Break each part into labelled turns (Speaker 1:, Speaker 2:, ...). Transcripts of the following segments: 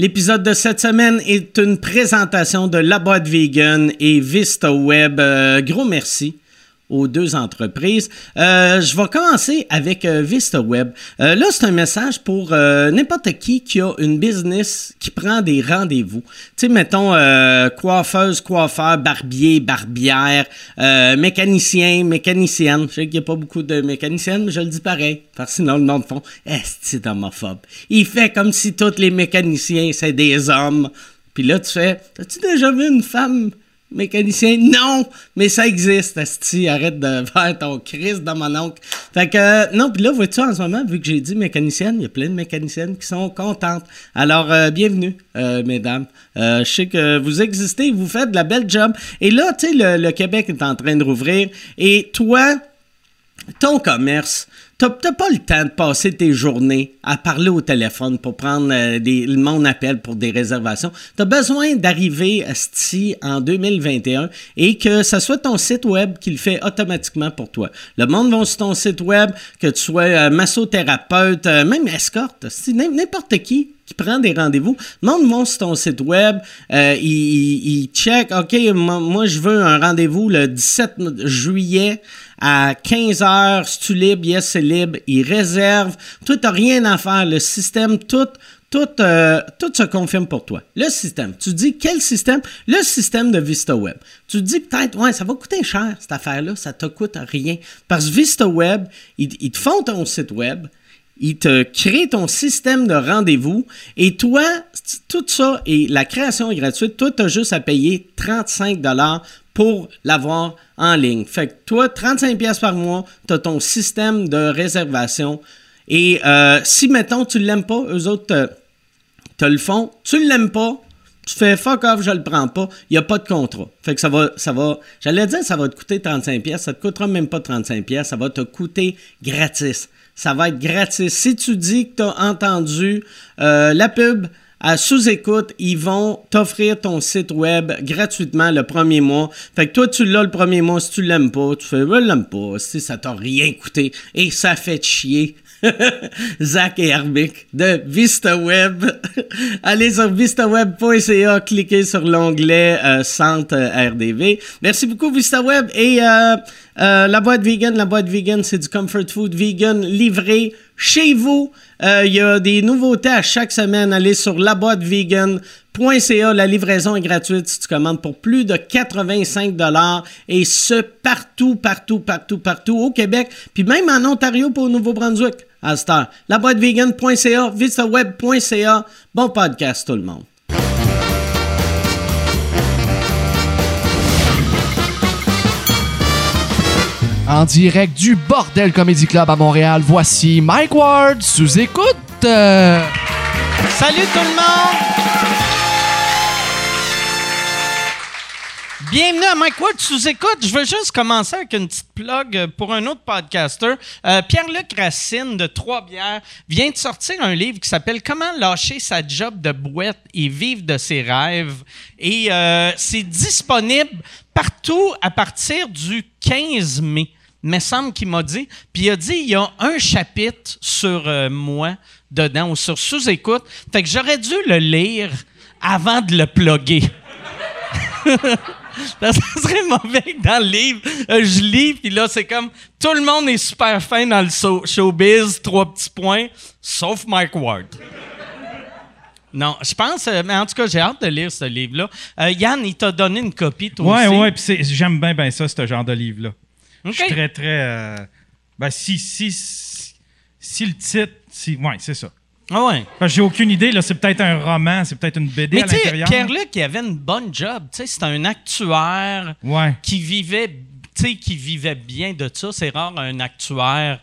Speaker 1: L'épisode de cette semaine est une présentation de La Boîte Vegan et Vista Web. Euh, gros merci aux deux entreprises. Euh, je vais commencer avec euh, Vista Web. Euh, là, c'est un message pour euh, n'importe qui qui a une business qui prend des rendez-vous. Tu sais, mettons euh, coiffeuse, coiffeur, barbier, barbière, euh, mécanicien, mécanicienne. Je sais qu'il n'y a pas beaucoup de mécaniciennes, mais je le dis pareil, parce que sinon le monde font « Est-ce que c'est homophobe? » Il fait comme si tous les mécaniciens, c'est des hommes. Puis là, tu fais « As-tu déjà vu une femme mécanicien. Non, mais ça existe, Asti. Arrête de faire ton crise dans mon oncle. Fait que, euh, non, puis là, vois-tu, en ce moment, vu que j'ai dit mécanicienne, il y a plein de mécaniciennes qui sont contentes. Alors, euh, bienvenue, euh, mesdames. Euh, je sais que vous existez, vous faites de la belle job. Et là, tu sais, le, le Québec est en train de rouvrir. Et toi, ton commerce, t'as t'as pas le temps de passer tes journées à parler au téléphone pour prendre euh, des, le monde appel pour des réservations. T'as besoin d'arriver à STI en 2021 et que ce soit ton site web qui le fait automatiquement pour toi. Le monde va sur ton site web, que tu sois euh, massothérapeute, euh, même escorte, asti, n'im- n'importe qui qui prend des rendez-vous, demande-moi sur ton site web, euh, il, il- il check, OK, moi, moi, je veux un rendez-vous le 17 juillet à 15h, si tu libre, yes, c'est libre, il réserve, toi, t'as rien à faire, le système, tout, tout, euh, tout se confirme pour toi. Le système, tu dis quel système? Le système de Vista Web. Tu dis peut-être, ouais, ça va coûter cher, cette affaire-là, ça te coûte rien, parce que Vista Web, ils, ils te font ton site web, il te crée ton système de rendez-vous et toi, t- tout ça et la création est gratuite. Toi, tu as juste à payer 35 pour l'avoir en ligne. Fait que toi, 35 pièces par mois, tu as ton système de réservation. Et euh, si, mettons, tu l'aimes pas, eux autres te, te le font. Tu l'aimes pas, tu fais fuck off, je le prends pas. Il n'y a pas de contrat. Fait que ça va, ça va, j'allais dire, ça va te coûter 35 pièces. Ça te coûtera même pas 35 pièces. Ça va te coûter gratis. Ça va être gratis. Si tu dis que tu as entendu euh, la pub à sous-écoute, ils vont t'offrir ton site web gratuitement le premier mois. Fait que toi, tu l'as le premier mois. Si tu l'aimes pas, tu fais, je l'aime pas. Si ça t'a rien coûté et ça fait chier. Zach et Armic de VistaWeb. Allez sur vistaweb.ca, cliquez sur l'onglet euh, Centre euh, RDV. Merci beaucoup VistaWeb et euh, euh, la boîte vegan, la boîte vegan, c'est du comfort food vegan livré chez vous. Euh, Il y a des nouveautés à chaque semaine. Allez sur laboîtevegan.ca. La livraison est gratuite si tu commandes pour plus de 85 et ce partout, partout, partout, partout au Québec, puis même en Ontario pour le Nouveau-Brunswick à cette heure. Laboîtevegan.ca, vistaweb.ca. Bon podcast tout le monde.
Speaker 2: En direct du Bordel Comedy Club à Montréal, voici Mike Ward sous écoute. Euh,
Speaker 3: Salut tout le monde! Bienvenue à Mike Ward sous écoute. Je veux juste commencer avec une petite plug euh, pour un autre podcaster. Euh, Pierre-Luc Racine de Trois-Bières vient de sortir un livre qui s'appelle Comment lâcher sa job de bouette et vivre de ses rêves. Et euh, c'est disponible partout à partir du 15 mai. Mais semble qu'il m'a dit. Puis il a dit il y a un chapitre sur euh, moi dedans ou sur sous-écoute. Fait que j'aurais dû le lire avant de le plugger. Parce que ça serait mauvais que dans le livre, euh, je lis, puis là, c'est comme tout le monde est super fin dans le show- showbiz, trois petits points, sauf Mike Ward. Non, je pense, euh, mais en tout cas, j'ai hâte de lire ce livre-là. Euh, Yann, il t'a donné une copie, toi
Speaker 4: Ouais,
Speaker 3: aussi.
Speaker 4: ouais, puis c'est- j'aime bien ben ça, ce genre de livre-là.
Speaker 3: OK.
Speaker 4: Je suis très, très. euh, ben, si, si, si, si le titre. Si, ouais, c'est ça.
Speaker 3: Ah ouais.
Speaker 4: Parce que j'ai aucune idée, là, c'est peut-être un roman, c'est peut-être une BD
Speaker 3: Mais
Speaker 4: à
Speaker 3: tu sais,
Speaker 4: l'intérieur.
Speaker 3: Pierre-Luc, il avait une bonne job. Tu sais, c'était un actuaire
Speaker 4: Ouais.
Speaker 3: qui vivait, tu sais, qui vivait bien de ça. C'est rare un actuaire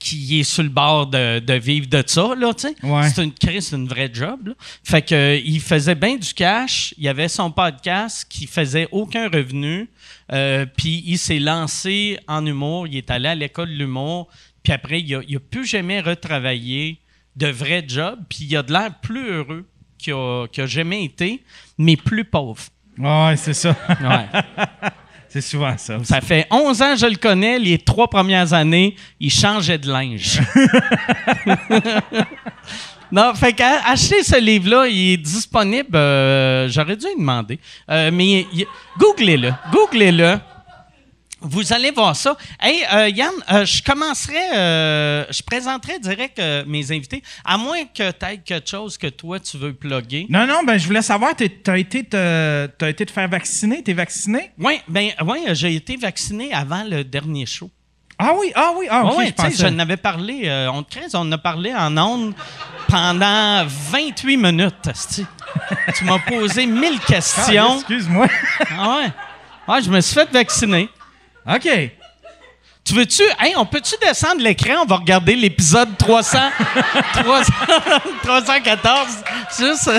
Speaker 3: qui est sur le bord de, de vivre de ça, là, tu sais.
Speaker 4: Ouais.
Speaker 3: C'est une crise, c'est une vraie job, là. Fait que, euh, il faisait bien du cash. Il avait son podcast qui faisait aucun revenu. Euh, Puis il s'est lancé en humour. Il est allé à l'école de l'humour. Puis après, il a, il a plus jamais retravaillé de vrai job. Puis il a de l'air plus heureux qu'il a, qu'il a jamais été, mais plus pauvre.
Speaker 4: Ouais, c'est ça.
Speaker 3: Ouais.
Speaker 4: c'est souvent ça. aussi.
Speaker 3: Ça fait 11 ans que je le connais. Les trois premières années, il changeait de linge.
Speaker 1: Non, fait que achetez ce livre-là, il est disponible. euh, J'aurais dû lui demander. Euh, mais il- googlez-le. Googlez-le. Vous allez voir ça. Hey, euh, Yann, euh, je commencerai, euh, je présenterai direct euh, mes invités, à moins que tu aies quelque chose que toi tu veux plugger.
Speaker 4: Non, non, ben je voulais savoir, t'es- t'as été, te- t'as été te faire vacciner, t'es vacciné?
Speaker 1: Oui, ben, ouais, euh, j'ai été vacciné avant le dernier show.
Speaker 4: Ah oui, ah oui, ah ok,
Speaker 1: Ouais,
Speaker 4: je
Speaker 1: tu sais,
Speaker 4: pensais.
Speaker 1: je n'avais parlé, euh, on te crée, on en a parlé en ondes pendant 28 minutes. asti. tu m'as posé 1000
Speaker 4: Ah,
Speaker 1: questions.
Speaker 4: Excuse-moi.
Speaker 1: Ah ouais. Ouais, je me suis fait vacciner.
Speaker 4: OK.
Speaker 1: Tu veux-tu, hey, on peut-tu descendre l'écran? On va regarder l'épisode 300, 300 314. Juste.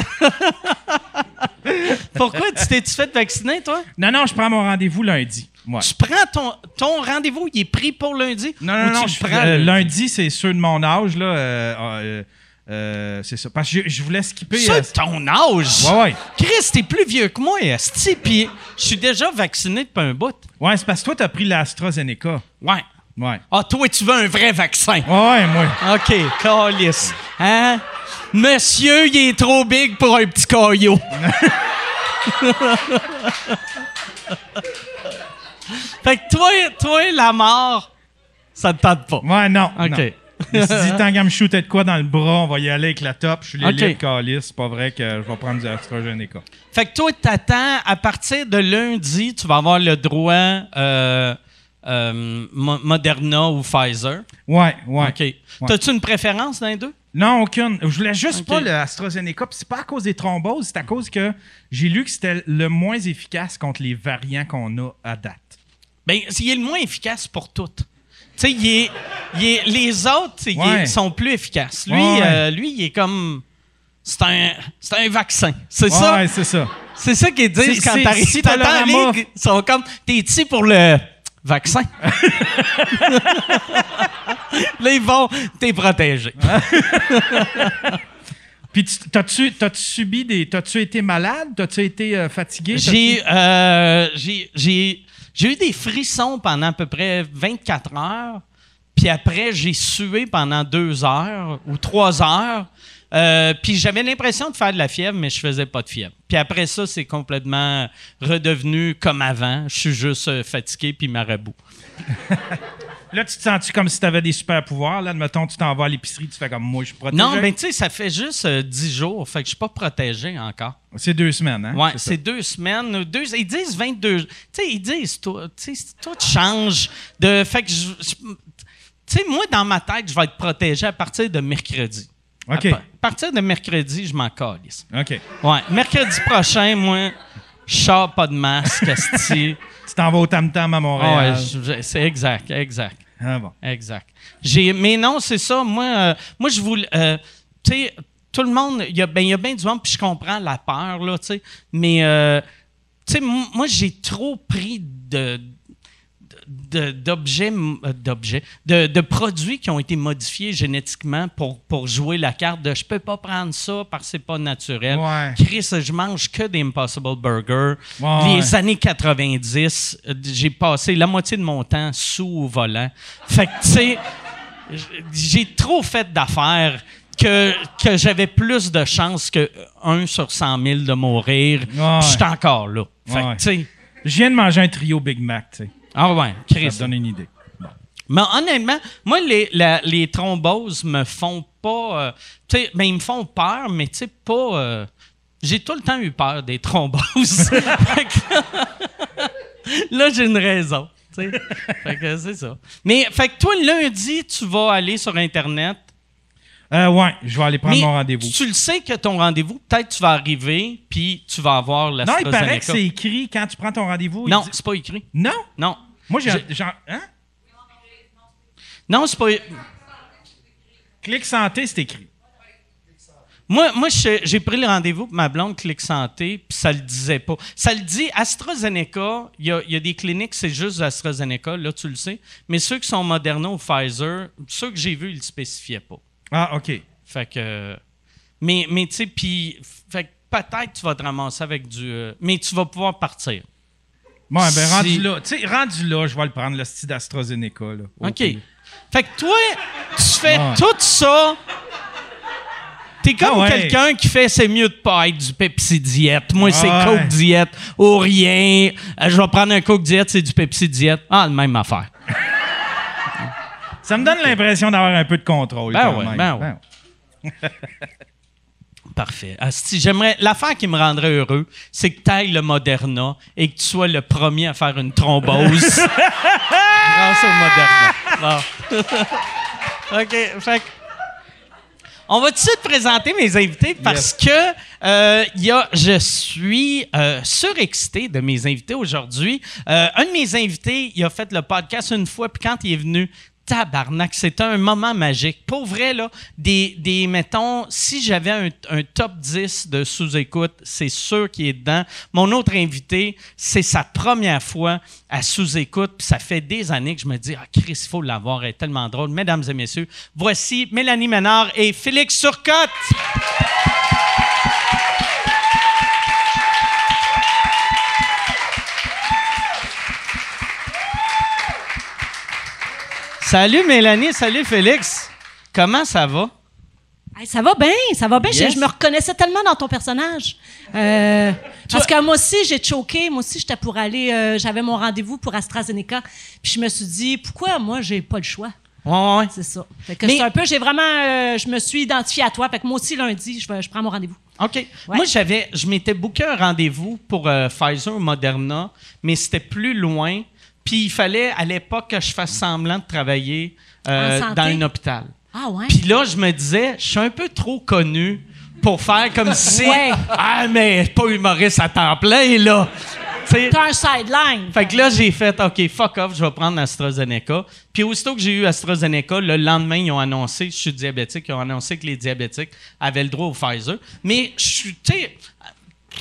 Speaker 1: Pourquoi tu t'es-tu fait vacciner, toi?
Speaker 4: Non, non, je prends mon rendez-vous lundi. Moi.
Speaker 1: Tu prends ton, ton rendez-vous, il est pris pour lundi?
Speaker 4: Non,
Speaker 1: ou
Speaker 4: non,
Speaker 1: tu
Speaker 4: non,
Speaker 1: le
Speaker 4: je-
Speaker 1: prends
Speaker 4: euh,
Speaker 1: lundi?
Speaker 4: lundi, c'est ceux de mon âge, là. euh, euh, euh, c'est ça. Parce que je, je voulais skipper.
Speaker 1: Ça, de ton âge!
Speaker 4: euh, ouais, ouais.
Speaker 1: Chris, t'es plus vieux que moi, esti, puis je suis déjà vacciné depuis un bout.
Speaker 4: Ouais, c'est parce que toi, t'as pris l'AstraZeneca.
Speaker 1: Ouais.
Speaker 4: Ouais.
Speaker 1: Ah, toi, tu veux un vrai vaccin.
Speaker 4: Ouais, ouais, moi.
Speaker 1: OK, calice. Hein? Monsieur, il est trop big pour un petit caillot. fait que toi, toi, la mort, ça te tente pas.
Speaker 4: Ouais, non. non.
Speaker 1: OK.
Speaker 4: Je me suis dit, tant qu'à me shooter de quoi dans le bras, on va y aller avec la top. Je suis les
Speaker 1: OK.
Speaker 4: libre calice. C'est pas vrai que je vais prendre du AstraZeneca.
Speaker 1: Fait que toi, t'attends, à partir de lundi, tu vas avoir le droit euh, euh, Mo- Moderna ou Pfizer.
Speaker 4: Ouais, ouais.
Speaker 1: OK. T'as-tu une préférence dans les deux?
Speaker 4: Non, aucune. Je voulais juste
Speaker 1: OK.
Speaker 4: pas le AstraZeneca. Puis c'est pas à cause des thromboses, c'est à cause que j'ai lu que c'était le moins efficace contre les variants qu'on a à date.
Speaker 1: Ben, c'est- il est le moins efficace pour toutes. Tu sais, il est- il est- les autres, ils
Speaker 4: Ouais.
Speaker 1: sont plus efficaces. Lui,
Speaker 4: Ouais, ouais.
Speaker 1: euh, lui, il est comme. C'est un, c'est un vaccin. C'est ça.
Speaker 4: Ouais, c'est ça.
Speaker 1: C'est ça qu'ils
Speaker 4: C'est-
Speaker 1: disent quand
Speaker 4: c'est-
Speaker 1: t'arrives.
Speaker 4: si
Speaker 1: T'attends
Speaker 4: t'as
Speaker 1: la
Speaker 4: la
Speaker 1: ligue,
Speaker 4: mort-
Speaker 1: ils sont comme. T'es ici pour le vaccin. Là, ils vont. T'es protégé.
Speaker 4: Puis tu- t'as-tu t'as-tu subi des. T'as-tu été malade? T'as-tu été euh, fatigué? T'as-tu-
Speaker 1: J'ai, euh, j'ai, j'ai, j'ai eu des frissons pendant à peu près 24 heures. Puis après, j'ai sué pendant deux heures ou trois heures. Euh, puis j'avais l'impression de faire de la fièvre, mais je faisais pas de fièvre. Puis après ça, c'est complètement redevenu comme avant. Je suis juste euh, fatigué puis marabout.
Speaker 4: Là, tu te sens-tu comme si t'avais des super pouvoirs? Là, admettons, tu t'en vas à l'épicerie, tu fais comme moi, je suis protégé.
Speaker 1: Non, ben- mais tu sais, ça fait juste euh, dix jours, fait que je suis pas protégé encore.
Speaker 4: C'est deux semaines, hein?
Speaker 1: Ouais,
Speaker 4: ça.
Speaker 1: c'est deux semaines. euh, Deux, ils disent 22. Tu sais, ils disent, toi, tu sais, tout change. De, fait que je. je- tu sais, moi, dans ma tête, je vais être protégé à partir de mercredi. À
Speaker 4: OK.
Speaker 1: pa- À partir de mercredi, je m'en calisse.
Speaker 4: OK.
Speaker 1: Ouais, mercredi prochain, moi, je sors pas de masque, esti.
Speaker 4: Tu t'en vas au tam-tam à Montréal.
Speaker 1: Ouais, je- je- c'est exact, exact.
Speaker 4: Ah bon.
Speaker 1: Exact. J'ai, mais non, c'est ça. Moi, euh, moi je voulais. euh, tu sais, tout le monde. Il y a bien ben du monde, puis je comprends la peur, là, tu sais. Mais, euh, tu sais, m- moi, j'ai trop pris de. de- d'objets, m- euh, d'objets, de, de produits qui ont été modifiés génétiquement pour, pour jouer la carte de je peux pas prendre ça parce que c'est pas naturel.
Speaker 4: Ouais.
Speaker 1: Chris, je mange que des Impossible Burger.
Speaker 4: Ouais,
Speaker 1: Les
Speaker 4: ouais.
Speaker 1: années 90, euh, j'ai passé la moitié de mon temps sous au volant. Fait que, tu sais, j- j'ai trop fait d'affaires que, que j'avais plus de chances que 1 sur 100 000 de mourir.
Speaker 4: Ouais.
Speaker 1: Je suis encore là. Fait que,
Speaker 4: Ouais.
Speaker 1: tu sais,
Speaker 4: Je viens de manger un trio Big Mac, tu sais.
Speaker 1: ah ouais,
Speaker 4: Ça
Speaker 1: Chris.
Speaker 4: te donne une idée.
Speaker 1: Mais honnêtement, moi, les, la- les thromboses me font pas. euh, tu sais, ben, ils me font peur, mais tu sais, pas. euh, j'ai tout le temps eu peur des thromboses. Fait que- Là, j'ai une raison. tu sais. Fait que c'est ça. Mais fait que toi, lundi, tu vas aller sur Internet.
Speaker 4: Euh, ouais, je vais aller prendre
Speaker 1: mais
Speaker 4: mon rendez-vous.
Speaker 1: Tu le sais que ton rendez-vous, peut-être tu vas arriver, puis tu vas avoir la
Speaker 4: Non, il paraît que c'est écrit quand tu prends ton rendez-vous. il
Speaker 1: Non,
Speaker 4: dit-
Speaker 1: c'est pas écrit.
Speaker 4: Non?
Speaker 1: Non.
Speaker 4: Moi, j'ai.
Speaker 1: Je-
Speaker 4: j'en- Hein?
Speaker 1: Non, c'est pas.
Speaker 4: Clic santé, c'est écrit.
Speaker 1: Moi, moi je- j'ai pris le rendez-vous pour ma blonde Clic Santé, puis ça le disait pas. Ça le dit AstraZeneca, il y a, il y a des cliniques, c'est juste AstraZeneca, là, tu le sais. Mais ceux qui sont Moderna ou Pfizer, ceux que j'ai vus, ils le spécifiaient pas.
Speaker 4: Ah, OK.
Speaker 1: Fait que. Mais, mais tu sais, puis. Fait que peut-être tu vas te ramasser avec du. euh, mais tu vas pouvoir partir.
Speaker 4: Bon, ben,
Speaker 1: Si-
Speaker 4: rendu là. Tu sais, rendu là, je vais le prendre, le style d'AstraZeneca, là.
Speaker 1: OK. Fait que toi, tu fais
Speaker 4: Ouais.
Speaker 1: tout ça T'es comme
Speaker 4: Ah ouais.
Speaker 1: quelqu'un qui fait c'est mieux de pas être du Pepsi Diète. Moi, c'est
Speaker 4: Ah ouais.
Speaker 1: Coke Diète ou rien. Euh, je vais prendre un Coke Diète, c'est du Pepsi Diète. Ah, la même affaire.
Speaker 4: Ça me donne l'impression d'avoir un peu de contrôle.
Speaker 1: Ben
Speaker 4: quand
Speaker 1: ouais,
Speaker 4: même.
Speaker 1: ben ouais. Parfait. Asti, j'aimerais. L'affaire qui me rendrait heureux, c'est que t'ailles le Moderna et que tu sois le premier à faire une thrombose grâce au Moderna. Bon. OK. Fait que- On va tout de suite présenter mes invités parce que euh, il y a, je suis euh, surexcité de mes invités aujourd'hui. Euh, un de mes invités, il a fait le podcast une fois, puis quand il est venu, tabarnak, c'était un moment magique. Pour vrai, là, des, des mettons, si j'avais un, un top 10 de sous-écoute, c'est sûr qu'il est dedans. Mon autre invité, c'est sa première fois à sous-écoute, puis ça fait des années que je me dis, ah, Chris, il faut l'avoir, elle est tellement drôle. Mesdames et messieurs, voici Mélanie Ménard et Félix Surcotte. Salut Mélanie, salut Félix. Comment ça va?
Speaker 5: Hey, ça va bien, ça va bien. Je-
Speaker 1: Yes.
Speaker 5: Je, me reconnaissais tellement dans ton personnage. Euh, parce que moi aussi, j'ai choqué. Moi aussi, j'étais pour aller. euh, J'avais mon rendez-vous pour AstraZeneca. Puis je me suis dit, pourquoi moi, j'ai pas le choix?
Speaker 1: Ouais, ouais, ouais.
Speaker 5: C'est ça. Fait que
Speaker 1: Mais-
Speaker 5: c'est un peu, j'ai vraiment. euh, je me suis identifiée à toi. Fait que moi aussi, lundi, je, vais- je prends mon rendez-vous.
Speaker 1: OK. Moi, j'avais, je m'étais booké un rendez-vous pour euh, Pfizer ou Moderna, mais c'était plus loin. Puis il fallait à l'époque que je fasse semblant de travailler euh,
Speaker 5: En santé?
Speaker 1: dans un hôpital.
Speaker 5: Ah ouais?
Speaker 1: Puis là, je me disais, je suis un peu trop connu pour faire comme si.
Speaker 5: Ouais.
Speaker 1: Ah, mais pas humoriste à temps plein, là. Tu sais,
Speaker 5: T'as un sideline.
Speaker 1: fait que là, j'ai fait, OK, fuck off, je vais prendre AstraZeneca. Puis aussitôt que j'ai eu AstraZeneca, le lendemain, ils ont annoncé, je suis diabétique, ils ont annoncé que les diabétiques avaient le droit au Pfizer. Mais je suis, tu sais,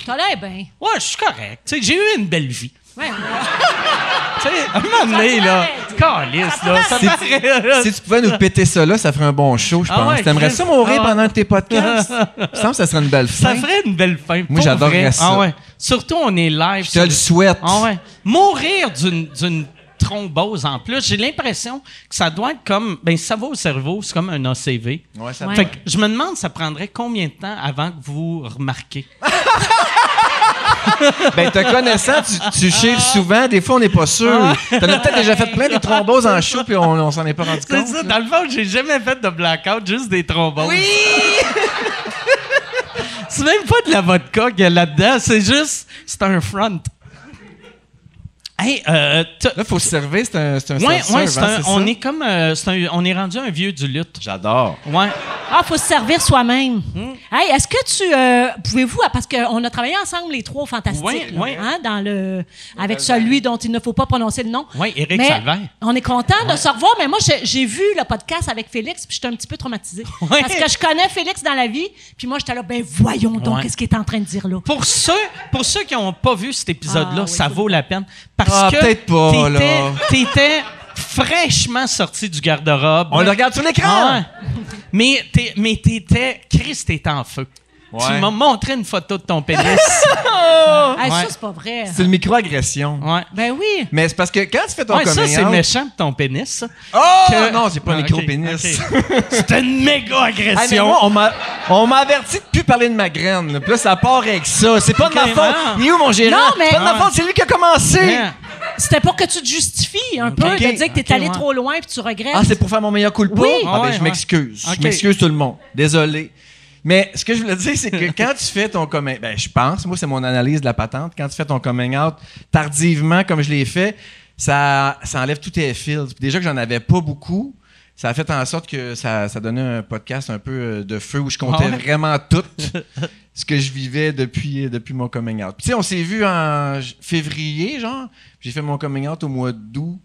Speaker 5: T'as l'air bien.
Speaker 1: ouais, je suis correct. Tu sais, j'ai eu une belle vie.
Speaker 5: Ouais.
Speaker 1: Tu sais, à un moment donné, là, calisse, là, ça paraît-
Speaker 6: Si tu pouvais nous péter ça là, ça ferait un bon show, je
Speaker 1: Ah
Speaker 6: pense.
Speaker 1: ouais,
Speaker 6: T'aimerais
Speaker 1: Chris.
Speaker 6: ça mourir
Speaker 1: Ah ouais.
Speaker 6: pendant tes podcasts? Il me semble que ça serait une belle
Speaker 1: Ça
Speaker 6: fin.
Speaker 1: ferait une belle fin.
Speaker 6: Moi,
Speaker 1: pour
Speaker 6: j'adorerais
Speaker 1: vrai.
Speaker 6: ça.
Speaker 1: Ah ouais. Surtout, on est live.
Speaker 6: Je te le souhaite.
Speaker 1: Ah ouais. Mourir d'une- d'une thrombose en plus, j'ai l'impression que ça doit être comme. Ben, ça va au cerveau, c'est comme un ACV.
Speaker 6: Ouais, ça
Speaker 5: Ouais.
Speaker 1: Fait que je me demande, ça prendrait combien de temps avant que vous remarquiez?
Speaker 6: Ben, te connaissant, tu, tu
Speaker 1: Ah.
Speaker 6: chiffres souvent. Des fois, on n'est pas sûr. T'en as peut-être déjà fait plein des thromboses en show, puis on, on s'en est pas rendu
Speaker 1: C'est
Speaker 6: compte.
Speaker 1: ça,
Speaker 6: là.
Speaker 1: dans le fond, j'ai jamais fait de blackout, juste des thromboses. Oui! c'est même pas de la vodka qu'il y a là-dedans, c'est juste, c'est un front. Hey, euh, t'as-
Speaker 6: Là, faut se servir. C'est un, c'est un
Speaker 1: ouais,
Speaker 6: self-serve,
Speaker 1: ouais, c'est
Speaker 6: hein,
Speaker 1: un-
Speaker 6: c'est
Speaker 1: on
Speaker 6: ça?
Speaker 1: est comme, euh, c'est un- on est rendu un vieux du lutte.
Speaker 6: J'adore.
Speaker 1: Ouais.
Speaker 5: Ah, faut se servir soi-même.
Speaker 1: Hmm.
Speaker 5: Hey, est-ce que tu euh, pouvez-vous parce qu'on a travaillé ensemble les trois fantastiques
Speaker 1: Ouais,
Speaker 5: là,
Speaker 1: ouais.
Speaker 5: hein, dans le avec celui dont il ne faut pas prononcer le nom.
Speaker 1: Ouais, Éric
Speaker 5: Mais
Speaker 1: Salvaire.
Speaker 5: On est content de se revoir, mais moi j'ai- j'ai vu le podcast avec Félix puis j'étais un petit peu traumatisée
Speaker 1: Ouais.
Speaker 5: parce que je connais Félix dans la vie puis moi j'étais là ben voyons donc
Speaker 1: Ouais.
Speaker 5: qu'est-ce qu'il est en train de dire là.
Speaker 1: Pour ceux, pour ceux qui n'ont pas vu cet épisode-là,
Speaker 5: Ah, oui.
Speaker 1: ça vaut la peine. Parce
Speaker 6: Ah,
Speaker 1: que
Speaker 6: peut-être pas, là.
Speaker 1: t'étais, t'étais fraîchement sorti du garde-robe.
Speaker 6: On le regarde sur l'écran.
Speaker 1: Ah ouais. Mais t'es- mais t'étais. Chris, t'étais en feu. Tu
Speaker 6: Ouais.
Speaker 1: m'as montré une photo de ton pénis.
Speaker 5: Hey,
Speaker 1: Ouais.
Speaker 5: Ah, Ça c'est pas vrai.
Speaker 6: C'est une microagression.
Speaker 1: ouais.
Speaker 5: Ben oui.
Speaker 6: Mais c'est parce que quand tu fais ton
Speaker 1: Ouais, ça,
Speaker 6: coming
Speaker 1: c'est
Speaker 6: out-
Speaker 1: méchant de ton pénis, ça.
Speaker 6: Oh!
Speaker 1: Que-
Speaker 6: Non, c'est pas un
Speaker 1: Ah,
Speaker 6: micro-pénis.
Speaker 1: ok, ok. C'était une méga
Speaker 6: Ah, mais
Speaker 1: agression.
Speaker 6: moi, on m'a- on m'a averti de plus parler de ma graine. là. Puis là, ça part avec ça. C'est pas de ma
Speaker 1: Ok,
Speaker 6: faute.
Speaker 1: non.
Speaker 6: Il est où mon gérant?
Speaker 5: Non, mais-
Speaker 6: C'est pas de ma faute, c'est lui qui a commencé.
Speaker 1: Hein?
Speaker 5: C'était pour que tu te justifies un peu de dire que t'es
Speaker 1: ok,
Speaker 5: allé
Speaker 1: ouais.
Speaker 5: trop loin puis tu regrettes.
Speaker 6: Ah, c'est pour faire mon meilleur coup de
Speaker 5: Oui.
Speaker 6: Ah, ben,
Speaker 1: Ouais,
Speaker 6: je
Speaker 1: ouais.
Speaker 6: m'excuse.
Speaker 1: Ok.
Speaker 6: Je m'excuse tout le monde. Désolé. Mais ce que je voulais dire, c'est que quand tu fais ton coming ben, je pense, moi, c'est mon analyse de la patente, quand tu fais ton coming out tardivement, comme je l'ai fait, ça, ça enlève tous tes fils. Puis Déjà que j'en avais pas beaucoup, ça a fait en sorte que ça, ça donnait un podcast un peu euh, de feu où je comptais
Speaker 1: Ah ouais?
Speaker 6: vraiment tout ce que je vivais depuis, depuis mon coming out. Puis, Tu sais, on s'est vu en j- février, genre. J'ai fait mon coming out au mois d'août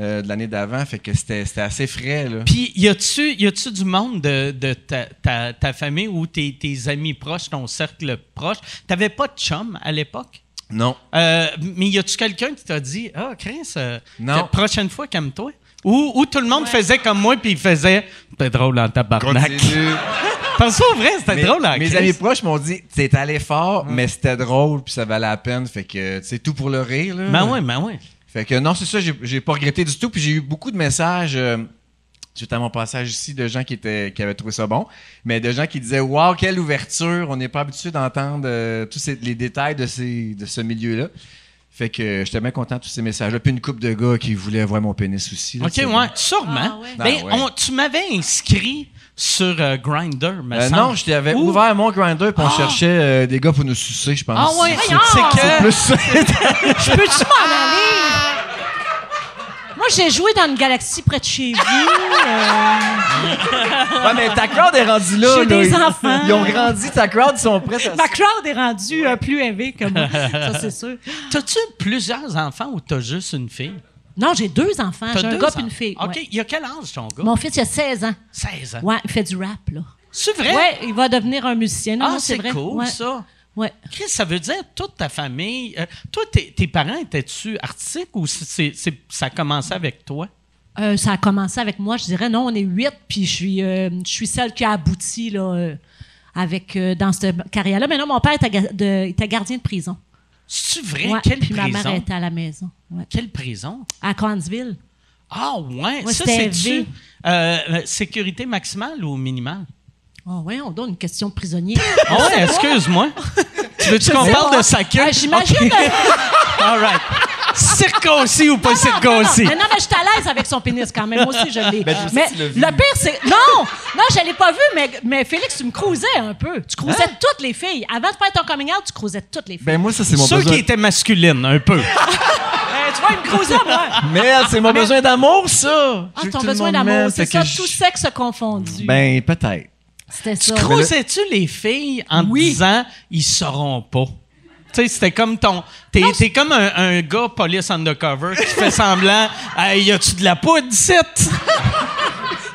Speaker 6: euh, de l'année d'avant, fait que c'était c'était assez frais, là.
Speaker 1: Puis, y a-tu, y a-tu du monde de, de ta, ta- ta famille ou tes, tes amis proches, ton cercle proche? T'avais pas de chum à l'époque?
Speaker 6: Non.
Speaker 1: Euh, mais y a-tu quelqu'un qui t'a dit, ah, Chris, euh,
Speaker 6: Non.
Speaker 1: la prochaine fois, calme-toi? Ou, ou tout le monde faisait comme moi, puis il faisait, c'était drôle en tabarnak. Parce que au vrai, c'était
Speaker 6: Mes,
Speaker 1: drôle en
Speaker 6: mes
Speaker 1: Chris. Hum.
Speaker 6: amis proches m'ont dit t'es allé fort, mais c'était drôle puis ça valait la peine. Fait que c'est tout pour le rire. Là.
Speaker 1: Ben ouais, ben ouais.
Speaker 6: Fait que non, c'est ça, j'ai- j'ai pas regretté du tout. Puis j'ai eu beaucoup de messages euh, suite à mon passage ici, de gens qui, étaient, qui avaient trouvé ça bon, mais de gens qui disaient Waouh, quelle ouverture! On n'est pas habitué d'entendre euh, tous ces- les détails de, ces, de ce milieu-là. Fait que euh, j'étais bien content de tous ces messages-là. Puis une coupe de gars qui voulaient voir mon pénis aussi. là,
Speaker 1: OK,
Speaker 6: tu sais. Euh,
Speaker 1: ouais, sûrement.
Speaker 5: Ah, ouais.
Speaker 1: Ben,
Speaker 6: Ah, ouais.
Speaker 1: on- tu m'avais inscrit sur euh, Grindr, me
Speaker 6: Euh,
Speaker 1: semble.
Speaker 6: non, je t'avais
Speaker 1: Ou-
Speaker 6: ouvert mon grinder puis on cherchait euh, des gars pour nous sucer, je pense.
Speaker 1: Ah ouais,
Speaker 6: C'est-
Speaker 1: c'est que...
Speaker 6: plus ça.
Speaker 5: Je peux-tu m'en aller? Moi, j'ai joué dans une galaxie près de chez
Speaker 1: Ah,
Speaker 5: vous. euh,
Speaker 6: Ouais, mais ta crowd est rendue là.
Speaker 5: J'ai
Speaker 6: là.
Speaker 5: des
Speaker 6: Ils-
Speaker 5: enfants.
Speaker 6: Ils ont grandi, ta crowd, ils sont prêts à
Speaker 5: ma crowd est rendue euh, plus élevée que moi. Ça, c'est sûr.
Speaker 1: T'as-tu plusieurs enfants ou t'as juste une fille?
Speaker 5: Non, j'ai deux enfants.
Speaker 1: T'as
Speaker 5: J'ai un
Speaker 1: deux
Speaker 5: gars
Speaker 1: enfants.
Speaker 5: et une fille.
Speaker 1: OK,
Speaker 5: ouais.
Speaker 1: il a quel âge ton gars?
Speaker 5: Mon fils, il a 16 ans.
Speaker 1: 16 ans.
Speaker 5: Ouais, il fait du rap, là.
Speaker 1: C'est vrai?
Speaker 5: Ouais, il va devenir un musicien. Non,
Speaker 1: ah,
Speaker 5: non, c'est
Speaker 1: c'est
Speaker 5: vrai.
Speaker 1: cool,
Speaker 5: ouais.
Speaker 1: ça.
Speaker 5: Ouais.
Speaker 1: Chris, ça veut dire toute ta famille. euh, toi, tes, tes parents étaient-tu artistiques ou c'est- c'est- c'est- ça a commencé avec toi?
Speaker 5: Euh, ça a commencé avec moi, je dirais. Non, on est huit, puis je suis, euh, je suis celle qui a abouti là, euh, avec, euh, dans cette carrière-là. Mais non, mon père était, ga- de- était gardien de prison.
Speaker 1: C'est-tu vrai?
Speaker 5: Ouais,
Speaker 1: Quelle
Speaker 5: puis
Speaker 1: prison?
Speaker 5: ma mère était à la maison. ouais.
Speaker 1: Quelle prison?
Speaker 5: À Cornsville.
Speaker 1: Ah, ouais.
Speaker 5: Ouais,
Speaker 1: ça,
Speaker 5: c'était
Speaker 1: c'est-tu
Speaker 5: V.
Speaker 1: euh, euh, sécurité maximale ou minimale?
Speaker 5: Oh, ouais, on donne une question de prisonnier.
Speaker 1: Ah ouais, excuse-moi. tu veux-tu qu'on
Speaker 5: sais
Speaker 1: parle
Speaker 5: pas.
Speaker 1: de sa queue?
Speaker 5: Ah, J'imagine. euh,
Speaker 1: All right. Circoncis ou pas circoncis?
Speaker 5: Mais non, mais je suis à l'aise avec son pénis quand même. Moi aussi, je l'ai.
Speaker 6: Ben, toi aussi,
Speaker 5: mais
Speaker 6: tu l'as vu.
Speaker 5: le pire, c'est. Non! Non, je l'ai pas vu, mais, mais Félix, tu me crousais un peu. Tu crousais
Speaker 1: Hein?
Speaker 5: toutes les filles. Avant de faire ton coming out, tu crousais toutes les filles.
Speaker 6: Ben moi, ça, c'est mon
Speaker 1: Ceux
Speaker 6: besoin.
Speaker 1: qui étaient masculines, un peu. Euh,
Speaker 5: tu vois, il me crousait, moi.
Speaker 6: Merde, c'est mon besoin d'amour, ça.
Speaker 5: Ah,
Speaker 6: Je veux que
Speaker 5: ton
Speaker 6: tout le
Speaker 5: besoin
Speaker 6: monde m'aime,
Speaker 5: d'amour, c'est
Speaker 6: fait
Speaker 5: ça,
Speaker 6: que je-
Speaker 5: tout sexe confondu.
Speaker 6: Ben, peut-être.
Speaker 5: C'était ça.
Speaker 1: Croisais-tu les filles en te disant ils sauront pas? Tu sais, c'était comme ton. T'es t'es comme un, un gars police undercover qui fait semblant. Hey, y a-tu de la poudre ici?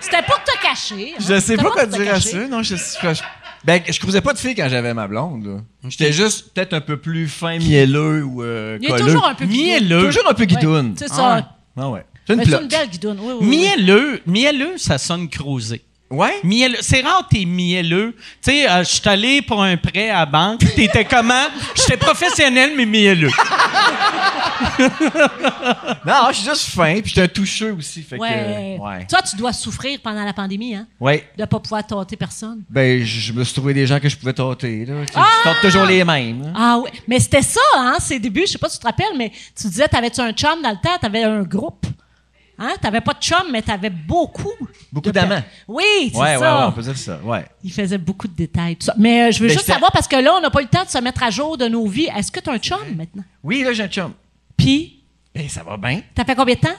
Speaker 5: C'était pour te cacher. hein.
Speaker 6: Je sais
Speaker 5: C'était
Speaker 6: pas
Speaker 5: pour
Speaker 6: quoi
Speaker 5: te
Speaker 6: dire à
Speaker 5: cacher.
Speaker 6: ça. Non, je je- Ben, je croisais pas de filles quand j'avais ma blonde. là. J'étais juste peut-être un peu plus fin, mielleux ou euh,
Speaker 5: Il est
Speaker 6: colleux.
Speaker 5: toujours un peu
Speaker 1: Mielleux.
Speaker 6: Toujours un peu guidoune.
Speaker 5: Ouais, C'est
Speaker 1: Ah ouais.
Speaker 5: ça.
Speaker 6: Ah ouais. C'est une
Speaker 5: Mais C'est une
Speaker 6: plotte.
Speaker 5: belle guidoune. Oui, oui, oui.
Speaker 1: Mielleux, mielleux, ça sonne croisé.
Speaker 6: Ouais?
Speaker 1: Mielleux. C'est rare, t'es mielleux. Tu sais, euh, je suis allé pour un prêt à la banque. T'étais comment? J'étais professionnel, mais mielleux.
Speaker 6: Non, je suis juste fin, puis j'étais un toucheux aussi. Fait
Speaker 5: Ouais.
Speaker 6: que. Ouais.
Speaker 5: Toi, tu dois souffrir pendant la pandémie, hein?
Speaker 6: Ouais.
Speaker 5: De pas pouvoir tenter personne.
Speaker 6: Ben, je je me suis trouvé des gens que je pouvais tenter. Là. Tu- Tu tentes toujours les mêmes. hein.
Speaker 5: Ah oui. Mais c'était ça, hein, ses débuts. Je sais pas si tu te rappelles, mais tu disais, t'avais-tu un chum dans le temps? T'avais un groupe. Hein? T'avais pas de chum, mais t'avais beaucoup.
Speaker 6: Beaucoup
Speaker 5: de-
Speaker 6: d'amants.
Speaker 5: Oui, c'est
Speaker 6: Ouais, ouais,
Speaker 5: ça.
Speaker 6: ouais, on peut dire ça. Ouais.
Speaker 5: Il faisait beaucoup de détails. tout ça. Mais euh, je veux
Speaker 6: Mais
Speaker 5: juste
Speaker 6: c'était-
Speaker 5: savoir, parce que là, on n'a pas eu le temps de se mettre à jour de nos vies. Est-ce que t'as un chum maintenant?
Speaker 6: Oui, là, j'ai un chum.
Speaker 5: Puis,
Speaker 6: Ben, ça va bien.
Speaker 5: t'as fait combien de temps?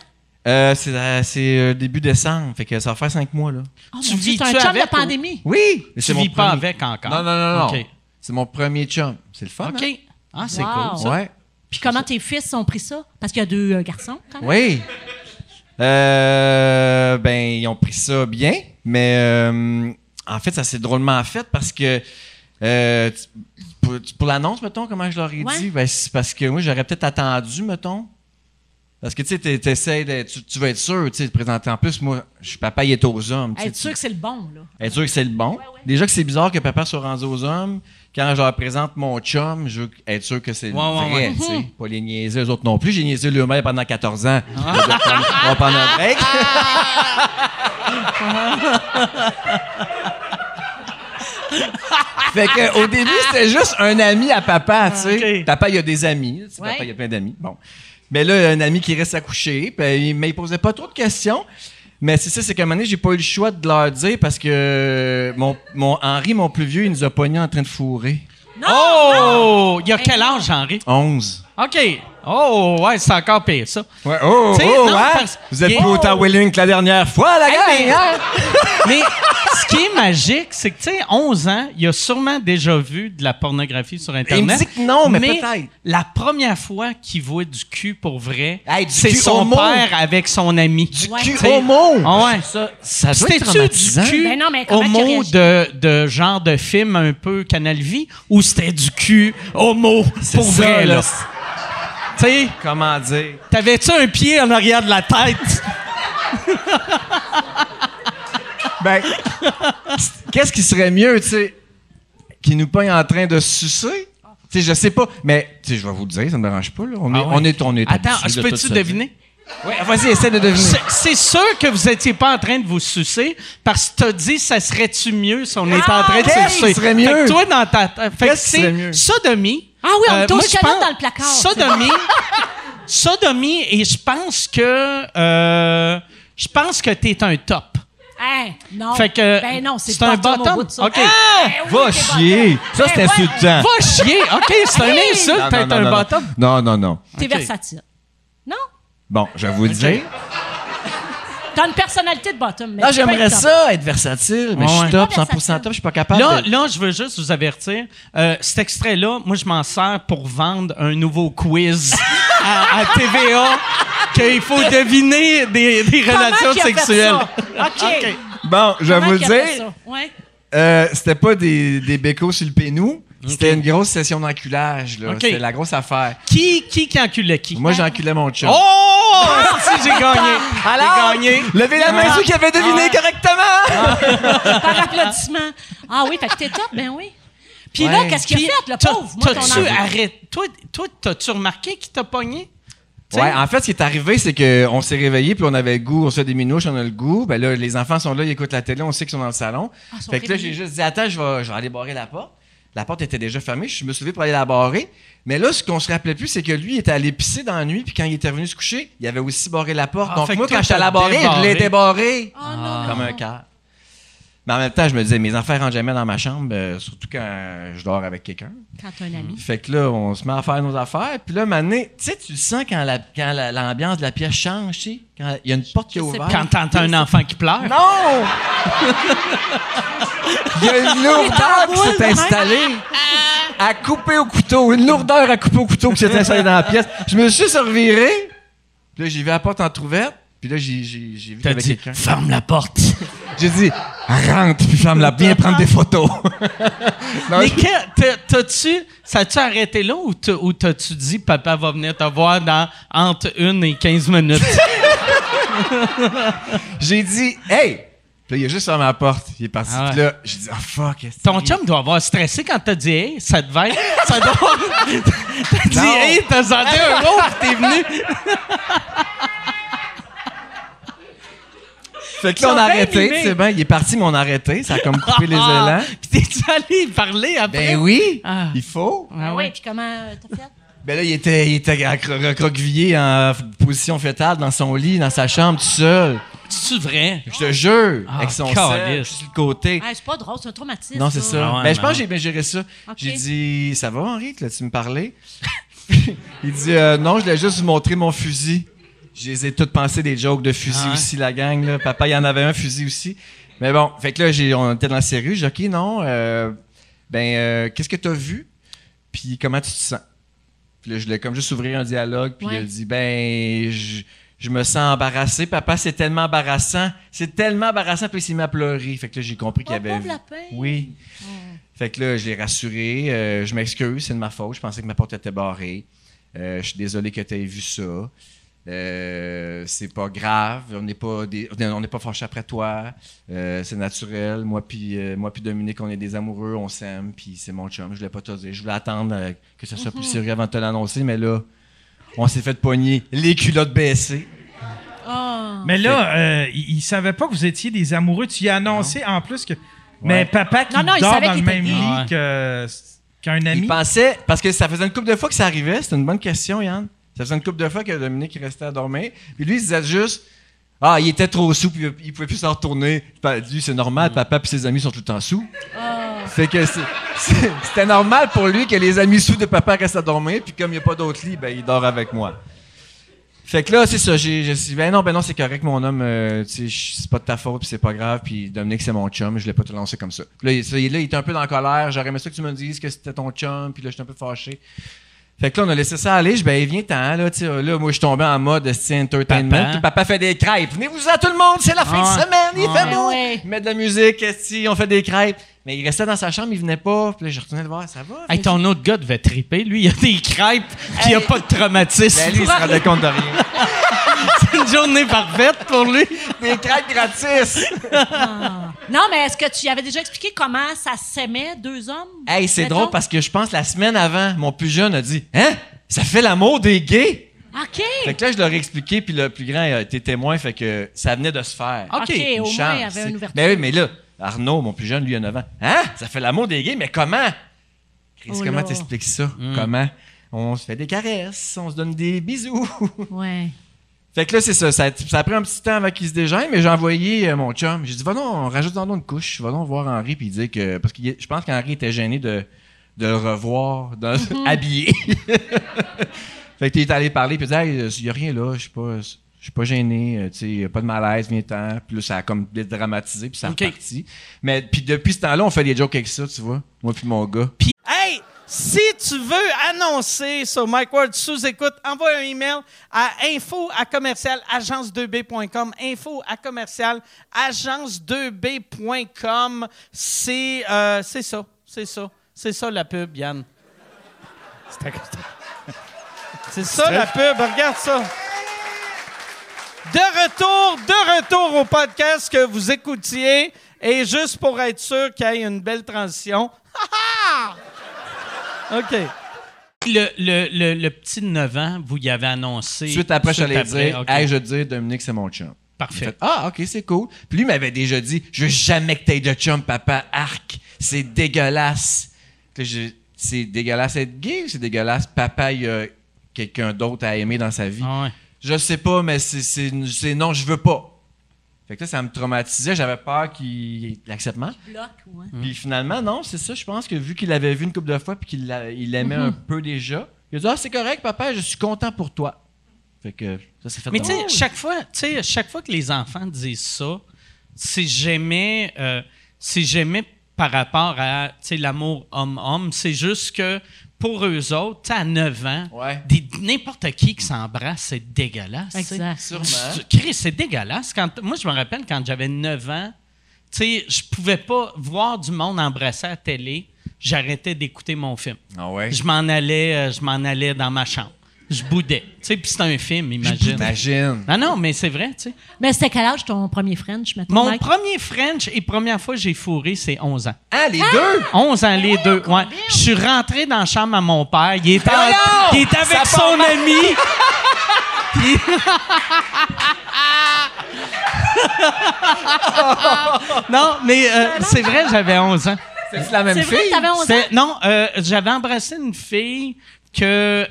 Speaker 6: Euh, c'est euh, c'est, euh, début décembre, fait que ça va faire cinq mois, là.
Speaker 5: Oh,
Speaker 1: Tu
Speaker 5: mon Dieu,
Speaker 1: vis-tu
Speaker 5: t'as un chum
Speaker 1: avec
Speaker 5: de pandémie.
Speaker 6: Oui!
Speaker 1: Tu
Speaker 6: Mais c'est mon
Speaker 1: vis pas
Speaker 6: premier-
Speaker 1: avec encore.
Speaker 6: Non, non, non, non.
Speaker 1: OK.
Speaker 6: C'est mon premier chum. C'est le fun.
Speaker 1: OK. Ah, c'est
Speaker 5: Wow.
Speaker 1: cool.
Speaker 6: hein?
Speaker 1: ça.
Speaker 6: Ouais.
Speaker 5: Puis comment tes fils ont pris ça? Parce qu'il y a deux euh, garçons, quand même.
Speaker 6: Oui. Euh, ben, ils ont pris ça bien, mais euh, en fait, ça s'est drôlement fait parce que. euh, tu- pour, pour l'annonce, mettons, comment je leur ai
Speaker 5: Ouais.
Speaker 6: dit, ben, c'est parce que moi, j'aurais peut-être attendu, mettons. Parce que tu sais, t'es- t'essaies de- tu, tu veux être sûr, tu sais, de présenter. En plus, moi, je suis papa, il est aux hommes. tu sais,
Speaker 5: Être
Speaker 6: tu-
Speaker 5: sûr que c'est le bon, là.
Speaker 6: Être sûr que c'est le bon. Déjà que c'est bizarre que papa soit rendu aux hommes. Quand je leur présente mon chum, je veux être sûr que c'est le
Speaker 1: Ouais, ouais,
Speaker 6: vrai,
Speaker 1: ouais.
Speaker 6: tu sais. Pas les niaiser, eux autres non plus. J'ai niaisé lui-même pendant 14 ans.
Speaker 1: Ah.
Speaker 6: Je vais prendre- on va prendre un break. fait que, au début, c'était juste un ami à papa, tu sais.
Speaker 1: ok.
Speaker 6: Papa, il a des amis. tu sais,
Speaker 5: Ouais.
Speaker 6: Papa, il a plein d'amis. Bon. Mais là, un ami qui reste à coucher, puis il- mais il posait pas trop de questions. Mais c'est ça, c'est qu'à un moment donné, j'ai pas eu le choix de leur dire parce que mon, mon Henri, mon plus vieux, il nous a pognés en train de fourrer.
Speaker 5: Non!
Speaker 1: Oh! Il y a quel âge, Henri?
Speaker 6: 11.
Speaker 1: OK. Oh, ouais, c'est encore pire, ça.
Speaker 6: Ouais, oh,
Speaker 1: T'sais,
Speaker 6: oh,
Speaker 1: non,
Speaker 6: hein?
Speaker 1: parce-
Speaker 6: Vous êtes
Speaker 1: il-
Speaker 6: plus autant willing que la dernière fois, la gang,
Speaker 1: Hey, mais-
Speaker 6: hein?
Speaker 1: Mais ce qui est magique, c'est que, tu sais, 11 ans, il a sûrement déjà vu de la pornographie sur Internet.
Speaker 6: Il me dit que non, mais peut-être.
Speaker 1: La première fois qu'il voit du cul pour vrai,
Speaker 6: Hey, du
Speaker 1: c'est
Speaker 6: cul
Speaker 1: son
Speaker 6: homo.
Speaker 1: père avec son ami. Du
Speaker 5: Ouais.
Speaker 6: Cul homo!
Speaker 1: ouais.
Speaker 6: Ça, ça doit être
Speaker 1: C'était-tu
Speaker 6: traumatisant.
Speaker 1: du cul
Speaker 5: Ben non, mais comment qu'il
Speaker 1: homo
Speaker 5: réagit?
Speaker 1: de, de genre de film un peu Canal Vie ou c'était du cul homo pour
Speaker 6: ça,
Speaker 1: vrai,
Speaker 6: là.
Speaker 1: là? Tu sais,
Speaker 6: Comment dire?
Speaker 1: t'avais-tu un pied en arrière de la tête?
Speaker 6: Ben, qu'est-ce qui serait mieux, tu sais, qui nous pogne en train de se sucer? Tu sais, je sais pas, mais tu sais, je vais vous le dire, ça me dérange pas, là. On, est,
Speaker 1: Ah ouais.
Speaker 6: on est, on est
Speaker 1: Attends,
Speaker 6: habitués
Speaker 1: je
Speaker 6: de tout
Speaker 1: peux-tu
Speaker 6: ça.
Speaker 1: deviner?
Speaker 6: Oui, vas-y, essaie de deviner.
Speaker 1: C'est- C'est sûr que vous étiez pas en train de vous sucer parce que t'as dit ça serait-tu mieux si on était en train de
Speaker 6: Ah, qu'est-ce
Speaker 1: se sucer.
Speaker 6: qui serait mieux?
Speaker 1: Fait que toi dans ta tête, fait que
Speaker 6: Qu'est-ce qui serait
Speaker 1: c'est
Speaker 6: mieux?
Speaker 1: sodomie.
Speaker 5: Ah oui, on
Speaker 1: Euh,
Speaker 5: me tourne
Speaker 1: moi, je
Speaker 5: le canon
Speaker 1: pense-
Speaker 5: dans le placard, tu sais.
Speaker 1: Sodomie. sodomie et je pense que euh, je pense que t'es un top.
Speaker 5: Hey, non.
Speaker 1: Fait que
Speaker 5: ben non, c'est
Speaker 1: c'est un
Speaker 5: bottom au
Speaker 1: bottom.
Speaker 5: bout de ça.
Speaker 1: OK.
Speaker 5: Eh oui,
Speaker 6: Va
Speaker 5: c'est bottom.
Speaker 6: chier. Ça, c'est
Speaker 5: Eh, ouais,
Speaker 6: insultant.
Speaker 1: Va chier. OK, c'est un insulte
Speaker 6: Non, non,
Speaker 1: d'être
Speaker 6: non,
Speaker 1: un
Speaker 6: non, non.
Speaker 1: bottom.
Speaker 6: Non, non, non.
Speaker 5: T'es
Speaker 1: Ok.
Speaker 5: versatile. Non?
Speaker 6: Bon, je vais vous le dire.
Speaker 5: T'as une personnalité de bottom. mais
Speaker 6: Là,
Speaker 5: tu peux
Speaker 6: j'aimerais
Speaker 5: être top.
Speaker 6: ça, être versatile, mais je
Speaker 1: Ouais.
Speaker 6: suis top,
Speaker 5: Pas
Speaker 6: 100%
Speaker 5: versatile.
Speaker 6: top, je suis pas capable
Speaker 1: Là,
Speaker 6: de...
Speaker 1: là, je veux juste vous avertir. euh, cet extrait-là, moi, je m'en sers pour vendre un nouveau quiz à, à TVA qu'il faut deviner des, des
Speaker 5: Comment
Speaker 1: relations
Speaker 5: qu'il a fait
Speaker 1: sexuelles.
Speaker 5: ça? OK.
Speaker 6: Bon, je vais
Speaker 5: Comment
Speaker 6: vous le
Speaker 5: qu'il a fait
Speaker 6: dire,
Speaker 5: ça? Ouais.
Speaker 6: euh, c'était pas des, des bécos sur le pénou, c'était une grosse session d'enculage, là.
Speaker 1: Ok.
Speaker 6: C'était la grosse affaire.
Speaker 1: Qui, qui, qui enculait qui?
Speaker 6: Moi, j'enculais mon chum.
Speaker 1: Oh! Si j'ai gagné.
Speaker 6: Alors?
Speaker 1: J'ai gagné.
Speaker 6: Levez la main ceux qui avaient deviné correctement!
Speaker 5: Par applaudissement. Ah oui, fait que t'es top, ben oui. Puis là,
Speaker 6: Ouais.
Speaker 5: qu'est-ce qu'il a fait, le
Speaker 1: T'as-
Speaker 5: pauvre? Moi, ton
Speaker 1: T'as-tu
Speaker 5: enfant.
Speaker 1: arrêté? Toi, toi, t'as-tu remarqué qui t'a pogné? T'sais?
Speaker 6: Ouais, en fait, ce qui est arrivé, c'est qu'on s'est réveillé, puis on avait le goût, on se fait des minouches, on a le goût. Ben là, les enfants sont là, ils écoutent la télé, on sait qu'ils sont dans le salon.
Speaker 5: Ah, ils sont
Speaker 6: fait que là, j'ai
Speaker 5: réveillés.
Speaker 6: juste dit, attends, je vais, je vais aller barrer la porte. La porte était déjà fermée, je me suis levé pour aller la barrer. Mais là, ce qu'on se rappelait plus, c'est que lui, il était allé pisser dans la nuit, puis quand il était revenu se coucher, il avait aussi barré la porte.
Speaker 1: Ah,
Speaker 6: Donc
Speaker 1: fait
Speaker 6: moi,
Speaker 1: que toi,
Speaker 6: quand je suis allé la
Speaker 1: t'as
Speaker 6: barrer, je l'ai débarré.
Speaker 5: Oh non, non.
Speaker 6: Comme un cœur. Mais en même temps, je me disais, mes enfants rentrent jamais dans ma chambre, euh, surtout quand je dors avec quelqu'un.
Speaker 5: Quand t'as un ami.
Speaker 6: Mhm. Fait que là, on se met à faire nos affaires. Puis là, mané, tu sais, tu le sens quand la- quand la- l'ambiance de la pièce change, tu sais. Quand il y a une porte qui est
Speaker 5: Je sais
Speaker 6: ouverte.
Speaker 1: Quand t'entends un enfant qui pleure.
Speaker 6: Non! il y a une lourdeur qui s'est installée. À couper au couteau. Une lourdeur à couper au couteau qui s'est installée dans la pièce. Je me suis surviré. Puis là, j'ai vu la porte entrouverte. Puis là, j'ai j'ai- j'ai vu qu'il y
Speaker 1: T'as
Speaker 6: avait
Speaker 1: dit,
Speaker 6: quelqu'un.
Speaker 1: ferme la porte.
Speaker 6: J'ai dit, rentre, puis ferme-la bien, prendre des photos. Non,
Speaker 1: Mais
Speaker 6: je-
Speaker 1: que- t'as- t'as-tu, ça tu arrêté là ou t'as- ou t'as-tu dit papa va venir te voir dans entre une et 15 minutes?
Speaker 6: J'ai dit, hey! Puis là, il a juste fermé la porte. Il est parti.
Speaker 1: Ah ouais.
Speaker 6: Puis là, j'ai dit, ah fuck. est-ce
Speaker 1: Ton
Speaker 6: que-
Speaker 1: chum doit avoir stressé quand t'as dit hey, ça devait être. Ça doit. t'as dit
Speaker 6: Non.
Speaker 1: hey, t'as senti un mot pis t'es venu.
Speaker 6: Fait que là, on
Speaker 1: Ils
Speaker 6: a
Speaker 1: ont bien
Speaker 6: arrêté.
Speaker 1: mimé.
Speaker 6: C'est bien, il est parti, mais on a arrêté. Ça a comme coupé les
Speaker 1: Ah,
Speaker 6: élans.
Speaker 1: Pis t'es allé y parler après.
Speaker 6: Ben oui!
Speaker 1: Ah.
Speaker 6: Il faut.
Speaker 5: Ah oui, puis comment euh, t'as fait?
Speaker 6: Ben là, il était, il était accro- recroquevillé en position fétale dans son lit, dans sa chambre, tout seul.
Speaker 1: C'est vrai.
Speaker 6: Je te jure,
Speaker 1: Ah,
Speaker 6: avec son
Speaker 1: caliste.
Speaker 6: sel, sur le côté.
Speaker 5: Ah, c'est pas drôle, c'est un traumatisme.
Speaker 6: Non, c'est
Speaker 1: Ah
Speaker 6: ça.
Speaker 1: ouais,
Speaker 6: ben, je
Speaker 1: mais
Speaker 6: pense
Speaker 1: ouais.
Speaker 6: que j'ai bien géré ça.
Speaker 5: Ok.
Speaker 6: J'ai dit, ça va, Henri, que là, tu me parlais? il dit, Euh, non, je voulais juste vous montrer mon fusil. Je les ai toutes pensées des jokes de fusil
Speaker 1: Ah ouais.
Speaker 6: aussi, la gang. Là. Papa, il y en avait un fusil aussi. Mais bon, fait que là, j'ai, on était dans la série. J'ai dit, OK, non, euh, ben, euh, qu'est-ce que tu as vu? Puis comment tu te sens? Puis là, je l'ai comme juste ouvrir un dialogue. Puis
Speaker 5: Ouais.
Speaker 6: il a dit, ben, je, je me sens embarrassé. Papa, c'est tellement embarrassant. C'est tellement embarrassant. Puis il s'est mis à pleurer. Fait que là, j'ai compris qu'il
Speaker 5: Oh,
Speaker 6: avait.
Speaker 5: pauvre
Speaker 6: vu.
Speaker 5: lapin.
Speaker 6: Oui. Fait que là, je l'ai rassuré. euh, je m'excuse, c'est de ma faute. Je pensais que ma porte était barrée. Euh, je suis désolé que tu aies vu ça. Euh, c'est pas grave. On n'est pas, des- on n'est pas fâchés après toi. Euh, c'est naturel. Moi puis euh, moi puis Dominique, on est des amoureux, on s'aime. Puis c'est mon chum. Je voulais pas te dire. Je voulais attendre euh, que ça soit plus sérieux avant de te l'annoncer, mais là, on s'est fait pogner les culottes baissées.
Speaker 5: Ah.
Speaker 4: Mais là, euh, il, il savait pas que vous étiez des amoureux. Tu y as annoncé en plus que. Mais papa qui
Speaker 5: Non, non, il
Speaker 4: dort
Speaker 5: savait
Speaker 4: dans le
Speaker 5: qu'il
Speaker 4: même
Speaker 5: était
Speaker 4: lit
Speaker 1: gay.
Speaker 4: que- qu'un
Speaker 6: Il
Speaker 4: ami.
Speaker 6: pensait, parce que ça faisait une couple de fois que ça arrivait, c'était une bonne question, Yann. Ça faisait une couple de fois que Dominique il restait à dormir. Puis lui, il disait juste Ah, il était trop sous, puis il pouvait plus s'en retourner. Pa- Lui, c'est normal, papa puis ses amis sont tout le temps sous. Fait que c'est- c'est- c'était normal pour lui que les amis sous de papa restent à dormir, puis comme il n'y a pas d'autre lit, ben, il dort avec moi. Fait que là, c'est ça, j'ai, j'ai dit, ben non, ben non, c'est correct, mon homme, euh, tu sais, je- c'est pas de ta faute, puis c'est pas grave, puis Dominique, c'est mon chum, je l'ai pas te lancé comme ça. Puis là, il- ça, il, là, il était un peu dans la colère, j'aurais aimé ça que tu me dises que c'était ton chum, puis là, j'étais un peu fâché. Fait que là, on a laissé ça aller, je ben, viens t'en, là, tu sais, là, moi, je suis tombé en mode, c'est entertainment,
Speaker 1: Papa.
Speaker 6: Puis papa fait des crêpes, venez-vous à tout le monde, c'est la fin
Speaker 1: Ouais.
Speaker 6: de semaine, il
Speaker 1: Ouais.
Speaker 6: fait beau,
Speaker 5: Ouais.
Speaker 6: il met de la musique, si on fait des crêpes. Mais il restait dans sa chambre, il venait pas, puis là, je retournais le voir, ça va?
Speaker 1: Hey, ton autre gars devait triper. Lui, il a des crêpes pis il a pas de traumatisme.
Speaker 6: Ben, lui, il se rendait compte de rien.
Speaker 1: C'est une journée parfaite pour lui.
Speaker 6: des crêpes gratis!
Speaker 5: Non, mais est-ce que tu y avais déjà expliqué comment ça s'aimait, deux hommes?
Speaker 6: Hey, c'est
Speaker 5: Mettons.
Speaker 6: drôle parce que je pense la semaine avant, mon plus jeune a dit Hein? Ça fait l'amour des gays?
Speaker 5: OK.
Speaker 6: Fait que là, je leur ai expliqué, puis le plus grand a été témoin, fait que ça venait de se faire.
Speaker 5: OK, au moins, il y avait une
Speaker 6: c'est-
Speaker 5: ouverture.
Speaker 6: Mais oui, mais là, Arnaud, mon plus jeune, lui, a 9 ans. Hein? Ça fait l'amour des gays, mais comment? Chris,
Speaker 5: Oh
Speaker 6: comment
Speaker 5: là.
Speaker 6: t'expliques ça? Comment? On se fait des caresses, on se donne des bisous.
Speaker 5: Ouais.
Speaker 6: fait que là, c'est ça, ça. ça a pris un petit temps avant qu'il se dégêne, mais j'ai envoyé euh, mon chum. J'ai dit, va donc, on rajoute dans une couche. Va donc voir Henri, puis dire que. Parce que je pense qu'Henri était gêné de, de le revoir dans, habillé. Fait que t'es allé parler, puis il dit, hey, euh, y a rien là, je suis pas, je suis pas gêné, euh, tu sais, y a pas de malaise, viens ten Puis là, ça a comme dramatisé, puis ça a
Speaker 7: Ok.
Speaker 6: reparti. Mais puis depuis ce temps-là, on fait des jokes avec ça, tu vois, moi puis mon gars.
Speaker 1: Hey, si tu veux annoncer sur Mike Ward sous écoute, envoie un email à info à commercial agence2b.com. Info à commercial agence2b.com. C'est euh, c'est ça, c'est ça. C'est ça la pub, Yann. C'est ça la pub, regarde ça. De retour, de retour au podcast que vous écoutiez. Et juste pour être sûr qu'il y ait une belle transition. OK. Le, le- le- le petit 9 ans, vous y avez annoncé.
Speaker 6: Suite après, je j'allais
Speaker 1: après,
Speaker 6: dire,
Speaker 1: OK.
Speaker 6: hey, je veux te dire, Dominique, c'est mon chum. Il
Speaker 1: Parfait.
Speaker 6: fait, ah, ok, c'est cool. Puis lui m'avait déjà dit, je veux jamais que t'aies de chum, papa, arc, c'est dégueulasse. Puis là, j'ai- C'est dégueulasse être gay ou c'est dégueulasse, papa, il y a quelqu'un d'autre à aimer dans sa vie?
Speaker 1: Ah ouais.
Speaker 6: Je sais pas, mais c'est- c'est c'est non, je veux pas. Fait que là, ça me traumatisait, j'avais peur qu'il l'accepte mal.
Speaker 5: Bloc, ouais.
Speaker 1: Hum.
Speaker 6: Puis finalement, non, c'est ça, je pense que vu qu'il l'avait vu une couple de fois puis qu'il l'a- il l'aimait un peu déjà, il a dit, ah, c'est correct, papa, je suis content pour toi. Fait que ça, c'est fait
Speaker 1: Mais
Speaker 6: de
Speaker 1: tu sais,
Speaker 6: même.
Speaker 1: chaque fois, tu sais, chaque fois que les enfants disent ça, c'est jamais, euh, c'est jamais par rapport à, tu sais, l'amour homme-homme. C'est juste que pour eux autres, tu sais, à 9 ans,
Speaker 6: Ouais.
Speaker 1: des- n'importe qui qui s'embrasse, c'est dégueulasse. tu sais.
Speaker 5: Exact.
Speaker 6: Sûrement.
Speaker 1: Tu- Chris, c'est dégueulasse. Quand, moi, je me rappelle quand j'avais 9 ans, tu sais, je pouvais pas voir du monde embrasser à la télé. J'arrêtais d'écouter mon film.
Speaker 6: Ah ouais.
Speaker 1: Je m'en allais, euh, je m'en allais dans ma chambre. Je boudais. Tu sais, puis c'est un film, imagine.
Speaker 6: J'imagine.
Speaker 1: Non, non, mais c'est vrai, tu sais.
Speaker 5: Mais c'était quel âge ton premier French maintenant?
Speaker 1: Mon
Speaker 5: Mike?
Speaker 1: premier French et première fois que j'ai fourré, c'est 11 ans.
Speaker 6: Ah,
Speaker 5: Hein?
Speaker 6: les deux!
Speaker 1: 11 ans, les deux. Ouais. Je suis rentré dans la chambre à mon père. Il était, en- il était avec son ami. Puis- non, mais euh, c'est vrai, j'avais 11 ans.
Speaker 6: C'est la même
Speaker 5: C'est vrai que t'avais 11 ans?
Speaker 1: C'était- Non, euh, j'avais embrassé une fille que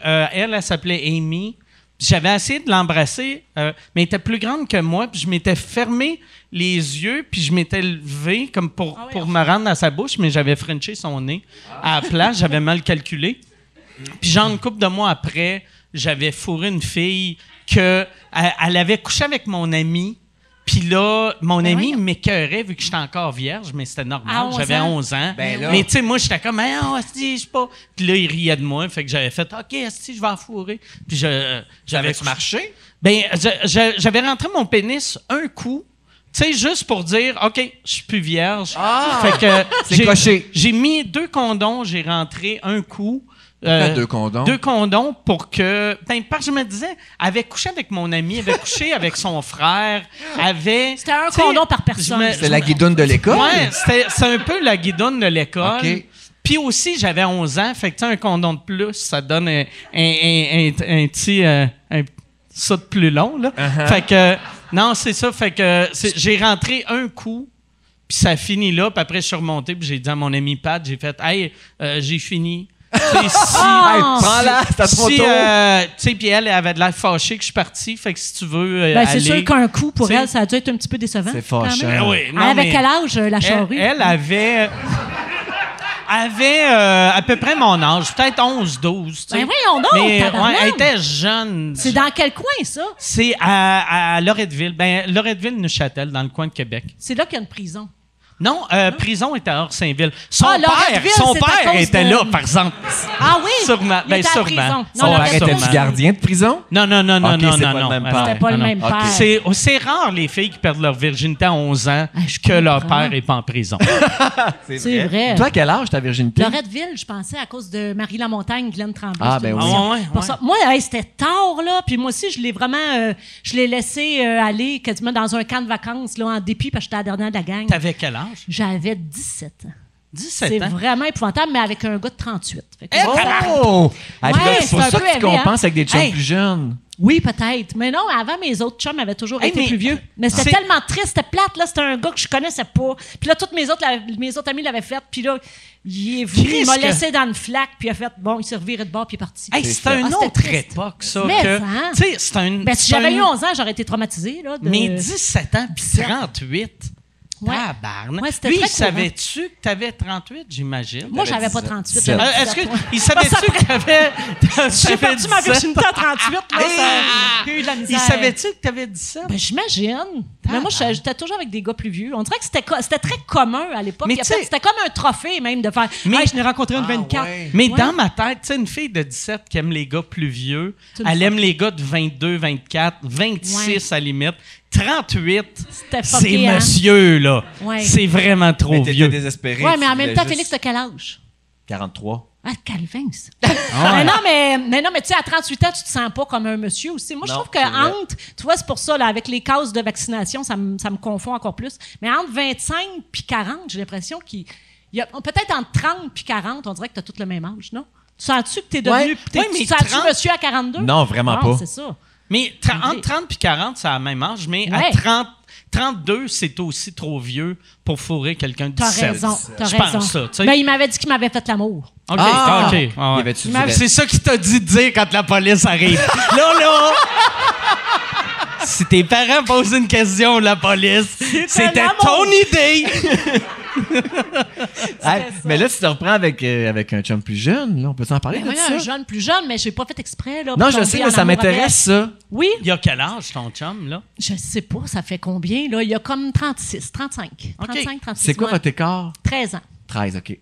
Speaker 1: euh, elle, elle s'appelait Amy. Puis J'avais essayé de l'embrasser, euh, mais elle était plus grande que moi. Puis je m'étais fermé les yeux, puis je m'étais levé comme pour,
Speaker 5: Ah ouais,
Speaker 1: pour
Speaker 5: on-
Speaker 1: me rendre à sa bouche, mais j'avais frenché son nez à la place. J'avais mal calculé. Puis genre une couple de mois après, j'avais fourré une fille que elle, elle avait couché avec mon ami. Puis là, mon
Speaker 5: Ben
Speaker 1: ami
Speaker 5: voyons.
Speaker 1: m'écœurait vu que j'étais encore vierge, mais c'était
Speaker 5: À
Speaker 1: normal.
Speaker 5: 11
Speaker 1: J'avais
Speaker 5: ans.
Speaker 1: 11 ans.
Speaker 6: Ben là.
Speaker 1: mais tu sais, moi, j'étais comme, ah, hostie, je sais pas. Puis là, il riait de moi. Fait que j'avais fait, OK, hostie, je vais en fourrer. Puis je, euh, j'avais.
Speaker 6: T'avais-tu marché?
Speaker 1: Ben, je- je- j'avais rentré mon pénis un coup. Tu sais, juste pour dire, OK, je suis plus vierge.
Speaker 6: Ah!
Speaker 1: Fait que.
Speaker 6: C'est
Speaker 1: j'ai-
Speaker 6: coché.
Speaker 1: J'ai mis deux condoms, j'ai rentré un coup. euh,
Speaker 6: Pas deux condoms.
Speaker 1: deux condoms pour que. Ben, parce que je me disais, elle avait couché avec mon ami, elle avait couché avec son frère, elle avait.
Speaker 5: C'était un
Speaker 1: tu sais,
Speaker 5: condom par
Speaker 1: je
Speaker 5: personne.
Speaker 1: me-
Speaker 6: C'était la guidonne de l'école?
Speaker 1: Ouais, c'était- c'est un peu la guidonne de l'école.
Speaker 6: OK.
Speaker 1: Puis aussi, j'avais 11 ans, fait que tu sais, un condom de plus, ça donne un, un- un- un- un petit. euh, un- ça de plus long, là.
Speaker 6: Uh-huh.
Speaker 1: Fait que. Non, c'est ça, fait que c'est- j'ai rentré un coup. Puis ça finit là, puis après je suis remonté, puis j'ai dit à mon ami Pat, j'ai fait Hey, euh, j'ai fini. C'est si,
Speaker 6: Hey, prends-la, c'est à ton
Speaker 1: si,
Speaker 6: tour.
Speaker 1: euh, tu sais, puis elle, elle avait de l'air fâchée que je suis parti. Fait que si tu veux euh,
Speaker 5: Ben,
Speaker 1: aller...
Speaker 5: c'est sûr qu'un coup pour
Speaker 1: T'sais-
Speaker 5: elle, ça a dû être un petit peu décevant.
Speaker 6: C'est
Speaker 5: quand
Speaker 6: fâchant.
Speaker 5: même.
Speaker 1: Ben oui, non,
Speaker 5: elle avait
Speaker 1: mais
Speaker 5: quel âge, euh, la
Speaker 1: elle,
Speaker 5: charrue?
Speaker 1: elle avait... euh, avait euh, à peu près mon âge, peut-être 11, 12. tu sais.
Speaker 5: Ben voyons donc,
Speaker 1: Mais ouais,
Speaker 5: tabarnak.
Speaker 1: elle était jeune.
Speaker 5: C'est dans quel coin, ça?
Speaker 1: C'est à, à Loretteville. Ben, Loretteville-Neuchâtel, dans le coin de Québec.
Speaker 5: C'est là qu'il y a une prison.
Speaker 1: Non, euh, prison était à Orsainville. Son
Speaker 5: Ah,
Speaker 1: père,
Speaker 5: Loretteville,
Speaker 1: son
Speaker 5: c'est à
Speaker 1: père
Speaker 5: cause
Speaker 1: était
Speaker 5: de-
Speaker 1: là, par exemple.
Speaker 5: Ah oui?
Speaker 1: Sûrement.
Speaker 5: Il
Speaker 1: Ben,
Speaker 5: était à la
Speaker 1: sûrement.
Speaker 5: prison. Non,
Speaker 1: Son
Speaker 5: la
Speaker 1: père était
Speaker 5: raison-
Speaker 1: du
Speaker 6: gardien de prison?
Speaker 1: Non, non, non, non,
Speaker 6: Ok,
Speaker 1: non,
Speaker 6: c'est
Speaker 1: non,
Speaker 6: pas le
Speaker 1: non.
Speaker 6: même
Speaker 1: Ah,
Speaker 6: père.
Speaker 5: C'était pas
Speaker 1: non,
Speaker 5: le
Speaker 1: non.
Speaker 5: même
Speaker 6: Ok.
Speaker 5: père.
Speaker 1: C'est, oh, c'est rare les filles qui perdent leur virginité à 11 ans
Speaker 5: Ah, je
Speaker 1: que leur
Speaker 5: comprends. Ah,
Speaker 1: père est pas en prison.
Speaker 5: C'est vrai.
Speaker 6: Toi, à quel âge ta virginité?
Speaker 5: Loretteville, je pensais, à cause de Marie Lamontagne, Glenn Tremblay.
Speaker 6: Ah,
Speaker 5: c'était
Speaker 6: ben
Speaker 5: une
Speaker 6: oui.
Speaker 5: émission.
Speaker 1: Ah, ouais,
Speaker 5: Pour
Speaker 1: ouais.
Speaker 5: ça- Moi, hey, c'était tard, là. Puis moi aussi, je l'ai vraiment... euh, je l'ai laissé euh, aller quasiment dans un camp de vacances, là, en dépit, parce que j'étais la dernière de la gang.
Speaker 1: T'avais quel âge?
Speaker 5: J'avais 17 ans. C'est
Speaker 1: 17 ans. Eh,
Speaker 5: vraiment épouvantable, mais avec un gars de 38. Fait que-
Speaker 6: Oh! Ah, puis là,
Speaker 5: Ouais,
Speaker 6: c'est pour
Speaker 5: c'est un
Speaker 6: ça
Speaker 5: peu
Speaker 6: que tu
Speaker 5: aimé, hein.
Speaker 6: compenses avec des chums
Speaker 1: Hey.
Speaker 6: plus jeunes.
Speaker 5: Oui, peut-être. Mais non, avant, mes autres chums avaient toujours
Speaker 1: Hey,
Speaker 5: été
Speaker 1: mais-
Speaker 5: plus vieux. Mais c'était
Speaker 1: C'est-
Speaker 5: tellement triste, c'était plate. Là, c'était un gars que je connaissais pas. Puis là, toutes mes autres, la- mes autres amis l'avaient fait. Puis là, il est venu, il m'a
Speaker 1: Christ que-
Speaker 5: laissé dans le flac. Puis il a fait, bon, il s'est reviré de bord, puis il est parti.
Speaker 1: Hey, c'était une
Speaker 5: Ah, c'était
Speaker 1: autre
Speaker 5: triste.
Speaker 1: époque, ça.
Speaker 5: Mais,
Speaker 1: que-
Speaker 5: hein.
Speaker 1: Tu sais, c'est un.
Speaker 5: Ben, si
Speaker 1: c'est
Speaker 5: j'avais
Speaker 1: un-
Speaker 5: eu 11 ans, j'aurais été traumatisée. Là, de-
Speaker 1: Mais 17 ans, puis 38.
Speaker 5: Ouais.
Speaker 1: Tabarnak.
Speaker 5: Ouais, c'était
Speaker 1: Lui,
Speaker 5: très
Speaker 1: il
Speaker 5: courant.
Speaker 1: savait-tu que t'avais 38, j'imagine?
Speaker 5: Moi, j'avais pas
Speaker 6: 17.
Speaker 5: 38.
Speaker 6: Euh,
Speaker 1: Euh,
Speaker 5: j'avais
Speaker 1: Est-ce
Speaker 5: 17, ouais.
Speaker 1: qu'il savait-tu que t'avais.
Speaker 5: J'ai perdu ma
Speaker 1: 17?
Speaker 5: virginité à 38, là, ça-
Speaker 1: Ah!
Speaker 5: j'ai eu de la misère.
Speaker 1: Il savait-tu que t'avais 17?
Speaker 5: Ben, j'imagine. Mais moi, j'étais j'étais toujours avec des gars plus vieux. On dirait que c'était co- c'était très commun à l'époque.
Speaker 1: Mais
Speaker 5: Puis
Speaker 1: tu sais-
Speaker 5: après, C'était comme un trophée, même, de faire
Speaker 1: Mais-
Speaker 5: Mais je n'ai rencontré une
Speaker 6: Ah,
Speaker 5: 24.
Speaker 6: ouais.
Speaker 1: Mais
Speaker 5: Ouais.
Speaker 1: dans ma tête, tu sais, une fille de 17 qui aime les gars plus vieux,
Speaker 5: C'est une
Speaker 1: elle
Speaker 5: fuck.
Speaker 1: aime les gars de 22, 24, 26 à limite, 38,
Speaker 5: C'était
Speaker 1: c'est
Speaker 5: fucké, hein?
Speaker 1: monsieur, là.
Speaker 5: Ouais.
Speaker 1: C'est vraiment trop
Speaker 6: Mais t'étais
Speaker 1: vieux.
Speaker 6: désespéré.
Speaker 5: Ouais,
Speaker 6: tu
Speaker 5: mais en même
Speaker 6: voulais
Speaker 5: temps,
Speaker 6: juste-
Speaker 5: Félix, t'as quel âge?
Speaker 6: 43.
Speaker 5: Ah, Calvin, ça. mais non, mais, mais non, mais tu sais, à 38 ans, tu te sens pas comme un monsieur aussi. Moi, je
Speaker 6: Non,
Speaker 5: trouve que
Speaker 6: c'est vrai.
Speaker 5: entre, tu vois, c'est pour ça, là, avec les cases de vaccination, ça me, ça me confond encore plus. Mais entre 25 puis 40, j'ai l'impression qu'il il y a peut-être entre 30 puis 40, on dirait que tu as tout le même âge, non? Tu sens-tu que t'es devenu,
Speaker 1: Ouais.
Speaker 5: t'es-
Speaker 1: Ouais, mais
Speaker 5: tu sens-tu
Speaker 1: 30
Speaker 5: monsieur à 42?
Speaker 6: Non, vraiment
Speaker 5: Non,
Speaker 6: pas.
Speaker 5: c'est ça.
Speaker 1: Mais tra- entre 30 et 40, c'est à la même âge, mais à
Speaker 5: Ouais.
Speaker 1: 30, 32, c'est aussi trop vieux pour fourrer quelqu'un de
Speaker 5: T'as
Speaker 1: 17.
Speaker 5: raison, t'as
Speaker 1: Je
Speaker 5: raison.
Speaker 1: pense ça, tu sais.
Speaker 5: Mais il m'avait dit qu'il m'avait fait l'amour.
Speaker 1: OK,
Speaker 6: Ah!
Speaker 1: OK. ouais.
Speaker 6: Il y avait-tu du
Speaker 1: Mais
Speaker 6: reste?
Speaker 1: C'est ça qu'il t'a dit de dire quand la police arrive. là, là! Si tes parents posent une question, la police, c'était
Speaker 5: un
Speaker 1: ton
Speaker 5: amour.
Speaker 1: idée!
Speaker 6: Ah, mais là, tu te reprends avec, euh, avec un chum plus jeune. Là, on peut s'en parler
Speaker 5: Mais
Speaker 6: de
Speaker 5: Ben voyons,
Speaker 6: ça?
Speaker 5: un jeune, plus jeune, mais j'ai pas fait exprès, là.
Speaker 6: Non,
Speaker 5: pour
Speaker 6: je
Speaker 5: tomber
Speaker 6: sais,
Speaker 5: en
Speaker 6: mais ça
Speaker 5: amour
Speaker 6: m'intéresse, ça.
Speaker 5: avec. Ah, Oui,
Speaker 1: Il y a quel âge, ton chum, là?
Speaker 5: je sais pas, ça fait combien, là? Il y a comme 36, 35. 35, 36.
Speaker 6: C'est quoi
Speaker 5: ouais.
Speaker 6: votre écart?
Speaker 5: 13 ans.
Speaker 6: 13, OK.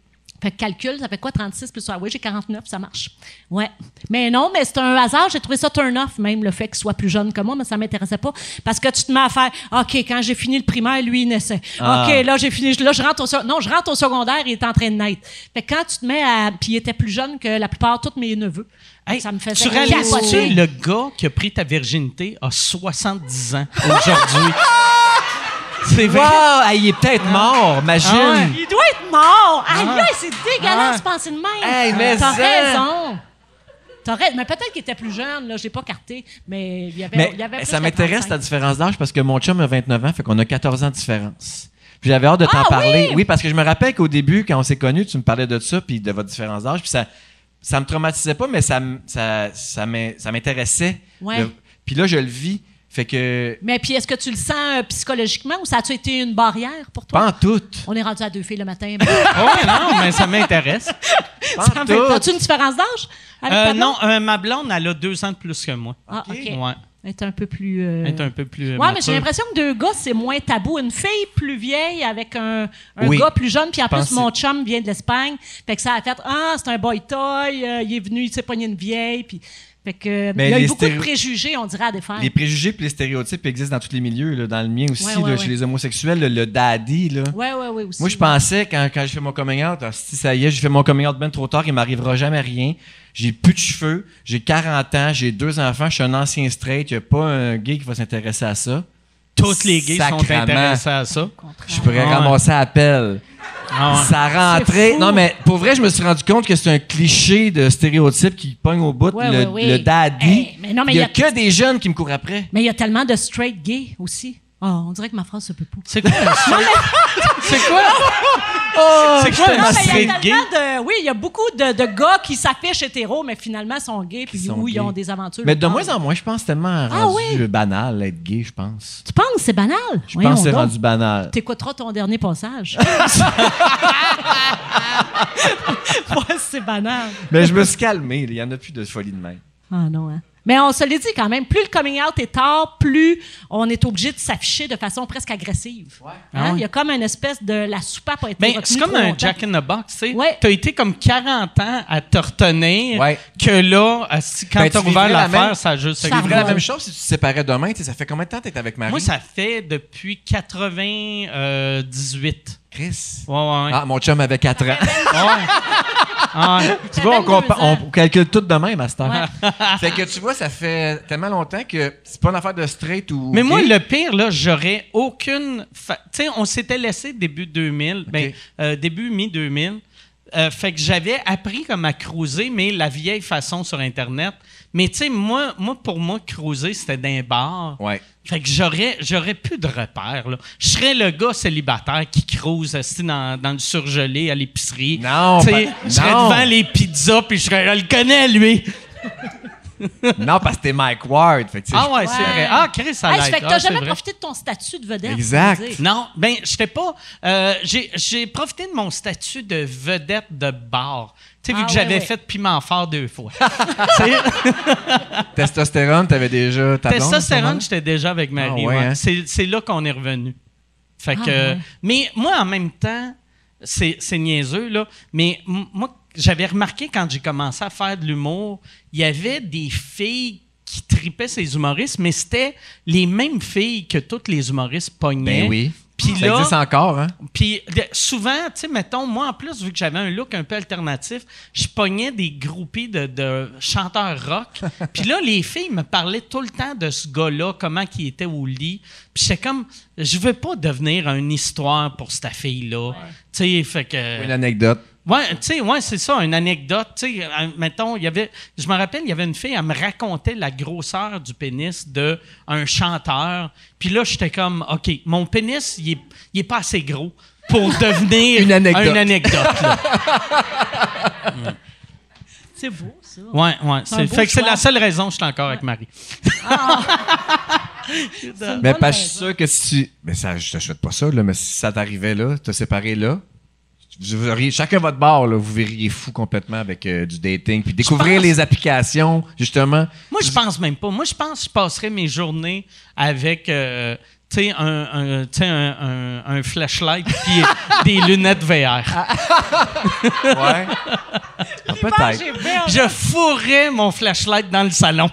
Speaker 5: Fait que calcul, ça fait quoi 36 plus Ah Oui, j'ai 49, ça marche. Ouais. Mais non, mais c'est un hasard. J'ai trouvé ça turn off, même le fait qu'il soit plus jeune que moi, mais ça m'intéressait pas. Parce que tu te mets à faire OK, quand j'ai fini le primaire, lui, il naissait.
Speaker 6: Ah.
Speaker 5: OK, là, j'ai fini. Là, je rentre au secondaire. Non, je rentre au secondaire, il est en train de naître. Fait que quand tu te mets à. Puis il était plus jeune que la plupart, tous mes neveux.
Speaker 1: Hey,
Speaker 5: ça me faisait
Speaker 1: Tu réalises-tu
Speaker 5: capoter.
Speaker 1: le gars qui a pris ta virginité a 70 ans aujourd'hui? C'est vrai.
Speaker 6: Wow! hey, il est peut-être mort, imagine!
Speaker 1: Ah
Speaker 5: Il doit être mort! Aïe, aïe, c'est dégueulasse, penser de même!
Speaker 6: Hey, mais
Speaker 5: T'as
Speaker 6: ça-
Speaker 5: raison! T'as raison. Mais peut-être qu'il était plus jeune, là, je l'ai pas carté, mais il y avait.
Speaker 6: Mais
Speaker 5: il y avait
Speaker 6: mais
Speaker 5: plus
Speaker 6: ça
Speaker 5: que
Speaker 6: m'intéresse
Speaker 5: 35.
Speaker 6: ta différence d'âge parce que mon chum a 29 ans, fait qu'on a 14 ans de différence. Puis j'avais hâte de t'en
Speaker 5: Ah,
Speaker 6: parler.
Speaker 5: oui!
Speaker 6: parce que je me rappelle qu'au début, quand on s'est connus, tu me parlais de ça, puis de votre différence d'âge, puis ça, ça me traumatisait pas, mais ça, m- ça, ça m'in- ça m'intéressait.
Speaker 5: Ouais.
Speaker 6: Le- Puis là, je le vis, fait que
Speaker 5: Mais puis, est-ce que tu le sens euh, psychologiquement ou ça a-tu été une barrière pour toi?
Speaker 6: pas en tout.
Speaker 5: On est rendu à deux filles le matin.
Speaker 1: Ah Ouais, non, mais ça m'intéresse.
Speaker 6: Pas en tout.
Speaker 5: As-tu une différence d'âge? avec
Speaker 1: Euh,
Speaker 5: ta blonde?
Speaker 1: non, euh, ma blonde, elle a deux ans de plus que moi.
Speaker 5: Ah, OK.
Speaker 1: Ouais.
Speaker 5: Elle est un peu plus. euh,
Speaker 1: Elle est un peu plus. euh,
Speaker 5: Ouais, mais
Speaker 1: mature.
Speaker 5: j'ai l'impression que deux gars, c'est moins tabou. Une fille plus vieille avec un, un
Speaker 6: Oui.
Speaker 5: gars plus jeune, puis en
Speaker 6: pense
Speaker 5: plus,
Speaker 6: que
Speaker 5: mon chum vient de l'Espagne. Fait que ça a fait Ah, c'est un boy toy, euh, il est venu, il s'est pogné une vieille, puis. Fait que, euh,
Speaker 6: Mais
Speaker 5: il y a
Speaker 6: les
Speaker 5: eu beaucoup de
Speaker 6: stéré-
Speaker 5: préjugés, on dirait, à défaire.
Speaker 6: Les préjugés puis les stéréotypes existent dans tous les milieux, là, dans le mien aussi,
Speaker 5: Ouais, ouais,
Speaker 6: là, chez
Speaker 5: ouais.
Speaker 6: les homosexuels, le, le daddy, là.
Speaker 5: Ouais, ouais, ouais, aussi.
Speaker 6: Moi, je pensais, quand, quand j'ai fait mon coming out, Ah, si ça y est, j'ai fait mon coming out bien trop tard, il m'arrivera jamais rien. J'ai plus de cheveux, j'ai 40 ans, j'ai deux enfants, je suis un ancien straight, il n'y a pas un gay qui va s'intéresser à ça.
Speaker 1: Tous les gays sont
Speaker 6: Sacrament.
Speaker 1: intéressés à ça.
Speaker 6: Je pourrais
Speaker 1: Ah ouais.
Speaker 6: ramasser à pelle.
Speaker 1: Ah ouais.
Speaker 6: Ça rentrait.
Speaker 5: fou.
Speaker 6: Non, mais pour vrai, je me suis rendu compte que c'est un cliché de stéréotype qui pogne au bout,
Speaker 5: Ouais,
Speaker 6: le,
Speaker 5: ouais, ouais.
Speaker 6: le daddy.
Speaker 5: Hey, mais non, mais
Speaker 6: il n'y a,
Speaker 5: y a-
Speaker 6: que des jeunes qui me courent après.
Speaker 5: Mais il y a tellement de straight gays aussi. Ah, on dirait que ma phrase se peut pas.
Speaker 1: C'est quoi? C'est quoi? C'est quoi
Speaker 5: Non,
Speaker 1: un
Speaker 5: mais il y
Speaker 1: straight
Speaker 5: a
Speaker 1: gay?
Speaker 5: tellement de. Oui, il y a beaucoup de, de gars qui s'affichent hétéros, mais finalement sont gays, puis
Speaker 6: Qui sont
Speaker 5: oui, ils ont
Speaker 6: gays.
Speaker 5: des aventures.
Speaker 6: Mais de
Speaker 5: Ah.
Speaker 6: moins en moins, je pense c'est tellement
Speaker 5: Ah
Speaker 6: rendu
Speaker 5: oui.
Speaker 6: banal être gay, je pense.
Speaker 5: Tu penses que c'est banal?
Speaker 6: Je pense que c'est
Speaker 5: donc.
Speaker 6: rendu banal.
Speaker 5: T'écouteras ton dernier passage. ouais, c'est banal.
Speaker 6: Mais je me suis calmé, il n'y en a plus de folie de même.
Speaker 5: Ah non, hein. Mais on se l'est dit quand même, plus le coming out est tard, plus on est obligé de s'afficher de façon presque agressive. Hein?
Speaker 1: Ah ouais.
Speaker 5: Il y a comme une espèce de la soupape a été
Speaker 1: Ben,
Speaker 5: retenue
Speaker 1: c'est comme
Speaker 5: trop
Speaker 1: un
Speaker 5: longtemps.
Speaker 1: Jack in the Box, tu sais.
Speaker 5: Ouais.
Speaker 1: T'as été comme 40 ans à te retenir
Speaker 6: Ouais.
Speaker 1: que là, asti, quand
Speaker 6: Ben,
Speaker 1: t'as
Speaker 6: tu
Speaker 1: ouvert
Speaker 6: vivrais la
Speaker 1: l'affaire,
Speaker 6: même-
Speaker 1: ça a juste...
Speaker 5: Ça
Speaker 6: Tu vivrais la
Speaker 5: Ouais.
Speaker 6: même chose si tu te séparais demain. tu sais, ça fait combien de temps que t'es avec Marie?
Speaker 1: Ah, Moi, ça fait depuis 98. Euh, 18.
Speaker 6: Chris.
Speaker 1: ouais, ouais, ouais.
Speaker 6: Ah, mon chum avait 4 ans.
Speaker 1: Ouais. Ouais.
Speaker 6: tu vois, on,
Speaker 5: 22
Speaker 6: compa-
Speaker 5: ans.
Speaker 6: on calcule tout demain, Master.
Speaker 5: Ouais.
Speaker 6: fait que tu vois, ça fait tellement longtemps que c'est pas une affaire de straight ou.
Speaker 1: Mais moi,
Speaker 6: gay.
Speaker 1: le pire, là, j'aurais aucune. fa- Tu sais, on s'était laissé début 2000, ben,
Speaker 6: Ok.
Speaker 1: euh, début mi-2000. Euh, fait que j'avais appris comme à cruiser, mais la vieille façon sur Internet. Mais tu sais, moi, moi, pour moi, cruiser, c'était d'un bar.
Speaker 6: Ouais.
Speaker 1: Fait que j'aurais, j'aurais plus de repères. là. Je serais le gars célibataire qui cruise assis dans, dans le surgelé à l'épicerie.
Speaker 6: Non,
Speaker 1: Tu sais,
Speaker 6: ben,
Speaker 1: je serais
Speaker 6: non.
Speaker 1: devant les pizzas, puis je serais là, le connais, lui.
Speaker 6: Non, parce que t'es Mike Ward. Fait que, tu sais,
Speaker 1: Ah ouais, c'est
Speaker 5: Ouais.
Speaker 1: vrai. Ah, Chris, ça
Speaker 5: Hey,
Speaker 1: l'aide.
Speaker 5: ça fait que
Speaker 1: Ah,
Speaker 5: t'as
Speaker 1: c'est
Speaker 5: jamais
Speaker 1: vrai.
Speaker 5: profité de ton statut de vedette.
Speaker 6: Exact.
Speaker 5: faut le dire.
Speaker 1: Non, ben, j'étais pas. euh, j'ai- J'ai profité de mon statut de vedette de bar. Tu sais, vu
Speaker 5: Ah,
Speaker 1: que
Speaker 5: ouais,
Speaker 1: j'avais
Speaker 5: ouais.
Speaker 1: fait piment fort deux fois.
Speaker 6: Testostérone, t'avais déjà ta blonde,
Speaker 1: Testostérone,
Speaker 6: sûrement?
Speaker 1: j'étais déjà avec Marie.
Speaker 6: Ah ouais,
Speaker 1: ouais.
Speaker 6: hein?
Speaker 1: C'est c'est là qu'on est revenu. Fait
Speaker 5: Ah
Speaker 1: que,
Speaker 5: ouais.
Speaker 1: Mais moi, en même temps, c'est c'est niaiseux, là, mais m- moi, j'avais remarqué quand j'ai commencé à faire de l'humour, il y avait des filles qui tripaient ces humoristes, mais c'était les mêmes filles que tous les humoristes pognaient.
Speaker 6: Ben oui.
Speaker 1: Puis
Speaker 6: ça
Speaker 1: là-
Speaker 6: existe encore, hein?
Speaker 1: Puis de- souvent, tu sais, mettons, moi en plus, vu que j'avais un look un peu alternatif, je pognais des groupies de, de chanteurs rock. Puis là, les filles me parlaient tout le temps de ce gars-là, comment qu'il était au lit. Puis j'étais comme, je veux pas devenir une histoire pour cette fille-là. Tu sais, fait que.
Speaker 6: Une anecdote.
Speaker 1: Ouais, tu sais, ouais, c'est ça, une anecdote. Tu sais, euh, mettons, il y avait, je me rappelle, il y avait une fille, elle me racontait la grosseur du pénis de un chanteur. Puis là, j'étais comme, ok, mon pénis, il est, il est pas assez gros pour devenir
Speaker 6: Une anecdote.
Speaker 1: une anecdote, là.
Speaker 5: C'est beau, ça.
Speaker 1: Ouais, ouais.
Speaker 5: C'est un
Speaker 1: c'est-
Speaker 5: beau
Speaker 1: fait que c'est
Speaker 5: choix.
Speaker 1: la seule raison que je suis encore avec Marie.
Speaker 5: C'est une
Speaker 6: Mais
Speaker 5: bonne
Speaker 6: parce que je suis
Speaker 5: raison.
Speaker 6: sûr que si tu. Mais ça, je te souhaite pas ça, là, mais si ça t'arrivait là, te séparer là, vous auriez- chacun votre bord, là, vous verriez fou complètement avec euh, du dating. Puis découvrir
Speaker 1: pense-
Speaker 6: les applications, justement.
Speaker 1: Moi, je pense même pas. Moi, je pense que je passerais mes journées avec, euh, tu sais, un, un, tu sais, un, un- un flashlight puis des lunettes
Speaker 5: Ah.
Speaker 1: VR.
Speaker 6: Ouais. Ah, Peut-être.
Speaker 5: Ah, J'ai hein. bien-
Speaker 1: Je fourrais mon flashlight dans le salon.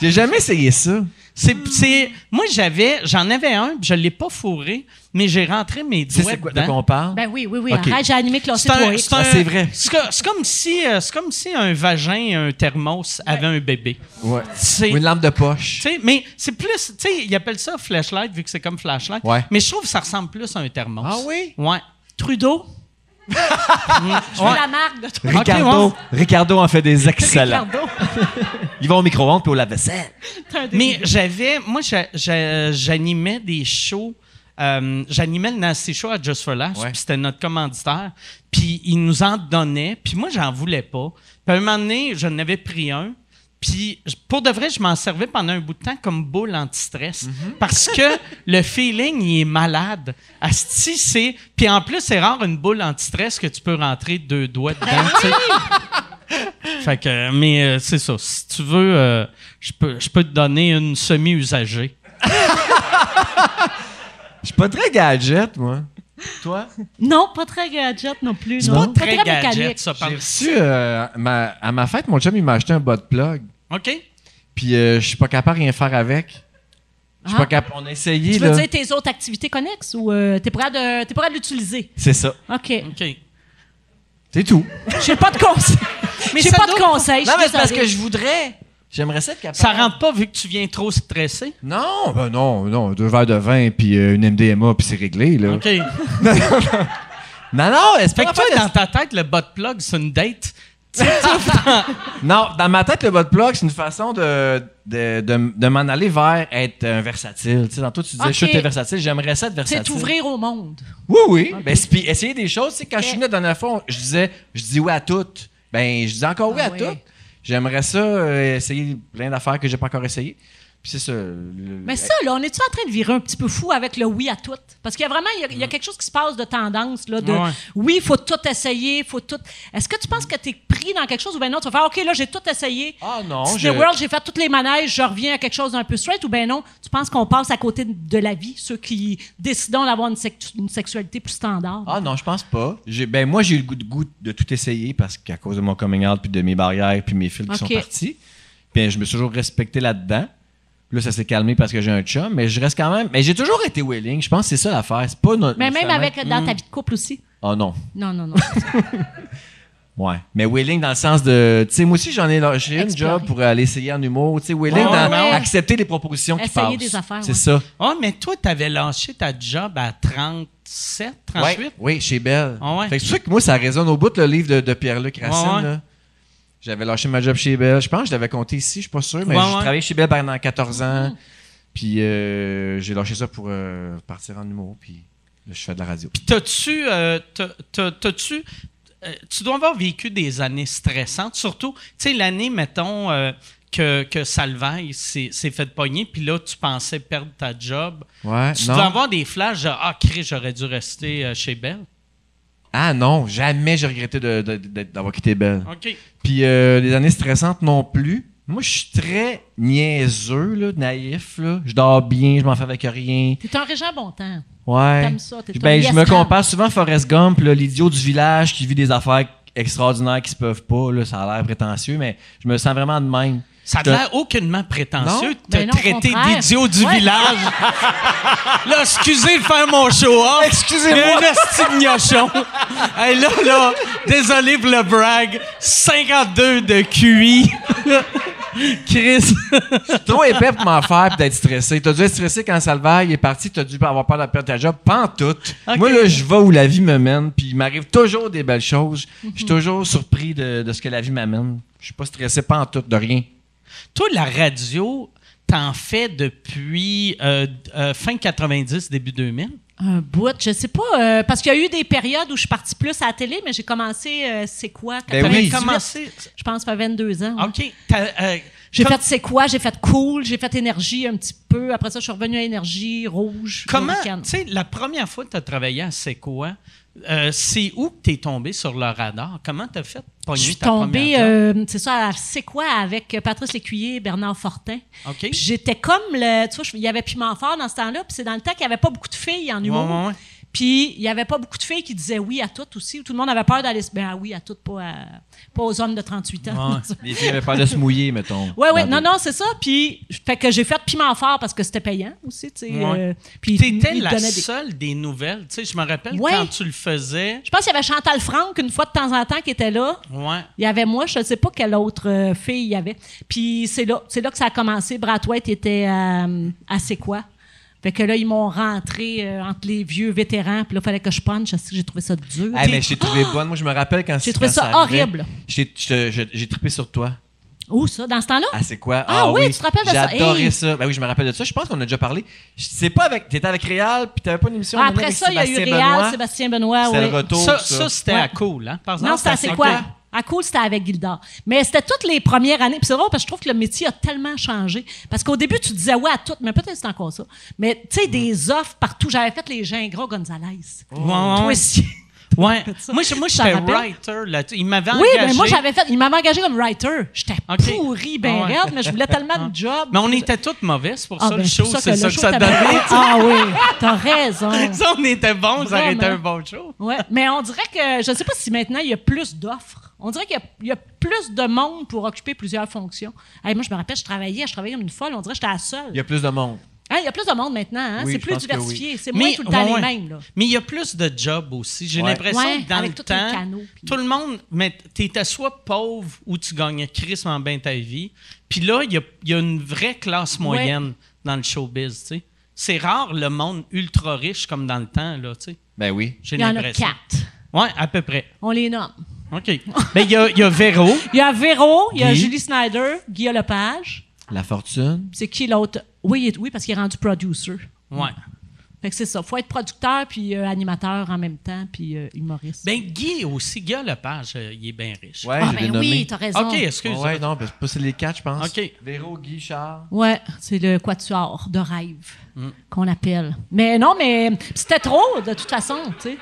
Speaker 6: J'ai jamais essayé ça.
Speaker 1: C'est, c'est- moi, j'avais, j'en avais un, puis je l'ai pas fourré, mais j'ai rentré mes
Speaker 6: Tu sais
Speaker 1: doigts
Speaker 6: c'est quoi de quoi
Speaker 1: dedans.
Speaker 6: on parle?
Speaker 5: Ben oui, oui, oui.
Speaker 6: Ok.
Speaker 5: Arrête, j'ai animé Classé
Speaker 1: C'est, un-
Speaker 5: 3X.
Speaker 1: c'est un-
Speaker 6: Ah, c'est vrai.
Speaker 1: C'est, co- c'est comme si, euh, c'est comme si un vagin et un thermos avaient un bébé.
Speaker 6: Ouais.
Speaker 1: C'est-
Speaker 6: Une lampe de poche.
Speaker 1: Tu sais, mais c'est plus, tu sais, ils appellent ça flashlight vu que c'est comme flashlight.
Speaker 6: Ouais.
Speaker 1: Mais je trouve que ça ressemble plus à un thermos.
Speaker 6: Ah oui?
Speaker 1: Ouais.
Speaker 5: Trudeau. Je veux
Speaker 1: Ouais.
Speaker 5: la marque de Trudeau.
Speaker 6: Ricardo,
Speaker 1: Ok,
Speaker 6: Ricardo en fait des excellents.
Speaker 5: Ricardo.
Speaker 6: Ils vont au micro-ondes puis au lave-vaisselle.
Speaker 5: T'as un début.
Speaker 1: Mais j'avais, moi, j'a- j'a- j'animais des shows. euh, j'animais le Nasty Show à Just for Laughs,
Speaker 6: Ouais.
Speaker 1: puis c'était notre commanditaire. Puis il nous en donnait, puis moi, j'en voulais pas. Puis à un moment donné, j'en avais pris un. Puis j- pour de vrai, je m'en servais pendant un bout de temps comme boule anti-stress. Parce que le feeling, il est malade. Asti, c'est. Puis en plus, c'est rare une boule anti-stress que tu peux rentrer deux doigts dedans. tu sais. Fait que, mais euh, c'est ça. Si tu veux, euh, je peux, je peux te donner une semi-usagée.
Speaker 6: Je suis pas très gadget, moi. Toi?
Speaker 5: Non, pas très gadget non plus.
Speaker 1: C'est
Speaker 5: non.
Speaker 1: pas très, gadget,
Speaker 5: mécanique.
Speaker 1: ça, par
Speaker 6: J'ai reçu, euh, ma- à ma fête, mon chum, il m'a acheté un bas de plug.
Speaker 1: OK?
Speaker 6: Puis euh, je suis pas capable de rien faire avec. Je suis
Speaker 5: Ah.
Speaker 6: pas capable. On a essayé,
Speaker 5: Tu veux
Speaker 6: là.
Speaker 5: dire tes autres activités connexes ou euh, t'es prêt de t'es prêt à l'utiliser?
Speaker 6: C'est ça.
Speaker 5: OK.
Speaker 1: OK.
Speaker 6: C'est tout.
Speaker 5: J'ai pas de conseils.
Speaker 1: Mais
Speaker 5: J'ai
Speaker 1: ça
Speaker 5: pas de
Speaker 1: doit-
Speaker 5: conseils.
Speaker 6: non,
Speaker 5: je
Speaker 6: mais
Speaker 5: suis
Speaker 6: c'est parce
Speaker 5: désolée.
Speaker 6: que je voudrais. J'aimerais ça être capable.
Speaker 1: Ça rentre pas vu que tu viens trop stressé.
Speaker 6: Non, ben non, non. Deux verres de vin, puis euh, une MDMA, puis c'est réglé, là.
Speaker 1: OK. fait
Speaker 6: Non, non, c'est Ah, pas
Speaker 1: que
Speaker 6: l'affaire
Speaker 1: toi,
Speaker 6: de-
Speaker 1: dans ta tête, le bot plug, c'est une date.
Speaker 6: Non, dans ma tête, le bas de plug, c'est une façon de, de, de- de m'en aller vers être euh, versatile. Tu sais, dans toi, tu disais,
Speaker 5: Ok.
Speaker 6: je suis versatile, j'aimerais ça être
Speaker 5: C'est
Speaker 6: versatile.
Speaker 5: t'ouvrir au monde.
Speaker 6: Oui, oui. Ben, c'est- puis essayer des choses. Tu sais, quand je suis
Speaker 5: Ok.
Speaker 6: venu la dernière fois, on- je disais, je dis oui à toutes. Ben, je dis encore oui
Speaker 5: Ah
Speaker 6: à
Speaker 5: ouais.
Speaker 6: toutes. J'aimerais ça euh, essayer plein d'affaires que j'ai pas encore essayé. Puis c'est ça. le-
Speaker 5: Mais ça, là, on est-tu en train de virer un petit peu fou avec le oui à tout? Parce qu'il y a vraiment il y a, il y a quelque chose qui se passe de tendance, là, de
Speaker 1: Ouais.
Speaker 5: oui, il faut tout essayer, faut tout. Est-ce que tu penses que tu es pris dans quelque chose ou bien non, tu vas faire OK, là, j'ai tout essayé.
Speaker 6: Ah non,
Speaker 5: Disney World, j'ai fait toutes les manèges, je reviens à quelque chose d'un peu straight ou bien non, tu penses qu'on passe à côté de- de la vie, ceux qui décident d'avoir une, sec- une sexualité plus standard?
Speaker 6: Ah non, je pense pas. J'ai- ben moi, j'ai eu le goût de, goût de tout essayer parce qu'à cause de mon coming out, puis de mes barrières, puis mes fils qui
Speaker 5: Ok.
Speaker 6: sont partis, ben, je me suis toujours respecté là-dedans. Là, ça s'est calmé parce que j'ai un chum, mais je reste quand même. Mais j'ai toujours été willing. Je pense que c'est ça l'affaire. C'est pas no- Ah
Speaker 5: Mais même
Speaker 1: Hmm.
Speaker 6: nécessairement-
Speaker 5: avec dans ta vie de couple aussi?
Speaker 6: Ah non.
Speaker 5: Non, non, non.
Speaker 6: Ouais. Mais willing dans le sens de. Tu sais, moi aussi, j'en ai lâché une
Speaker 5: Explorer.
Speaker 6: job pour aller essayer en humour. Tu sais, willing
Speaker 1: Ouais,
Speaker 6: dans
Speaker 5: ouais.
Speaker 6: accepter les propositions qui passent.
Speaker 5: Essayer des affaires,
Speaker 6: C'est
Speaker 5: ouais.
Speaker 6: ça.
Speaker 1: Ah, mais toi, t'avais lâché ta job à 37, 38?
Speaker 6: Ouais, oui, chez Belle.
Speaker 1: Ah ouais.
Speaker 6: Fait que c'est sûr que moi, ça résonne au bout, le livre de, de Pierre-Luc Racine.
Speaker 1: Ouais, ouais.
Speaker 6: là. J'avais lâché ma job chez Belle. Je pense que je l'avais compté ici, je suis pas sûr,
Speaker 1: Ouais,
Speaker 6: mais j'ai
Speaker 1: ouais. Mm-hmm.
Speaker 6: travaillé chez Belle pendant 14 ans. Puis euh, j'ai lâché ça pour euh, partir en humour. Puis là, je fais de la radio.
Speaker 1: T'as-tu. euh, t'as- t'as- t'as-tu- euh, tu dois avoir vécu des années stressantes, surtout, tu sais, l'année, mettons, euh, que, que Salvaille s'est s'est fait pogner, puis là, tu pensais perdre ta job.
Speaker 6: Ouais,
Speaker 1: Tu
Speaker 6: non.
Speaker 1: dois avoir des flashs de Ah, Chris, j'aurais dû rester euh, chez Belle.
Speaker 6: Ah non, jamais j'ai regretté de- de- de- d'avoir quitté Belle.
Speaker 1: OK.
Speaker 6: Puis euh, les années stressantes non plus. Moi, je suis très niaiseux, là, naïf. Là. Je dors bien, je m'en fais avec rien.
Speaker 5: T'es un régent bon temps.
Speaker 6: Ouais.
Speaker 5: T'aimes ça, t'es un
Speaker 6: Ben, je
Speaker 5: yes
Speaker 6: me
Speaker 5: man.
Speaker 6: compare souvent à Forrest Gump, là, l'idiot du village qui vit des affaires extraordinaires qui se peuvent pas. Là, ça a l'air prétentieux, mais je me sens vraiment de même.
Speaker 1: Ça
Speaker 6: Je
Speaker 1: n'a
Speaker 6: te-
Speaker 1: l'air aucunement prétentieux
Speaker 6: Non?
Speaker 1: de te
Speaker 5: Ben non, au
Speaker 1: traiter
Speaker 5: contraire.
Speaker 1: d'idiot du
Speaker 5: Ouais.
Speaker 1: village. là, excusez de faire mon show-off. Excusez-moi. Un gnochon. hey, là, là, désolé pour le brag. 52 de QI. Chris.
Speaker 6: C'est trop épais pour m'en faire et d'être stressé. T'as dû être stressé quand Salvaille est parti, t'as dû avoir peur de perdre ta job. Pas en tout.
Speaker 1: Ok.
Speaker 6: Moi, là, je vais où la vie me mène, puis il m'arrive toujours des belles choses. Je
Speaker 5: Mhm.
Speaker 6: suis toujours surpris de, de ce que la vie m'amène. Je suis pas stressé, pas en tout, de rien.
Speaker 1: Toi, la radio, t'en fais depuis euh, euh, fin 90, début 2000.
Speaker 5: Un bout, je sais pas. euh, parce qu'il y a eu des périodes où je suis partie plus à la télé, mais j'ai commencé, euh, c'est quoi?
Speaker 6: Ben oui.
Speaker 5: 98,
Speaker 1: commencé.
Speaker 5: Je pense, à 22 ans. ouais.
Speaker 1: OK. T'as, euh,
Speaker 5: J'ai
Speaker 1: Ah. comme-
Speaker 5: fait c'est quoi? J'ai fait cool, j'ai fait énergie un petit peu. Après ça, je suis revenue à énergie rouge.
Speaker 1: Comment, tu
Speaker 5: Hurricane.
Speaker 1: sais, la première fois que tu as travaillé à C'est quoi, euh, c'est où que tu es tombé sur le radar? Comment tu as fait pour
Speaker 5: Je suis tombée, euh, c'est ça, à c'est quoi avec Patrice Lécuyer et Bernard Fortin.
Speaker 1: OK.
Speaker 5: Puis J'étais comme le. Tu vois, je- il y avait Piment Fort dans ce temps-là, puis c'est dans le temps qu'il n'y avait pas beaucoup de filles en humour.
Speaker 1: ouais, ouais.
Speaker 5: Puis il n'y avait pas beaucoup de filles qui disaient oui à toutes aussi. Tout le monde avait peur d'aller. se- Ben ah oui à toutes, pas, à- pas aux hommes de 38 ans.
Speaker 1: Ouais.
Speaker 6: Les filles avaient peur de se mouiller, mettons.
Speaker 5: Ouais, ouais,
Speaker 6: Dans
Speaker 5: non,
Speaker 6: des-
Speaker 5: non, c'est ça. Puis, fait que j'ai fait piment fort parce que c'était payant aussi, tu sais.
Speaker 1: Ouais.
Speaker 5: euh, puis,
Speaker 1: Tu étais
Speaker 5: il
Speaker 1: la
Speaker 5: donnait des-
Speaker 1: seule des nouvelles. Tu sais, je me rappelle
Speaker 5: Ouais.
Speaker 1: quand tu le faisais.
Speaker 5: Je pense qu'il y avait Chantal Franck une fois de temps en temps qui était là.
Speaker 1: Ouais.
Speaker 5: Il y avait moi, je ne sais pas quelle autre euh, fille il y avait. Puis c'est là, c'est là que ça a commencé. Brad White était euh, à C'est quoi? Fait que là, ils m'ont rentré euh, entre les vieux vétérans. Puis là, il fallait que je punch. Parce que J'ai trouvé ça dur.
Speaker 6: Ah, mais je t'ai trouvé bonne. Moi, je me rappelle quand
Speaker 5: J'ai
Speaker 6: quand
Speaker 5: trouvé ça
Speaker 6: arrivait,
Speaker 5: horrible.
Speaker 6: J'ai je- je- j'ai trippé sur toi.
Speaker 5: Où ça? Dans ce temps-là?
Speaker 6: Ah, c'est quoi?
Speaker 5: Ah oui, tu te rappelles de ça?
Speaker 6: J'ai adoré
Speaker 5: Hey!
Speaker 6: ça. Ben oui, je me rappelle de ça. Je pense qu'on a déjà parlé. Je- C'est pas avec. T'étais avec Réal, puis t'avais pas une émission. à un moment
Speaker 5: Ah, après
Speaker 6: avec
Speaker 5: ça, il y a eu
Speaker 6: Sébastien
Speaker 5: Réal,
Speaker 6: Benoît.
Speaker 5: Sébastien Benoît.
Speaker 6: C'était
Speaker 5: ouais.
Speaker 6: le retour.
Speaker 1: Ça,
Speaker 6: ça.
Speaker 1: ça, c'était
Speaker 5: Ouais.
Speaker 1: à cool, hein? Par exemple,
Speaker 5: Non, c'était
Speaker 1: à
Speaker 5: c'est quoi?
Speaker 1: cool.
Speaker 5: À cool, c'était avec Gilda. Mais c'était toutes les premières années. Puis c'est drôle parce que je trouve que le métier a tellement changé. Parce qu'au début, tu disais ouais à tout, mais peut-être c'est encore ça. Mais tu sais, des offres partout. J'avais fait les gingras Gonzalez.
Speaker 1: Ouais, ouais,
Speaker 5: Toi
Speaker 1: ouais.
Speaker 5: aussi.
Speaker 1: Ouais.
Speaker 5: ça.
Speaker 1: Moi, je- moi,
Speaker 5: Je t'en
Speaker 1: j'étais
Speaker 5: rappelle.
Speaker 1: writer. Là, il m'avait
Speaker 5: Oui,
Speaker 1: engagé.
Speaker 5: mais moi, j'avais fait. Il m'avait engagé comme writer. J'étais
Speaker 1: Ok.
Speaker 5: pourri, ben
Speaker 1: Ah ouais. Ah.
Speaker 5: raide, mais je voulais tellement de job.
Speaker 1: Mais on était toutes mauvaises pour
Speaker 5: Ah,
Speaker 1: ça,
Speaker 5: ben,
Speaker 1: le
Speaker 5: c'est
Speaker 1: show.
Speaker 5: pour
Speaker 1: C'est ça que
Speaker 5: le
Speaker 1: ça
Speaker 5: show
Speaker 1: donnait.
Speaker 5: t'avait- Ah oui, t'as raison.
Speaker 1: Ça, on était bons, ça aurait été un
Speaker 5: Vraiment.
Speaker 1: bon show.
Speaker 5: Ouais, mais on dirait que je ne sais pas si maintenant il y a plus d'offres. On dirait qu'il y a- il y, a plus de monde pour occuper plusieurs fonctions. Hey, moi, je me rappelle, je travaillais, je travaillais comme une folle. On dirait que j'étais la seule.
Speaker 6: Il y a plus de monde.
Speaker 5: Hein, il y a plus de monde maintenant. hein?
Speaker 6: Oui,
Speaker 5: c'est
Speaker 6: je
Speaker 5: plus
Speaker 6: pense que oui.
Speaker 5: diversifié. C'est moins tout le temps
Speaker 1: ouais,
Speaker 5: les
Speaker 1: ouais.
Speaker 5: mêmes. Là.
Speaker 1: Mais il y a plus de jobs aussi. J'ai
Speaker 6: Ouais.
Speaker 1: l'impression
Speaker 5: Ouais,
Speaker 1: que dans
Speaker 5: avec
Speaker 1: le
Speaker 5: tous les
Speaker 1: temps,
Speaker 5: canaux, puis-
Speaker 1: tout le monde, mais t'étais soit pauvre ou tu gagnais Chris en bain ta vie. Puis là, il y a, il y a une vraie classe moyenne dans le showbiz. tu sais. C'est rare le monde ultra riche comme dans le temps. Là, tu sais.
Speaker 6: Ben oui.
Speaker 1: J'ai
Speaker 5: Il y en a
Speaker 1: l'impression.
Speaker 5: quatre.
Speaker 1: Ouais, à peu près.
Speaker 5: On les nomme.
Speaker 1: OK. Mais il y a, il y a Véro.
Speaker 5: Il y a Véro, il y a
Speaker 6: Guy.
Speaker 5: Julie Snyder, Guy Lepage.
Speaker 6: La fortune.
Speaker 5: C'est qui l'autre? Oui, il est- oui, parce qu'il est rendu producer.
Speaker 1: Ouais.
Speaker 5: Fait que c'est ça. faut être producteur puis euh, animateur en même temps puis euh, humoriste.
Speaker 1: Ben, Guy aussi. Guy Lepage, euh, il est bien riche.
Speaker 6: Ouais,
Speaker 5: ah,
Speaker 6: je l'ai
Speaker 5: ben
Speaker 6: nommé.
Speaker 5: oui, t'as raison.
Speaker 1: OK, excuse. moi
Speaker 6: Ouais, non, parce que c'est les quatre, je pense.
Speaker 1: OK.
Speaker 6: Véro, Guy, Charles.
Speaker 5: Ouais, c'est le quatuor de rêve
Speaker 1: Mm.
Speaker 5: qu'on appelle. Mais non, mais c'était trop, de toute façon, tu sais.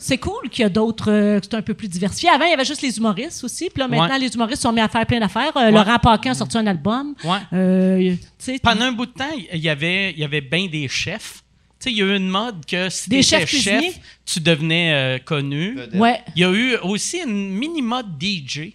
Speaker 5: C'est cool qu'il y a d'autres, euh, que c'est un peu plus diversifié. Avant, il y avait juste les humoristes aussi. Puis là, maintenant,
Speaker 1: Ouais.
Speaker 5: les humoristes sont mis à faire plein d'affaires. Euh, Laurent Paquin a sorti un album.
Speaker 1: Ouais.
Speaker 5: Euh, tu sais,
Speaker 1: Pendant un bout de temps, il y avait, il y avait bien des chefs. Tu sais, il y a eu une mode que si
Speaker 5: Des
Speaker 1: t'étais
Speaker 5: chefs
Speaker 1: chef,
Speaker 5: cuisiniers?
Speaker 1: tu devenais euh, connu.
Speaker 5: ouais.
Speaker 1: Il y a eu aussi une mini-mode DJ. Tu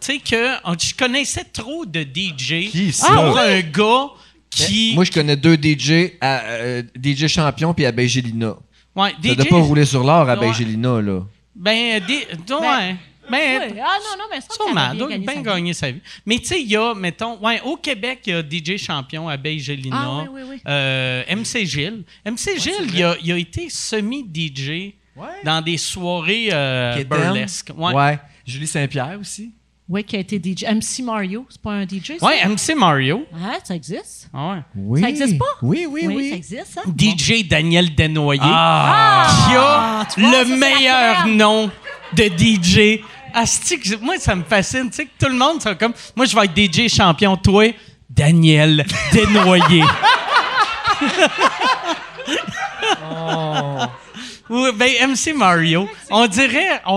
Speaker 1: sais que oh, je connaissais trop de DJ
Speaker 6: Qui, ça? Ben,
Speaker 1: pour
Speaker 5: Ah,
Speaker 1: un gars qui...
Speaker 6: Moi, je connais deux DJ, à, euh, DJ Champion puis à Belgélina.
Speaker 1: ouais,
Speaker 6: T'as
Speaker 1: DJ,
Speaker 6: de pas rouler sur l'or à
Speaker 1: Ouais.
Speaker 6: Belgélina, là.
Speaker 1: Ben, des- non,
Speaker 5: Ben,
Speaker 1: ouais. Ben,
Speaker 5: oui. Ah, non, non, mais ça,
Speaker 1: sûrement,
Speaker 5: elle a bien
Speaker 1: doit
Speaker 5: gagné
Speaker 1: bien
Speaker 5: sa vie.
Speaker 1: gagner sa vie. Mais tu sais, il y a, mettons, ouais, au Québec, il y a DJ Champion, Abeille Gélina,
Speaker 5: Ah, oui, oui, oui.
Speaker 1: euh, MC Gilles. MC Gilles, il, a, il a été semi-DJ dans des soirées euh,
Speaker 6: Qui est
Speaker 1: burlesques.
Speaker 6: elle.
Speaker 1: Ouais.
Speaker 6: Ouais. Julie Saint-Pierre aussi.
Speaker 5: Oui, qui a été DJ. MC Mario, c'est pas un DJ, ça?
Speaker 1: Ouais, MC Mario.
Speaker 5: Ah, ça existe?
Speaker 1: Ouais.
Speaker 6: Oui.
Speaker 5: Ça existe pas?
Speaker 6: Oui, oui, oui.
Speaker 5: ça existe, hein?
Speaker 1: DJ Daniel Desnoyers, qui a
Speaker 5: Ah. tu vois, ça,
Speaker 1: le
Speaker 5: c'est la
Speaker 1: meilleur
Speaker 5: crème.
Speaker 1: nom de DJ. Asti, que- moi, ça me fascine. Tu sais, que tout le monde, c'est comme, moi, je vais être DJ champion, toi, Daniel Desnoyers.
Speaker 5: Oh.
Speaker 1: Ou ben, MC Mario. On dirait, on,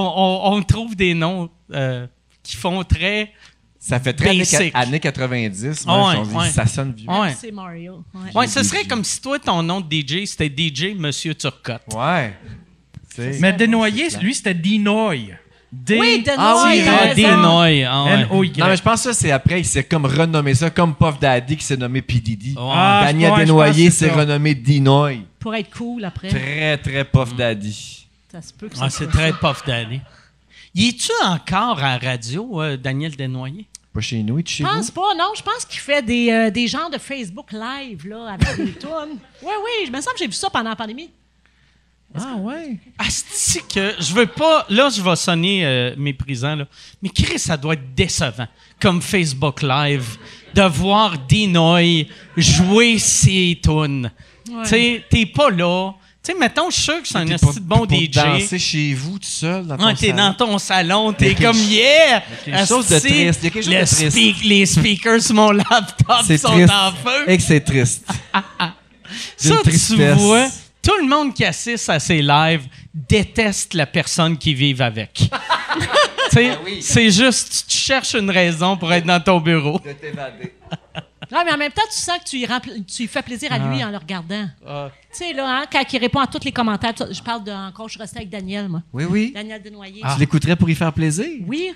Speaker 1: on- on trouve des noms euh, qui font très...
Speaker 6: Ça fait très
Speaker 1: Basic.
Speaker 6: années, années 90.
Speaker 1: Ah
Speaker 6: moi,
Speaker 1: ouais,
Speaker 6: on dit,
Speaker 1: ouais.
Speaker 6: Ça sonne vieux.
Speaker 1: Ouais.
Speaker 5: C'est Mario. ouais.
Speaker 1: Ouais, ce serait comme si toi, ton nom de DJ, c'était DJ Monsieur Turcotte.
Speaker 6: Ouais. C'est-
Speaker 4: Mais Desnoyers, lui, c'était Dinoy. D-
Speaker 5: Oui, Desnoyers,
Speaker 6: Ah oui,
Speaker 5: t'as
Speaker 1: Ah,
Speaker 5: raison.
Speaker 1: des noix, ah ouais.
Speaker 4: N-O-Y.
Speaker 6: Non, mais je pense que ça, c'est après, il s'est comme renommé ça, comme Puff Daddy qui s'est nommé P. Diddy.
Speaker 4: Ah,
Speaker 6: Daniel
Speaker 4: ouais, je
Speaker 6: Desnoyers
Speaker 4: pense que c'est
Speaker 6: s'est
Speaker 4: ça.
Speaker 6: renommé Dinoy.
Speaker 5: Pour être cool après.
Speaker 6: Très, très Puff Daddy.
Speaker 5: Ça se peut que
Speaker 1: Ah,
Speaker 5: ça
Speaker 1: c'est
Speaker 5: soit
Speaker 1: très
Speaker 5: ça.
Speaker 1: puff d'aller. Y es-tu encore à la radio, euh, Daniel Desnoyers?
Speaker 6: Pas chez nous, il est chez
Speaker 5: Je
Speaker 6: vous.
Speaker 5: pense pas, non. Je pense qu'il fait des, euh, des genres de Facebook live, là, avec des tonnes. Oui, oui, je me semble que j'ai vu ça pendant la pandémie.
Speaker 6: Ah ouais.
Speaker 1: Asti que je veux pas. Là, je vais sonner euh, méprisant, là. Mais Chris, ça doit être décevant, comme Facebook Live, de voir Dinoy jouer ses tunes.
Speaker 5: Ouais.
Speaker 1: Tu sais, t'es pas là. Tu sais, mettons, je suis sûr que c'est un
Speaker 6: T'es
Speaker 1: asti
Speaker 6: pas-
Speaker 1: de bon
Speaker 6: pour
Speaker 1: DJ.
Speaker 6: danser chez vous tout seul dans ton
Speaker 1: Ouais, t'es
Speaker 6: salon.
Speaker 1: dans ton salon, t'es
Speaker 6: quelque
Speaker 1: comme
Speaker 6: chose-
Speaker 1: yeah!
Speaker 6: quelque chose de
Speaker 1: Asti,
Speaker 6: triste, il y a quelque chose
Speaker 1: le
Speaker 6: de triste.
Speaker 1: speak- les speakers sur mon laptop
Speaker 6: C'est
Speaker 1: sont
Speaker 6: triste.
Speaker 1: en feu.
Speaker 6: Et que c'est triste.
Speaker 1: Ça,
Speaker 6: D'une
Speaker 1: tu
Speaker 6: tristesse.
Speaker 1: vois, tout le monde qui assiste à ces lives déteste la personne qui vit avec. Tu sais, C'est juste, tu cherches une raison pour être dans ton bureau.
Speaker 6: De t'évader.
Speaker 5: Non, mais en même temps, tu sens que tu y, rends pl- tu y fais plaisir à lui en le regardant.
Speaker 1: Ah.
Speaker 5: Tu sais, là, hein, quand il répond à tous les commentaires, tout ça, je parle de encore, je suis restée avec Daniel, moi.
Speaker 6: Oui, oui.
Speaker 5: Daniel Desnoyers.
Speaker 1: Ah.
Speaker 6: Tu l'écouterais pour y faire plaisir.
Speaker 5: Oui.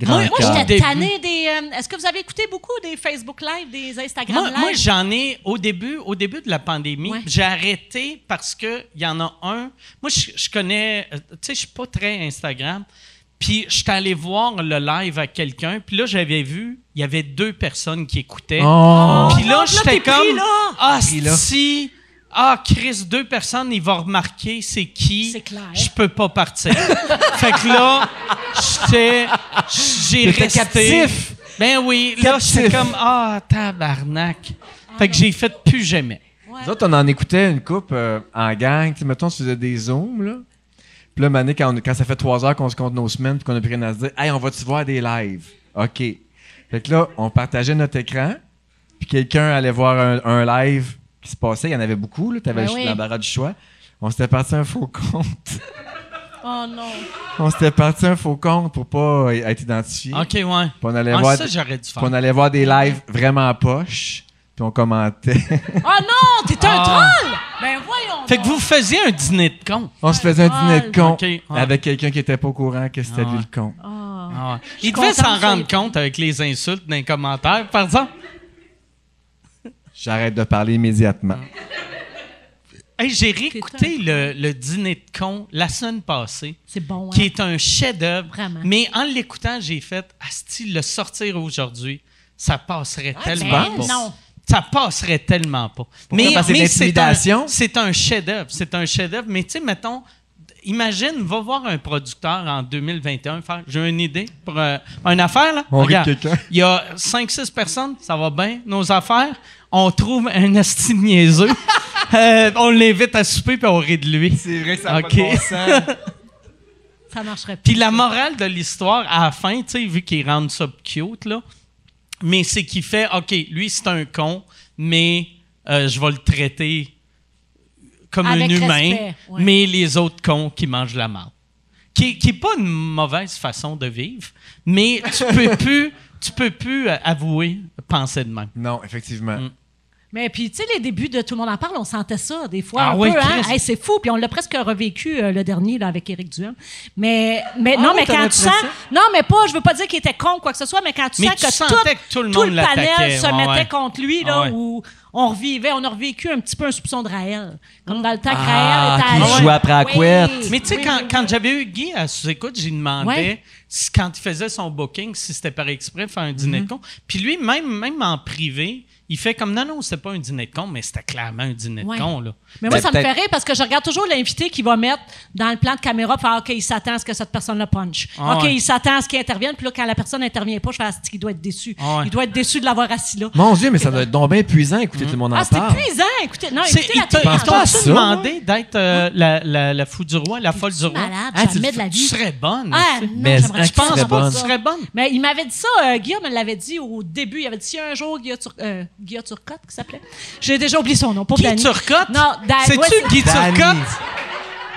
Speaker 6: Grand
Speaker 5: moi,
Speaker 6: cœur.
Speaker 1: Au début.
Speaker 5: j'étais tannée des. euh, Est-ce que vous avez écouté beaucoup des Facebook Live, des Instagram
Speaker 1: Moi,
Speaker 5: Live?
Speaker 1: moi, j'en ai au début, au début de la pandémie,
Speaker 5: Ouais.
Speaker 1: j'ai arrêté parce que il y en a un. Moi, je, je connais, euh, tu sais, je suis pas très Instagram. Puis je suis allé voir le live à quelqu'un. Puis là, j'avais vu, il y avait deux personnes qui écoutaient.
Speaker 6: Oh.
Speaker 1: Puis là,
Speaker 5: non, puis là,
Speaker 1: j'étais
Speaker 5: t'es pris,
Speaker 1: comme,
Speaker 5: là.
Speaker 1: ah
Speaker 6: Pris, là.
Speaker 1: si, ah Chris, deux personnes, il va remarquer c'est qui.
Speaker 5: C'est clair.
Speaker 1: Je peux pas partir. fait que là, j'étais, j'ai
Speaker 6: T'étais
Speaker 1: resté.
Speaker 6: captif.
Speaker 1: Ben oui, là,
Speaker 6: Captif.
Speaker 1: j'étais comme, ah tabarnak. Fait que j'ai fait plus jamais.
Speaker 5: Ouais.
Speaker 6: Nous autres, on en écoutait une coupe euh, en gang. Tu sais, mettons, on se faisait des zooms, là. Puis là, Mané, quand, on- quand ça fait trois heures qu'on se compte nos semaines puis qu'on a pris rien à se dire, « Hey, on va-tu voir des lives? » OK. Fait que là, on partageait notre écran, puis quelqu'un allait voir un, un live qui se passait. Il y en avait beaucoup, là. T'avais
Speaker 5: Ben
Speaker 6: le-
Speaker 5: oui.
Speaker 6: l'embarras du choix. On s'était parti un faux compte.
Speaker 5: Oh non.
Speaker 6: on s'était parti un faux compte pour pas euh, être identifié.
Speaker 1: Ok, ouais.
Speaker 6: Puis on allait
Speaker 1: Ah,
Speaker 6: voir...
Speaker 1: ça, j'aurais dû faire.
Speaker 6: Puis on allait voir des lives vraiment poche, puis on commentait.
Speaker 5: Oh non, t'es un
Speaker 1: Ah.
Speaker 5: troll! Ben voyons.
Speaker 1: Fait que
Speaker 5: donc.
Speaker 1: vous faisiez un dîner de con.
Speaker 6: on se faisait un dîner de con
Speaker 1: Ok, ouais.
Speaker 6: avec quelqu'un qui était pas au courant que c'était
Speaker 1: Ah
Speaker 6: lui
Speaker 1: ouais.
Speaker 6: le con.
Speaker 5: Ah.
Speaker 1: Il
Speaker 5: suis
Speaker 1: devait
Speaker 5: contente
Speaker 1: s'en
Speaker 5: que ça
Speaker 1: rendre
Speaker 5: ait pas
Speaker 1: compte avec les insultes dans les commentaires, par exemple.
Speaker 6: J'arrête de parler immédiatement.
Speaker 1: Hey, j'ai réécouté le, le dîner de con la semaine passée.
Speaker 5: C'est bon, hein?
Speaker 1: qui est un chef-d'œuvre.
Speaker 5: Vraiment.
Speaker 1: Mais en l'écoutant, j'ai fait Asti, le sortir aujourd'hui, ça passerait tellement
Speaker 5: ben
Speaker 1: pas.
Speaker 5: non.
Speaker 1: Ça passerait tellement pas.
Speaker 6: Parce que c'est de
Speaker 1: c'est un,
Speaker 6: l'intimidation?
Speaker 1: c'est un chef-d'œuvre. C'est un chef-d'œuvre. Mais tu sais, mettons, imagine, va voir un producteur en 2021 faire J'ai une idée pour euh, une affaire, là.
Speaker 6: On rit de
Speaker 1: Regarde,
Speaker 6: quelqu'un.
Speaker 1: Il y a 5-6 personnes, ça va bien, nos affaires. On trouve un asti de niaiseux. Euh, on l'invite à souper puis on rit de lui.
Speaker 6: C'est vrai que
Speaker 1: ça a pas de bon
Speaker 5: Ça marcherait pas.
Speaker 1: Puis la morale de l'histoire, à la fin, tu sais, vu qu'ils rendent ça cute, là, mais c'est qu'il fait, OK, lui, c'est un con, mais euh, je vais le traiter comme
Speaker 5: Avec
Speaker 1: un humain,
Speaker 5: respect, ouais.
Speaker 1: mais les autres cons qui mangent la marde. Qui n'est pas une mauvaise façon de vivre, mais tu peux plus, tu peux plus euh, avouer, penser de même.
Speaker 6: Non, effectivement.
Speaker 5: Mais puis, tu sais, les débuts de Tout le monde en parle, on sentait ça des fois.
Speaker 1: Ah
Speaker 5: un
Speaker 1: oui,
Speaker 5: peu, hein?
Speaker 1: Christ.
Speaker 5: Hey, c'est fou. Puis on l'a presque revécu euh, le dernier là, avec Éric Duhem. Mais, mais
Speaker 1: Ah
Speaker 5: non,
Speaker 1: oui,
Speaker 5: mais
Speaker 1: t'as
Speaker 5: quand tu
Speaker 1: l'impression?
Speaker 5: sens. Non, mais pas, je veux pas dire qu'il était con ou quoi que ce soit, mais quand tu
Speaker 1: Mais
Speaker 5: sens
Speaker 1: tu
Speaker 5: que
Speaker 1: sentais
Speaker 5: tout,
Speaker 1: que tout le
Speaker 5: tout
Speaker 1: monde
Speaker 5: panel
Speaker 1: l'attaquait,
Speaker 5: se
Speaker 1: ouais, Ah
Speaker 5: mettait
Speaker 1: ouais.
Speaker 5: contre lui, là,
Speaker 1: Ouais.
Speaker 5: où on revivait, on a revécu un petit peu un soupçon de Raël. Comme dans le temps que
Speaker 8: Ah,
Speaker 5: Raël était
Speaker 8: qui
Speaker 5: à
Speaker 8: jouait après la couette.
Speaker 1: Mais tu sais,
Speaker 5: oui,
Speaker 1: quand,
Speaker 5: oui,
Speaker 1: quand j'avais eu Guy à sous-écoute, j'ai demandé
Speaker 5: Ouais.
Speaker 1: si- quand il faisait son booking, si c'était par exprès faire un dîner
Speaker 5: Mm-hmm.
Speaker 1: de con. Puis lui, même, même en privé, il fait comme non, non, c'était pas un dîner de con, mais c'était clairement un dîner
Speaker 5: Ouais.
Speaker 1: de con. Là.
Speaker 5: Mais moi,
Speaker 8: Ben,
Speaker 5: ça me fait
Speaker 8: peut-être-
Speaker 5: rire parce que je regarde toujours l'invité qui va mettre dans le plan de caméra pour faire OK, il s'attend à ce que cette personne-là punch.
Speaker 1: Ah
Speaker 5: OK,
Speaker 1: ouais.
Speaker 5: il s'attend à ce qu'il intervienne. Puis là, quand la personne n'intervient pas, je fais Ah, c'est qu'il doit être déçu.
Speaker 1: Ah ouais.
Speaker 5: Il doit être déçu de l'avoir assis là.
Speaker 8: Mon Dieu, mais ça doit être donc bien épuisant, écoutez, tout le monde en
Speaker 5: Ah, c'est
Speaker 8: parle.
Speaker 5: épuisant. Écoutez, non,
Speaker 1: C'est-
Speaker 5: Ah, écoutez
Speaker 1: Ils
Speaker 5: la télé.
Speaker 1: t'ont ils
Speaker 5: en
Speaker 1: t'ont
Speaker 5: bas.
Speaker 1: tu demandé d'être euh, la, la, la fou du roi, la folle du
Speaker 5: Je suis
Speaker 1: roi.
Speaker 5: malade,
Speaker 8: Ah, tu-
Speaker 5: jamais de la
Speaker 1: Tu
Speaker 5: vie.
Speaker 1: serais bonne.
Speaker 5: Ah,
Speaker 1: tu sais.
Speaker 5: non,
Speaker 8: Mais
Speaker 5: j'aimerais ça.
Speaker 8: est-ce
Speaker 1: je pense
Speaker 8: serais
Speaker 1: pas
Speaker 8: bonne?
Speaker 1: que tu serais bonne.
Speaker 5: Mais il m'avait dit ça, euh, Guillaume me l'avait dit au début. Il avait dit, si un jour, Guillaume, Tur- euh, Guillaume Turcotte, qui s'appelait. J'ai déjà oublié son nom, pas
Speaker 1: Guy
Speaker 5: Dany.
Speaker 1: Turcotte?
Speaker 5: Non, Dan-
Speaker 1: C'est-tu
Speaker 5: ouais, c'est-
Speaker 1: Guy
Speaker 8: Danny.
Speaker 1: Turcotte?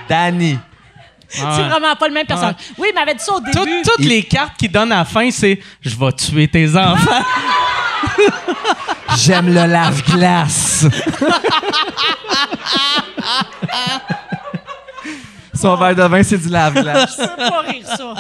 Speaker 8: Danny.
Speaker 5: C'est vraiment pas le même personnage. Oui, il m'avait dit ça au
Speaker 1: Tout-
Speaker 5: début.
Speaker 1: toutes les cartes qu'il donne à la fin, c'est je vais tuer tes enfants.
Speaker 8: J'aime le lave-glace. Son verre de vin, c'est du lave-glace.
Speaker 5: Ça me pas rire, ça.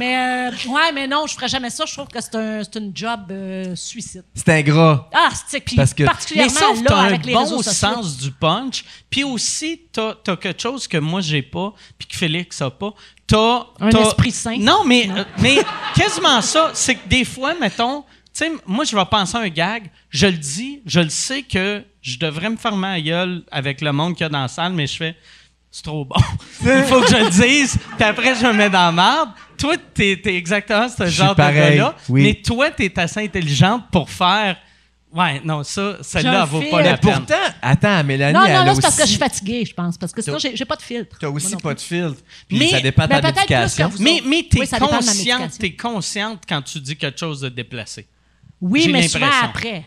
Speaker 5: Mais, euh, ouais, mais non, je ferais jamais ça. Je trouve que c'est un, c'est une job euh, suicide.
Speaker 8: C'est ingrat.
Speaker 5: Ah, c'est puis
Speaker 8: Parce que-
Speaker 1: Mais
Speaker 5: particulièrement
Speaker 1: sauf que
Speaker 5: là,
Speaker 1: t'as un
Speaker 5: avec les réseaux
Speaker 1: bon
Speaker 5: sociaux.
Speaker 1: sens du punch. Puis aussi, t'as as quelque chose que moi, j'ai pas, puis que Félix a pas. T'as...
Speaker 5: Un
Speaker 1: t'as-
Speaker 5: esprit sain.
Speaker 1: Non, mais,
Speaker 5: Non.
Speaker 1: euh, mais quasiment ça. C'est que des fois, mettons... Tu sais, moi, je vais penser à un gag. Je le dis, je le sais que je devrais me fermer la gueule avec le monde qu'il y a dans la salle, mais je fais... C'est trop bon. Il faut que je le dise. Puis après, je me mets dans la marde. Toi, t'es es exactement ce
Speaker 8: suis
Speaker 1: genre de
Speaker 8: pareil,
Speaker 1: gars-là.
Speaker 8: oui.
Speaker 1: Mais toi, t'es assez intelligente pour faire... Ouais, non, ça, celle-là, elle
Speaker 5: J'ai un
Speaker 1: vaut pas la
Speaker 5: fil.
Speaker 1: peine.
Speaker 8: Pourtant, attends, Mélanie,
Speaker 5: Non, non,
Speaker 8: elle
Speaker 5: là,
Speaker 8: a
Speaker 5: c'est parce que je suis
Speaker 8: aussi...
Speaker 5: fatiguée, je pense. Parce que sinon, j'ai j'ai pas de filtre.
Speaker 8: T'as aussi
Speaker 5: Moi non
Speaker 8: pas de filtre. Puis
Speaker 1: Mais-
Speaker 8: ça dépend de
Speaker 5: mais
Speaker 8: ta
Speaker 5: peut-être plus
Speaker 8: médication.
Speaker 5: que vous-
Speaker 1: Mais, mais t'es
Speaker 5: Oui, ça dépend de ma
Speaker 1: consciente,
Speaker 5: médication.
Speaker 1: t'es consciente quand tu dis quelque chose de déplacé.
Speaker 5: plus. Oui,
Speaker 1: j'ai
Speaker 5: mais souvent
Speaker 1: l'impression.
Speaker 5: après.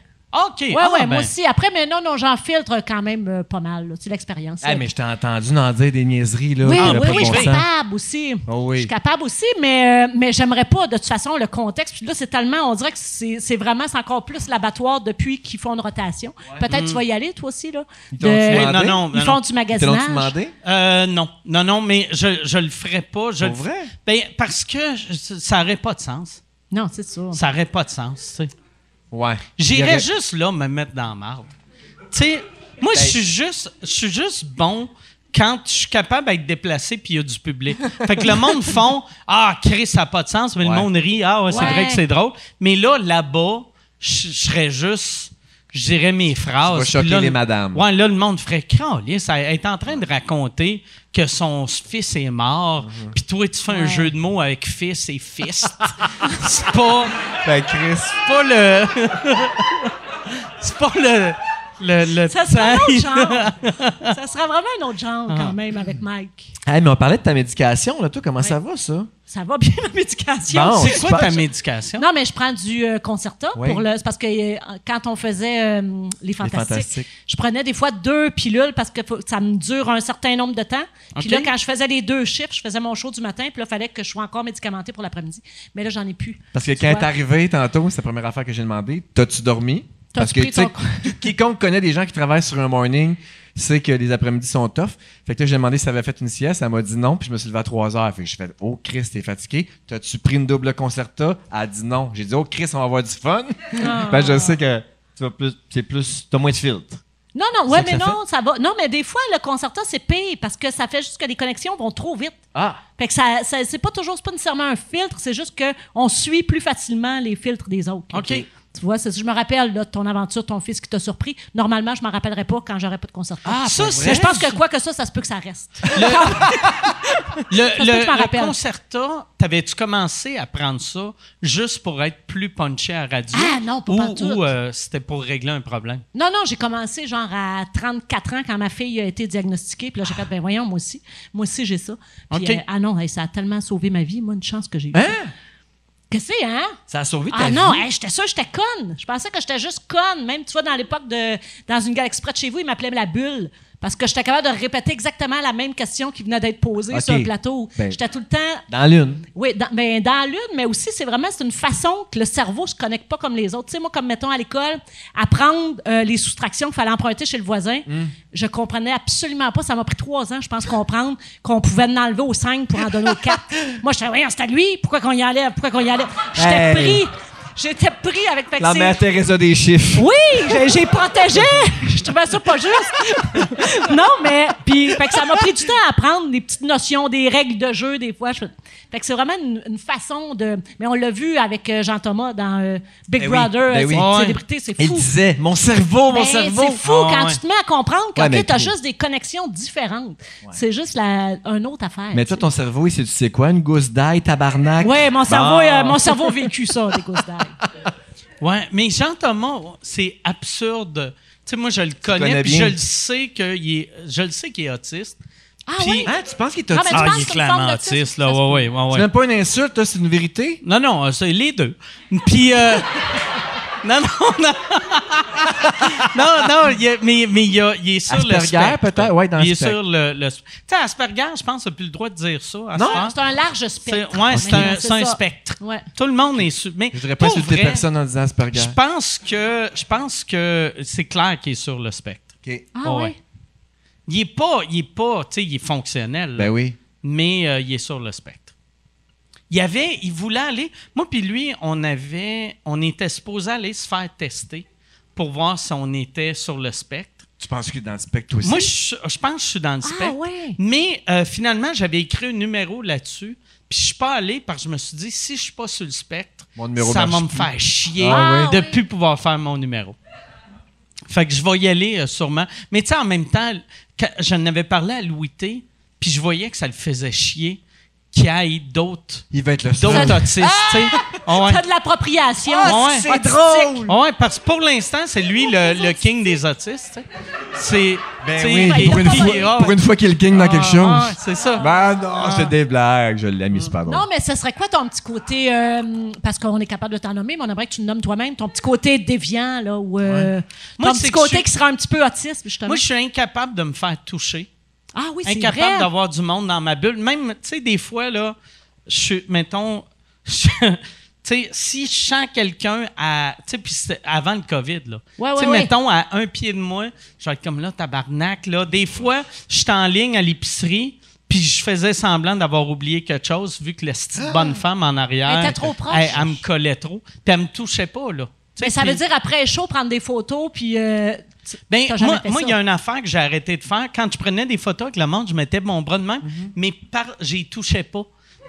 Speaker 1: OK.
Speaker 5: Ouais,
Speaker 1: ah,
Speaker 5: ouais,
Speaker 1: ben,
Speaker 5: moi aussi. Après, mais non, non, j'en filtre quand même euh, pas mal. là. C'est l'expérience.
Speaker 1: Eh,
Speaker 5: euh,
Speaker 8: Ah, mais je t'ai entendu en dire des niaiseries, là.
Speaker 5: Oui,
Speaker 8: qui
Speaker 5: oui,
Speaker 8: n'ont pas de
Speaker 5: oui,
Speaker 8: bon
Speaker 5: je suis
Speaker 8: sens.
Speaker 5: capable aussi.
Speaker 8: Oh oui.
Speaker 5: Je suis capable aussi, mais, euh, mais j'aimerais pas, de toute façon, le contexte. Puis là, c'est tellement, on dirait que c'est c'est vraiment, c'est encore plus l'abattoir depuis qu'ils font une rotation. Peut-être tu vas y aller, toi aussi, là. De-
Speaker 8: t'ont Mm. demandé?
Speaker 1: Eh, non, non,
Speaker 5: ils
Speaker 1: non, non.
Speaker 5: font du
Speaker 8: Ils te l'ont-tu
Speaker 5: magasinage.
Speaker 8: demandé?
Speaker 1: Euh, non, non, non, mais je, je le ferai pas. Je
Speaker 8: Pour
Speaker 1: le-
Speaker 8: vrai?
Speaker 1: Ben, parce que je- ça n'aurait pas de sens.
Speaker 5: Non, c'est ça.
Speaker 1: Ça n'aurait pas de sens, tu sais.
Speaker 8: Ouais. Il y
Speaker 1: J'irais
Speaker 8: aurait-
Speaker 1: juste là me mettre dans la marde. Tu sais, moi,
Speaker 8: Ben,
Speaker 1: je suis juste, je suis juste bon quand je suis capable d'être déplacé puis il y a du public. Fait que le monde font Ah, Chris, ça n'a pas de sens, mais
Speaker 8: Ouais.
Speaker 1: le monde rit. Ah, ouais, c'est
Speaker 5: Ouais.
Speaker 1: vrai que c'est drôle. Mais là, là-bas, je je serais juste. Je dirais mes phrases.
Speaker 8: Tu vas
Speaker 1: puis
Speaker 8: choquer
Speaker 1: là,
Speaker 8: les
Speaker 1: le-
Speaker 8: madames.
Speaker 1: Ouais, là, le monde ferait crâler. Ça elle est en train de raconter que son fils est mort.
Speaker 8: Mhm.
Speaker 1: Puis toi, tu fais un
Speaker 5: Ouais.
Speaker 1: jeu de mots avec fils et fist. c'est pas
Speaker 8: Ben, Chris...
Speaker 1: pas le. c'est pas le. Le, le
Speaker 5: Ça serait un autre
Speaker 1: taille.
Speaker 5: genre. ça serait vraiment un autre genre,
Speaker 8: Ah.
Speaker 5: quand même, avec Mike.
Speaker 8: Hey, mais on parlait de ta médication, là, toi. Comment ça va, ça?
Speaker 5: Ça va bien, ma médication.
Speaker 8: Bon.
Speaker 1: C'est quoi ta
Speaker 8: Super.
Speaker 1: médication?
Speaker 5: Non, mais je prends du euh, Concerta
Speaker 8: Oui.
Speaker 5: pour le. C'est parce que euh, quand on faisait euh, les, fantastiques,
Speaker 8: Fantastiques.
Speaker 5: je prenais des fois deux pilules parce que faut- ça me dure un certain nombre de temps. Puis
Speaker 1: OK.
Speaker 5: là, quand je faisais les deux chiffres, je faisais mon show du matin, puis là, il fallait que je sois encore médicamentée pour l'après-midi. Mais là, j'en ai plus.
Speaker 8: Parce que
Speaker 5: Tu
Speaker 8: quand
Speaker 5: vois?
Speaker 8: t'es arrivé tantôt, c'est la première affaire que j'ai demandé. T'as-tu dormi?
Speaker 5: T'as-tu
Speaker 8: Parce que
Speaker 5: pris
Speaker 8: tu sais,
Speaker 5: ton-
Speaker 8: quiconque connaît des gens qui travaillent sur un morning sait que les après-midi sont tough. Fait que là, j'ai demandé si elle avait fait une sieste. Elle m'a dit non, puis je me suis levé à 3 heures. Fait que j'ai fait Oh Chris, t'es fatigué. T'as-tu pris une double concerta? Elle a dit non. J'ai dit Oh Chris, on va avoir du fun.
Speaker 5: Ah.
Speaker 8: Fait que je sais que tu vas plus. C'est plus. T'as moins de filtre.
Speaker 5: Non, non, ouais,
Speaker 8: C'est ça que
Speaker 5: mais
Speaker 8: ça
Speaker 5: non, ça va. Non, mais des fois, le Concerta, c'est pire parce que ça fait juste que les connexions vont trop vite.
Speaker 8: Ah!
Speaker 5: Fait que ça, ça- c'est pas toujours, c'est pas nécessairement un filtre, c'est juste qu'on suit plus facilement les filtres des autres.
Speaker 1: OK.
Speaker 5: Tu vois, c'est- je me rappelle là, de ton aventure, ton fils qui t'a surpris. Normalement, je m'en rappellerais pas quand j'aurais pas de concert.
Speaker 1: Ah, ça, c'est.
Speaker 5: Mais je pense que quoi que ça, ça se peut que ça reste.
Speaker 1: Le,
Speaker 5: peut que je m'en
Speaker 1: le,
Speaker 5: rappelle.
Speaker 1: le concerta, t'avais-tu commencé à prendre ça juste pour être plus punché à radio?
Speaker 5: Ah, non, pas
Speaker 1: Ou,
Speaker 5: pantoute.
Speaker 1: ou euh, c'était pour régler un problème?
Speaker 5: Non, non, j'ai commencé genre à 34 ans quand ma fille a été diagnostiquée. Puis là, j'ai fait, ben voyons, moi aussi. Moi aussi, j'ai ça. Puis,
Speaker 1: OK.
Speaker 5: euh, ah non, hey, ça a tellement sauvé ma vie. Moi, une chance que j'ai eue.
Speaker 8: Hein?
Speaker 5: Que c'est, hein?
Speaker 8: Ça a sauvé ta
Speaker 5: Ah
Speaker 8: vie.
Speaker 5: non, hey, j'étais sûre que j'étais conne. Je pensais que j'étais juste conne. Même, tu vois, dans l'époque de. Dans une galaxie près de chez vous, ils m'appelaient la bulle. Parce que j'étais capable de répéter exactement la même question qui venait d'être posée
Speaker 8: OK.
Speaker 5: sur un plateau.
Speaker 8: Ben-
Speaker 5: J'étais tout le temps
Speaker 8: Dans l'une.
Speaker 5: Oui, dans, ben, dans la l'une, mais aussi, c'est vraiment c'est une façon que le cerveau se connecte pas comme les autres. Tu sais, moi, comme mettons à l'école, apprendre euh, les soustractions qu'il fallait emprunter chez le voisin,
Speaker 8: Hmm.
Speaker 5: je comprenais absolument pas. Ça m'a pris trois ans, je pense, comprendre qu'on pouvait en enlever aux cinq pour en donner aux quatre. moi, je disais, voyons, c'est à lui, pourquoi qu'on y enlève, pourquoi qu'on y enlève. J'étais
Speaker 8: Hey.
Speaker 5: pris. J'étais pris avec fait que
Speaker 6: La
Speaker 5: c'est-
Speaker 6: mère Teresa des chiffres.
Speaker 5: Oui, j'ai- j'ai protégé. Je trouvais ça pas juste. non, mais puis fait que ça m'a pris du temps à apprendre des petites notions, des règles de jeu des fois. Je fais- Fait que c'est vraiment une, une façon de. Mais on l'a vu avec euh, Jean Thomas dans euh, Big
Speaker 6: Ben oui,
Speaker 5: Brother,
Speaker 6: ben
Speaker 5: euh,
Speaker 6: oui.
Speaker 5: c'est-
Speaker 6: Ouais.
Speaker 5: célébrité, c'est
Speaker 6: Il
Speaker 5: fou.
Speaker 6: disait Mon cerveau, mon
Speaker 5: Ben,
Speaker 6: cerveau.
Speaker 5: C'est fou
Speaker 1: Ah,
Speaker 5: quand
Speaker 1: ouais.
Speaker 5: tu te mets à comprendre que
Speaker 6: Ouais, mais
Speaker 5: tu as
Speaker 6: trop.
Speaker 5: juste des connexions différentes. C'est juste la, une autre affaire.
Speaker 6: Mais toi, ton cerveau, c'est tu sais quoi Une gousse d'ail, tabarnak.
Speaker 5: Oui, mon cerveau,
Speaker 1: Bon.
Speaker 5: euh, mon cerveau a vécu ça, des gousses d'ail.
Speaker 1: Ouais, mais Jean-Thomas, c'est absurde. Tu sais, moi, je le connais,
Speaker 6: connais
Speaker 1: puis
Speaker 6: bien.
Speaker 1: je le sais qu'il est, je le sais qu'il est autiste.
Speaker 5: Ah
Speaker 1: Puis-
Speaker 5: oui?
Speaker 6: Hein, tu penses qu'il t'a
Speaker 5: Ah,
Speaker 6: dit
Speaker 5: mais tu Ah,
Speaker 1: Ah,
Speaker 5: penses
Speaker 1: il est
Speaker 5: que c'est une
Speaker 1: clairement
Speaker 5: forme d'autisme,
Speaker 1: autiste,
Speaker 5: ça
Speaker 1: là,
Speaker 5: se
Speaker 1: ouais, ouais, ouais,
Speaker 6: C'est
Speaker 1: ouais.
Speaker 6: même pas une insulte, là, c'est une vérité.
Speaker 1: Non, non, euh, c'est les deux. Puis, euh, non, non, non. non, non, il y a- mais, mais il, y a- il est sur le
Speaker 6: Asperger,
Speaker 1: spectre.
Speaker 6: peut-être? Ouais, dans le
Speaker 1: Il est
Speaker 6: spectre.
Speaker 1: sur le... le sp- Tu sais, Asperger, je pense, n'a plus le droit de dire ça. à ce
Speaker 5: Non,
Speaker 1: temps.
Speaker 5: c'est un large
Speaker 1: hein? C'est-
Speaker 5: spectre. Ah,
Speaker 1: Ouais, c'est
Speaker 5: Mais
Speaker 1: un,
Speaker 5: c'est
Speaker 1: c'est un
Speaker 5: ça.
Speaker 1: spectre.
Speaker 5: Ouais.
Speaker 1: Tout le monde est sur... Mais
Speaker 6: Je voudrais pas
Speaker 1: pour
Speaker 6: insulter
Speaker 1: vrai,
Speaker 6: personne en disant Asperger.
Speaker 1: Je pense que, je pense que c'est clair qu'il est sur le spectre.
Speaker 6: OK.
Speaker 5: Ah
Speaker 1: Ah ouais.
Speaker 5: ouais.
Speaker 1: Il est pas, il est pas, tu sais, il est fonctionnel. là.
Speaker 6: Ben oui.
Speaker 1: mais euh, il est sur le spectre. Il y avait, il voulait aller. Moi puis lui, on avait, on était supposé aller se faire tester pour voir si on était sur le spectre.
Speaker 6: Tu penses qu'il est dans le spectre aussi
Speaker 1: Moi, je, je pense que je suis dans le
Speaker 5: Ah
Speaker 1: spectre.
Speaker 5: ouais.
Speaker 1: Mais euh, finalement, j'avais écrit un numéro là-dessus. Puis je suis pas allé parce que je me suis dit, si je suis pas sur le spectre,
Speaker 6: Mon numéro
Speaker 1: ça va
Speaker 6: marche
Speaker 1: me
Speaker 6: plus.
Speaker 1: faire chier
Speaker 5: Ah
Speaker 1: de
Speaker 5: oui.
Speaker 1: plus pouvoir faire mon numéro. Fait que je vais y aller euh, sûrement. Mais tu sais, en même temps, quand j'en avais parlé à Louis T, puis je voyais que ça le faisait chier qu'il y ait d'autres
Speaker 6: Il va être le seul.
Speaker 1: d'autres autistes, tu sais. Ah ouais.
Speaker 5: T'as de l'appropriation.
Speaker 1: Ah ouais.
Speaker 6: C'est drôle!
Speaker 1: Ah ouais, parce que pour l'instant, c'est lui le, le king des autistes, tu sais. C'est.
Speaker 6: Ben
Speaker 1: tu sais,
Speaker 6: oui,
Speaker 1: il-
Speaker 6: pour une,
Speaker 1: il-
Speaker 6: fois,
Speaker 1: ah ouais.
Speaker 6: pour une fois qu'il est le king dans quelque
Speaker 1: Ah,
Speaker 6: chose.
Speaker 1: ah ouais, c'est ça.
Speaker 6: Ben non, c'est des blagues, je l'ai mis, c'est pas drôle.
Speaker 5: Non, mais ce serait quoi ton petit côté, euh, parce qu'on est capable de t'en nommer, mais on aimerait que tu le nommes toi-même, ton petit côté déviant, là, ou euh,
Speaker 1: Moi,
Speaker 5: ton
Speaker 1: c'est
Speaker 5: petit
Speaker 1: que je
Speaker 5: côté
Speaker 1: suis-
Speaker 5: qui sera un petit peu autiste, justement.
Speaker 1: Moi, je suis incapable de me faire toucher.
Speaker 5: ah oui, c'est
Speaker 1: Incapable
Speaker 5: vrai.
Speaker 1: d'avoir du monde dans ma bulle. Même, tu sais, des fois, là, je suis, mettons, je- tu sais, si je sens quelqu'un à. Tu sais, puis c'était avant le COVID, là.
Speaker 5: Ouais,
Speaker 1: tu sais,
Speaker 5: ouais, ouais.
Speaker 1: mettons, à un pied de moi, je vais être comme là, tabarnak, là. Des fois, je suis en ligne à l'épicerie. Puis je faisais semblant d'avoir oublié quelque chose, vu que la petite bonne femme en arrière,
Speaker 5: Ah! Elle était trop proche.
Speaker 1: elle, elle me collait trop. Puis elle me touchait pas, là. Tu sais,
Speaker 5: Mais ça veut
Speaker 1: puis-
Speaker 5: dire après chaud prendre des photos, puis. euh, tu-
Speaker 1: ben,
Speaker 5: t'as jamais
Speaker 1: moi,
Speaker 5: fait
Speaker 1: moi,
Speaker 5: ça.
Speaker 1: il y a une affaire que j'ai arrêté de faire. Quand je prenais des photos avec le monde, je mettais mon bras de main,
Speaker 5: Mhm.
Speaker 1: mais par, j'y touchais pas.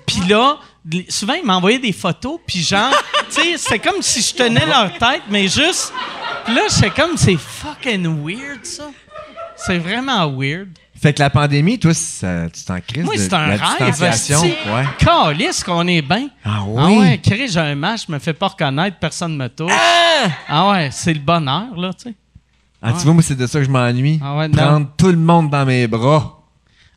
Speaker 1: Puis là, l- souvent, ils m'envoyaient des photos, puis genre, tu sais, c'est comme si je tenais leur tête, mais juste. Puis là, c'est comme, c'est fucking weird, ça. C'est vraiment weird.
Speaker 6: Fait que la pandémie, toi, ça- tu t'en crises
Speaker 1: Moi,
Speaker 6: de
Speaker 1: c'est un
Speaker 6: la
Speaker 1: rêve.
Speaker 6: distanciation.
Speaker 1: esti.
Speaker 6: Ouais.
Speaker 1: Calisse qu'on est bien.
Speaker 6: Ah oui?
Speaker 1: Ah ouais, crée, j'ai un match, je me fais pas reconnaître, personne me touche. Ah, ouais, c'est le bonheur, là, tu sais.
Speaker 6: Ah, tu vois, moi, c'est de ça que je m'ennuie.
Speaker 1: Ah ouais, non.
Speaker 6: Prendre tout le monde dans mes bras.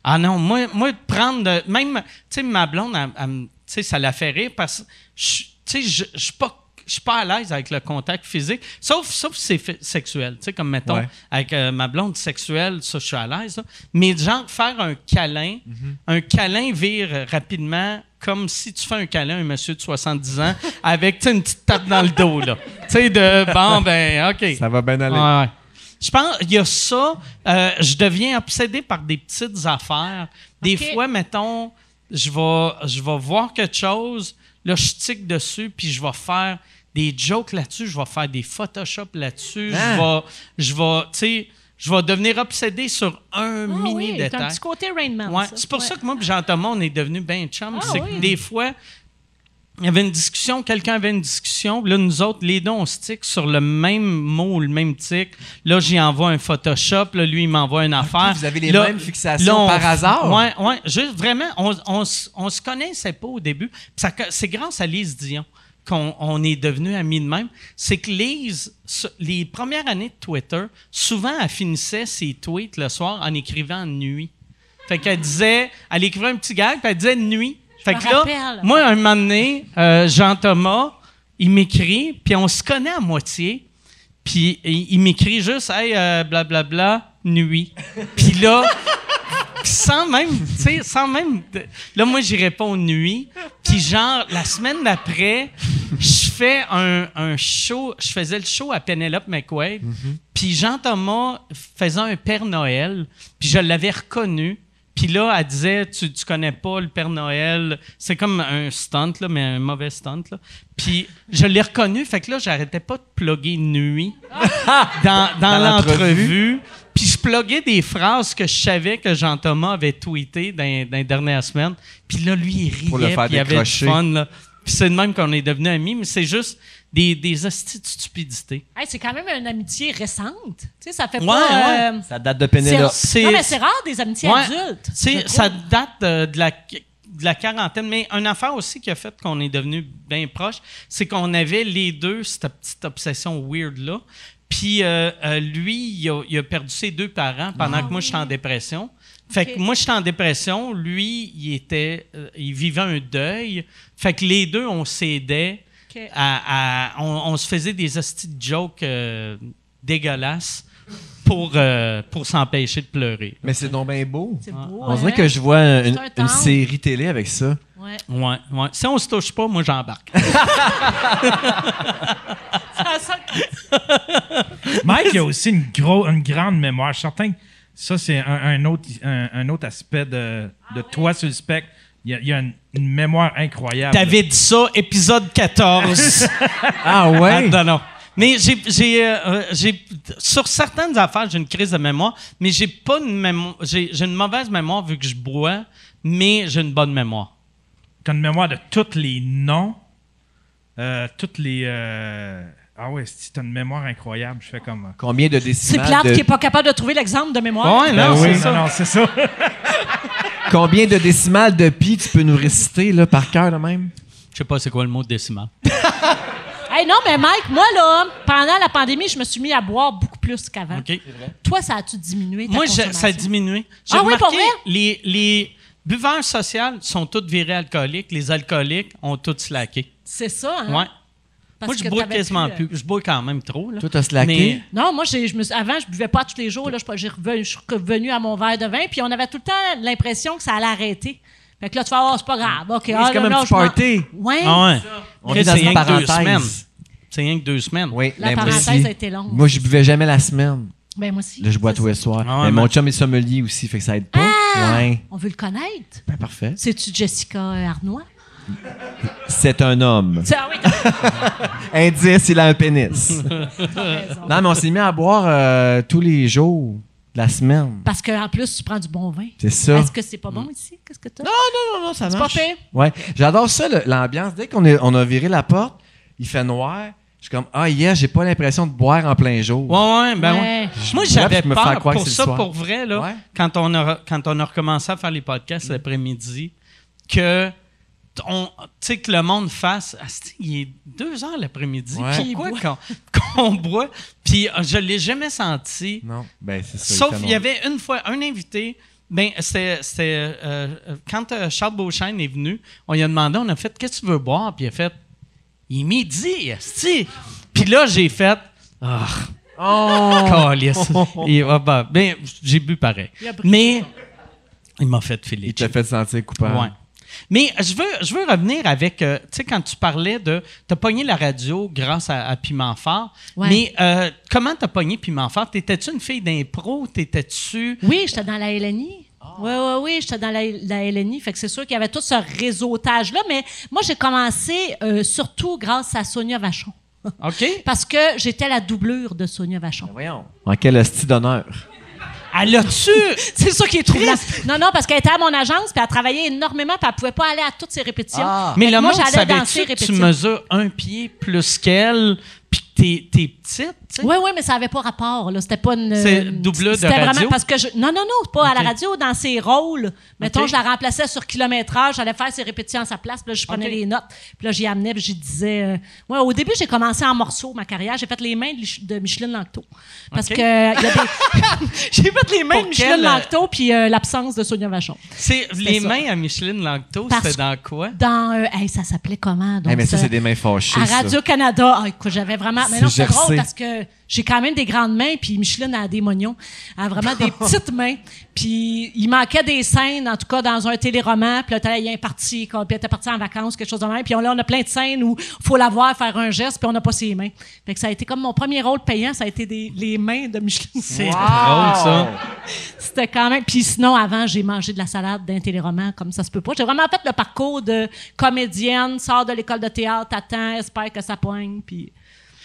Speaker 1: Ah non, moi, moi prendre. de- Même, tu sais, ma blonde, elle- elle me- tu sais, ça la fait rire parce que, je- tu sais, je je suis pas. Je suis pas à l'aise avec le contact physique, sauf, sauf si c'est fi- sexuel. Tu sais, comme mettons,
Speaker 6: Ouais.
Speaker 1: avec euh, ma blonde sexuelle, ça, je suis à l'aise. là. Mais genre, faire un câlin,
Speaker 6: Mm-hmm.
Speaker 1: un câlin vire rapidement comme si tu fais un câlin à un monsieur de 70 ans avec, tu sais, une petite tape dans le dos, là. Tu sais, de, bon, ben, OK.
Speaker 6: Ça va bien aller.
Speaker 1: Ouais, ouais. Je pense, il y a ça. euh, je deviens obsédé par des petites affaires. Des
Speaker 5: Ok.
Speaker 1: fois, mettons, je vais, je vais voir quelque chose, là, je tique dessus, puis je vais faire des jokes là-dessus, je vais faire des Photoshop là-dessus,
Speaker 6: Hein?
Speaker 1: je vais, je vais, tu sais, je vais devenir obsédé sur un
Speaker 5: Ah
Speaker 1: mini
Speaker 5: oui, t'as un
Speaker 1: détail.
Speaker 5: petit côté Rain Man,
Speaker 1: Ouais, C'est pour ça que moi et Jean-Thomas, on est devenus bien chums.
Speaker 5: Ah
Speaker 1: c'est que
Speaker 5: oui.
Speaker 1: des fois, il y avait une discussion, quelqu'un avait une discussion. Là, nous autres, les deux, on se tique sur le même mot, le même tic. Là, j'y envoie un Photoshop. Là, lui, il m'envoie une affaire.
Speaker 6: Ah, vous avez les
Speaker 1: Là,
Speaker 6: mêmes fixations par hasard?
Speaker 1: Ouais, ouais. Juste, vraiment, on, on, s- on se connaissait pas au début. Puis ça co- C'est grâce à Lise Dion qu'on on est devenus amis de même. C'est que Lise, ce- les premières années de Twitter, souvent, elle finissait ses tweets le soir en écrivant nuit. Fait qu'elle disait, elle écrivait un petit gag, puis elle disait nuit. fait
Speaker 5: me
Speaker 1: que là,
Speaker 5: rappelle.
Speaker 1: moi, un moment donné, euh, Jean-Thomas, il m'écrit, puis on se connaît à moitié, puis il, il m'écrit juste, hey, euh, blablabla, nuit. Puis là, sans même, tu sais, sans même. Là, moi, j'y réponds nuit. Puis, genre, la semaine d'après, je fais un, un show. Je faisais le show à Penelope McQuaid. Puis, Jean-Thomas faisait un Père Noël. Puis, je l'avais reconnu. Puis là, elle disait, tu, tu connais pas le Père Noël. C'est comme un stunt, là, mais un mauvais stunt. Là. Puis je l'ai reconnu, fait que là, j'arrêtais pas de plugger nuit dans, dans, l'entrevue. Puis je pluguais des phrases que je savais que Jean-Thomas avait tweetées dans, dans les dernières semaines. Puis là, lui, il riait,
Speaker 6: Pour le faire
Speaker 1: puis il avait du
Speaker 6: décrocher.
Speaker 1: fun. là. Puis c'est de même qu'on est devenus amis, mais c'est juste des, des hosties de stupidité.
Speaker 5: Hey, c'est quand même une amitié récente. Tu sais, ça fait
Speaker 1: Ouais,
Speaker 5: pas.
Speaker 1: ouais.
Speaker 5: euh,
Speaker 9: Ça date de Pénélope.
Speaker 1: C'est-
Speaker 5: Non, mais c'est rare des amitiés
Speaker 1: Ouais.
Speaker 5: adultes.
Speaker 1: Tu sais,
Speaker 5: je
Speaker 1: ça
Speaker 5: trouve.
Speaker 1: date euh, de, la, de la quarantaine, mais une affaire aussi qui a fait qu'on est devenu bien proches, c'est qu'on avait les deux cette petite obsession weird-là. Puis euh, euh, lui, il a, il a perdu ses deux parents pendant que moi, je suis en dépression. Fait
Speaker 5: Ah Ok.
Speaker 1: que moi, j'étais en dépression. Lui, il était, euh, il vivait un deuil. Fait que les deux, on s'aidait.
Speaker 5: Ok.
Speaker 1: à- à- on, on se faisait des hosties de jokes euh, dégueulasses pour, euh, pour s'empêcher de pleurer.
Speaker 6: Mais c'est donc bien beau.
Speaker 5: C'est beau.
Speaker 6: On dirait
Speaker 5: hein?
Speaker 6: que je vois une,
Speaker 5: C'est un
Speaker 6: une
Speaker 5: temple.
Speaker 6: série télé avec ça.
Speaker 5: Ouais.
Speaker 1: Ouais, ouais. Si on se touche pas, moi j'embarque.
Speaker 5: Ça sent-
Speaker 4: Mike, il a aussi une, gros- une grande mémoire. Je suis certain que ça, c'est un, un autre, un, un autre aspect de, de toi sur le spectre. Il y a, il y a une, une mémoire incroyable.
Speaker 1: T'avais dit ça, épisode 14.
Speaker 6: Ah
Speaker 1: Ah,
Speaker 6: ouais?
Speaker 1: non, non. Mais j'ai, j'ai, euh, euh, j'ai- sur certaines affaires, j'ai une crise de mémoire, mais j'ai pas une mémoire, j'ai, j'ai une mauvaise mémoire vu que je bois, mais j'ai une bonne mémoire.
Speaker 4: T'as une mémoire de tous les noms, euh, toutes les. euh, Ah ouais, c'est t'as une mémoire incroyable. Je fais comme.
Speaker 6: Combien de
Speaker 5: C'est
Speaker 6: décimales
Speaker 5: plate
Speaker 6: de-
Speaker 5: qu'il n'est pas capable de trouver l'exemple de mémoire.
Speaker 1: Ouais,
Speaker 4: Ah
Speaker 1: non,
Speaker 4: oui,
Speaker 1: c'est ça.
Speaker 4: Non, non, c'est ça.
Speaker 6: Combien de décimales de pi tu peux nous réciter là, par cœur là même?
Speaker 1: Je sais pas c'est quoi le mot décimal.
Speaker 5: Hey, non, mais Mike, moi, là, pendant la pandémie, je me suis mis à boire beaucoup plus qu'avant.
Speaker 1: OK?
Speaker 5: Toi, ça a-tu diminué? Ta
Speaker 1: Moi, je-
Speaker 5: consommation?
Speaker 1: ça a diminué. J'ai
Speaker 5: Ah oui, pour
Speaker 1: remarqué,
Speaker 5: vrai?
Speaker 1: les, les buveurs sociaux sont tous virés alcooliques, les alcooliques ont tous slacké.
Speaker 5: C'est ça, hein?
Speaker 1: Ouais.
Speaker 5: Parce
Speaker 1: Moi, je
Speaker 5: que
Speaker 1: bois
Speaker 5: t'avais
Speaker 1: quasiment
Speaker 5: plus, euh,
Speaker 1: plus. Je bois quand même trop. Là.
Speaker 6: Toi, t'as slacké?
Speaker 1: Mais-
Speaker 5: Non, moi, j'ai- je me suis- avant, je buvais pas tous les jours. Là, je, j'ai revenu- je suis revenue à mon verre de vin, puis on avait tout le temps l'impression que ça allait arrêter. Fait que là, tu fais, oh, c'est pas grave. OK, ah,
Speaker 6: c'est
Speaker 5: là,
Speaker 6: comme un
Speaker 5: là,
Speaker 6: petit
Speaker 5: je m'en-
Speaker 6: party.
Speaker 5: Ouais.
Speaker 1: Ah ouais.
Speaker 6: On
Speaker 1: Chris,
Speaker 6: est dans
Speaker 1: c'est
Speaker 6: une
Speaker 1: rien que deux semaines.
Speaker 6: parenthèse.
Speaker 1: C'est rien que deux semaines.
Speaker 6: Oui,
Speaker 5: La
Speaker 6: ben, moi
Speaker 5: parenthèse
Speaker 6: aussi.
Speaker 5: a été longue.
Speaker 6: Moi, je buvais jamais la semaine.
Speaker 5: Ben, moi aussi.
Speaker 6: Là, je bois
Speaker 5: Ça,
Speaker 6: tous les soirs.
Speaker 1: Ah ouais,
Speaker 6: mais
Speaker 1: mais-
Speaker 6: mon chum est sommelier aussi, fait que ça aide pas.
Speaker 5: Ah!
Speaker 6: Ouais.
Speaker 5: On veut le connaître.
Speaker 6: Ben, parfait.
Speaker 5: C'est-tu Jessica euh, Arnois?
Speaker 6: C'est un homme.
Speaker 5: Ah oui, t'as
Speaker 6: Indice, il a un pénis.
Speaker 5: raison.
Speaker 6: non, mais on s'est mis à boire euh, tous les jours de la semaine.
Speaker 5: Parce qu'en plus, tu prends du bon vin.
Speaker 6: C'est ça.
Speaker 5: Est-ce que c'est pas bon ici? Qu'est-ce que t'as? Non,
Speaker 6: Non, non, ça
Speaker 5: c'est pas pire.
Speaker 6: Ouais. J'adore ça, le- l'ambiance. Dès qu'on est- on a viré la porte, il fait noir. Je suis comme, ah, hier, j'ai pas l'impression de boire en plein jour.
Speaker 1: Ouais, ouais, ben ouais.
Speaker 5: Ouais.
Speaker 1: Moi,
Speaker 6: Je bois, puis
Speaker 1: j'avais
Speaker 6: je me fais
Speaker 1: peur
Speaker 6: croire que
Speaker 1: pour
Speaker 6: c'est le
Speaker 1: ça,
Speaker 6: soir.
Speaker 1: pour vrai, là,
Speaker 6: Ouais.
Speaker 1: quand, on a, re- quand on a recommencé à faire les podcasts l'après-midi, que, t- on- tu sais, que le monde fasse. Asti, il est deux heures l'après-midi.
Speaker 6: Ouais.
Speaker 1: Pourquoi qu'on qu'on boit? Puis euh, je l'ai jamais senti.
Speaker 6: Non, ben, c'est ça.
Speaker 1: Sauf,
Speaker 6: fait
Speaker 1: il y avait une fois un invité. Ben, c'était c'était, euh, euh, quand euh, Charles Beauchesne est venu, on lui a demandé, on a fait Qu'est-ce que tu veux boire Puis il a fait Il est midi, esti. Puis là, j'ai fait Ah, oh. Et, ah, ben, ben, j'ai bu pareil. Mais il m'a fait filer.
Speaker 6: Il t'a fait sentir coupable.
Speaker 1: Ouais. Mais je veux, je veux revenir avec, euh, tu sais, quand tu parlais de, t'as pogné la radio grâce à, à Piment Fort,
Speaker 5: Ouais.
Speaker 1: mais euh, comment t'as pogné Piment Fort? T'étais-tu une fille d'impro? T'étais-tu...
Speaker 5: Oui, j'étais dans la LNI. Oui, oui, oui, j'étais dans la, la LNI. Fait que c'est sûr qu'il y avait tout ce réseautage-là. Mais moi, j'ai commencé euh, surtout grâce à Sonia Vachon.
Speaker 1: OK?
Speaker 5: Parce que j'étais la doublure de Sonia Vachon.
Speaker 6: Ben Voyons. En quel hostie d'honneur.
Speaker 1: Elle a-tu...
Speaker 5: C'est ça qui est troublant. Non, non, parce qu'elle était à mon agence, puis elle travaillait énormément, puis elle pouvait pas aller à toutes ses répétitions.
Speaker 1: mais
Speaker 6: Ah.
Speaker 5: Fait que
Speaker 1: le
Speaker 5: moi,
Speaker 1: monde
Speaker 5: j'allais dans ses
Speaker 1: savait-tu que tu
Speaker 5: répétitions.
Speaker 1: mesures un pied plus qu'elle, puis que t'es, t'es petite, tu sais?
Speaker 5: Oui, oui, mais ça n'avait pas rapport. Là. C'était pas une.
Speaker 1: C'est
Speaker 5: euh,
Speaker 1: doublure de
Speaker 5: C'était
Speaker 1: radio?
Speaker 5: vraiment parce que je. Non, non, non, pas à la
Speaker 1: Ok.
Speaker 5: radio, dans ses rôles. Mettons,
Speaker 1: Ok.
Speaker 5: je la remplaçais sur kilométrage, j'allais faire ses répétitions à sa place, puis là, je prenais
Speaker 1: Ok.
Speaker 5: les notes, puis là, j'y amenais, puis j'y disais. euh, Ouais, au début, j'ai commencé en morceaux ma carrière. J'ai fait les mains de Lich- de Micheline Langto. Parce
Speaker 1: Ok.
Speaker 5: que. euh, il y a des- j'ai fait les mains
Speaker 1: Pour
Speaker 5: de Micheline
Speaker 1: quelle, euh,
Speaker 5: Langto, puis euh, l'absence de Sonia Vachon.
Speaker 1: C'est, les
Speaker 5: ça.
Speaker 1: mains à Micheline Langto,
Speaker 5: Parce-
Speaker 1: c'était dans quoi?
Speaker 5: Dans. euh, hey, ça s'appelait comment? donc, euh,
Speaker 6: Hey, mais Eh ça,
Speaker 5: ça-
Speaker 6: c'est des mains fâchées.
Speaker 5: à
Speaker 6: ça.
Speaker 5: Radio-Canada, ah, écoute, j'avais vraiment. Mais non,
Speaker 6: C'est
Speaker 5: c'est drôle
Speaker 6: gercé.
Speaker 5: parce que j'ai quand même des grandes mains, puis Micheline a des mognons. Elle a vraiment des petites mains. Puis il manquait des scènes, en tout cas, dans un téléroman. Puis là, il y a un parti, quoi, puis elle était partie en vacances, quelque chose de même. Puis on, là, on a plein de scènes où il faut la voir faire un geste, puis on n'a pas ses mains. Fait que ça a été comme mon premier rôle payant, ça a été des- les mains de Micheline.
Speaker 1: C'est drôle, ça.
Speaker 5: C'était quand même. Puis sinon, avant, j'ai mangé de la salade d'un téléroman, comme ça se peut pas. J'ai vraiment fait le parcours de comédienne, sors de l'école de théâtre, t'attends, espère que ça poigne, puis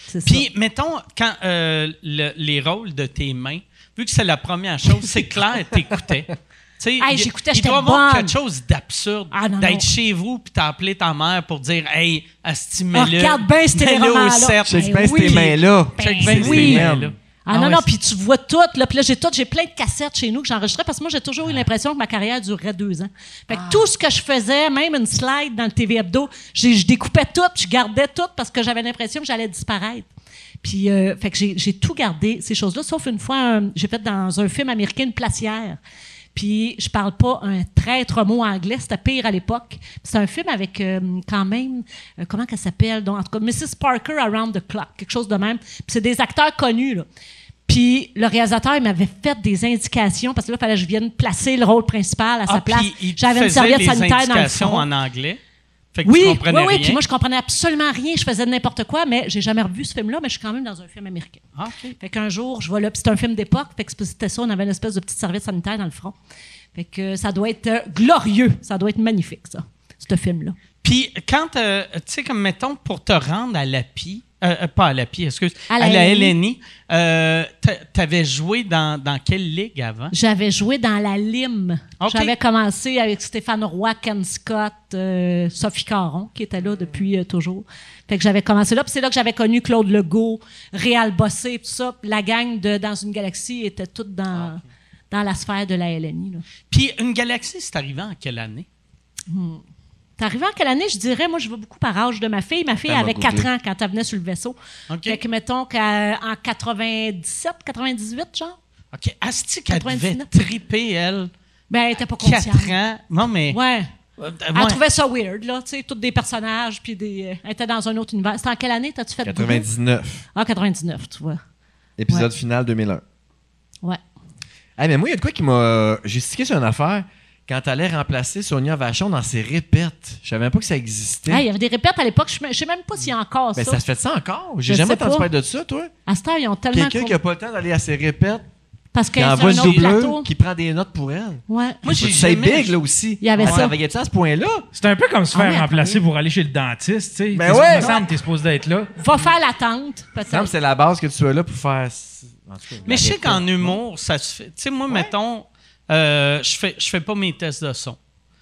Speaker 5: c'est ça.
Speaker 1: Puis, mettons, quand euh, le- les rôles de tes mains, vu que c'est la première chose, c'est clair, t'écoutais. Tu sais,
Speaker 5: Hey,
Speaker 1: il-
Speaker 5: j'écoutais,
Speaker 1: il
Speaker 5: j'étais
Speaker 1: doit y avoir
Speaker 5: bonne.
Speaker 1: quelque chose d'absurde
Speaker 5: Ah, non, non.
Speaker 1: d'être chez vous puis t'appeler ta mère pour dire Hey, Asti, mets-le.
Speaker 5: Ah, regarde bien Ben ce
Speaker 1: mets-le
Speaker 5: téléroman-là.
Speaker 1: au cercle.
Speaker 5: Check bien
Speaker 1: oui.
Speaker 6: tes mains-là.
Speaker 5: Ben
Speaker 1: Check bien
Speaker 5: oui.
Speaker 1: tes mains-là.
Speaker 5: Ah, non, non, puis tu vois tout. Là, puis là, j'ai tout, j'ai plein de cassettes chez nous que j'enregistrais parce que moi, j'ai toujours eu l'impression que ma carrière durerait deux ans. Fait que tout ce que je faisais, même une slide dans le TV Hebdo, j'ai- je découpais tout, je gardais tout parce que j'avais l'impression que j'allais disparaître. Puis, euh, fait que j'ai j'ai tout gardé, ces choses-là, sauf une fois, un- j'ai fait dans un film américain une placière. Puis je parle pas un traître mot anglais, c'était pire à l'époque. C'est un film avec euh, quand même euh, comment qu'elle s'appelle donc en tout cas Mrs Parker Around the Clock, quelque chose de même. Puis c'est des acteurs connus là. Puis le réalisateur il m'avait fait des indications parce que là il fallait que je vienne placer le rôle principal à
Speaker 1: Ah,
Speaker 5: sa place.
Speaker 1: puis il te
Speaker 5: J'avais une
Speaker 1: faisait
Speaker 5: serviette
Speaker 1: les
Speaker 5: sanitaire dans le
Speaker 1: indications
Speaker 5: front.
Speaker 1: en anglais. Fait que
Speaker 5: Oui,
Speaker 1: tu
Speaker 5: oui,
Speaker 1: comprenais
Speaker 5: oui.
Speaker 1: rien.
Speaker 5: Puis moi, je comprenais absolument rien. Je faisais n'importe quoi, mais j'ai jamais revu ce film-là, mais je suis quand même dans un film américain.
Speaker 1: Ah, OK.
Speaker 5: Fait qu'un jour, je vois là, puis c'est un film d'époque, fait que c'était ça, on avait une espèce de petite serviette sanitaire dans le front. Fait que euh, ça doit être euh, glorieux, ça doit être magnifique, ça, ce film-là.
Speaker 1: Puis quand, euh, tu sais, comme mettons, pour te rendre à l'API, euh, euh, pas à l'API, excuse,
Speaker 5: À
Speaker 1: à
Speaker 5: la
Speaker 1: la,
Speaker 5: LNI.
Speaker 1: LNI, euh, t'a- t'avais joué dans, dans quelle ligue avant?
Speaker 5: J'avais joué dans La Lime.
Speaker 1: Ok.
Speaker 5: J'avais commencé avec Stéphane Roy, Ken Scott, euh, Sophie Caron, qui était là depuis euh, toujours. Fait que j'avais commencé là, puis c'est là que j'avais connu Claude Legault, Réal Bossé, tout ça. Puis La gang de Dans une galaxie était toute dans, dans la sphère de la LNI. là.
Speaker 1: Puis une galaxie, c'est arrivé en quelle année?
Speaker 5: T'es arrivé en quelle année? Je dirais, moi, je vais beaucoup par âge de ma fille. Ma fille avait 4 ans quand elle venait sur le vaisseau.
Speaker 1: OK.
Speaker 5: Fait que, euh, mettons qu'en 97, 98, genre,
Speaker 1: OK, Asti, qu'elle devait
Speaker 5: 99.
Speaker 1: triper, elle,
Speaker 5: ben, elle était pas consciente.
Speaker 1: 4 ans. Non, mais...
Speaker 5: Ouais.
Speaker 1: euh,
Speaker 5: Elle
Speaker 1: ouais.
Speaker 5: trouvait ça weird, là, tu sais, tous des personnages, puis des... euh, elle était dans un autre univers. C'était en quelle année t'as-tu fait? Bruno?
Speaker 8: 99,
Speaker 5: Ah, 99, tu vois.
Speaker 8: épisode
Speaker 5: Ouais.
Speaker 8: final 2001.
Speaker 5: Ouais.
Speaker 8: Ah, mais moi, il y a de quoi qui m'a. euh, J'ai stické sur une affaire quand t'allais remplacer Sonia Vachon dans ses répètes. Je savais même pas que ça existait.
Speaker 5: Ah, il y avait des répètes à l'époque. Je sais- je sais même pas s'il y a encore
Speaker 8: mais
Speaker 5: ça.
Speaker 8: Ben, ça. se fait ça encore. J'ai
Speaker 5: Je
Speaker 8: jamais
Speaker 5: sais
Speaker 8: entendu
Speaker 5: pas.
Speaker 8: parler de ça, toi.
Speaker 5: À cette heure, ils ont tellement...
Speaker 8: Quelqu'un
Speaker 5: con-
Speaker 8: qui a pas le temps d'aller à ses répètes,
Speaker 5: Parce que
Speaker 8: qui
Speaker 5: c'est un
Speaker 8: envoie le
Speaker 5: autre
Speaker 8: doubleur,
Speaker 5: plateau.
Speaker 8: qui prend des notes pour elle.
Speaker 5: Ouais.
Speaker 1: Moi, j'ai
Speaker 8: C'est
Speaker 1: jamais...
Speaker 8: big, là aussi.
Speaker 5: Il y avait
Speaker 8: On
Speaker 5: ça.
Speaker 8: travaillait ça à ce point-là.
Speaker 4: C'est un peu comme se
Speaker 5: Ah
Speaker 4: faire
Speaker 5: ouais,
Speaker 4: remplacer pour aller chez le dentiste, tu sais.
Speaker 8: Ben
Speaker 4: T'es-
Speaker 8: ouais.
Speaker 4: Il me semble que t'es supposé d'être là.
Speaker 5: Va faire l'attente,
Speaker 8: Il me semble que
Speaker 5: peut-être.
Speaker 8: c'est la base que tu sois là pour faire. en tout cas,
Speaker 1: Mais je sais
Speaker 8: arrêtez.
Speaker 1: qu'en humour, ça se fait... Tu sais, moi, mettons, euh, je fais, je fais pas mes tests de son.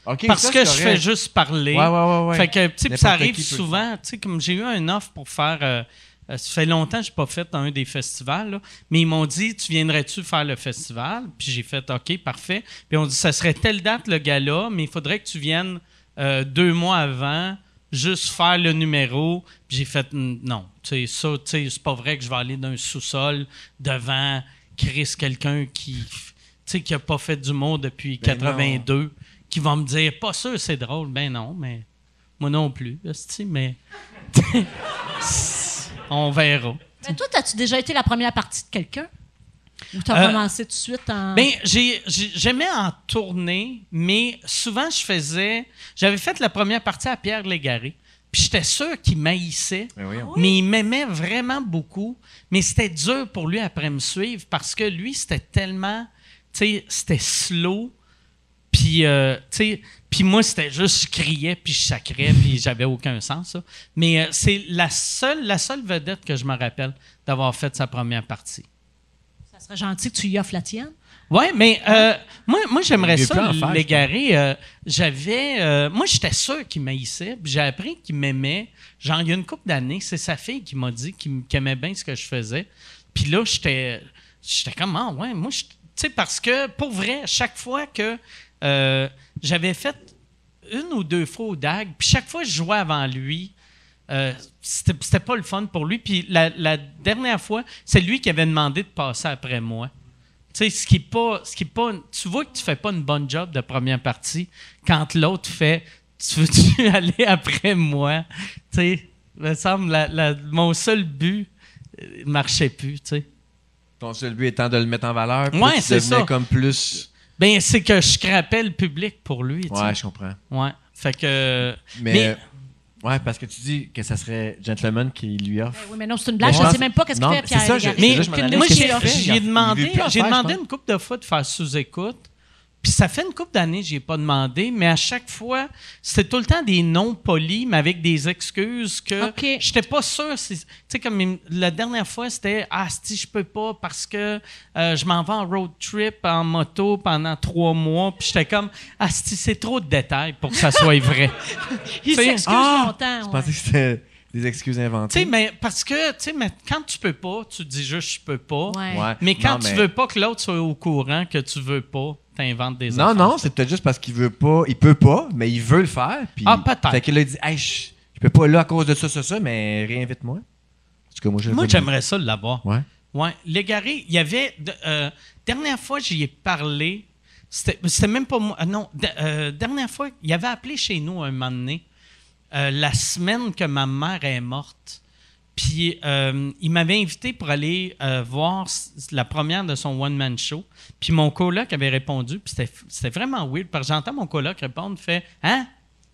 Speaker 8: Ok,
Speaker 1: Parce
Speaker 8: ça,
Speaker 1: que
Speaker 8: c'est
Speaker 1: je
Speaker 8: correct.
Speaker 1: fais juste parler.
Speaker 8: Ouais, ouais, ouais, ouais.
Speaker 1: Fait que, tu sais, puis
Speaker 8: N'importe
Speaker 1: ça arrive
Speaker 8: qui peut le
Speaker 1: souvent. Tu sais, comme j'ai eu un offre pour faire. euh, euh, ça fait longtemps que je n'ai pas fait un des festivals, là, mais ils m'ont dit Tu viendrais-tu faire le festival Puis j'ai fait OK, parfait. Puis on dit Ça serait telle date le gala, mais il faudrait que tu viennes euh, deux mois avant, juste faire le numéro. Puis j'ai fait Hum, Non, tu sais, ça, tu sais, c'est pas vrai que je vais aller dans un sous-sol devant Chris, quelqu'un qui. Tu sais, qui n'a pas fait d'humour depuis
Speaker 8: Ben non.
Speaker 1: 82, qui va me dire, pas sûr, c'est drôle. Ben non, mais moi non plus, esti, mais on verra.
Speaker 5: Mais toi, as-tu déjà été la première partie de quelqu'un? Ou t'as
Speaker 1: Euh,
Speaker 5: commencé tout de suite en...
Speaker 1: Ben, j'ai- j'ai- j'aimais en tournée, mais souvent je faisais. J'avais fait la première partie à Pierre Légaré. Puis j'étais sûr qu'il m'haïssait,
Speaker 8: Mais voyons.
Speaker 1: mais il m'aimait vraiment beaucoup. Mais c'était dur pour lui après me suivre parce que lui, c'était tellement. Tu sais, c'était slow. Puis, euh, tu sais, puis moi, c'était juste, je criais, puis je sacrais, puis j'avais aucun sens, ça. Mais euh, c'est la seule, la seule vedette que je me rappelle d'avoir fait sa première partie.
Speaker 5: Ça serait gentil que tu y offres la tienne.
Speaker 1: Oui, mais euh, moi, moi j'aimerais
Speaker 8: Il y a
Speaker 1: ça
Speaker 8: plein à faire,
Speaker 1: l'égarer. Euh, J'avais. euh, moi, j'étais sûr qu'il m'haïssait, puis j'ai appris qu'il m'aimait. Genre, il y a une couple d'années, c'est sa fille qui m'a dit qu'il m- qu'elle aimait bien ce que je faisais. Puis là, j'étais. J'étais comme, ah ouais, moi, je- tu sais, parce que pour vrai, chaque fois que euh, j'avais fait une ou deux fois au DAG, puis chaque fois que je jouais avant lui, euh, c'était c'était pas le fun pour lui. Puis la, la dernière fois, c'est lui qui avait demandé de passer après moi. Tu sais, ce qui est pas, ce qui est pas, tu vois que tu fais pas une bonne job de première partie quand l'autre fait, tu veux-tu aller après moi? Tu sais, me semble la- la- mon seul but euh, marchait plus, tu sais.
Speaker 6: Ton seul but étant de le mettre en valeur. puis
Speaker 1: Ouais,
Speaker 6: tu
Speaker 1: c'est
Speaker 6: devenais
Speaker 1: ça.
Speaker 6: comme plus.
Speaker 1: Ben, c'est que je scrapais le public pour lui, tu sais.
Speaker 6: Ouais, je comprends.
Speaker 1: Ouais. Fait que.
Speaker 6: Mais, euh,
Speaker 1: Mais-
Speaker 6: ouais, parce que tu dis que ça serait Gentleman qui lui offre.
Speaker 5: Ben oui, mais non, c'est une blague.
Speaker 6: Mais
Speaker 5: Je
Speaker 6: je
Speaker 5: ne sais
Speaker 6: pense-
Speaker 5: même pas qu'est-ce qu'il
Speaker 6: Non,
Speaker 5: fait,
Speaker 6: mais
Speaker 5: Pierre
Speaker 6: c'est ça, je-
Speaker 5: Légaré.
Speaker 1: Mais
Speaker 6: là, je me demandais
Speaker 1: moi,
Speaker 6: qu'est-ce
Speaker 1: j'ai
Speaker 6: qu'il fait.
Speaker 1: j'ai
Speaker 6: Il veut
Speaker 1: demandé,
Speaker 6: plus en
Speaker 1: j'ai
Speaker 6: faire, je
Speaker 1: demandé
Speaker 6: pense.
Speaker 1: une coupe de fois de faire sous-écoute. Puis ça fait une coupe d'années que j'ai pas demandé, mais à chaque fois, c'était tout le temps des noms polis, mais avec des excuses que
Speaker 5: OK.
Speaker 1: je j'étais pas sûr. si- Tu sais, comme il- la dernière fois, c'était Ah, si je peux pas parce que euh, je m'en vais en road trip en moto pendant trois mois. Puis j'étais comme Ah, si c'est trop de détails pour que ça soit vrai. Tu
Speaker 5: Il
Speaker 1: sais,
Speaker 5: s'excuse
Speaker 1: ah,
Speaker 5: longtemps.
Speaker 6: Je
Speaker 5: ouais.
Speaker 6: pensais que c'était des excuses
Speaker 1: Tu sais,
Speaker 6: inventées.
Speaker 1: mais parce que, tu sais, mais quand tu peux pas, tu dis juste je peux pas.
Speaker 5: Ouais.
Speaker 6: Ouais.
Speaker 1: Mais quand
Speaker 6: Non,
Speaker 1: tu veux pas que l'autre soit au courant que tu veux pas, t'inventes des
Speaker 6: Non,
Speaker 1: affaires.
Speaker 6: non, c'est peut-être juste parce qu'il veut pas, il peut pas, mais il veut le faire. Puis,
Speaker 1: Ah, peut-être.
Speaker 6: Fait qu'il a dit, hey, je, je peux pas là à cause de ça, ça, ça, mais réinvite-moi. En tout cas, moi, je
Speaker 1: Moi, j'aimerais ça l'avoir.
Speaker 6: Ouais.
Speaker 1: Ouais. Légaré, il y avait. de- euh, dernière fois, j'y ai parlé. C'était c'était même pas moi. ah Non, de- euh, dernière fois, il avait appelé chez nous un moment donné, euh, la semaine que ma mère est morte. Puis euh, il m'avait invité pour aller euh, voir s- la première de son one-man show. Puis mon coloc avait répondu. Puis c'était- c'était vraiment weird. Parce que j'entends mon coloc répondre fait Hein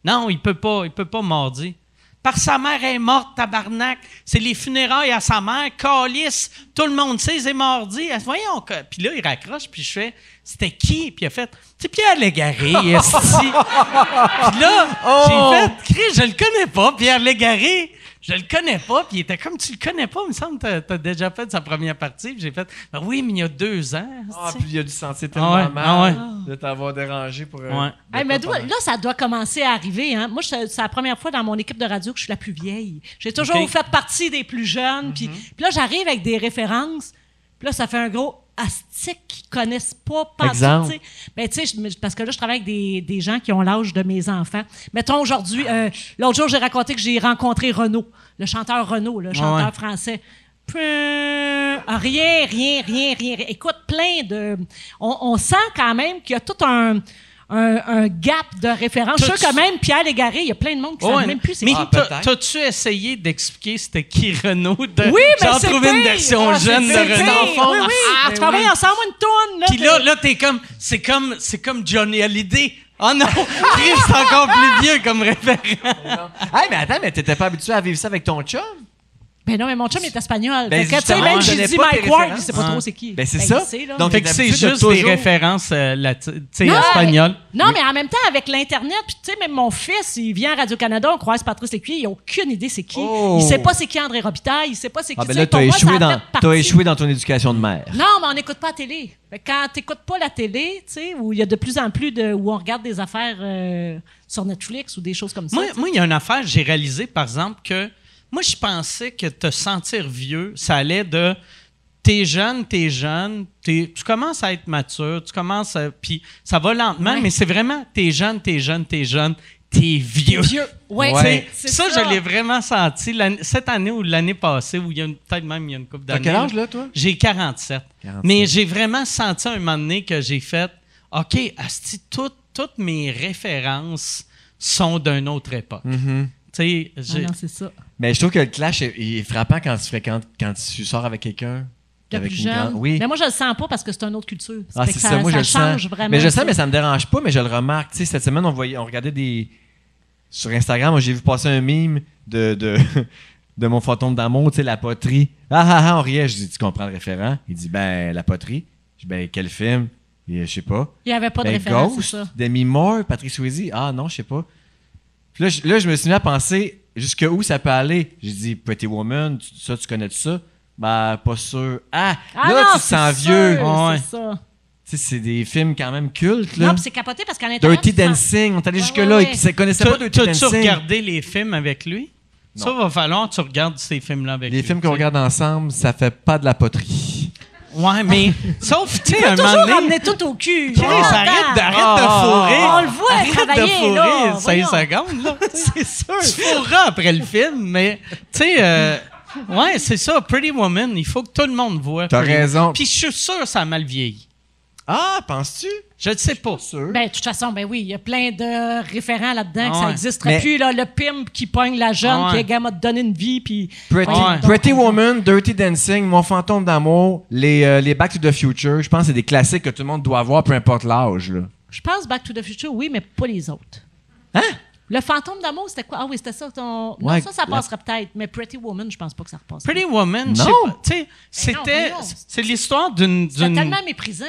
Speaker 1: Non, il peut pas, il peut pas mardi. Par sa mère est morte, tabarnak. C'est les funérailles à sa mère. Calice, tout le monde sait, c'est mardi. Elle dit, Voyons. que- Puis là, il raccroche, puis je fais C'était qui Puis il a fait C'est Pierre Légaré, esti. Puis là,
Speaker 6: Oh!
Speaker 1: j'ai fait, Chris, je le connais pas, Pierre Légaré. Je le connais pas. Puis il était comme, tu le connais pas, il me semble, t'as, t'as déjà fait sa première partie. Puis j'ai fait, Ben oui, mais il y a deux ans.
Speaker 6: Ah,
Speaker 1: tu sais.
Speaker 6: puis il a dû se sentir
Speaker 1: tellement
Speaker 6: tellement
Speaker 1: Ah ouais, mal
Speaker 6: mal
Speaker 1: ah
Speaker 6: de t'avoir dérangé pour. euh,
Speaker 1: Ouais.
Speaker 5: Hey, mais d'où- là, ça doit commencer à arriver. Hein? Moi, je- c'est la première fois dans mon équipe de radio que je suis la plus vieille. J'ai toujours
Speaker 1: OK.
Speaker 5: fait partie des plus jeunes. Puis
Speaker 6: Mm-hmm.
Speaker 5: puis là, j'arrive avec des références. Puis là, ça fait un gros astic qu'ils connaissent pas. pas
Speaker 6: Exemple.
Speaker 5: tout, tu sais. Ben, tu sais, je- parce que là, je travaille avec des, des gens qui ont l'âge de mes enfants. Mettons, aujourd'hui, euh, l'autre jour, j'ai raconté que j'ai rencontré Renaud, le chanteur Renaud, le chanteur
Speaker 1: ouais.
Speaker 5: français. Peu- ah, rien, rien, rien, rien. rien. Écoute, plein de. On, on sent quand même qu'il y a tout un, un, un gap de référence. Je suis sûr que même Pierre Légaré, il y a plein de monde qui ne
Speaker 1: Ouais,
Speaker 5: savent même plus c'est
Speaker 1: mais ah,
Speaker 5: qui.
Speaker 6: Ah,
Speaker 1: t'as- t'as-tu essayé d'expliquer c'était qui Renaud? De,
Speaker 5: Oui, mais
Speaker 1: J'en
Speaker 5: c'est
Speaker 1: trouvais une
Speaker 5: pire.
Speaker 1: version
Speaker 5: Ah,
Speaker 1: jeune de
Speaker 5: c'est pire.
Speaker 1: Renaud.
Speaker 5: Oui, oui.
Speaker 1: Ah,
Speaker 5: tu travailles ensemble une tourne. Là,
Speaker 1: Puis là, là, t'es comme, c'est comme, c'est comme Johnny Hallyday. Oh non, Chris, c'est encore plus vieux comme référent.
Speaker 6: Hey, mais attends, mais t'étais pas habitué à vivre ça avec ton chum?
Speaker 5: Ben non, mais mon chum est espagnol.
Speaker 6: Ben,
Speaker 5: fait que, tu sais,
Speaker 6: justement,
Speaker 5: même
Speaker 6: je
Speaker 5: si
Speaker 6: connais
Speaker 5: je dis
Speaker 6: pas tes
Speaker 5: Mike Ward, il
Speaker 6: références.
Speaker 5: sait pas
Speaker 1: Ah.
Speaker 5: trop c'est qui.
Speaker 6: Ben, c'est
Speaker 5: il
Speaker 6: ça.
Speaker 5: sait, là.
Speaker 6: Donc,
Speaker 1: Fait que c'est
Speaker 6: d'habitude,
Speaker 1: juste
Speaker 6: toujours-
Speaker 1: des références euh, lati- tu sais,
Speaker 5: Non,
Speaker 1: espagnoles.
Speaker 5: Non, mais en même temps, avec l'Internet, puis tu sais, même mon fils, il vient à Radio-Canada, on croise Patrice Lécuyer, il n'a aucune idée c'est qui.
Speaker 6: Oh.
Speaker 5: Il sait pas c'est qui André Robitaille, il sait pas c'est qui.
Speaker 6: Ah, ben
Speaker 5: Tu
Speaker 6: là,
Speaker 5: sais, pour
Speaker 6: t'as
Speaker 5: moi, ça
Speaker 6: échoué,
Speaker 5: a
Speaker 6: dans,
Speaker 5: fait
Speaker 6: t'as
Speaker 5: partie.
Speaker 6: échoué dans ton éducation de mère.
Speaker 5: Non, mais on n'écoute pas la télé. Fait que Quand t'écoutes pas la télé, tu sais, où il y a de plus en plus de. où on regarde des affaires euh, sur Netflix ou des choses comme ça.
Speaker 1: Moi, moi, il y a une affaire, j'ai réalisé, par exemple, que moi, je pensais que te sentir vieux, ça allait de t'es jeune, t'es jeune, t'es- tu commences à être mature, tu commences à. Puis ça va lentement,
Speaker 5: Ouais.
Speaker 1: mais c'est vraiment t'es jeune, t'es jeune, t'es jeune, t'es vieux.
Speaker 5: vieux. Ouais,
Speaker 1: Tu sais,
Speaker 5: c'est Ah
Speaker 1: Ça, je l'ai vraiment senti l'année- cette année ou l'année passée, ou il y a une- peut-être même il y a une couple
Speaker 6: T'as
Speaker 1: d'années.
Speaker 6: quel
Speaker 1: là.
Speaker 6: âge, là, toi?
Speaker 1: J'ai 47.
Speaker 6: 47.
Speaker 1: Mais j'ai vraiment senti un moment donné que j'ai fait OK, asti, tout- toutes mes références sont d'une autre époque.
Speaker 6: Mm-hmm.
Speaker 1: Tu sais,
Speaker 5: Ah
Speaker 1: j'ai-
Speaker 5: non, c'est ça.
Speaker 6: Mais je trouve que le clash est, il est frappant quand tu fréquentes, quand tu sors avec quelqu'un.
Speaker 5: Le
Speaker 6: avec
Speaker 5: plus
Speaker 6: une grande-
Speaker 5: jeune.
Speaker 6: Oui.
Speaker 5: Mais moi, je le sens pas parce que c'est une autre culture.
Speaker 6: Ah,
Speaker 5: Fait
Speaker 6: c'est
Speaker 5: que
Speaker 6: ça, moi, je le
Speaker 5: change
Speaker 6: sens.
Speaker 5: vraiment.
Speaker 6: mais je le
Speaker 5: ça.
Speaker 6: sens, mais ça me dérange pas, mais je le remarque. Tu sais, cette semaine, on, voyait, on regardait des. Sur Instagram, j'ai vu passer un mime de, de, de mon fantôme d'amour, tu sais, la poterie. Ah ah ah, on riait. Je dis, tu comprends le référent? Il dit, ben, la poterie. Je dis, ben, quel film? Il, je sais pas.
Speaker 5: Il n'y avait pas de
Speaker 6: Ben,
Speaker 5: référence, c'est
Speaker 6: Ghost,
Speaker 5: ça.
Speaker 6: Demi Moore, Patrick Swayze. Ah non, je sais pas. Puis là, je, là, je me suis mis à penser jusqu'où ça peut aller. J'ai dit, Pretty Woman, tu- ça, tu connais ça? Ben, pas sûr. Ah,
Speaker 5: Ah
Speaker 6: là,
Speaker 5: non,
Speaker 6: tu te sens
Speaker 5: c'est
Speaker 6: vieux.
Speaker 5: sûr,
Speaker 6: Ouais.
Speaker 5: C'est ça.
Speaker 6: Tu sais, c'est des films quand même cultes, là.
Speaker 5: Non, puis c'est capoté parce qu'à l'intérieur.
Speaker 6: Dirty
Speaker 5: tu sens-
Speaker 6: Dancing, on est allé
Speaker 5: Ouais,
Speaker 6: jusque-là,
Speaker 5: ouais,
Speaker 6: ils ne connaissaient pas Dirty
Speaker 1: T'as-tu
Speaker 6: Dancing.
Speaker 1: regardé les films avec lui? Ça, va falloir que tu regardes ces films-là avec
Speaker 6: Les
Speaker 1: lui,
Speaker 6: films qu'on
Speaker 1: tu sais.
Speaker 6: regarde ensemble, ça fait pas de la poterie.
Speaker 1: Ouais, mais. sauf, tu sais, un
Speaker 5: Toujours
Speaker 1: moment donné.
Speaker 5: ramener tout au cul. ben,
Speaker 1: Chris,
Speaker 5: on l'entend.
Speaker 1: arrête, de- arrête de
Speaker 6: Ah,
Speaker 1: fourrer.
Speaker 5: Oh, On le voit
Speaker 1: arrête de
Speaker 5: travailler,
Speaker 1: fourrer
Speaker 5: là.
Speaker 1: cinq
Speaker 5: Voyons.
Speaker 1: secondes, là. c'est sûr. Tu fourras après le film, mais, tu sais, euh, ouais, c'est ça. Pretty Woman, il faut que tout le monde voit.
Speaker 6: T'as
Speaker 1: Pretty-
Speaker 6: raison.
Speaker 1: Puis je suis sûr que ça a mal vieilli.
Speaker 6: Ah, penses-tu?
Speaker 1: Je ne sais pas.
Speaker 6: Sûr.
Speaker 5: Ben, de toute façon, ben oui, il y a plein de référents là-dedans que
Speaker 1: Ah
Speaker 5: ça
Speaker 1: ouais.
Speaker 5: n'existerait
Speaker 6: Mais-
Speaker 5: plus. Là, le pimp qui pogne la jeune,
Speaker 1: Ah ouais.
Speaker 5: qui est gamin de donner une vie, puis.
Speaker 6: Pretty,
Speaker 1: Ouais.
Speaker 6: Pretty Woman, Dirty Dancing, Mon fantôme d'amour, les, euh, les Back to the Future, je pense que c'est des classiques que tout le monde doit avoir, peu importe l'âge. là.
Speaker 5: Je pense Back to the Future, oui, mais pas les autres.
Speaker 6: Hein?
Speaker 5: Le fantôme d'amour, c'était quoi? Ah oui, c'était ça. Ton... Non,
Speaker 6: Ouais,
Speaker 5: ça, ça
Speaker 6: la-
Speaker 5: passerait peut-être, mais Pretty Woman, je pense pas que ça repasse.
Speaker 1: Pretty Woman, je sais
Speaker 6: Non.
Speaker 1: pas. Tu sais, c'était.
Speaker 5: voyons.
Speaker 1: C'est l'histoire d'une.
Speaker 5: C'était
Speaker 1: d'une-
Speaker 5: tellement méprisant.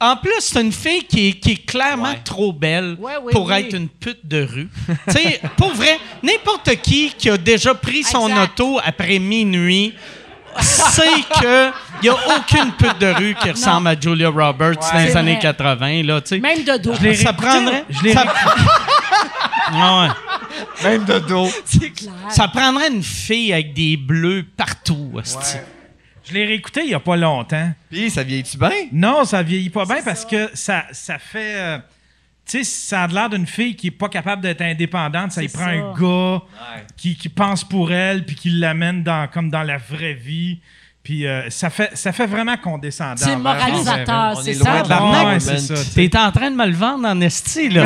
Speaker 1: En plus, c'est une fille qui est, qui est clairement trop belle
Speaker 5: Ouais, ouais,
Speaker 1: pour
Speaker 5: oui.
Speaker 1: être une pute de rue. tu sais, pour vrai, n'importe qui qui a déjà pris son
Speaker 5: Exact.
Speaker 1: auto après minuit sait que il y a aucune pute de rue qui ressemble à Julia Roberts dans les
Speaker 5: C'est
Speaker 1: années
Speaker 5: vrai.
Speaker 1: 80 là, tu sais.
Speaker 5: Même de dos.
Speaker 4: l'ai
Speaker 1: Ça
Speaker 4: réécouté,
Speaker 1: prendrait.
Speaker 4: Je l'ai
Speaker 1: ça-
Speaker 4: réécouté.
Speaker 1: Ah ouais.
Speaker 6: Même de dos.
Speaker 5: C'est clair.
Speaker 1: Ça prendrait une fille avec des bleus partout. hostie.
Speaker 4: Je l'ai réécouté il n'y a pas longtemps.
Speaker 6: Puis, ça vieillit-tu bien?
Speaker 4: Non, ça vieillit pas bien parce que ça, ça fait. euh, tu sais, ça a l'air d'une fille qui est pas capable d'être indépendante. Ça y
Speaker 5: C'est
Speaker 4: prend
Speaker 5: ça.
Speaker 4: un gars qui, qui pense pour elle puis qui l'amène dans, comme dans la vraie vie. Puis euh, ça, fait, ça fait vraiment condescendant.
Speaker 5: C'est
Speaker 4: envers son
Speaker 1: Ah,
Speaker 5: moralisateur,
Speaker 8: on
Speaker 5: c'est
Speaker 8: est
Speaker 5: ça.
Speaker 8: loin de la
Speaker 4: parent.
Speaker 1: Tabarnak,
Speaker 4: Ouais,
Speaker 8: Woman.
Speaker 4: c'est ça. tu sais.
Speaker 1: T'es en train de me le vendre en esti, là.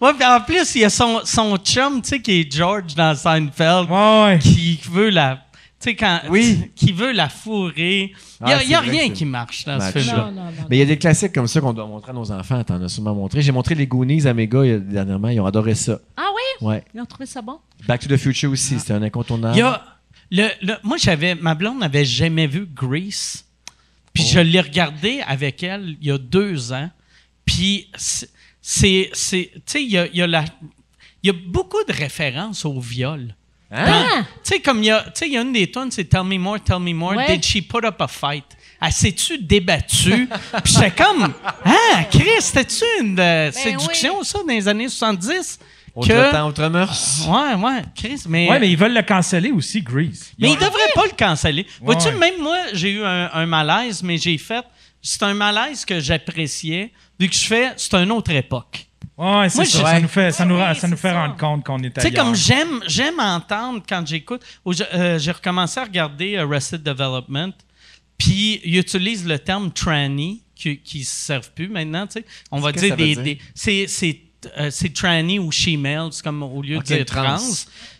Speaker 1: ouais, puis en plus, il y a son, son chum, tu sais, qui est George dans Seinfeld,
Speaker 4: Ouais, ouais.
Speaker 1: qui veut la... Tu sais, quand...
Speaker 6: Oui.
Speaker 1: Qui veut la fourrer. Il n'y
Speaker 6: Ah,
Speaker 1: a, il y a
Speaker 6: c'est vrai
Speaker 1: rien
Speaker 6: que-
Speaker 1: qui marche dans ce
Speaker 6: Match.
Speaker 1: film-là.
Speaker 5: Non, non, non.
Speaker 6: Mais il y a des classiques comme ça qu'on doit montrer à nos enfants. T'en as sûrement montré. J'ai montré les Goonies à mes gars euh, dernièrement. Ils ont adoré ça.
Speaker 5: Ah oui?
Speaker 6: Ouais.
Speaker 5: Ils ont trouvé ça bon?
Speaker 6: Back to the Future aussi. C'était un
Speaker 1: Ah. Il
Speaker 6: incontournable.
Speaker 1: y a... Le, le- moi, j'avais... Ma blonde n'avait jamais vu Grease. Puis
Speaker 6: Oh.
Speaker 1: je l'ai regardé avec elle il y a deux ans. Puis c'est... c'est- c'est- Tu sais, il y a, il y a la... Il y a beaucoup de références au viol.
Speaker 6: Hein?
Speaker 5: Ah!
Speaker 1: Tu sais, comme il y a, tu sais, il y a une des tonnes, c'est Tell me more, tell me more.
Speaker 5: Ouais.
Speaker 1: Did she put up a fight? Elle s'est-tu débattue? Puis j'étais comme, ah, Chris, c'était-tu une euh,
Speaker 5: Ben
Speaker 1: séduction, ça, dans les années 70?
Speaker 6: Autre temps, autre mœurs.
Speaker 1: Ouais, ouais, Chris, mais.
Speaker 4: Ouais, mais ils veulent le canceller aussi, Grease.
Speaker 1: Mais il devrait pas le canceller.
Speaker 4: Ouais,
Speaker 1: Vois-tu,
Speaker 4: ouais.
Speaker 1: même moi, j'ai eu un, un malaise, mais j'ai fait. C'est un malaise que j'appréciais, vu que je fais, c'est une autre époque.
Speaker 4: Ouais, c'est
Speaker 1: Moi,
Speaker 4: ça.
Speaker 1: je-
Speaker 4: Ça nous fait, ça nous, ra-
Speaker 5: Ouais,
Speaker 4: ça nous
Speaker 5: c'est
Speaker 4: fait
Speaker 5: ça.
Speaker 4: rendre compte qu'on est
Speaker 1: Tu sais,
Speaker 4: ailleurs.
Speaker 1: comme j'aime, j'aime entendre quand j'écoute. au- je- euh, J'ai recommencé à regarder Arrested Development, puis ils utilisent le terme tranny qui ne servent plus maintenant. tu sais. On va
Speaker 6: que
Speaker 1: dire
Speaker 6: ça veut
Speaker 1: des.
Speaker 6: dire?
Speaker 1: des- c'est- c'est euh, c'est tranny ou shemale, c'est comme au lieu
Speaker 6: Ok,
Speaker 1: de dire trans.
Speaker 6: trans.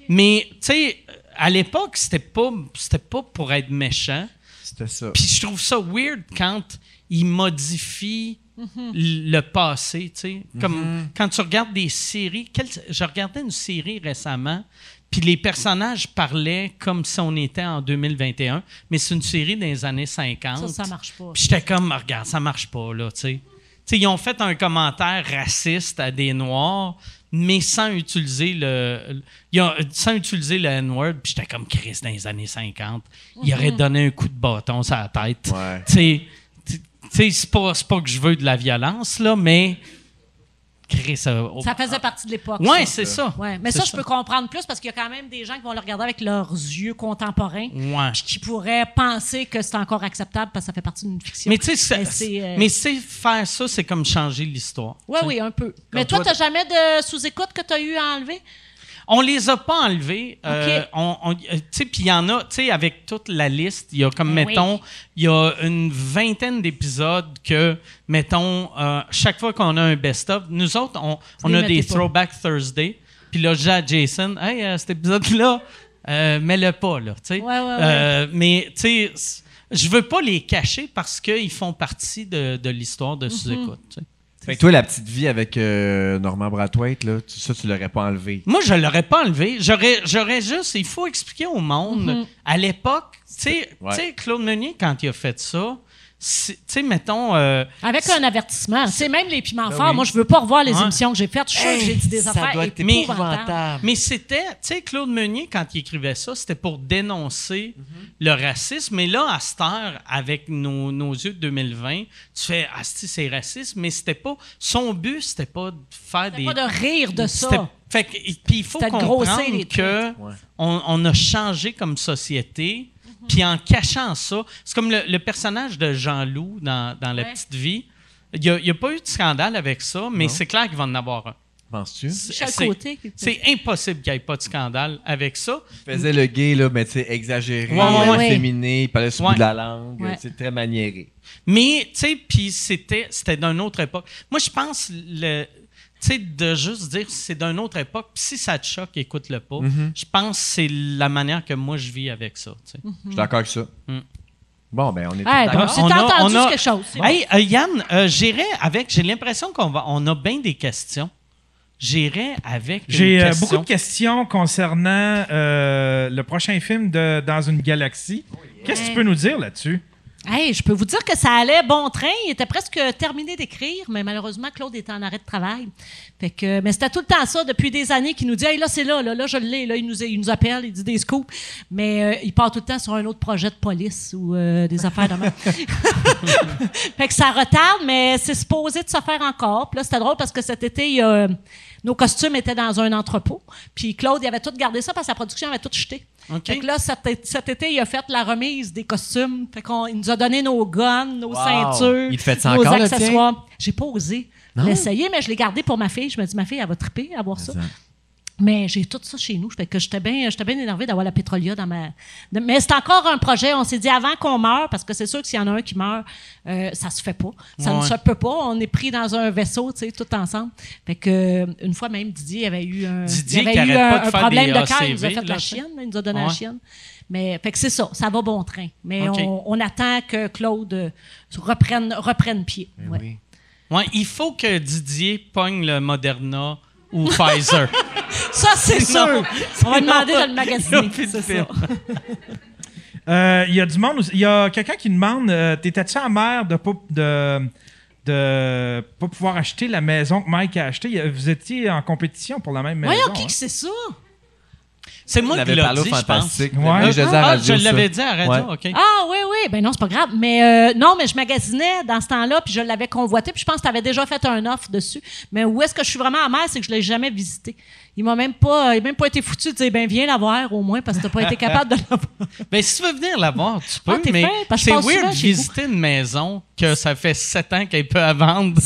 Speaker 1: Mais tu sais, à l'époque, c'était pas, c'était pas pour être méchant.
Speaker 6: C'était ça.
Speaker 1: Puis je trouve ça weird quand ils modifient l- le passé, tu sais. Comme quand tu regardes des séries. quelle- je regardais une série récemment, puis les personnages parlaient comme si on était en 2021, mais c'est une série des années 50.
Speaker 5: Ça, ça marche pas.
Speaker 1: Ah Puis j'étais comme, Ah, regarde, ça marche pas, là, tu sais. Tu sais, ils ont fait un commentaire raciste à des Noirs, mais sans utiliser le. ils ont- sans utiliser le N-word, puis j'étais comme Chris dans les années 50. Il
Speaker 5: Mhm.
Speaker 1: aurait donné un coup de bâton sur la tête.
Speaker 6: Ouais.
Speaker 1: Tu sais, tu- tu sais, c'est pas, c'est pas que je veux de la violence, là, mais. Chris. euh, oh-
Speaker 5: Ça faisait partie de l'époque.
Speaker 1: ouais,
Speaker 5: ça.
Speaker 1: c'est ça.
Speaker 5: Ouais, mais
Speaker 1: C'est
Speaker 5: ça, je peux comprendre plus parce qu'il y a quand même des gens qui vont le regarder avec leurs yeux contemporains
Speaker 1: Ouais.
Speaker 5: puis qui pourraient penser que c'est encore acceptable parce que ça fait partie d'une fiction.
Speaker 1: Mais tu sais,
Speaker 5: Mais
Speaker 1: c'est-
Speaker 5: c'est, euh,
Speaker 1: mais c'est faire ça, c'est comme changer l'histoire.
Speaker 5: Oui,
Speaker 1: tu sais.
Speaker 5: oui, un peu. Mais toi,
Speaker 6: toi,
Speaker 5: tu n'as jamais de sous-écoute que tu as eu à enlever?
Speaker 1: On les a pas enlevés. euh,
Speaker 5: OK.
Speaker 1: on- on- euh, tu sais, puis il y en a, tu sais, avec toute la liste, il y a comme,
Speaker 5: Oui.
Speaker 1: mettons, il y a une vingtaine d'épisodes que, mettons, euh, chaque fois qu'on a un best-of, nous autres, on, on
Speaker 5: les
Speaker 1: a des
Speaker 5: mettez pas.
Speaker 1: Throwback Thursday. Puis là, j'ai à Jason, hey, euh, cet épisode-là, euh, mets-le pas, là, tu sais.
Speaker 5: Ouais, ouais, ouais.
Speaker 1: Euh, mais, tu sais, c- je veux pas les cacher parce qu'ils font partie de, de l'histoire
Speaker 5: Mhm.
Speaker 1: de sous-écoute. tu sais.
Speaker 6: Fait que Ben, toi, la petite vie avec euh, Norman Brathwaite, là, tu- ça, tu l'aurais pas enlevé.
Speaker 1: Moi, je l'aurais pas enlevé. J'aurais, j'aurais juste, il faut expliquer au monde,
Speaker 5: Mhm.
Speaker 1: à l'époque, tu sais,
Speaker 6: Ouais.
Speaker 1: tu sais, Claude Meunier, quand il a fait ça, c'est- tu sais, mettons, euh,
Speaker 5: Avec
Speaker 1: C'est-
Speaker 5: un avertissement. C'est même les piments
Speaker 6: Ben
Speaker 5: forts.
Speaker 6: oui.
Speaker 5: Moi, je veux pas revoir les
Speaker 1: Ouais.
Speaker 5: émissions que j'ai faites. Je suis sûre que j'ai dit des affaires
Speaker 1: mais-
Speaker 5: épouvantables.
Speaker 1: mais c'était, tu sais, Claude Meunier, quand il écrivait ça, c'était pour dénoncer
Speaker 5: Mhm.
Speaker 1: le racisme. Mais là, à cette heure, avec nos, nos yeux de 2020, tu fais, ah, c'est raciste, mais c'était pas, son but, c'était pas de faire des.
Speaker 5: C'était pas de rire de
Speaker 1: C'était-
Speaker 5: ça.
Speaker 1: Fait que- et- puis il faut
Speaker 5: C'était de
Speaker 1: comprendre
Speaker 5: grossir les
Speaker 1: que
Speaker 6: Ouais.
Speaker 1: on, on a changé comme société. Puis en cachant ça, c'est comme le, le personnage de Jean-Loup dans, dans La
Speaker 5: Ouais.
Speaker 1: Petite Vie. Il n'y a, il y a pas eu de scandale avec ça, mais c'est clair qu'il va en avoir un.
Speaker 6: penses-tu?
Speaker 5: Michel
Speaker 1: C'est-
Speaker 5: Côté.
Speaker 1: C'est impossible qu'il n'y ait pas de scandale avec ça.
Speaker 6: Il faisait le gay, là, mais tu sais, exagéré,
Speaker 1: Ouais, ouais,
Speaker 5: ouais.
Speaker 6: féminé, il parlait sous le bout
Speaker 1: Ouais.
Speaker 6: de la langue,
Speaker 5: Ouais.
Speaker 6: c'est très maniéré.
Speaker 1: Mais, tu sais, puis c'était, c'était d'une autre époque. Moi, je pense, le, tu sais, de juste dire c'est d'une autre époque, puis si ça te choque, écoute-le pas. Je pense que c'est la manière que moi, je vis avec ça. tu sais.
Speaker 6: Je suis d'accord avec ça.
Speaker 1: Mm. Ah,
Speaker 6: Bon, ben, on est
Speaker 5: Hey,
Speaker 6: tous
Speaker 5: bon,
Speaker 6: d'accord.
Speaker 5: si
Speaker 1: On
Speaker 5: t'as
Speaker 1: a-
Speaker 5: entendu
Speaker 1: on a-
Speaker 5: quelque chose. c'est
Speaker 1: Hey, euh, Yann, euh, j'irai avec, j'ai l'impression qu'on va, on a bien des questions. J'irai avec. une
Speaker 4: J'ai euh,
Speaker 1: question.
Speaker 4: beaucoup de questions concernant euh, le prochain film de Dans une galaxie. Qu'est-ce que tu peux nous dire là-dessus?
Speaker 5: Hey, je peux vous dire que ça allait bon train. Il était presque terminé d'écrire, mais malheureusement, Claude était en arrêt de travail. Fait que, mais c'était tout le temps ça, depuis des années, qu'il nous dit Hey, là, c'est là, là, là, je l'ai. Là, il nous, il nous appelle, il dit des scoops. Mais euh, il part tout le temps sur un autre projet de police ou euh, des affaires de même. fait que ça retarde, mais c'est supposé de se faire encore. Puis là, c'était drôle parce que cet été, il y a- euh, nos costumes étaient dans un entrepôt. Puis Claude, il avait tout gardé ça parce que sa production avait tout jeté.
Speaker 1: OK.
Speaker 5: Fait que là, cet, é- cet été, il a fait la remise des costumes. Fait qu'on, il nous a donné nos guns, nos ceintures,
Speaker 6: Il te fait ça
Speaker 5: nos
Speaker 6: encore, le tien?
Speaker 5: accessoires. J'ai pas osé l'essayer, mais je l'ai gardé pour ma fille. Je me dis, ma fille, elle va triper à voir ça. Mais j'ai tout ça chez nous. Fait que j'étais bien j'étais bien énervée d'avoir la pétrolia dans ma. de- Mais c'est encore un projet. On s'est dit avant qu'on meure, parce que c'est sûr que s'il y en a un qui meurt, euh, ça se fait pas. Ça ne
Speaker 1: Ouais.
Speaker 5: se peut pas. On est pris dans un vaisseau, tu sais, tout ensemble. Fait que euh, une fois même, Didier avait eu un,
Speaker 1: Didier
Speaker 5: il avait
Speaker 1: qui arrête
Speaker 5: eu un,
Speaker 1: pas de
Speaker 5: un
Speaker 1: faire
Speaker 5: problème
Speaker 1: des
Speaker 5: de cœur. Il nous a
Speaker 1: ACV,
Speaker 5: fait
Speaker 1: là,
Speaker 5: la
Speaker 1: tu sais.
Speaker 5: chienne. là, il nous a donné la
Speaker 1: Ouais.
Speaker 5: chienne. Mais fait que c'est ça. Ça va bon train. Mais
Speaker 1: OK.
Speaker 5: on, on attend que Claude euh, reprenne, reprenne pied.
Speaker 1: Ben
Speaker 5: Ouais.
Speaker 1: Ouais, il faut que Didier pogne le Moderna ou Pfizer.
Speaker 5: Ça, c'est
Speaker 1: Sinon-
Speaker 5: sûr. On va demander de le
Speaker 1: Il y a
Speaker 5: magasiner.
Speaker 1: plus de
Speaker 5: C'est
Speaker 1: film.
Speaker 5: ça.
Speaker 4: Euh, Il y a du monde, aussi- il y a quelqu'un qui demande euh, T'étais-tu amère de pas, de, de pas pouvoir acheter la maison que Mike a achetée Il y a- Vous étiez en compétition pour la même
Speaker 1: Ben
Speaker 4: maison.
Speaker 5: Voyons, qui
Speaker 4: hein?
Speaker 5: que c'est ça?
Speaker 1: C'est
Speaker 6: On
Speaker 1: moi qui
Speaker 6: avait
Speaker 1: l'ai
Speaker 6: parlé au
Speaker 1: dit, je pense.
Speaker 6: Fantastique.
Speaker 4: pense.
Speaker 6: mais
Speaker 4: Ouais.
Speaker 6: je le disais à la
Speaker 1: Ah, je
Speaker 6: radio, ça.
Speaker 1: l'avais dit à la radio,
Speaker 6: Ouais.
Speaker 1: OK.
Speaker 5: Ah oui, oui, ben non, c'est pas grave. Mais euh, non, mais je magasinais dans ce temps-là, puis je l'avais convoité, puis je pense que tu avais déjà fait un offre dessus. Mais où est-ce que je suis vraiment amère, c'est que je l'ai jamais visité. Il m'a même pas, il a même pas été foutu de dire, ben viens la voir au moins, parce que t'as pas été capable de la voir.
Speaker 1: Ben, si tu veux venir la voir, tu peux,
Speaker 5: Ah, t'es
Speaker 1: mais
Speaker 5: fin, parce
Speaker 1: c'est
Speaker 5: que je passe souvent
Speaker 1: weird de
Speaker 5: chez vous.
Speaker 1: visiter une maison que ça fait sept ans qu'elle peut à vendre.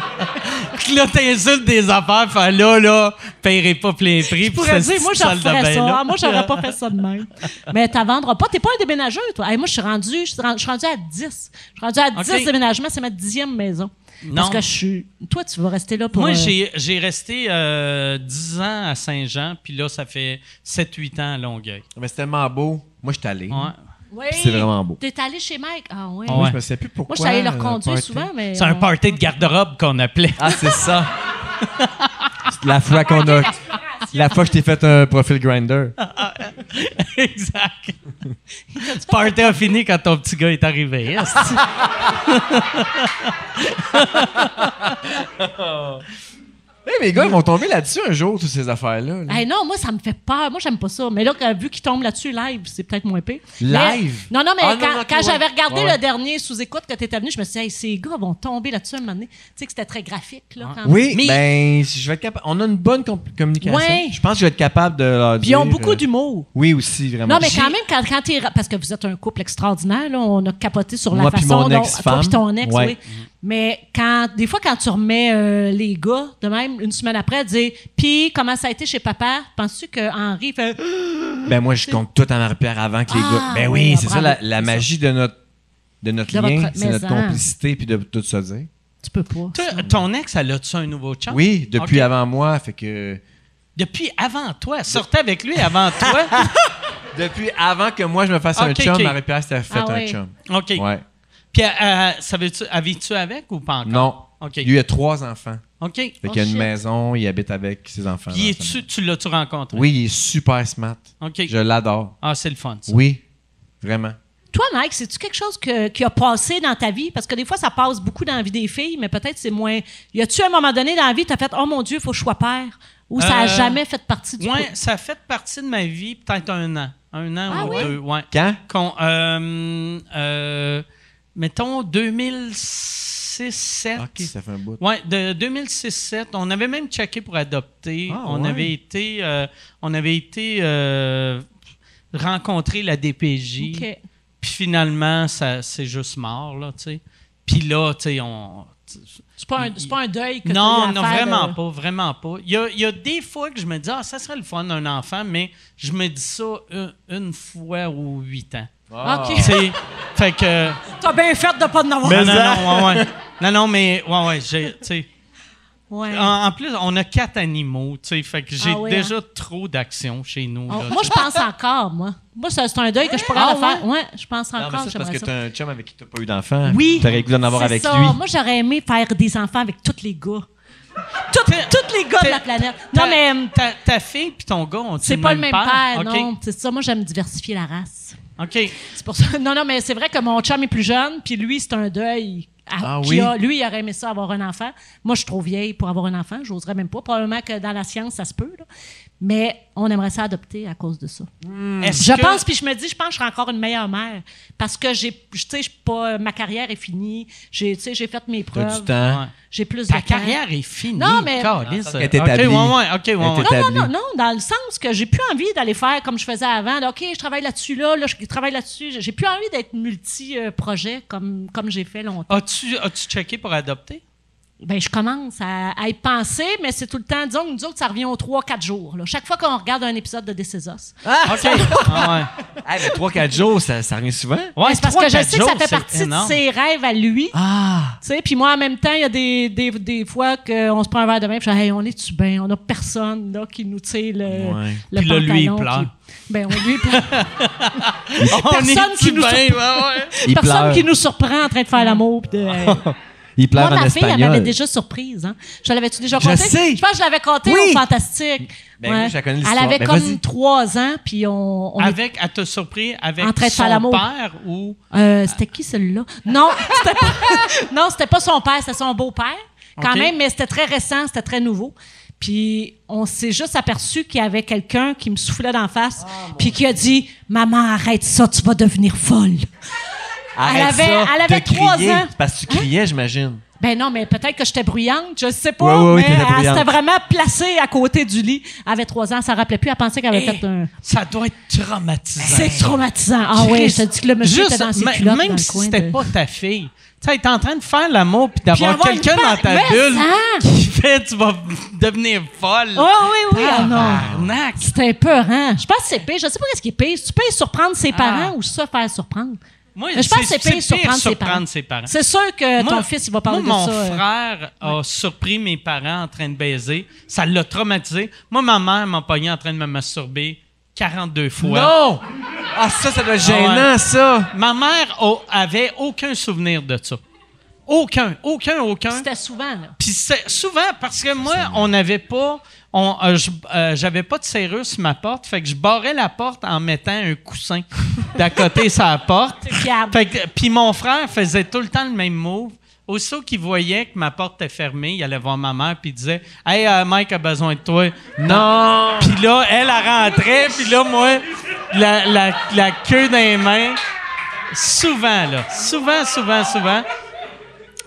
Speaker 1: que là, t'insultes des affaires, fait là, là, paierai pas plein prix.
Speaker 5: Je pourrais dire, moi, j'en ferais ça. Ah, moi, j'aurais pas fait ça de même. Mais t'en vendras pas. T'es pas un déménageur, toi. Hey, moi, je suis rendu, je suis rendu, je suis rendu à 10. Je suis rendu à 10
Speaker 1: Ok.
Speaker 5: déménagements, c'est ma dixième maison.
Speaker 1: Non.
Speaker 5: Parce que je suis. Toi, tu vas rester là pour.
Speaker 1: Moi,
Speaker 5: euh,
Speaker 1: j'ai j'ai resté euh, 10 ans à Saint-Jean, puis là, ça fait 7-8 ans à Longueuil.
Speaker 6: Mais c'est tellement beau. Moi, je suis allé.
Speaker 1: Ouais.
Speaker 5: Oui.
Speaker 6: Puis C'est vraiment beau.
Speaker 5: T'es allé chez Mike? Ah ouais.
Speaker 1: Ouais.
Speaker 6: Moi, je me sais plus pourquoi.
Speaker 5: Moi, je suis allée leur
Speaker 6: euh,
Speaker 5: conduire
Speaker 6: party.
Speaker 5: souvent, mais.
Speaker 1: C'est un party de garde-robe qu'on appelait.
Speaker 6: Ah, c'est ça. la fois qu'on a. La fois que je t'ai fait un profil grinder.
Speaker 1: Ah. exact. Ce party a fini quand ton petit gars est arrivé. esti.
Speaker 6: Hey, mes gars, ils vont tomber là-dessus un jour, toutes ces affaires-là. là.
Speaker 5: Hey, non, moi, ça me fait peur. Moi, j'aime pas ça. Mais là, quand- vu qu'il tombe là-dessus live, c'est peut-être moins pire. Mais-
Speaker 6: Live?
Speaker 5: non, non, mais
Speaker 6: Ah, non,
Speaker 5: quand,
Speaker 6: non, ok,
Speaker 5: quand
Speaker 6: ouais.
Speaker 5: j'avais regardé
Speaker 6: Ouais, ouais.
Speaker 5: le dernier sous-écoute que t'étais venu, je me suis dit, hey, ces gars vont tomber là-dessus à un moment donné. Tu sais que c'était très graphique, là. Quand
Speaker 6: Oui,
Speaker 5: même. Mais
Speaker 6: ben, si je vais être capable. On a une bonne com- communication.
Speaker 5: Ouais.
Speaker 6: Je pense que je vais être capable de. leur
Speaker 5: Puis ils ont
Speaker 6: dire,
Speaker 5: beaucoup
Speaker 6: euh,
Speaker 5: d'humour.
Speaker 6: Oui, aussi, vraiment.
Speaker 5: Non, mais
Speaker 6: J'ai-
Speaker 5: quand même, quand, quand t'es. ra- Parce que vous êtes un couple extraordinaire, là, on a capoté sur la
Speaker 6: Moi puis
Speaker 5: façon
Speaker 6: mon
Speaker 5: dont.
Speaker 6: ex-femme.
Speaker 5: Toi puis ton ex,
Speaker 6: Ouais.
Speaker 5: oui. Mais quand, des fois, quand tu remets euh, les gars, de même, une semaine après, dire Puis, comment ça a été chez papa Penses-tu que Henri fait.
Speaker 6: Ben, moi, je compte tout en arrière avant que les
Speaker 5: Ah,
Speaker 6: gars. Ben
Speaker 5: oui,
Speaker 6: oui,
Speaker 5: ah,
Speaker 6: c'est ça
Speaker 5: bravo.
Speaker 6: la, la
Speaker 5: C'est ça.
Speaker 6: magie de notre, de notre
Speaker 5: De
Speaker 6: lien,
Speaker 5: votre-
Speaker 6: c'est
Speaker 5: mais
Speaker 6: notre
Speaker 5: en.
Speaker 6: complicité puis de tout se dire.
Speaker 5: Tu peux pas.
Speaker 1: Toi, ton ex, elle a-tu un nouveau
Speaker 5: Ah.
Speaker 1: chum?
Speaker 6: Oui, depuis
Speaker 1: Ok.
Speaker 6: avant moi, fait que.
Speaker 1: Depuis avant toi. Elle sortait avec lui avant toi.
Speaker 6: Depuis avant que moi je me fasse
Speaker 1: Ok,
Speaker 6: un chum,
Speaker 1: ok.
Speaker 6: Marie-Pierre s'était fait
Speaker 5: Ah
Speaker 6: un
Speaker 5: ouais.
Speaker 6: chum.
Speaker 1: OK.
Speaker 6: Ouais.
Speaker 1: Puis, euh, savais-tu, tu avec ou pas encore?
Speaker 6: Non.
Speaker 1: OK.
Speaker 6: Lui a trois enfants.
Speaker 1: OK.
Speaker 6: Fait
Speaker 5: Oh,
Speaker 6: qu'il a une
Speaker 5: shit.
Speaker 6: maison, il habite avec ses enfants.
Speaker 1: Puis,
Speaker 6: dans
Speaker 1: es-tu-
Speaker 6: sa maison.
Speaker 1: tu l'as-tu rencontré?
Speaker 6: Oui, il est super smart.
Speaker 1: OK.
Speaker 6: Je l'adore.
Speaker 1: Ah, c'est le fun, ça.
Speaker 6: Oui, vraiment.
Speaker 5: Toi, Mike, c'est-tu quelque chose que- qui a passé dans ta vie? Parce que des fois, ça passe beaucoup dans la vie des filles, mais peut-être c'est moins. Y a-tu un moment donné dans la vie, t'as fait Oh mon Dieu, faut que je sois père? Ou ça a
Speaker 1: Euh,
Speaker 5: jamais fait partie du
Speaker 1: Ouais,
Speaker 5: couple?
Speaker 1: ça a fait partie de ma vie peut-être un an. Un an
Speaker 5: Ah
Speaker 1: ou
Speaker 5: oui?
Speaker 1: deux. Ouais.
Speaker 6: Quand?
Speaker 1: Qu'on, euh, euh, mettons 2006 7
Speaker 6: Ah, Ok, ça fait un bout.
Speaker 1: Ouais, de 2006-7, on avait même checké pour adopter.
Speaker 6: Ah,
Speaker 1: on,
Speaker 6: ouais.
Speaker 1: avait été, euh, on avait été euh, rencontrer la DPJ.
Speaker 5: Ok.
Speaker 1: Puis finalement, ça, c'est juste mort, là, tu sais. Puis là, tu sais, on, tu
Speaker 5: C'est pas, un- c'est pas un deuil que t'as eu
Speaker 1: Non,
Speaker 5: à
Speaker 1: non,
Speaker 5: faire,
Speaker 1: vraiment
Speaker 5: euh,
Speaker 1: pas, vraiment pas. Il y a, il y a des fois que je me dis, ah, ça serait le fun d'un enfant, mais je me dis ça une, une fois aux huit ans. Tu
Speaker 5: OK.
Speaker 1: sais, fait que.
Speaker 5: T'as bien fait de pas de n'avoir.
Speaker 1: non, non, non, ouais, ouais. non, non, mais, ouais, ouais, j'ai, tu sais.
Speaker 5: Ouais.
Speaker 1: En, en plus, on a quatre animaux, tu sais, fait que j'ai
Speaker 5: Ah oui,
Speaker 1: déjà trop d'action chez nous.
Speaker 5: On-
Speaker 1: là,
Speaker 5: moi,
Speaker 1: tu
Speaker 5: je pense encore, moi. Moi, ça, c'est un deuil que je pourrais
Speaker 1: Ah,
Speaker 5: faire. Ouais, je pense
Speaker 6: Non, mais
Speaker 5: encore.
Speaker 6: ça, c'est parce
Speaker 5: j'aimerais
Speaker 6: que
Speaker 5: ça.
Speaker 6: t'as un chum avec qui t'as pas eu d'enfant.
Speaker 5: Oui.
Speaker 6: T'aurais le goût d'en avoir
Speaker 5: C'est
Speaker 6: avec
Speaker 5: ça.
Speaker 6: lui.
Speaker 5: Moi, j'aurais aimé faire des enfants avec tous les gars. Tout- Tous les gars de
Speaker 1: t'es-
Speaker 5: la planète.
Speaker 1: Ta-
Speaker 5: Non, mais hum,
Speaker 1: Ta, ta fille puis ton gars, on dit
Speaker 5: c'est pas le même père,
Speaker 1: OK.
Speaker 5: non. C'est ça. Moi, j'aime diversifier la race.
Speaker 1: OK.
Speaker 5: C'est pour ça. Non, non, mais c'est vrai que mon chum est plus jeune, puis lui, c'est un deuil. à-
Speaker 6: Ah
Speaker 5: qu'il
Speaker 6: oui?
Speaker 5: a. lui, il aurait aimé ça avoir un enfant. Moi, je suis trop vieille pour avoir un enfant. J'oserais même pas. Probablement que dans la science, ça se peut. là. Mais on aimerait ça adopter à cause de ça.
Speaker 6: Hmm.
Speaker 1: Est-ce
Speaker 5: Je
Speaker 1: que-
Speaker 5: pense, puis je me dis, je pense que je serai encore une meilleure mère. Parce que j'ai, je- tu sais, je suis pas, ma carrière est finie. J'ai, tu sais, j'ai fait mes preuves.
Speaker 6: T'as du temps.
Speaker 1: Ouais.
Speaker 5: J'ai plus
Speaker 1: Ta
Speaker 5: de temps.
Speaker 1: carrière est finie.
Speaker 5: Non, mais-
Speaker 1: câlisse.
Speaker 6: Elle est Ah, établie.
Speaker 1: OK, ouais, ouais, OK, ouais, ouais.
Speaker 6: Elle est
Speaker 5: Non,
Speaker 6: établie.
Speaker 5: non, non, dans le sens que j'ai plus envie d'aller faire comme je faisais avant. Là, OK, je travaille là-dessus, là, là, je travaille là-dessus. J'ai plus envie d'être multi-projet comme, comme j'ai fait longtemps.
Speaker 1: As-tu as-tu checké pour adopter?
Speaker 5: Ben, je commence à, à y penser, mais c'est tout le temps, disons que nous autres, ça revient aux 3-4 jours. là. Chaque fois qu'on regarde un épisode de Décésos.
Speaker 1: OK. Ah, ouais.
Speaker 6: Ah, mais 3-4 jours, ça, ça revient souvent.
Speaker 1: Ouais,
Speaker 5: Ben, c'est parce
Speaker 1: trois,
Speaker 5: que je
Speaker 1: quatre
Speaker 5: sais que ça
Speaker 1: jours,
Speaker 5: fait
Speaker 1: c'est
Speaker 5: partie
Speaker 1: énorme.
Speaker 5: de ses rêves à lui.
Speaker 6: Ah!
Speaker 5: Tu sais, puis moi, en même temps, il y a des, des, des fois qu'on se prend un verre de vin, puis je dis, hey, on est-tu bien? On a personne, là, qui nous tire le, le
Speaker 1: Puis là, lui, il
Speaker 5: pantalon,
Speaker 1: pleure.
Speaker 5: qui- Ben, on lui, pleure.
Speaker 1: On
Speaker 5: Personne
Speaker 1: est
Speaker 5: qui nous
Speaker 1: bien,
Speaker 5: surprend.
Speaker 1: ouais, ouais.
Speaker 6: Il
Speaker 5: personne
Speaker 6: pleure.
Speaker 5: qui nous surprend en train de faire l'amour, puis de...
Speaker 6: Il pleure
Speaker 5: Moi,
Speaker 6: en
Speaker 5: ma fille,
Speaker 6: espagnol.
Speaker 5: elle m'avait déjà surprise. Hein. Je l'avais-tu déjà
Speaker 6: Je
Speaker 5: conté?
Speaker 6: sais.
Speaker 5: pense que je l'avais conté
Speaker 6: Oui.
Speaker 5: au Fantastique.
Speaker 6: Ben, moi, je la connais,
Speaker 5: elle
Speaker 6: l'histoire.
Speaker 5: avait
Speaker 6: Ben,
Speaker 5: comme
Speaker 6: vas-y. Ah.
Speaker 5: trois ans, puis on... on est-
Speaker 1: Avec, elle t'a surpris avec
Speaker 5: En train de faire
Speaker 1: son
Speaker 5: l'amour.
Speaker 1: père ou...
Speaker 5: Euh, c'était qui celui-là? Non, c'était pas, non, c'était pas son père, c'était son beau-père, quand
Speaker 1: Ok.
Speaker 5: même, mais c'était très récent, c'était très nouveau. Puis on s'est juste aperçu qu'il y avait quelqu'un qui me soufflait d'en face,
Speaker 6: Ah,
Speaker 5: puis qui a dit Maman, arrête ça, tu vas devenir folle.
Speaker 6: Arrête
Speaker 5: avait-
Speaker 6: ça,
Speaker 5: elle
Speaker 6: t'as
Speaker 5: avait trois
Speaker 6: crié.
Speaker 5: ans.
Speaker 6: C'est Parce que tu criais, j'imagine.
Speaker 5: Ben non, mais peut-être que j'étais bruyante, je sais pas,
Speaker 6: Ouais, ouais, ouais,
Speaker 5: mais
Speaker 6: t'étais
Speaker 5: elle
Speaker 6: bruyante.
Speaker 5: s'était vraiment placée à côté du lit. Elle avait trois ans, elle s'en rappelait plus, elle pensait qu'elle avait
Speaker 1: Hey,
Speaker 5: fait un.
Speaker 1: Ça doit être traumatisant.
Speaker 5: C'est traumatisant. Ah ouais, je te dis que le monsieur
Speaker 1: Juste,
Speaker 5: était dans ses
Speaker 1: ma-
Speaker 5: culottes
Speaker 1: Même
Speaker 5: dans le
Speaker 1: si
Speaker 5: coin
Speaker 1: c'était
Speaker 5: de-
Speaker 1: pas ta fille. Tu sais, elle est en train de faire l'amour puis d'avoir
Speaker 5: avoir une
Speaker 1: quelqu'un dans
Speaker 5: part-
Speaker 1: ta
Speaker 5: Mais
Speaker 1: bulle
Speaker 5: ça!
Speaker 1: qui fait tu vas devenir folle.
Speaker 5: Ah oui, oui, ah non.
Speaker 1: Arnaque.
Speaker 5: C'était peur, hein? Je pense que c'est pire. Je sais pas qu'est-ce qui est pire. Tu peux surprendre
Speaker 1: Ah.
Speaker 5: ses parents ou ça faire surprendre?
Speaker 1: Moi,
Speaker 5: Mais je pense que c'est pire surprendre ses
Speaker 1: surprendre
Speaker 5: parents.
Speaker 1: ses parents.
Speaker 5: C'est sûr que
Speaker 1: Moi-
Speaker 5: ton fils, il va parler
Speaker 1: moi,
Speaker 5: de
Speaker 1: mon
Speaker 5: ça. euh.
Speaker 1: frère a surpris mes parents en train de baiser. Ça l'a traumatisé. Moi, ma mère m'a pogné en train de me masturber 42 fois.
Speaker 6: Non! Ah, ça, ça doit être gênant,
Speaker 1: Ah ouais.
Speaker 6: ça!
Speaker 1: Ma mère a- avait aucun souvenir de ça. Aucun, aucun, aucun.
Speaker 5: C'était souvent, là.
Speaker 1: Puis c'est- souvent, parce que moi, on n'avait pas... on- euh, je- euh, J'avais pas de serrure sur ma porte, fait que je barrais la porte en mettant un coussin d'à côté sa porte.
Speaker 5: C'est fiable.
Speaker 1: Fait que- Puis mon frère faisait tout le temps le même move. Aussitôt qu'il voyait que ma porte était fermée, il allait voir ma mère puis il disait « Hey, euh, Mike a besoin de toi. »
Speaker 6: Non!
Speaker 1: Puis là, elle, elle rentrait, puis là, moi, la, la, la queue dans les mains, souvent, là. Souvent, souvent, souvent.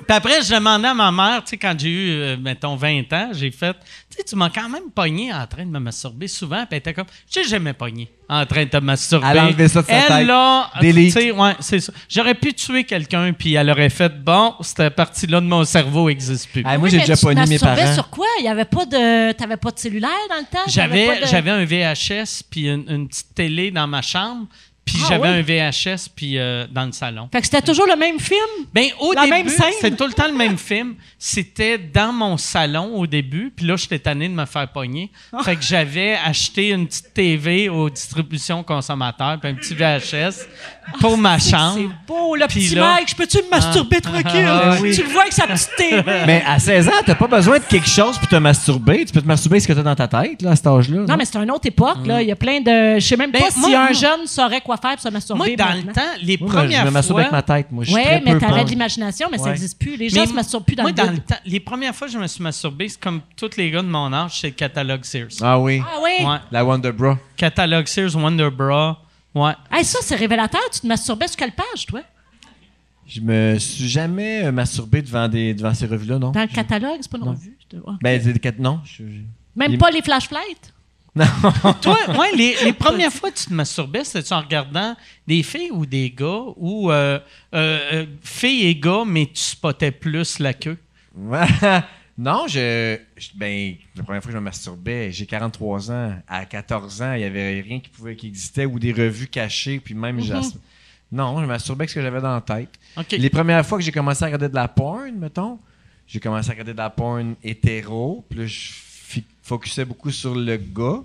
Speaker 1: Puis après, je demandais à ma mère, tu sais, quand j'ai eu, euh, mettons, 20 ans, j'ai fait, tu sais, tu m'as quand même pogné en train de me masturber souvent. Puis elle était comme, je t'ai jamais pogné en train de te masturber.
Speaker 6: Elle a enlevé ça de sa
Speaker 1: Elle,
Speaker 6: tête.
Speaker 1: là, tu
Speaker 6: Delete.
Speaker 1: sais, ouais, c'est ça. J'aurais pu tuer quelqu'un, puis elle aurait fait, bon, cette partie-là de mon cerveau n'existe plus.
Speaker 6: Ah, moi,
Speaker 5: Oui,
Speaker 6: j'ai
Speaker 5: mais
Speaker 6: déjà
Speaker 5: tu te
Speaker 6: pogné mes
Speaker 5: masturbais
Speaker 6: parents.
Speaker 5: sur quoi? Il y avait pas de... T'avais pas de cellulaire dans le temps?
Speaker 1: Ah,
Speaker 5: T'avais
Speaker 1: J'avais,
Speaker 5: pas de-
Speaker 1: j'avais un VHS puis une, une petite télé dans ma chambre. Puis
Speaker 5: Ah
Speaker 1: j'avais
Speaker 5: oui?
Speaker 1: un VHS puis euh, dans le salon.
Speaker 5: Fait que c'était toujours le même film?
Speaker 1: Ben au
Speaker 5: La
Speaker 1: début,
Speaker 5: même scène?
Speaker 1: c'était tout le temps le même film. C'était dans mon salon au début, puis là j'étais tanné de me faire pogner. Fait que j'avais acheté une petite TV aux distributions consommateurs, puis un petit VHS pour ma
Speaker 5: C'est
Speaker 1: chambre.
Speaker 5: beau, le
Speaker 1: Puis
Speaker 5: petit
Speaker 1: là-
Speaker 5: mec. Je peux-tu me masturber tranquille?
Speaker 1: Ah, oui.
Speaker 5: Tu le vois avec sa petite télé.
Speaker 6: Mais à 16 ans, t'as pas besoin de quelque chose pour te masturber. Tu peux te masturber ce que t'as dans ta tête, là, à cet âge-là.
Speaker 5: Non, mais c'est une autre époque, là. Il y a plein de... Je sais même
Speaker 1: Mm. Ben,
Speaker 5: pas si
Speaker 1: moi-
Speaker 5: un
Speaker 1: moi-
Speaker 5: jeune saurait quoi faire pour se masturber.
Speaker 1: Moi dans le
Speaker 5: maintenant.
Speaker 1: temps, les
Speaker 6: Moi,
Speaker 1: premières
Speaker 6: je me masturbe
Speaker 1: fois,
Speaker 6: avec ma tête, moi. Je suis
Speaker 5: Oui,
Speaker 6: très
Speaker 5: mais
Speaker 6: peu
Speaker 5: t'avais
Speaker 6: punk.
Speaker 5: de l'imagination, mais ça
Speaker 6: Ouais.
Speaker 5: n'existe plus. Les gens
Speaker 1: Mais
Speaker 5: se masturbent plus dans
Speaker 1: moi,
Speaker 5: le
Speaker 1: dans
Speaker 5: vide.
Speaker 1: le temps, les premières fois que je me suis masturbé, c'est comme tous les gars de mon âge, c'est le catalogue Sears.
Speaker 6: Ah oui.
Speaker 5: Ah oui?
Speaker 1: Ouais.
Speaker 6: La Wonder Bra.
Speaker 1: Catalogue Sears, Wonder Bra. Ouais.
Speaker 5: Hey, ça, c'est révélateur. Tu te masturbais sur quelle page, toi?
Speaker 6: Je me suis jamais euh, masturbé devant, des, devant ces revues-là, non?
Speaker 5: Dans le catalogue, c'est pas une revue. c'est- ouais.
Speaker 6: Ben, des quatre. Non. je- je-
Speaker 5: Même
Speaker 6: il-
Speaker 5: pas les flashlights.
Speaker 1: Toi, ouais, les, les premières fois que tu te masturbais, c'était en regardant des filles ou des gars ou euh, euh, euh, filles et gars, mais tu spottais plus la queue.
Speaker 6: non, je, je- Ben, la première fois que je me masturbais, j'ai 43 ans. À 14 ans, il n'y avait rien qui pouvait qui existait ou des revues cachées, puis même. j'ai- Non, je masturbais avec ce que j'avais dans la tête.
Speaker 1: Mhm. OK.
Speaker 6: Les premières fois que j'ai commencé à regarder de la porn, mettons, j'ai commencé à regarder de la porn hétéro, puis là, je fi- focusais beaucoup sur le gars.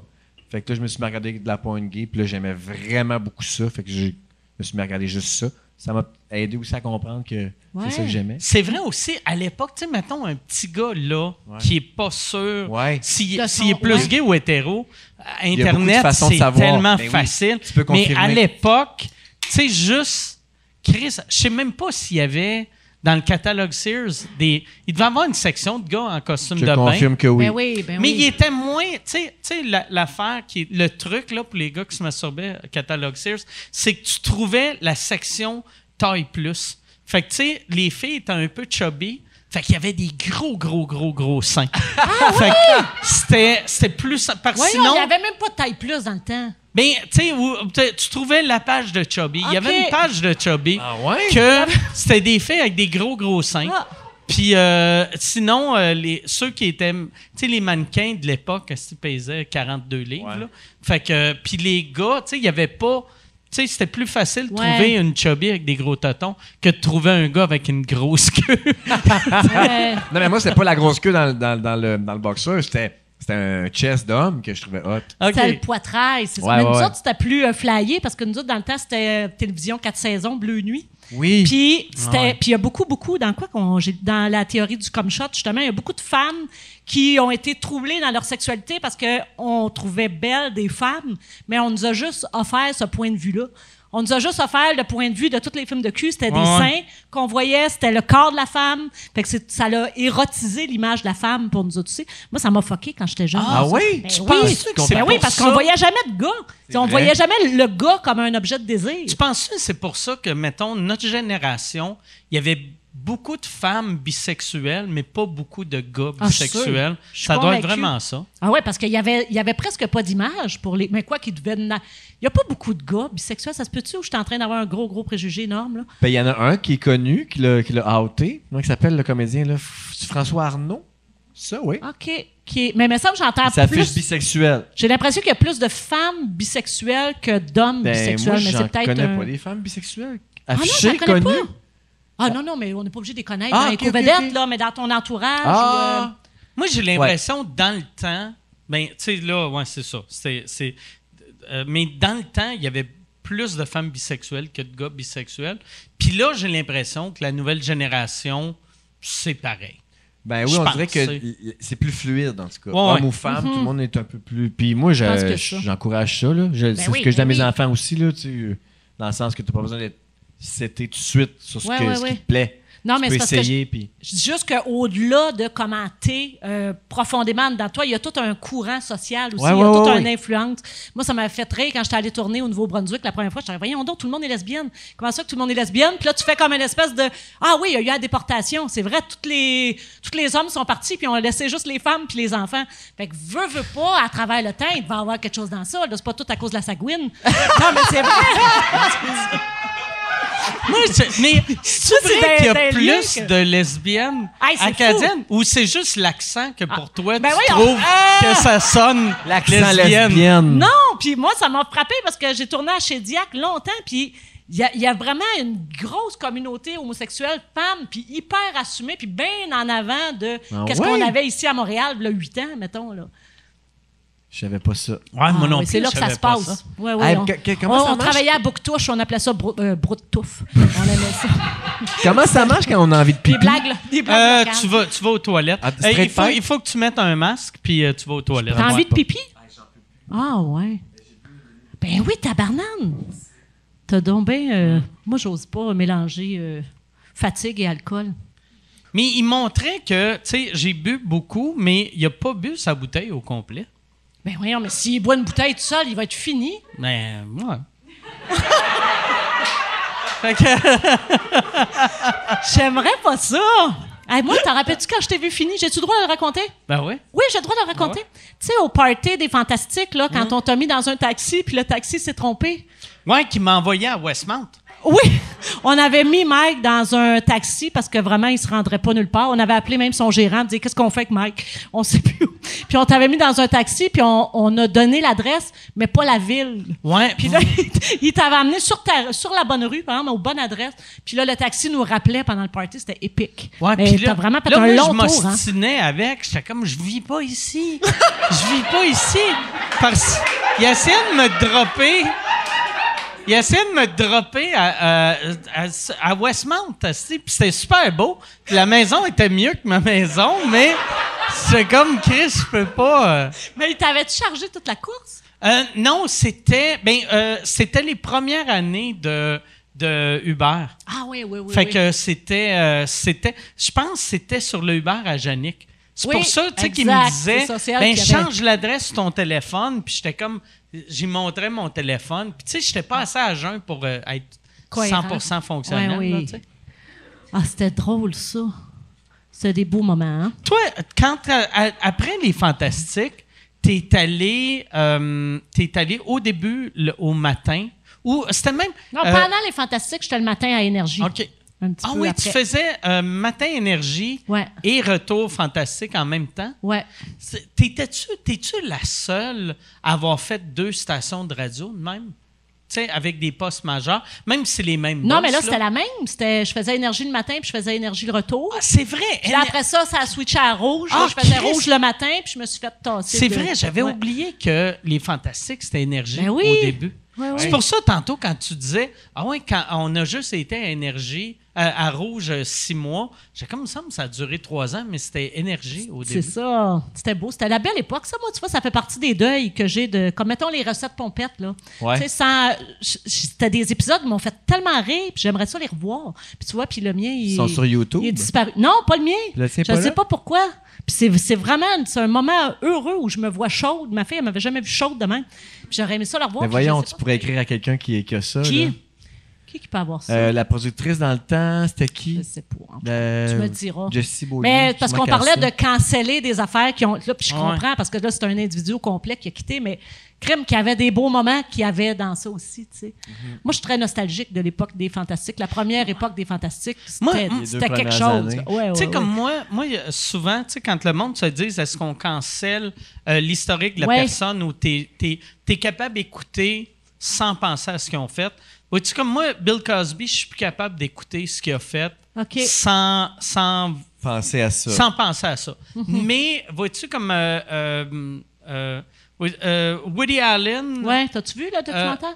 Speaker 6: Fait que là, je me suis mis à regarder de la porn gay, puis là, j'aimais vraiment beaucoup ça. Fait que je me suis mis à regarder juste ça. Ça m'a aidé aussi à comprendre que
Speaker 5: Ouais.
Speaker 6: c'est ça que j'aimais.
Speaker 1: C'est vrai aussi, à l'époque, tu sais, mettons un petit gars là,
Speaker 6: Ouais.
Speaker 1: qui est pas sûr
Speaker 6: Ouais.
Speaker 1: s'il
Speaker 5: De
Speaker 1: s'il est
Speaker 5: son-
Speaker 1: plus
Speaker 5: ouais.
Speaker 1: gay ou hétéro. à
Speaker 6: y a beaucoup de
Speaker 1: Internet,
Speaker 6: façons de
Speaker 1: c'est
Speaker 6: savoir.
Speaker 1: tellement
Speaker 6: Ben oui,
Speaker 1: facile.
Speaker 6: tu peux
Speaker 1: mais à
Speaker 6: confirmer.
Speaker 1: l'époque, tu sais, juste, Chris, je sais même pas s'il y avait dans le catalogue Sears des. Il devait avoir une section de gars en costume
Speaker 6: Je
Speaker 1: de bain.
Speaker 6: confirme que oui.
Speaker 5: Ben oui, ben
Speaker 1: Mais
Speaker 5: oui.
Speaker 1: il était moins. Tu sais- tu sais, la- l'affaire, qui est- le truc là, pour les gars qui se masturbaient à Catalogue Sears, c'est que tu trouvais la section taille plus. Fait que, tu sais, les filles étaient un peu chubby. Fait qu'il y avait des gros, gros, gros, gros seins. fait que c'était, c'était plus. ça- Parce que
Speaker 5: Ah Voyons,
Speaker 1: sinon.
Speaker 5: il n'y avait même pas de taille plus dans le temps.
Speaker 1: Mais, tu sais, où- tu- tu trouvais la page de chubby. Il y avait
Speaker 5: Ok.
Speaker 1: une page de chubby.
Speaker 6: ouais?
Speaker 1: Que c'était des filles avec des gros, gros seins.
Speaker 5: Ah.
Speaker 1: Puis euh, sinon, euh, les, ceux qui étaient, tu sais, les mannequins de l'époque, ils pesaient 42 livres. là. Fait que, euh, puis les gars, tu sais, il n'y avait pas, tu sais, c'était plus facile de
Speaker 5: Ouais.
Speaker 1: trouver une chubby avec des gros totons que de trouver un gars avec une grosse queue.
Speaker 5: Ouais.
Speaker 6: Non, mais moi, c'était pas la grosse queue dans, le- dans, le- dans le, dans le boxeur. C'était, c'était un chest d'homme que je trouvais hot.
Speaker 1: OK.
Speaker 5: C'était le poitrail. c'est ça.
Speaker 6: Ouais,
Speaker 5: Mais nous
Speaker 6: ouais,
Speaker 5: autres, c'était plus euh, flyé parce que nous autres, dans le temps, c'était euh, télévision 4 saisons, bleu nuit.
Speaker 6: Oui.
Speaker 5: Puis c'était, puis il y a beaucoup, beaucoup dans quoi qu'on, j'ai- dans la théorie du com shot justement, il y a beaucoup de femmes qui ont été troublées dans leur sexualité parce que on trouvait belles des femmes, mais on nous a juste offert ce point de vue-là. On nous a juste offert le point de vue de tous les films de cul, c'était des
Speaker 1: Ouais.
Speaker 5: seins qu'on voyait, c'était le corps de la femme, fait que c'est- ça l'a érotisé l'image de la femme pour nous autres aussi. Moi, ça m'a fucké quand j'étais jeune.
Speaker 6: Ah oui?
Speaker 5: Ben
Speaker 1: Tu
Speaker 5: oui.
Speaker 1: penses que
Speaker 5: Ben
Speaker 1: c'est
Speaker 5: oui,
Speaker 1: pour
Speaker 5: parce
Speaker 1: ça?
Speaker 5: qu'on voyait jamais de gars. On
Speaker 6: vrai.
Speaker 5: voyait jamais le gars comme un objet de désir.
Speaker 1: Tu penses que c'est pour ça que, mettons, notre génération, il y avait beaucoup de femmes bisexuelles, mais pas beaucoup de gars
Speaker 5: Ah, je suis
Speaker 1: bisexuels.
Speaker 5: sûre. Je suis
Speaker 1: ça doit être
Speaker 5: convaincue.
Speaker 1: vraiment ça.
Speaker 5: Ah ouais, parce qu'il y avait, il y avait presque pas d'image pour les. Mais quoi qu'ils devaient. na- Il n'y a pas beaucoup de gars bisexuels, ça se peut-tu ou je suis en train d'avoir un gros, gros préjugé énorme, là?
Speaker 6: Ben, il y en a un qui est connu, qui l'a, qui l'a outé, qui s'appelle le comédien là, F- François Arnaud. Ça, oui.
Speaker 5: OK. Qui est- Mais il me semble que j'entends
Speaker 6: Il s'affiche
Speaker 5: Ah, plus.
Speaker 6: bisexuel.
Speaker 5: J'ai l'impression qu'il y a plus de femmes bisexuelles que d'hommes
Speaker 6: Ben, moi,
Speaker 5: bisexuels, mais
Speaker 6: j'en
Speaker 5: c'est peut-être.
Speaker 6: connais
Speaker 5: un-
Speaker 6: pas des femmes bisexuelles.
Speaker 5: Ah non,
Speaker 6: Affichées,
Speaker 5: j'en connais pas.
Speaker 6: connues.
Speaker 5: Ah non, non, mais on n'est pas obligé de les connaître
Speaker 6: Ah,
Speaker 5: dans les
Speaker 6: ok,
Speaker 5: coups
Speaker 6: ok,
Speaker 5: vedettes,
Speaker 6: ok.
Speaker 5: là, mais dans ton entourage. ou, euh,
Speaker 6: Ah!
Speaker 1: Moi, j'ai l'impression, dans le temps, ben, tu sais, là, ouais, c'est ça. C'est, c'est- euh, mais dans le temps, il y avait plus de femmes bisexuelles que de gars bisexuels. Puis là, j'ai l'impression que la nouvelle génération, c'est pareil.
Speaker 6: Ben oui,
Speaker 1: Je
Speaker 6: on
Speaker 1: pense,
Speaker 6: dirait que
Speaker 1: c'est-
Speaker 6: l- l- c'est plus fluide, en tout cas.
Speaker 1: Ouais,
Speaker 6: Homme
Speaker 1: ouais.
Speaker 6: ou femme, tout le monde est un peu plus. Puis moi, je-
Speaker 5: Mhm. pense que
Speaker 6: je-
Speaker 5: ça.
Speaker 6: j'encourage ça. Là. Je- c'est
Speaker 5: oui,
Speaker 6: ce que je dis à
Speaker 5: ben
Speaker 6: mes
Speaker 5: oui.
Speaker 6: enfants aussi, là, tu sais, euh, dans le sens que tu n'as pas besoin d'être c'était tout de suite sur ce,
Speaker 5: Ouais,
Speaker 6: que-
Speaker 5: ouais,
Speaker 6: ce
Speaker 5: ouais.
Speaker 6: qui te plaît.
Speaker 5: Non,
Speaker 6: tu
Speaker 5: mais
Speaker 6: peux
Speaker 5: c'est parce que
Speaker 6: essayer, puis.
Speaker 5: Je dis juste qu'au-delà de commenter euh, profondément dans toi, il y a tout un courant social aussi,
Speaker 6: Ouais,
Speaker 5: il y a
Speaker 6: ouais,
Speaker 5: tout
Speaker 6: ouais,
Speaker 5: un
Speaker 6: ouais.
Speaker 5: influence. Moi, ça m'a fait rire quand j'étais allée tourner au Nouveau-Brunswick la première fois. Je voyons donc, tout le monde est lesbienne. Comment ça que tout le monde est lesbienne? Puis là, tu fais comme une espèce de Ah oui, il y a eu la déportation. C'est vrai, toutes les, toutes les hommes sont partis, puis on a laissé juste les femmes puis les enfants. Fait que veux, veux pas, à travers le temps, il devait y avoir quelque chose dans ça. Là, c'est pas tout à cause de la sagouine. non, mais c'est vrai.
Speaker 1: Moi, je- mais c'est
Speaker 5: c'est
Speaker 1: vrai
Speaker 5: des-
Speaker 1: qu'il y
Speaker 5: des
Speaker 1: a
Speaker 5: liens
Speaker 1: plus
Speaker 5: que-
Speaker 1: de lesbiennes
Speaker 5: Hey, c'est
Speaker 1: acadiennes ou c'est juste l'accent que pour toi,
Speaker 5: ben
Speaker 1: tu
Speaker 5: voyons.
Speaker 1: trouves que ça sonne
Speaker 6: Sans
Speaker 1: lesbienne?
Speaker 6: lesbienne.
Speaker 5: Non, puis moi, ça m'a frappé parce que j'ai tourné à chez Diac longtemps, puis il y, a- il y a vraiment une grosse communauté homosexuelle, femme, puis hyper assumée, puis bien en avant de
Speaker 6: Ah
Speaker 5: qu'est-ce
Speaker 6: ouais?
Speaker 5: qu'on avait ici à Montréal, le 8 ans, mettons. Là.
Speaker 6: Je savais pas ça.
Speaker 1: Ouais, moi
Speaker 5: Ah,
Speaker 1: non
Speaker 5: oui,
Speaker 1: plus,
Speaker 5: c'est là
Speaker 1: je
Speaker 5: que ça
Speaker 1: savais
Speaker 5: se
Speaker 1: pas
Speaker 5: passe.
Speaker 1: ça.
Speaker 5: Ouais, ouais,
Speaker 6: Hey,
Speaker 5: on,
Speaker 6: que- que- comment
Speaker 5: on-
Speaker 6: ça
Speaker 5: on
Speaker 6: marche?
Speaker 5: travaillait à Bouctouche, on appelait ça brou, euh, Broutetouffe. on aimait ça.
Speaker 6: Comment ça marche quand on a envie de
Speaker 5: Des
Speaker 6: pipi?
Speaker 5: blagues, là, des
Speaker 1: Euh,
Speaker 5: blagues. locales.
Speaker 1: tu, vas, tu vas aux toilettes.
Speaker 6: Ah,
Speaker 1: Euh,
Speaker 6: straight
Speaker 1: il, faut,
Speaker 6: pipe?
Speaker 1: il faut que tu mettes un masque, puis euh, tu vas aux toilettes.
Speaker 5: T'as
Speaker 1: Ouais.
Speaker 5: envie de pipi? Ah, ouais. Ben oui, tabarnane. T'as donc bien... euh, moi, j'ose pas mélanger euh, fatigue et alcool.
Speaker 1: Mais il montrait que, tu sais, j'ai bu beaucoup, mais il a pas bu sa bouteille au complet.
Speaker 5: Ben voyons, mais s'il boit une bouteille tout seul, il va être fini.
Speaker 1: Mais Ben, moi. fait que,
Speaker 5: J'aimerais pas ça. Hey, moi, t'en rappelles-tu quand je t'ai vu fini? J'ai-tu le droit de le raconter?
Speaker 1: ben ouais.
Speaker 5: Oui, j'ai le droit de le raconter. Tu sais, au party des Fantastiques, là, quand on t'a mis dans un taxi, puis le taxi s'est trompé.
Speaker 1: Ouais, qui m'a envoyé à Westmount.
Speaker 5: oui, on avait mis Mike dans un taxi parce que vraiment, il se rendrait pas nulle part. On avait appelé même son gérant, dit qu'est-ce qu'on fait avec Mike? On sait plus où. Puis on t'avait mis dans un taxi, puis on, on a donné l'adresse, mais pas la ville.
Speaker 1: Ouais.
Speaker 5: Puis là, il t- il t'avait amené sur, ta- sur la bonne rue, par exemple, aux bonnes adresses. Puis là, le taxi nous rappelait pendant le party, c'était épique.
Speaker 1: Ouais,
Speaker 5: mais
Speaker 1: puis
Speaker 5: t'as
Speaker 1: là,
Speaker 5: vraiment fait
Speaker 1: là,
Speaker 5: un
Speaker 1: moi,
Speaker 5: long
Speaker 1: je
Speaker 5: tour, hein.
Speaker 1: m'ostinais avec. J'étais comme, je vis pas ici. je vis pas ici. Parce qu'il essayait de me dropper. Il essayait de me dropper à, euh, à, à Westmount, asti, puis c'était super beau. Puis la maison était mieux que ma maison, mais c'est comme, Chris, je peux pas... euh,
Speaker 5: Mais il t'avait chargé toute la course?
Speaker 1: euh, non, c'était ben, euh, c'était les premières années de, de Uber.
Speaker 5: Ah oui, oui, oui.
Speaker 1: fait
Speaker 5: oui.
Speaker 1: que c'était euh, c'était je pense que c'était sur le Uber à Yannick. C'est
Speaker 5: Oui,
Speaker 1: pour ça tu sais qu'il me
Speaker 5: exact,
Speaker 1: disait
Speaker 5: c'est ça, c'est elle
Speaker 1: ben
Speaker 5: qui avait-
Speaker 1: change l'adresse sur ton téléphone puis j'étais comme j'y montrais mon téléphone puis tu sais j'étais pas assez à jeun pour euh, être
Speaker 5: Cohérent.
Speaker 1: 100% fonctionnel.
Speaker 5: Ouais, oui.
Speaker 1: là, tu sais.
Speaker 5: Ah, c'était drôle, ça. C'était des beaux moments, hein?
Speaker 1: Toi, quand euh, à- à- après les Fantastiques, t'es allé, euh, t'es allé au début le- au matin ou c'était même
Speaker 5: Non,
Speaker 1: euh,
Speaker 5: pendant les Fantastiques, j'étais le matin à Énergie.
Speaker 1: OK.
Speaker 5: Un petit
Speaker 1: Ah
Speaker 5: peu
Speaker 1: oui,
Speaker 5: après.
Speaker 1: tu faisais euh, matin énergie
Speaker 5: Ouais.
Speaker 1: et retour fantastique en même temps.
Speaker 5: Ouais.
Speaker 1: C'est- T'étais-tu, t'es-tu la seule à avoir fait deux stations de radio de même? Tu sais, avec des postes majeurs, même si c'est les mêmes.
Speaker 5: Non,
Speaker 1: boss,
Speaker 5: mais là, c'était la même. C'était, je faisais Énergie le matin, puis je faisais Énergie le retour.
Speaker 1: Ah, c'est vrai.
Speaker 5: Puis là, après ça, ça a switché à rouge.
Speaker 1: Ah,
Speaker 5: Là, je faisais
Speaker 1: Christ!
Speaker 5: rouge le matin, puis je me suis fait tasser.
Speaker 1: C'est
Speaker 5: de-
Speaker 1: vrai, j'avais
Speaker 5: Ouais.
Speaker 1: oublié que les fantastiques, c'était énergie
Speaker 5: Ben oui.
Speaker 1: au début.
Speaker 5: Ouais, ouais.
Speaker 1: C'est pour ça, tantôt, quand tu disais, ah ouais, quand on a juste été à énergie, euh, à rouge euh, six mois, j'ai comme ça, ça a duré trois ans, mais c'était énergie au
Speaker 5: C'est
Speaker 1: début.
Speaker 5: ça. C'était beau. C'était la belle époque. Ça, moi, tu vois, ça fait partie des deuils que j'ai de. Comme mettons les recettes pompettes, là. Tu sais, sans- j- j- C'était des épisodes qui m'ont fait tellement rire, puis j'aimerais ça les revoir. Puis tu vois, puis le mien, il.
Speaker 8: Ils sont sur YouTube.
Speaker 5: Il est disparu. Non, pas le mien.
Speaker 8: Le tien
Speaker 5: je
Speaker 8: pas
Speaker 5: sais
Speaker 8: là?
Speaker 5: pas pourquoi. Puis c'est, c'est vraiment c'est un moment heureux où je me vois chaude. Ma fille, elle m'avait jamais vu chaude de même. Puis j'aurais aimé ça la
Speaker 6: Ben
Speaker 5: revoir.
Speaker 8: Mais
Speaker 5: puis
Speaker 8: voyons,
Speaker 5: je sais
Speaker 8: tu
Speaker 5: pas.
Speaker 8: pourrais écrire à quelqu'un qui qui a ça. là.
Speaker 5: Qui? Qui qui peut avoir ça?
Speaker 8: Euh, la productrice dans le temps, c'était
Speaker 5: je
Speaker 8: qui?
Speaker 5: sais pas. En tout cas,
Speaker 8: Euh,
Speaker 5: tu me le diras.
Speaker 8: Jessie Beaulieu.
Speaker 5: Mais parce
Speaker 8: sûrement
Speaker 5: qu'on parlait
Speaker 8: qu'elle
Speaker 5: de canceller des affaires qui ont. Là, puis je
Speaker 1: Ouais.
Speaker 5: comprends, parce que là, c'est un individu au complet qui a quitté, mais Crime qui avait des beaux moments qu'il y avait dans ça aussi, tu sais.
Speaker 8: Mm-hmm.
Speaker 5: Moi, je suis très nostalgique de l'époque des Fantastiques. La première époque des Fantastiques,
Speaker 1: Moi, les
Speaker 5: c'était,
Speaker 1: deux
Speaker 5: c'était quelque
Speaker 8: premières
Speaker 5: chose.
Speaker 8: années.
Speaker 5: là. Ouais,
Speaker 1: Tu sais,
Speaker 5: ouais,
Speaker 1: comme moi, moi, euh, souvent, tu sais, quand le monde se dit est-ce qu'on cancelle euh, l'historique de la
Speaker 5: Ouais.
Speaker 1: personne ou t'es es, capable d'écouter sans penser à ce qu'ils ont fait. Ou tu sais, comme moi, Bill Cosby, je suis plus capable d'écouter ce qu'il a fait
Speaker 5: OK.
Speaker 1: sans, sans,
Speaker 8: Pensez à ça.
Speaker 1: sans penser à ça.
Speaker 5: Mhm.
Speaker 1: Mais vois-tu comme euh, euh, euh, euh, Woody Allen,
Speaker 5: Ouais, t'as-tu
Speaker 1: euh,
Speaker 5: vu le documentaire?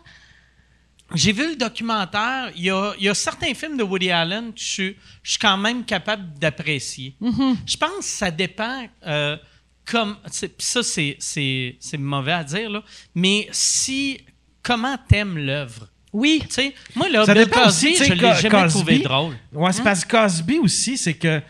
Speaker 1: j'ai vu le documentaire. Il y, a, il y a certains films de Woody Allen que je, suis- je suis quand même capable d'apprécier.
Speaker 4: Mm-hmm.
Speaker 1: Je pense que ça dépend. euh, comme, c'est- pis ça, c'est- c'est c'est mauvais à dire, là, mais si. Comment t'aimes l'œuvre?
Speaker 5: Oui.
Speaker 1: Tu sais, moi, là,
Speaker 4: Ça
Speaker 1: Bill
Speaker 4: dépend aussi,
Speaker 1: Cosby,
Speaker 4: tu sais,
Speaker 1: je l'ai
Speaker 4: Co-
Speaker 1: jamais trouvé
Speaker 4: Cosby.
Speaker 1: drôle.
Speaker 4: Ouais,
Speaker 5: Hein?
Speaker 4: c'est parce que Cosby aussi, c'est que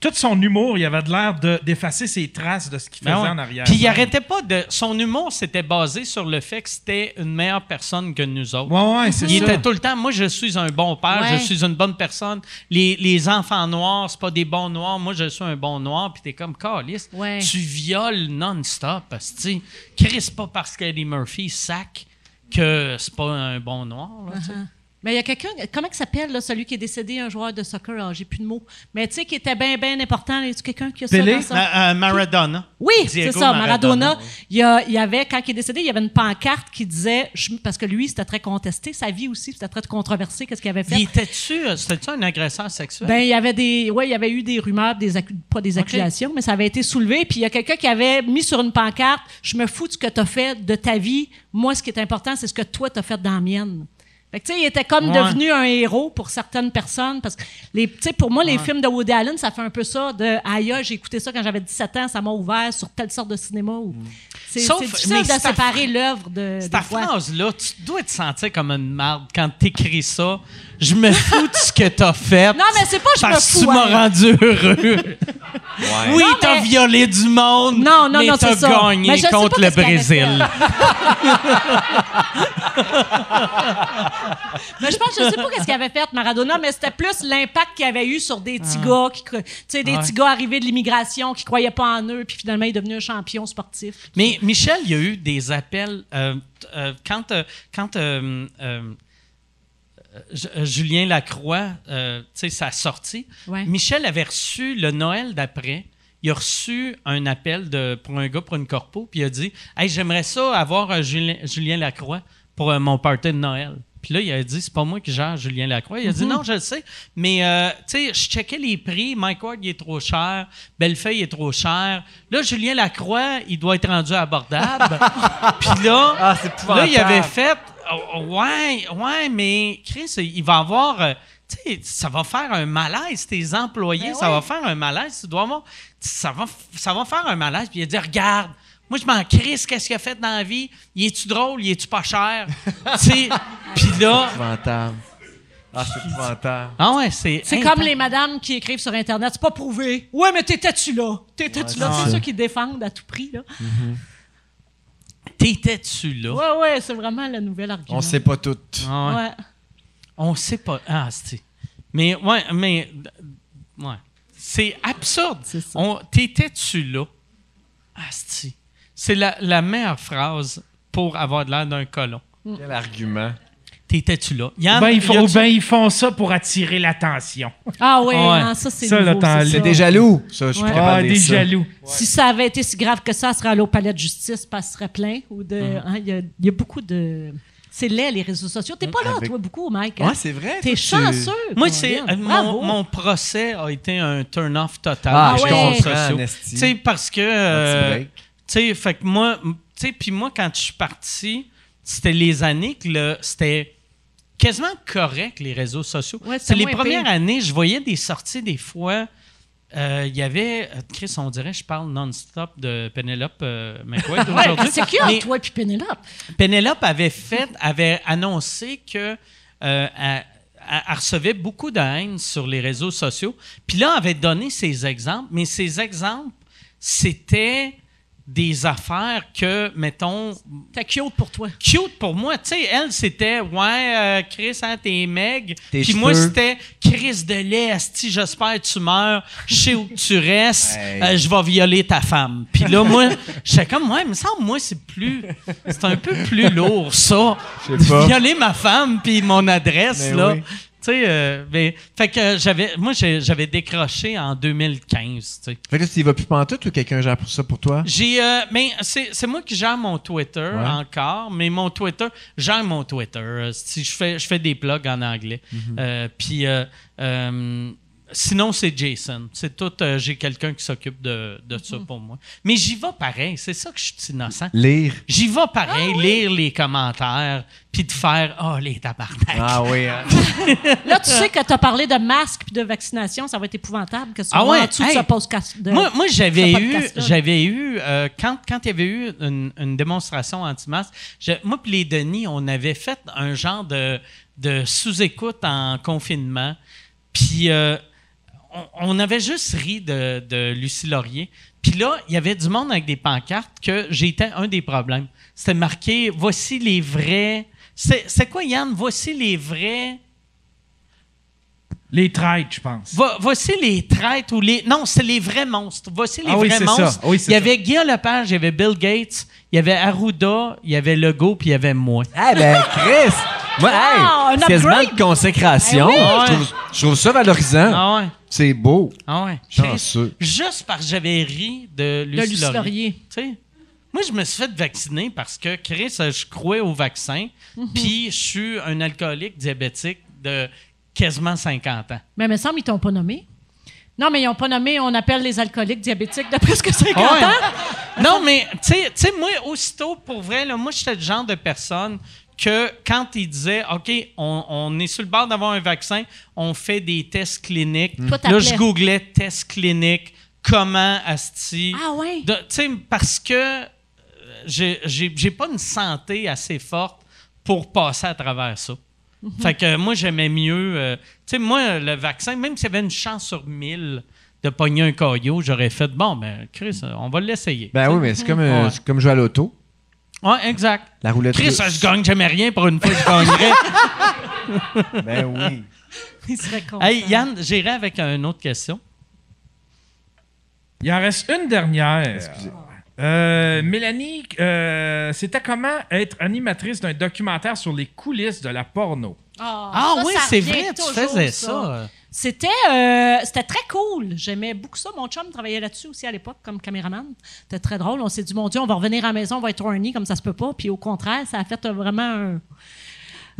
Speaker 4: tout son humour, il avait de l'air de- d'effacer ses traces de ce qu'il faisait
Speaker 1: Ben ouais.
Speaker 4: en arrière.
Speaker 1: Puis il arrêtait pas de. Son humour, c'était basé sur le fait que c'était une meilleure personne que nous autres.
Speaker 4: Ouais, ouais, c'est
Speaker 1: Il
Speaker 4: ça.
Speaker 1: était tout le temps, moi je suis un bon père,
Speaker 5: Ouais.
Speaker 1: je suis une bonne personne. Les, les enfants noirs, c'est pas des bons noirs, moi je suis un bon noir, puis t'es comme Carlis.
Speaker 5: Ouais.
Speaker 1: Tu violes non-stop, parce que tu Chris, pas parce qu'Eddie Murphy sac que c'est pas un bon noir. là, tu sais.
Speaker 5: Mais il y a quelqu'un, comment il s'appelle, là, celui qui est décédé, un joueur de soccer, ah, j'ai plus de mots, mais tu sais, qui était bien, bien important, là, y a quelqu'un qui a
Speaker 4: Pelé?
Speaker 5: ça dans son-
Speaker 1: Ma- euh, Maradona.
Speaker 5: Oui, c'est
Speaker 1: Diego
Speaker 5: ça, Maradona.
Speaker 1: ouais.
Speaker 5: Il, y a- il y avait, quand il est décédé, il y avait une pancarte qui disait, je- parce que lui, c'était très contesté, sa vie aussi, c'était très controversé, qu'est-ce qu'il avait fait.
Speaker 1: Il était-tu euh, c'était-tu un agresseur sexuel?
Speaker 5: Ben, il y avait des, ouais, il y avait eu des rumeurs, des accu- pas des accusations, mais ça avait été soulevé. Puis il y a quelqu'un qui avait mis sur une pancarte, je me fous de ce que t'as fait de ta vie. Moi, ce qui est important, c'est ce que toi t'as fait dans la mienne. Fait que, tu sais, il était comme
Speaker 1: Ouais.
Speaker 5: devenu un héros pour certaines personnes parce que les, tu sais, pour moi, les films de Woody Allen, ça fait un peu ça de, aïe, aïe, j'ai écouté ça quand j'avais 17 ans, ça m'a ouvert sur telle sorte de cinéma ou, c'est,
Speaker 1: Mm. Sauf- mais
Speaker 5: c'est difficile de
Speaker 1: c'est ta-
Speaker 5: séparer l'œuvre de,
Speaker 1: Cette
Speaker 5: des fois.
Speaker 1: phrase-là, tu dois te sentir comme une marde quand t'écris ça. Je
Speaker 5: Ben,
Speaker 1: me fous de ce que t'as fait.
Speaker 5: Non, mais c'est pas je me
Speaker 1: parce que
Speaker 5: fous,
Speaker 1: tu m'as
Speaker 5: hein.
Speaker 1: rendu heureux. Oui,
Speaker 5: Non,
Speaker 1: t'as
Speaker 5: mais-
Speaker 1: violé du monde.
Speaker 5: Non, non,
Speaker 1: mais
Speaker 5: non,
Speaker 1: t'as
Speaker 5: c'est ça.
Speaker 1: gagné
Speaker 5: Mais je sais pas
Speaker 1: contre le
Speaker 5: qu'est-ce qu'elle
Speaker 1: Brésil.
Speaker 5: Mais je pense, je sais pas qu'est-ce qu'il avait fait Maradona, mais c'était plus l'impact qu'il avait eu sur des petits gars qui, cro- tu sais, des
Speaker 1: Ouais.
Speaker 5: petits gars arrivés de l'immigration qui croyaient pas en eux, puis finalement il est devenu un champion sportif.
Speaker 1: Mais Michel, il y a eu des appels euh, t- euh, quand euh, quand euh, euh, J- euh, Julien Lacroix, euh, tu sais, sa sortie.
Speaker 5: Ouais.
Speaker 1: Michel avait reçu le Noël d'après. Il a reçu un appel de, pour un gars pour une corpo, puis il a dit Hey, j'aimerais ça avoir un Julien, Julien Lacroix pour euh, mon party de Noël. Puis là, il a dit C'est pas moi qui gère Julien Lacroix. Il a dit Non, je le sais, mais euh, tu sais, je checkais les prix. Mike Ward, il est trop cher. Bellefeuille est trop cher. Là, Julien Lacroix, il doit être rendu abordable. puis là,
Speaker 6: Ah, c'est
Speaker 1: Là, il avait
Speaker 6: épouvantable.
Speaker 1: fait. oh, oh, ouais, ouais, mais Chris, il va avoir. euh, tu sais, ça va faire un malaise, tes employés,
Speaker 5: Ben
Speaker 1: ça
Speaker 5: ouais.
Speaker 1: va faire un malaise. Tu dois avoir. Ça va, f- ça va faire un malaise. Puis il a dit Regarde, moi, je m'en crisse, qu'est-ce qu'il a fait dans la vie Il est-tu drôle Il est-tu pas cher Tu sais, Puis là.
Speaker 6: épouvantable. Ah, c'est épouvantable.
Speaker 1: Ah ouais, c'est.
Speaker 5: C'est
Speaker 1: intense.
Speaker 5: comme les madames qui écrivent sur Internet. C'est pas prouvé. Ouais, mais t'étais-tu là? T'étais-tu là? C'est ceux qui défendent à tout prix, là.
Speaker 1: T'étais-tu là
Speaker 5: Ouais, ouais, c'est vraiment le nouvel argument.
Speaker 6: On sait pas tout.
Speaker 1: Ah ouais.
Speaker 5: Ouais.
Speaker 1: On sait pas. Ah, c'est. Mais, ouais, mais. Ouais. C'est absurde.
Speaker 5: C'est ça.
Speaker 1: On- T'étais-tu là? Ah, c'est. C'est la, la meilleure phrase pour avoir de l'air d'un colon.
Speaker 6: Quel argument.
Speaker 1: T'étais-tu là? Yann,
Speaker 4: ben, ils
Speaker 1: y
Speaker 4: font,
Speaker 1: a-tu-
Speaker 4: ben, ils font ça pour attirer l'attention.
Speaker 5: Ah
Speaker 1: Ouais.
Speaker 5: oui, non, ça, c'est
Speaker 4: Ça,
Speaker 5: nouveau,
Speaker 4: le temps-
Speaker 5: c'est
Speaker 4: c'est
Speaker 5: ça.
Speaker 6: Des jaloux. Ça, je suis
Speaker 5: Ouais.
Speaker 6: pas
Speaker 4: Ah,
Speaker 6: capable de
Speaker 4: des
Speaker 6: dire ça.
Speaker 4: jaloux.
Speaker 5: Si ça avait été si grave que ça, elle serait allée au palais de justice, parce qu'elle serait plein. Ou de, hein, il, y a, il y a beaucoup de... C'est laid, les réseaux sociaux. T'es pas là,
Speaker 6: Avec-
Speaker 5: toi, beaucoup, Mike. hein?
Speaker 6: Ouais, c'est vrai.
Speaker 5: T'es
Speaker 6: toi, tu-
Speaker 5: chanceux.
Speaker 1: Moi,
Speaker 5: qu'on
Speaker 1: c'est.
Speaker 5: vienne.
Speaker 1: euh,
Speaker 5: Bravo.
Speaker 1: Mon, mon procès a été un turn-off total.
Speaker 6: Ah,
Speaker 5: Ah
Speaker 6: je
Speaker 5: ouais.
Speaker 6: comprends,
Speaker 1: sociaux.
Speaker 6: Nasty.
Speaker 1: Tu sais, parce que.
Speaker 6: Un petit
Speaker 1: euh,
Speaker 6: break.
Speaker 1: Tu sais, fait que moi, m- tu sais, puis moi, quand je suis parti, c'était les années que le- c'était quasiment correct, les réseaux sociaux.
Speaker 5: Ouais,
Speaker 1: c'est
Speaker 5: c'était
Speaker 1: les
Speaker 5: moins
Speaker 1: premières
Speaker 5: pire.
Speaker 1: années, je voyais des sorties des fois. euh, Il y avait, euh, Chris, on dirait, je parle non-stop de Penelope euh, McQuaid
Speaker 5: Ouais,
Speaker 1: aujourd'hui.
Speaker 5: c'est qui,
Speaker 1: Mais-
Speaker 5: toi et puis Pénélope?
Speaker 1: Penelope avait fait, avait annoncé que euh, elle, elle- elle recevait beaucoup de haine sur les réseaux sociaux. Puis là, elle avait donné ses exemples, mais ses exemples, c'était des affaires que, mettons,
Speaker 5: T'es cute pour toi.
Speaker 1: cute pour moi. Tu sais, elle, c'était, ouais, euh, Chris, hein, t'es meg.
Speaker 6: Tes
Speaker 1: Puis moi,
Speaker 6: cheveux.
Speaker 1: c'était, Chris de l'Est, j'espère que tu meurs, je sais où que tu restes,
Speaker 6: Hey.
Speaker 1: euh, je vais violer ta femme. Puis là, moi, j'étais comme, ouais, il me semble, moi, c'est plus, c'est un peu plus lourd, ça.
Speaker 6: Je sais pas.
Speaker 1: Violer ma femme, puis mon adresse,
Speaker 6: Mais
Speaker 1: là.
Speaker 6: oui.
Speaker 1: Tu sais, euh, mais- fait que euh, j'avais, moi, j'ai- j'avais décroché en 2015, tu sais.
Speaker 6: Fait que là, tu y vas plus pantoute ou quelqu'un gère pour ça pour toi?
Speaker 1: J'ai, euh, mais c'est, c'est moi qui gère mon Twitter encore, mais mon Twitter, gère mon Twitter. Euh, Si je fais, je fais des blogs en anglais. Euh, puis euh, euh, sinon c'est Jason. C'est tout. euh, j'ai quelqu'un qui s'occupe de, de ça pour moi. Mais j'y vais pareil. C'est ça que je suis innocent.
Speaker 6: Lire.
Speaker 1: J'y vais pareil, lire les commentaires, puis de faire oh les tabarnak.
Speaker 6: Ah oui, hein.
Speaker 5: Là, tu sais que t'as parlé de masques puis de vaccination, ça va être épouvantable que ce
Speaker 1: Ah
Speaker 5: soit
Speaker 1: ouais,
Speaker 5: en dessous
Speaker 1: hey.
Speaker 5: de ce podcast. de-
Speaker 1: Moi, moi j'avais
Speaker 5: ce
Speaker 1: eu,
Speaker 5: podcast-là.
Speaker 1: j'avais eu euh, quand, quand il y avait eu une, une démonstration anti-masque, je- moi et les Denis, on avait fait un genre de, de sous-écoute en confinement. Puis euh, on, on avait juste ri de, de Lucie Laurier. Puis là, il y avait du monde avec des pancartes que j'étais un des problèmes. C'était marqué Voici les vrais. C'est c'est quoi, Yann Voici les vrais.
Speaker 4: Les traites, je pense.
Speaker 1: Vo- voici les traites ou les. Non, c'est les vrais monstres. Voici les
Speaker 4: Ah oui,
Speaker 1: vrais
Speaker 4: c'est
Speaker 1: monstres.
Speaker 4: ça. Oui, c'est
Speaker 1: il y avait Guillaume Lepage, il y avait Bill Gates, il y avait Arruda, il y avait Legault, puis il y avait moi.
Speaker 6: Eh ben, Chris! Moi,
Speaker 1: Ah,
Speaker 5: Wow,
Speaker 6: hey,
Speaker 5: un
Speaker 6: c'est quasiment
Speaker 5: upgrade.
Speaker 6: de consécration.
Speaker 4: Ah
Speaker 5: Ben
Speaker 1: oui.
Speaker 6: je, trouve, je trouve ça valorisant.
Speaker 1: Ah ouais.
Speaker 6: C'est beau.
Speaker 1: Ah ouais.
Speaker 6: Chanceux.
Speaker 1: Chris, Juste parce que j'avais ri de
Speaker 5: de
Speaker 1: Lucie
Speaker 5: Lucie
Speaker 1: Laurier.
Speaker 5: Laurier.
Speaker 1: Tu sais, moi, je me suis fait vacciner parce que, Chris, euh, je croyais au vaccin,
Speaker 5: Mhm.
Speaker 1: puis je suis un alcoolique diabétique de quasiment 50 ans.
Speaker 5: Mais il me semble qu'ils t'ont pas nommé. Non, mais ils n'ont pas nommé, on appelle les alcooliques diabétiques de plus que 50
Speaker 1: Ouais.
Speaker 5: ans.
Speaker 1: Non, mais tu sais- tu sais, moi, aussitôt, pour vrai, là, moi, j'étais le genre de personne que quand ils disaient, OK, on, on est sur le bord d'avoir un vaccin, on fait des tests cliniques.
Speaker 5: Toi,
Speaker 1: là,
Speaker 5: t'appelais.
Speaker 1: je googlais tests cliniques, comment asti.
Speaker 5: Ah ouais.
Speaker 1: De- Tu sais, parce que euh, j'ai- j'ai j'ai pas une santé assez forte pour passer à travers ça.
Speaker 5: Mhm.
Speaker 1: Fait que moi, j'aimais mieux. euh, tu sais, moi, le vaccin, même s'il y avait une chance sur mille de pogner un caillot, j'aurais fait bon, ben, Chris, euh, on va l'essayer.
Speaker 6: Ben oui, mais c'est comme, euh,
Speaker 1: Ouais.
Speaker 6: c'est comme jouer à l'auto.
Speaker 1: Ouais, exact.
Speaker 6: La roulette
Speaker 1: Chris,
Speaker 6: russe.
Speaker 1: euh, je gagne jamais rien pour une fois, je gagnerais.
Speaker 6: Ben oui.
Speaker 5: Ils seraient contents.
Speaker 1: hey, Yann, j'irai avec une autre question.
Speaker 4: Il en reste une dernière. Euh, Mélanie, euh, c'était comment être animatrice d'un documentaire sur les coulisses de la porno?
Speaker 5: Ah,
Speaker 1: Ah
Speaker 5: ça,
Speaker 1: oui,
Speaker 5: ça
Speaker 1: c'est
Speaker 5: revient
Speaker 1: vrai, tu
Speaker 5: toujours,
Speaker 1: faisais ça.
Speaker 5: C'était, euh, c'était très cool. J'aimais beaucoup ça. Mon chum travaillait là-dessus aussi à l'époque comme caméraman. C'était très drôle. On s'est dit, mon Dieu, on va revenir à la maison, on va être horny comme ça se peut pas. Puis au contraire, ça a fait euh, vraiment un.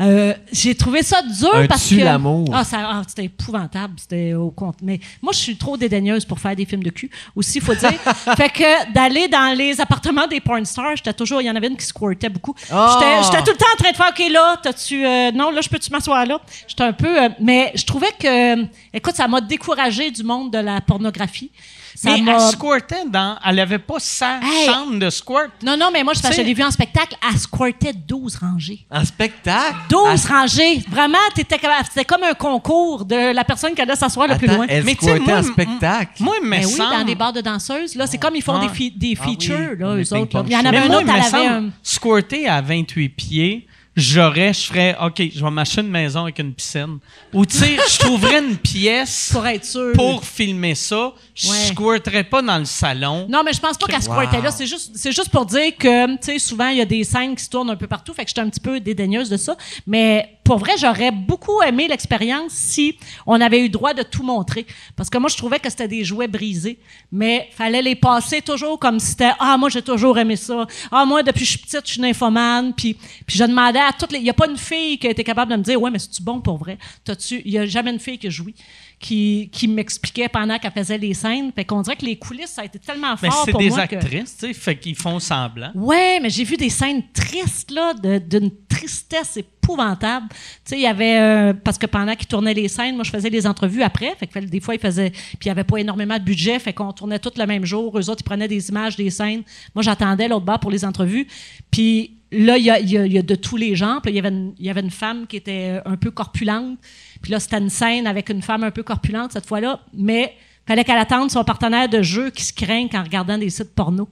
Speaker 5: Euh, j'ai trouvé ça dur
Speaker 8: Un
Speaker 5: parce
Speaker 8: tue
Speaker 5: que
Speaker 8: l'amour.
Speaker 5: ah, ça- ah, c'était épouvantable, c'était au compte. Mais moi, je suis trop dédaigneuse pour faire des films de cul. Aussi, faut dire, fait que d'aller dans les appartements des porn stars, j'étais toujours, il y en avait une qui squirtait beaucoup.
Speaker 1: Ah!
Speaker 5: J'étais- J'étais tout le temps en train de faire, ok, là, t'as-tu, euh, non, là, je peux-tu m'asseoir là. J'étais un peu, euh, mais je trouvais que, euh, écoute, ça m'a découragée du monde de la pornographie. Ça
Speaker 1: mais
Speaker 5: m'a-
Speaker 1: elle squirtait dans. Elle avait pas sa
Speaker 5: Hey!
Speaker 1: chambre de squirt.
Speaker 5: Non, non, mais moi, je, parce que
Speaker 1: Tu sais-
Speaker 5: je l'ai vu en spectacle, elle squirtait 12 rangées.
Speaker 8: En spectacle?
Speaker 5: 12 rangées. Vraiment, t'étais capable- c'était comme un concours de la personne qui allait s'asseoir le plus
Speaker 8: Attends,
Speaker 5: loin.
Speaker 8: elle
Speaker 1: Mais tu sais,
Speaker 8: squattait
Speaker 1: moi,
Speaker 8: en
Speaker 1: m-
Speaker 8: spectacle.
Speaker 1: Moi, il me
Speaker 5: Ben oui,
Speaker 1: semble-
Speaker 5: dans des bars de danseuses, là, c'est comme ils font
Speaker 1: Ah.
Speaker 5: des, fi- des
Speaker 8: Ah oui,
Speaker 5: features,
Speaker 8: on
Speaker 5: là, eux
Speaker 8: est
Speaker 5: autres. là.
Speaker 8: ping-pong
Speaker 5: Il y en
Speaker 8: show.
Speaker 5: avait
Speaker 1: Mais
Speaker 5: un
Speaker 1: moi,
Speaker 5: autre,
Speaker 1: il me
Speaker 5: elle avait
Speaker 1: semble,
Speaker 5: un...
Speaker 1: squirter à 28 pieds, j'aurais, je ferais, OK, je vais m'acheter une maison avec une piscine. Ou, tu sais, je trouverais une pièce
Speaker 5: Pour être sûr.
Speaker 1: pour filmer ça. Je
Speaker 5: Ouais.
Speaker 1: squirterais pas dans le salon.
Speaker 5: Non, mais je pense pas qu'elle squirtait là. C'est juste, c'est juste pour dire que, tu sais, souvent, il y a des scènes qui se tournent un peu partout. Fait que j'étais un petit peu dédaigneuse de ça. Mais pour vrai, j'aurais beaucoup aimé l'expérience si on avait eu droit de tout montrer. Parce que moi, je trouvais que c'était des jouets brisés. Mais fallait les passer toujours comme si c'était, ah, moi, j'ai toujours aimé ça. Ah, moi, depuis que je suis petite, je suis nymphomane. Puis, puis je demandais à toutes les, il y a pas une fille qui a été capable de me dire, ouais, mais c'est-tu bon pour vrai? T'as-tu, il y a jamais une fille qui a joui. Qui, qui m'expliquait pendant qu'elle faisait les scènes. Fait qu'on dirait que les coulisses, ça a été tellement
Speaker 1: Mais
Speaker 5: fort
Speaker 1: c'est
Speaker 5: pour
Speaker 1: des
Speaker 5: moi que-
Speaker 1: actrices, tu sais, fait qu'ils font semblant.
Speaker 5: Ouais, mais j'ai vu des scènes tristes, là, de- d'une tristesse épouvantable. Tu sais, il y avait... euh, parce que pendant qu'ils tournaient les scènes, moi, je faisais les entrevues après. Fait que des fois, ils faisaient... Puis il n'y avait pas énormément de budget, fait qu'on tournait tout le même jour. Eux autres, ils prenaient des images, des scènes. Moi, j'attendais l'autre bar pour les entrevues. Puis là, il y a, il y a- il y a de tous les genres. Puis là, il y avait une- il y avait une femme qui était euh, un peu corpulente. Puis là, c'était une scène avec une femme un peu corpulente cette fois-là. Mais fallait qu'elle attende son partenaire de jeu qui se craigne en regardant des sites porno.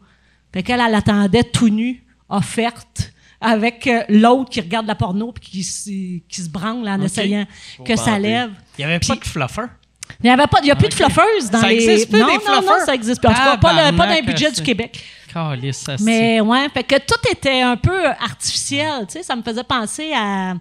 Speaker 5: Fait qu'elle, elle attendait tout nu, offerte, avec euh, l'autre qui regarde la porno puis qui, se- qui se branle en essayant que ça lève.
Speaker 1: Il y avait pas
Speaker 5: Puis-
Speaker 1: de fluffer.
Speaker 5: Il n'y avait pas, il y a plus de fluffeuses dans
Speaker 1: Ça
Speaker 5: les...
Speaker 1: existe plus,
Speaker 5: non,
Speaker 1: des
Speaker 5: non, non,
Speaker 1: fluffeurs?
Speaker 5: ça existe plus. En tout cas, pas, le- pas dans le
Speaker 1: Tabarnak,
Speaker 5: budget du
Speaker 1: c'est-
Speaker 5: Québec.
Speaker 1: Calisse, ça, c'est-
Speaker 5: Mais ouais, fait que tout était un peu artificiel, tu sais, ça me faisait penser à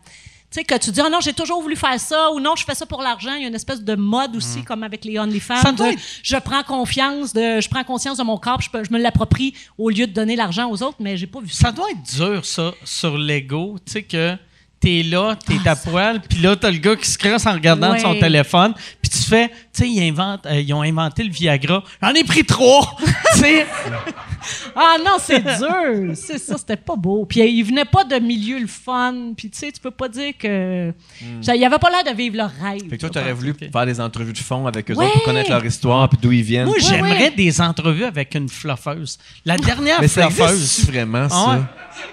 Speaker 5: tu sais que tu dis oh non, j'ai toujours voulu faire ça ou non, je fais ça pour l'argent, il y a une espèce de mode aussi comme avec les OnlyFans.
Speaker 1: Mm. Ça doit
Speaker 5: de
Speaker 1: être-
Speaker 5: Je prends confiance de je prends conscience de mon corps, puis je, peux- je me l'approprie au lieu de donner l'argent aux autres, mais j'ai pas vu ça.
Speaker 1: Ça doit être dur, ça, sur l'ego, tu sais, que t'es là, t'es à poil, puis là, t'as le gars qui se crasse en regardant
Speaker 5: Ah, Ouais.
Speaker 1: son téléphone, puis tu fais, tu sais, ils, inventent- euh, ils ont inventé le Viagra. J'en ai pris trois! tu sais,
Speaker 5: Ah non, c'est dur, c'est ça, c'était pas beau. Puis euh, il venait pas de milieu le fun, puis tu sais, tu peux pas dire que ça- il y avait pas l'air de vivre leur rêve.
Speaker 8: Hmm. Fait que toi, t'aurais voulu
Speaker 1: Ok.
Speaker 8: faire des entrevues de fond avec eux
Speaker 5: Ouais.
Speaker 8: autres pour connaître leur histoire puis d'où ils viennent.
Speaker 1: moi,
Speaker 5: Ouais,
Speaker 1: j'aimerais
Speaker 5: ouais.
Speaker 1: des entrevues avec une fluffeuse. La dernière
Speaker 8: mais ça
Speaker 1: fluffeuse.
Speaker 8: existe vraiment, ça?
Speaker 1: Ah ouais.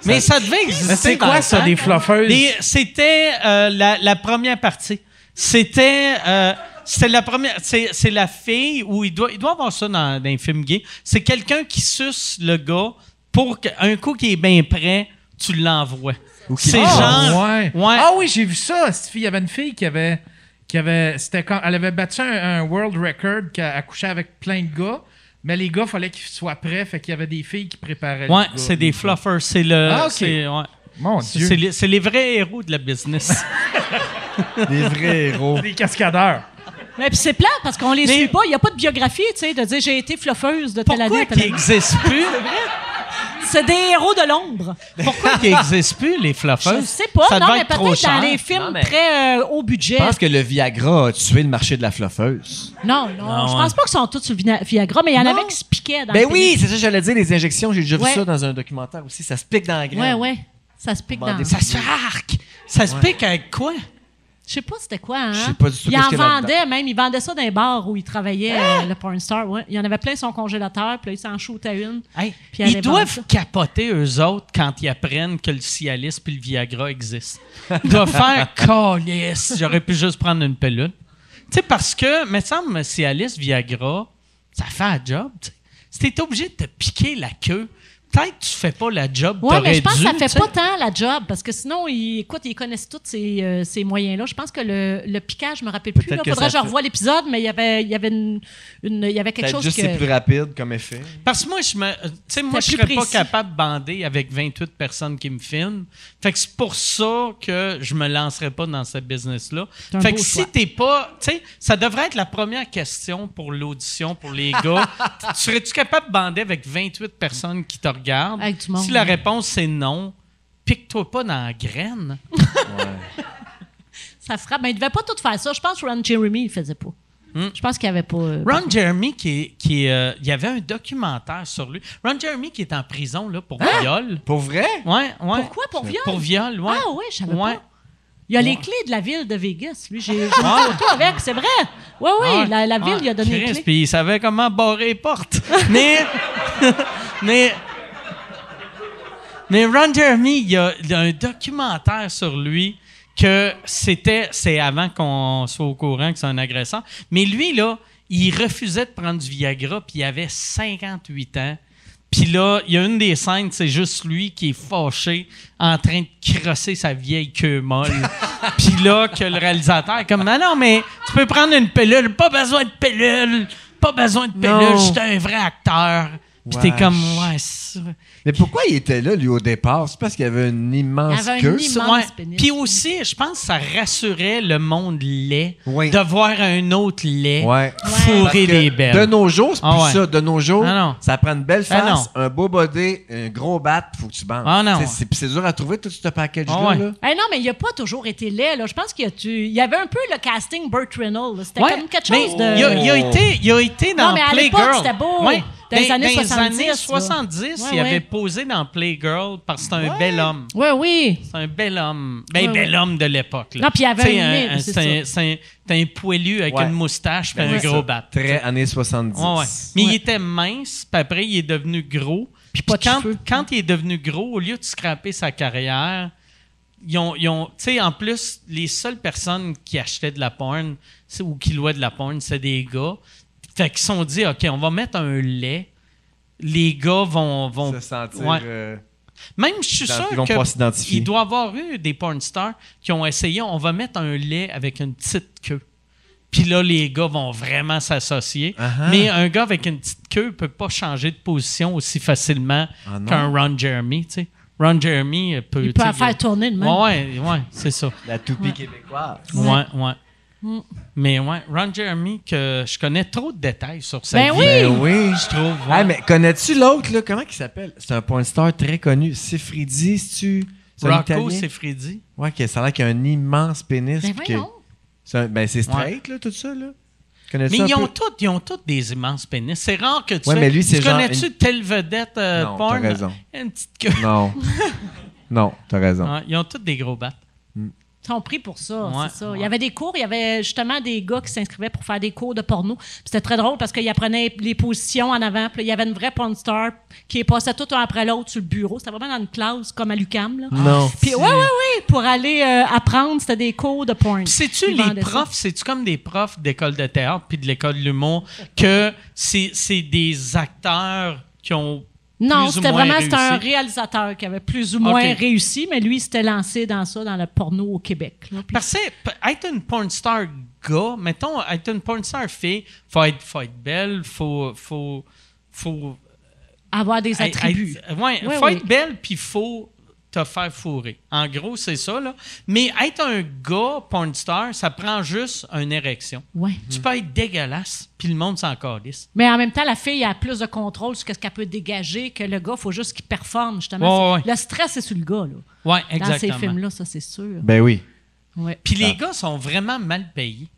Speaker 1: Mais ça devait exister.
Speaker 4: Mais c'est
Speaker 1: dans
Speaker 4: quoi
Speaker 1: le
Speaker 4: ça,
Speaker 1: temps.
Speaker 4: des fluffeuses?
Speaker 1: Des- C'était euh, la, la première partie. C'était. euh, c'était la première. C'est c'est la fille où il doit, il doit avoir ça dans, dans un film gay. C'est quelqu'un qui suce le gars pour qu'un coup qui est bien prêt, tu l'envoies. C'est
Speaker 4: Ah,
Speaker 1: genre.
Speaker 4: ouais.
Speaker 1: ouais.
Speaker 4: Ah oui, j'ai vu ça. Cette fille, il y avait une fille qui avait. Qui avait c'était quand, elle avait battu un, un world record qui a accouché avec plein de gars. Mais les gars, fallait qu'ils soient prêts. Fait qu'il y avait des filles qui préparaient. les
Speaker 1: Ouais,
Speaker 4: gars.
Speaker 1: c'est des fluffers. C'est le.
Speaker 4: Ah, ok.
Speaker 1: c'est- ouais.
Speaker 4: Mon Dieu.
Speaker 1: C'est les, c'est les vrais héros de la business.
Speaker 8: Des vrais héros.
Speaker 4: Des cascadeurs.
Speaker 5: Mais puis c'est plate parce qu'on les
Speaker 1: Mais-
Speaker 5: suit pas, il y a pas de biographie, tu sais, de dire j'ai été fluffeuse de telle
Speaker 1: Pourquoi
Speaker 5: année.
Speaker 1: qu'ils
Speaker 5: telle année.
Speaker 1: n'existent plus?
Speaker 5: C'est des héros de l'ombre.
Speaker 1: Pourquoi qu'ils n'existent plus, les
Speaker 5: Je
Speaker 1: fluffeuses?
Speaker 5: sais pas,
Speaker 1: Ça
Speaker 5: non,
Speaker 1: devait
Speaker 5: mais
Speaker 1: être trop
Speaker 5: peut-être
Speaker 1: cher.
Speaker 5: dans les films
Speaker 8: Non, mais-
Speaker 5: très euh, haut budget.
Speaker 8: Je pense que le Viagra a tué le marché de la fluffeuse.
Speaker 5: Non, non, je pense pas qu'ils sont tous sur le vina- Viagra, mais il y en avait qui se piquaient dans
Speaker 8: Ah, Ben
Speaker 5: le
Speaker 8: oui, c'est ça que j'allais dire, les injections. J'ai déjà
Speaker 5: Ouais.
Speaker 8: vu ça dans un documentaire aussi. Ça se pique dans
Speaker 5: film.
Speaker 8: la graine.
Speaker 5: Ouais, ouais. Ça se pique dans.
Speaker 8: Demandez-
Speaker 5: Je
Speaker 1: Ça se fait arc! Ça se pique avec quoi?
Speaker 5: sais pas c'était quoi, hein.
Speaker 8: Je sais pas du tout
Speaker 5: Ils
Speaker 8: qu'est-ce
Speaker 5: en
Speaker 8: qu'il y avait
Speaker 5: vendaient même, ils vendaient ça dans les bars où ils travaillaient, euh, le porn star, ouais. Il y en avait plein son congélateur, puis là, ils s'en shootaient une.
Speaker 1: Hey,
Speaker 5: Puis elle
Speaker 1: ils
Speaker 5: est
Speaker 1: doivent
Speaker 5: bonne,
Speaker 1: capoter eux autres quand ils apprennent que le Cialis puis le Viagra existent. Ils doivent faire calice. J'aurais pu juste prendre une pilule. Tu sais, parce que, me semble, Cialis, Viagra, ça fait un job. tu sais. Si t'es obligé de te piquer la queue peut-être que tu fais pas la job.
Speaker 5: Oui, mais
Speaker 1: t'aurais
Speaker 5: je pense
Speaker 1: dû,
Speaker 5: que ça fait
Speaker 1: tu sais.
Speaker 5: pas tant la job, parce que sinon, ils, écoute, ils connaissent tous ces, euh, ces moyens-là. Je pense que le, le piquage, je me rappelle plus.
Speaker 6: Peut-être
Speaker 5: Il
Speaker 6: que
Speaker 5: faudrait que je
Speaker 6: ça-
Speaker 5: revoie l'épisode, mais il y avait, il y avait, une, une- il y avait quelque
Speaker 6: Peut-être
Speaker 5: chose
Speaker 6: juste
Speaker 5: que...
Speaker 6: c'est plus rapide comme effet.
Speaker 1: Parce que moi, je me, euh, tu sais, moi, je
Speaker 5: C'était
Speaker 1: serais
Speaker 5: plus
Speaker 1: pas
Speaker 5: précis.
Speaker 1: capable de bander avec 28 personnes qui me filment. Fait que c'est pour ça que je me lancerais pas dans ce business-là.
Speaker 5: C'est un
Speaker 1: Fait
Speaker 5: beau
Speaker 1: que
Speaker 5: choix.
Speaker 1: si t'es pas, tu sais, ça devrait être la première question pour l'audition pour les gars. Tu- Serais-tu capable de bander avec 28 personnes qui te regardent?
Speaker 5: Avec du monde,
Speaker 1: si la
Speaker 5: ouais.
Speaker 1: réponse c'est non, pique-toi pas dans la graine.
Speaker 5: Ça frappe. Mais il devait pas tout faire ça. Je pense que Ron Jeremy, il faisait pas. Je pense qu'il y avait pas... euh,
Speaker 1: Ron Jeremy, qui, est- qui est, euh, il y avait un documentaire sur lui. Ron Jeremy qui est en prison là, pour viol.
Speaker 6: Pour vrai?
Speaker 1: Ouais, ouais.
Speaker 5: Hein? Pourquoi? Pour viol?
Speaker 1: Pour viol, ouais.
Speaker 5: Ah ouais, je savais
Speaker 1: Ouais.
Speaker 5: pas. Il y a les
Speaker 1: Ouais.
Speaker 5: clés de la ville de Vegas. Lui, j'ai j'ai une photo avec, c'est vrai. Oui, oui,
Speaker 1: Ah ouais.
Speaker 5: la, la ville,
Speaker 1: Ah,
Speaker 5: il a donné les
Speaker 1: Christ,
Speaker 5: clés.
Speaker 1: Puis il savait comment barrer les portes. mais, mais, mais Ron Jeremy, il y, a, il y a un documentaire sur lui que c'était, c'est avant qu'on soit au courant que c'est un agressant. Mais lui, là, il refusait de prendre du Viagra, puis il avait 58 ans. Puis là, il y a une des scènes, c'est juste lui qui est fâché en train de crosser sa vieille queue molle. Puis là, que le réalisateur est comme, non, non, mais tu peux prendre une pilule, pas besoin de pilule, pas besoin de pilule, je suis un vrai acteur. Puis t'es
Speaker 6: Wesh.
Speaker 1: comme, ouais, c'est-
Speaker 6: Mais pourquoi il était là, lui, au départ? C'est parce qu'il y avait une
Speaker 5: Il y
Speaker 6: immense
Speaker 5: avait un
Speaker 6: queue.
Speaker 5: immense
Speaker 1: Ouais.
Speaker 5: pénis.
Speaker 1: Puis aussi, je pense que ça rassurait le monde laid
Speaker 6: Oui.
Speaker 1: de voir un autre laid
Speaker 6: Ouais. Parce
Speaker 1: fourrer
Speaker 6: que
Speaker 1: des belles.
Speaker 6: De nos jours, c'est plus
Speaker 1: Ah ouais.
Speaker 6: ça. De nos jours,
Speaker 1: Ah non.
Speaker 6: ça prend une belle
Speaker 1: Ah
Speaker 6: face, un beau body, un gros bat, faut que tu bandes.
Speaker 1: Ah non.
Speaker 6: C'est- C'est puis c'est dur à trouver tout ce package-là.
Speaker 1: Ah ouais.
Speaker 6: là.
Speaker 5: Eh non, mais il n'a pas toujours été laid. Là. Je pense qu'il y a tu- il y avait un peu le casting Burt Reynolds. là. C'était
Speaker 1: Ouais,
Speaker 5: comme quelque
Speaker 1: mais
Speaker 5: chose de.
Speaker 1: Il a, il a été, il a été dans
Speaker 5: Non, mais à l'époque,
Speaker 1: Playgirl.
Speaker 5: c'était beau.
Speaker 1: Ouais.
Speaker 5: Dans les années 70, là.
Speaker 1: 70, il
Speaker 5: Ouais, ouais.
Speaker 1: avait posé dans Playgirl parce que c'est un bel homme.
Speaker 5: Oui, oui.
Speaker 1: C'est un bel homme. Ben,
Speaker 5: Ouais, ouais.
Speaker 1: bel homme de l'époque. là.
Speaker 5: Non, puis il avait
Speaker 1: Tu sais,
Speaker 5: un nez,
Speaker 1: un- un-
Speaker 5: c'est
Speaker 1: C'est un- c'est un- t'as un poilu avec
Speaker 6: Ouais.
Speaker 1: une moustache puis
Speaker 6: Ben,
Speaker 1: un
Speaker 6: c'est
Speaker 1: gros
Speaker 6: ça.
Speaker 1: bat.
Speaker 6: Très années 70.
Speaker 1: Ouais, ouais. Mais
Speaker 5: Ouais.
Speaker 1: il était mince, puis après, il est devenu gros. Puis
Speaker 5: pas de
Speaker 1: quand,
Speaker 5: cheveux.
Speaker 1: quand il est devenu gros, au lieu de scraper sa carrière, ils ont. ils ont- tu sais, en plus, les seules personnes qui achetaient de la porn c'est- ou qui louaient de la porn, c'est des gars. Fait qu'ils se sont dit, OK, on va mettre un lait. Les gars vont. vont
Speaker 6: Se sentir.
Speaker 1: Ouais.
Speaker 6: euh,
Speaker 1: Même, je suis
Speaker 6: dans-
Speaker 1: sûr
Speaker 6: ils vont
Speaker 1: que
Speaker 6: pas s'identifier.
Speaker 1: il doit avoir eu des porn stars qui ont essayé, on va mettre un lait avec une petite queue. Puis là, les gars vont vraiment s'associer.
Speaker 6: Ah-ha.
Speaker 1: Mais un gars avec une petite queue peut pas changer de position aussi facilement
Speaker 6: Ah non.
Speaker 1: qu'un Ron Jeremy, tu sais. Ron Jeremy euh, peut...
Speaker 5: Il peut
Speaker 1: tu sais,
Speaker 5: faire tourner le
Speaker 1: il-
Speaker 5: même.
Speaker 1: Ouais, ouais, ouais, c'est ça.
Speaker 6: La toupie québécoise.
Speaker 1: Ouais,
Speaker 5: Ouais. Mm.
Speaker 1: ouais. Mais ouais, Ron Jeremy, que je connais trop de détails sur sa
Speaker 5: Ben
Speaker 1: vie.
Speaker 5: oui!
Speaker 6: Ben oui.
Speaker 1: Je trouve. ouais.
Speaker 6: Ah, mais connais-tu l'autre, là? Comment il s'appelle? C'est un porn star très connu. Sifridi, c'est-tu? C'est un
Speaker 1: Rocco,
Speaker 6: Italien?
Speaker 1: c'est Freddy.
Speaker 6: Ouais, que ça a l'air qu'il a un immense pénis.
Speaker 5: Mais
Speaker 6: puis que-
Speaker 5: Ben, voyons.
Speaker 6: C'est un- Ben, c'est straight, là, tout ça, là. Connais-tu
Speaker 1: Mais
Speaker 6: un
Speaker 1: ils
Speaker 6: peu?
Speaker 1: ont, tous, ils ont tous des immenses pénis. C'est rare que tu.
Speaker 6: Ouais,
Speaker 1: fais-
Speaker 6: mais lui, c'est
Speaker 1: tu
Speaker 6: genre
Speaker 1: connais-tu
Speaker 6: une-
Speaker 1: telle vedette euh,
Speaker 6: Non, t'as
Speaker 1: porn?
Speaker 6: raison.
Speaker 1: Une petite queue.
Speaker 6: Non. non, t'as raison.
Speaker 1: Ouais, ils ont tous des gros battes.
Speaker 5: Ils sont pris pour ça,
Speaker 1: Ouais,
Speaker 5: c'est ça.
Speaker 1: ouais.
Speaker 5: Il y avait des cours, il y avait justement des gars qui s'inscrivaient pour faire des cours de porno. Puis C'était très drôle parce qu'ils apprenaient les positions en avant. Puis là, il y avait une vraie porn star qui passait tout un après l'autre sur le bureau. C'était vraiment dans une classe comme à l'UCAM.
Speaker 6: Non.
Speaker 5: Puis ouais, ouais, ouais, pour aller euh, apprendre, c'était des cours de porn.
Speaker 1: Puis sais-tu,
Speaker 5: Ils
Speaker 1: les
Speaker 5: vendaient ça.
Speaker 1: profs, c'est-tu comme des profs d'école de théâtre puis de l'école de l'humour que c'est c'est des acteurs qui ont.
Speaker 5: Non,
Speaker 1: plus ou
Speaker 5: c'était
Speaker 1: moins
Speaker 5: vraiment c'était un
Speaker 1: réussi?
Speaker 5: réalisateur qui avait plus ou moins
Speaker 1: Ok.
Speaker 5: réussi, mais lui, il s'était lancé dans ça, dans le porno au Québec. là. Puis-
Speaker 1: Parce que p- être une porn star gars, mettons, être une porn star fille, faut être, faut être belle, faut. faut, faut
Speaker 5: avoir des
Speaker 1: Hey,
Speaker 5: attributs.
Speaker 1: être- ouais,
Speaker 5: Ouais,
Speaker 1: faut
Speaker 5: ouais.
Speaker 1: être belle, puis faut te faire fourrer. En gros, c'est ça. Là. Mais être un gars porn star, ça prend juste une érection.
Speaker 5: Ouais.
Speaker 1: Tu peux être dégueulasse, puis le monde s'en calisse.
Speaker 5: Mais en même temps, la fille a plus de contrôle sur ce qu'elle peut dégager que le gars. Il faut juste qu'il performe, justement.
Speaker 1: Ouais, ouais,
Speaker 5: Le stress est sur le gars, là.
Speaker 1: Oui,
Speaker 5: Dans ces
Speaker 1: exactement.
Speaker 5: films-là, ça, c'est sûr.
Speaker 6: Ben oui.
Speaker 5: Ouais.
Speaker 1: puis les gars sont vraiment mal payés.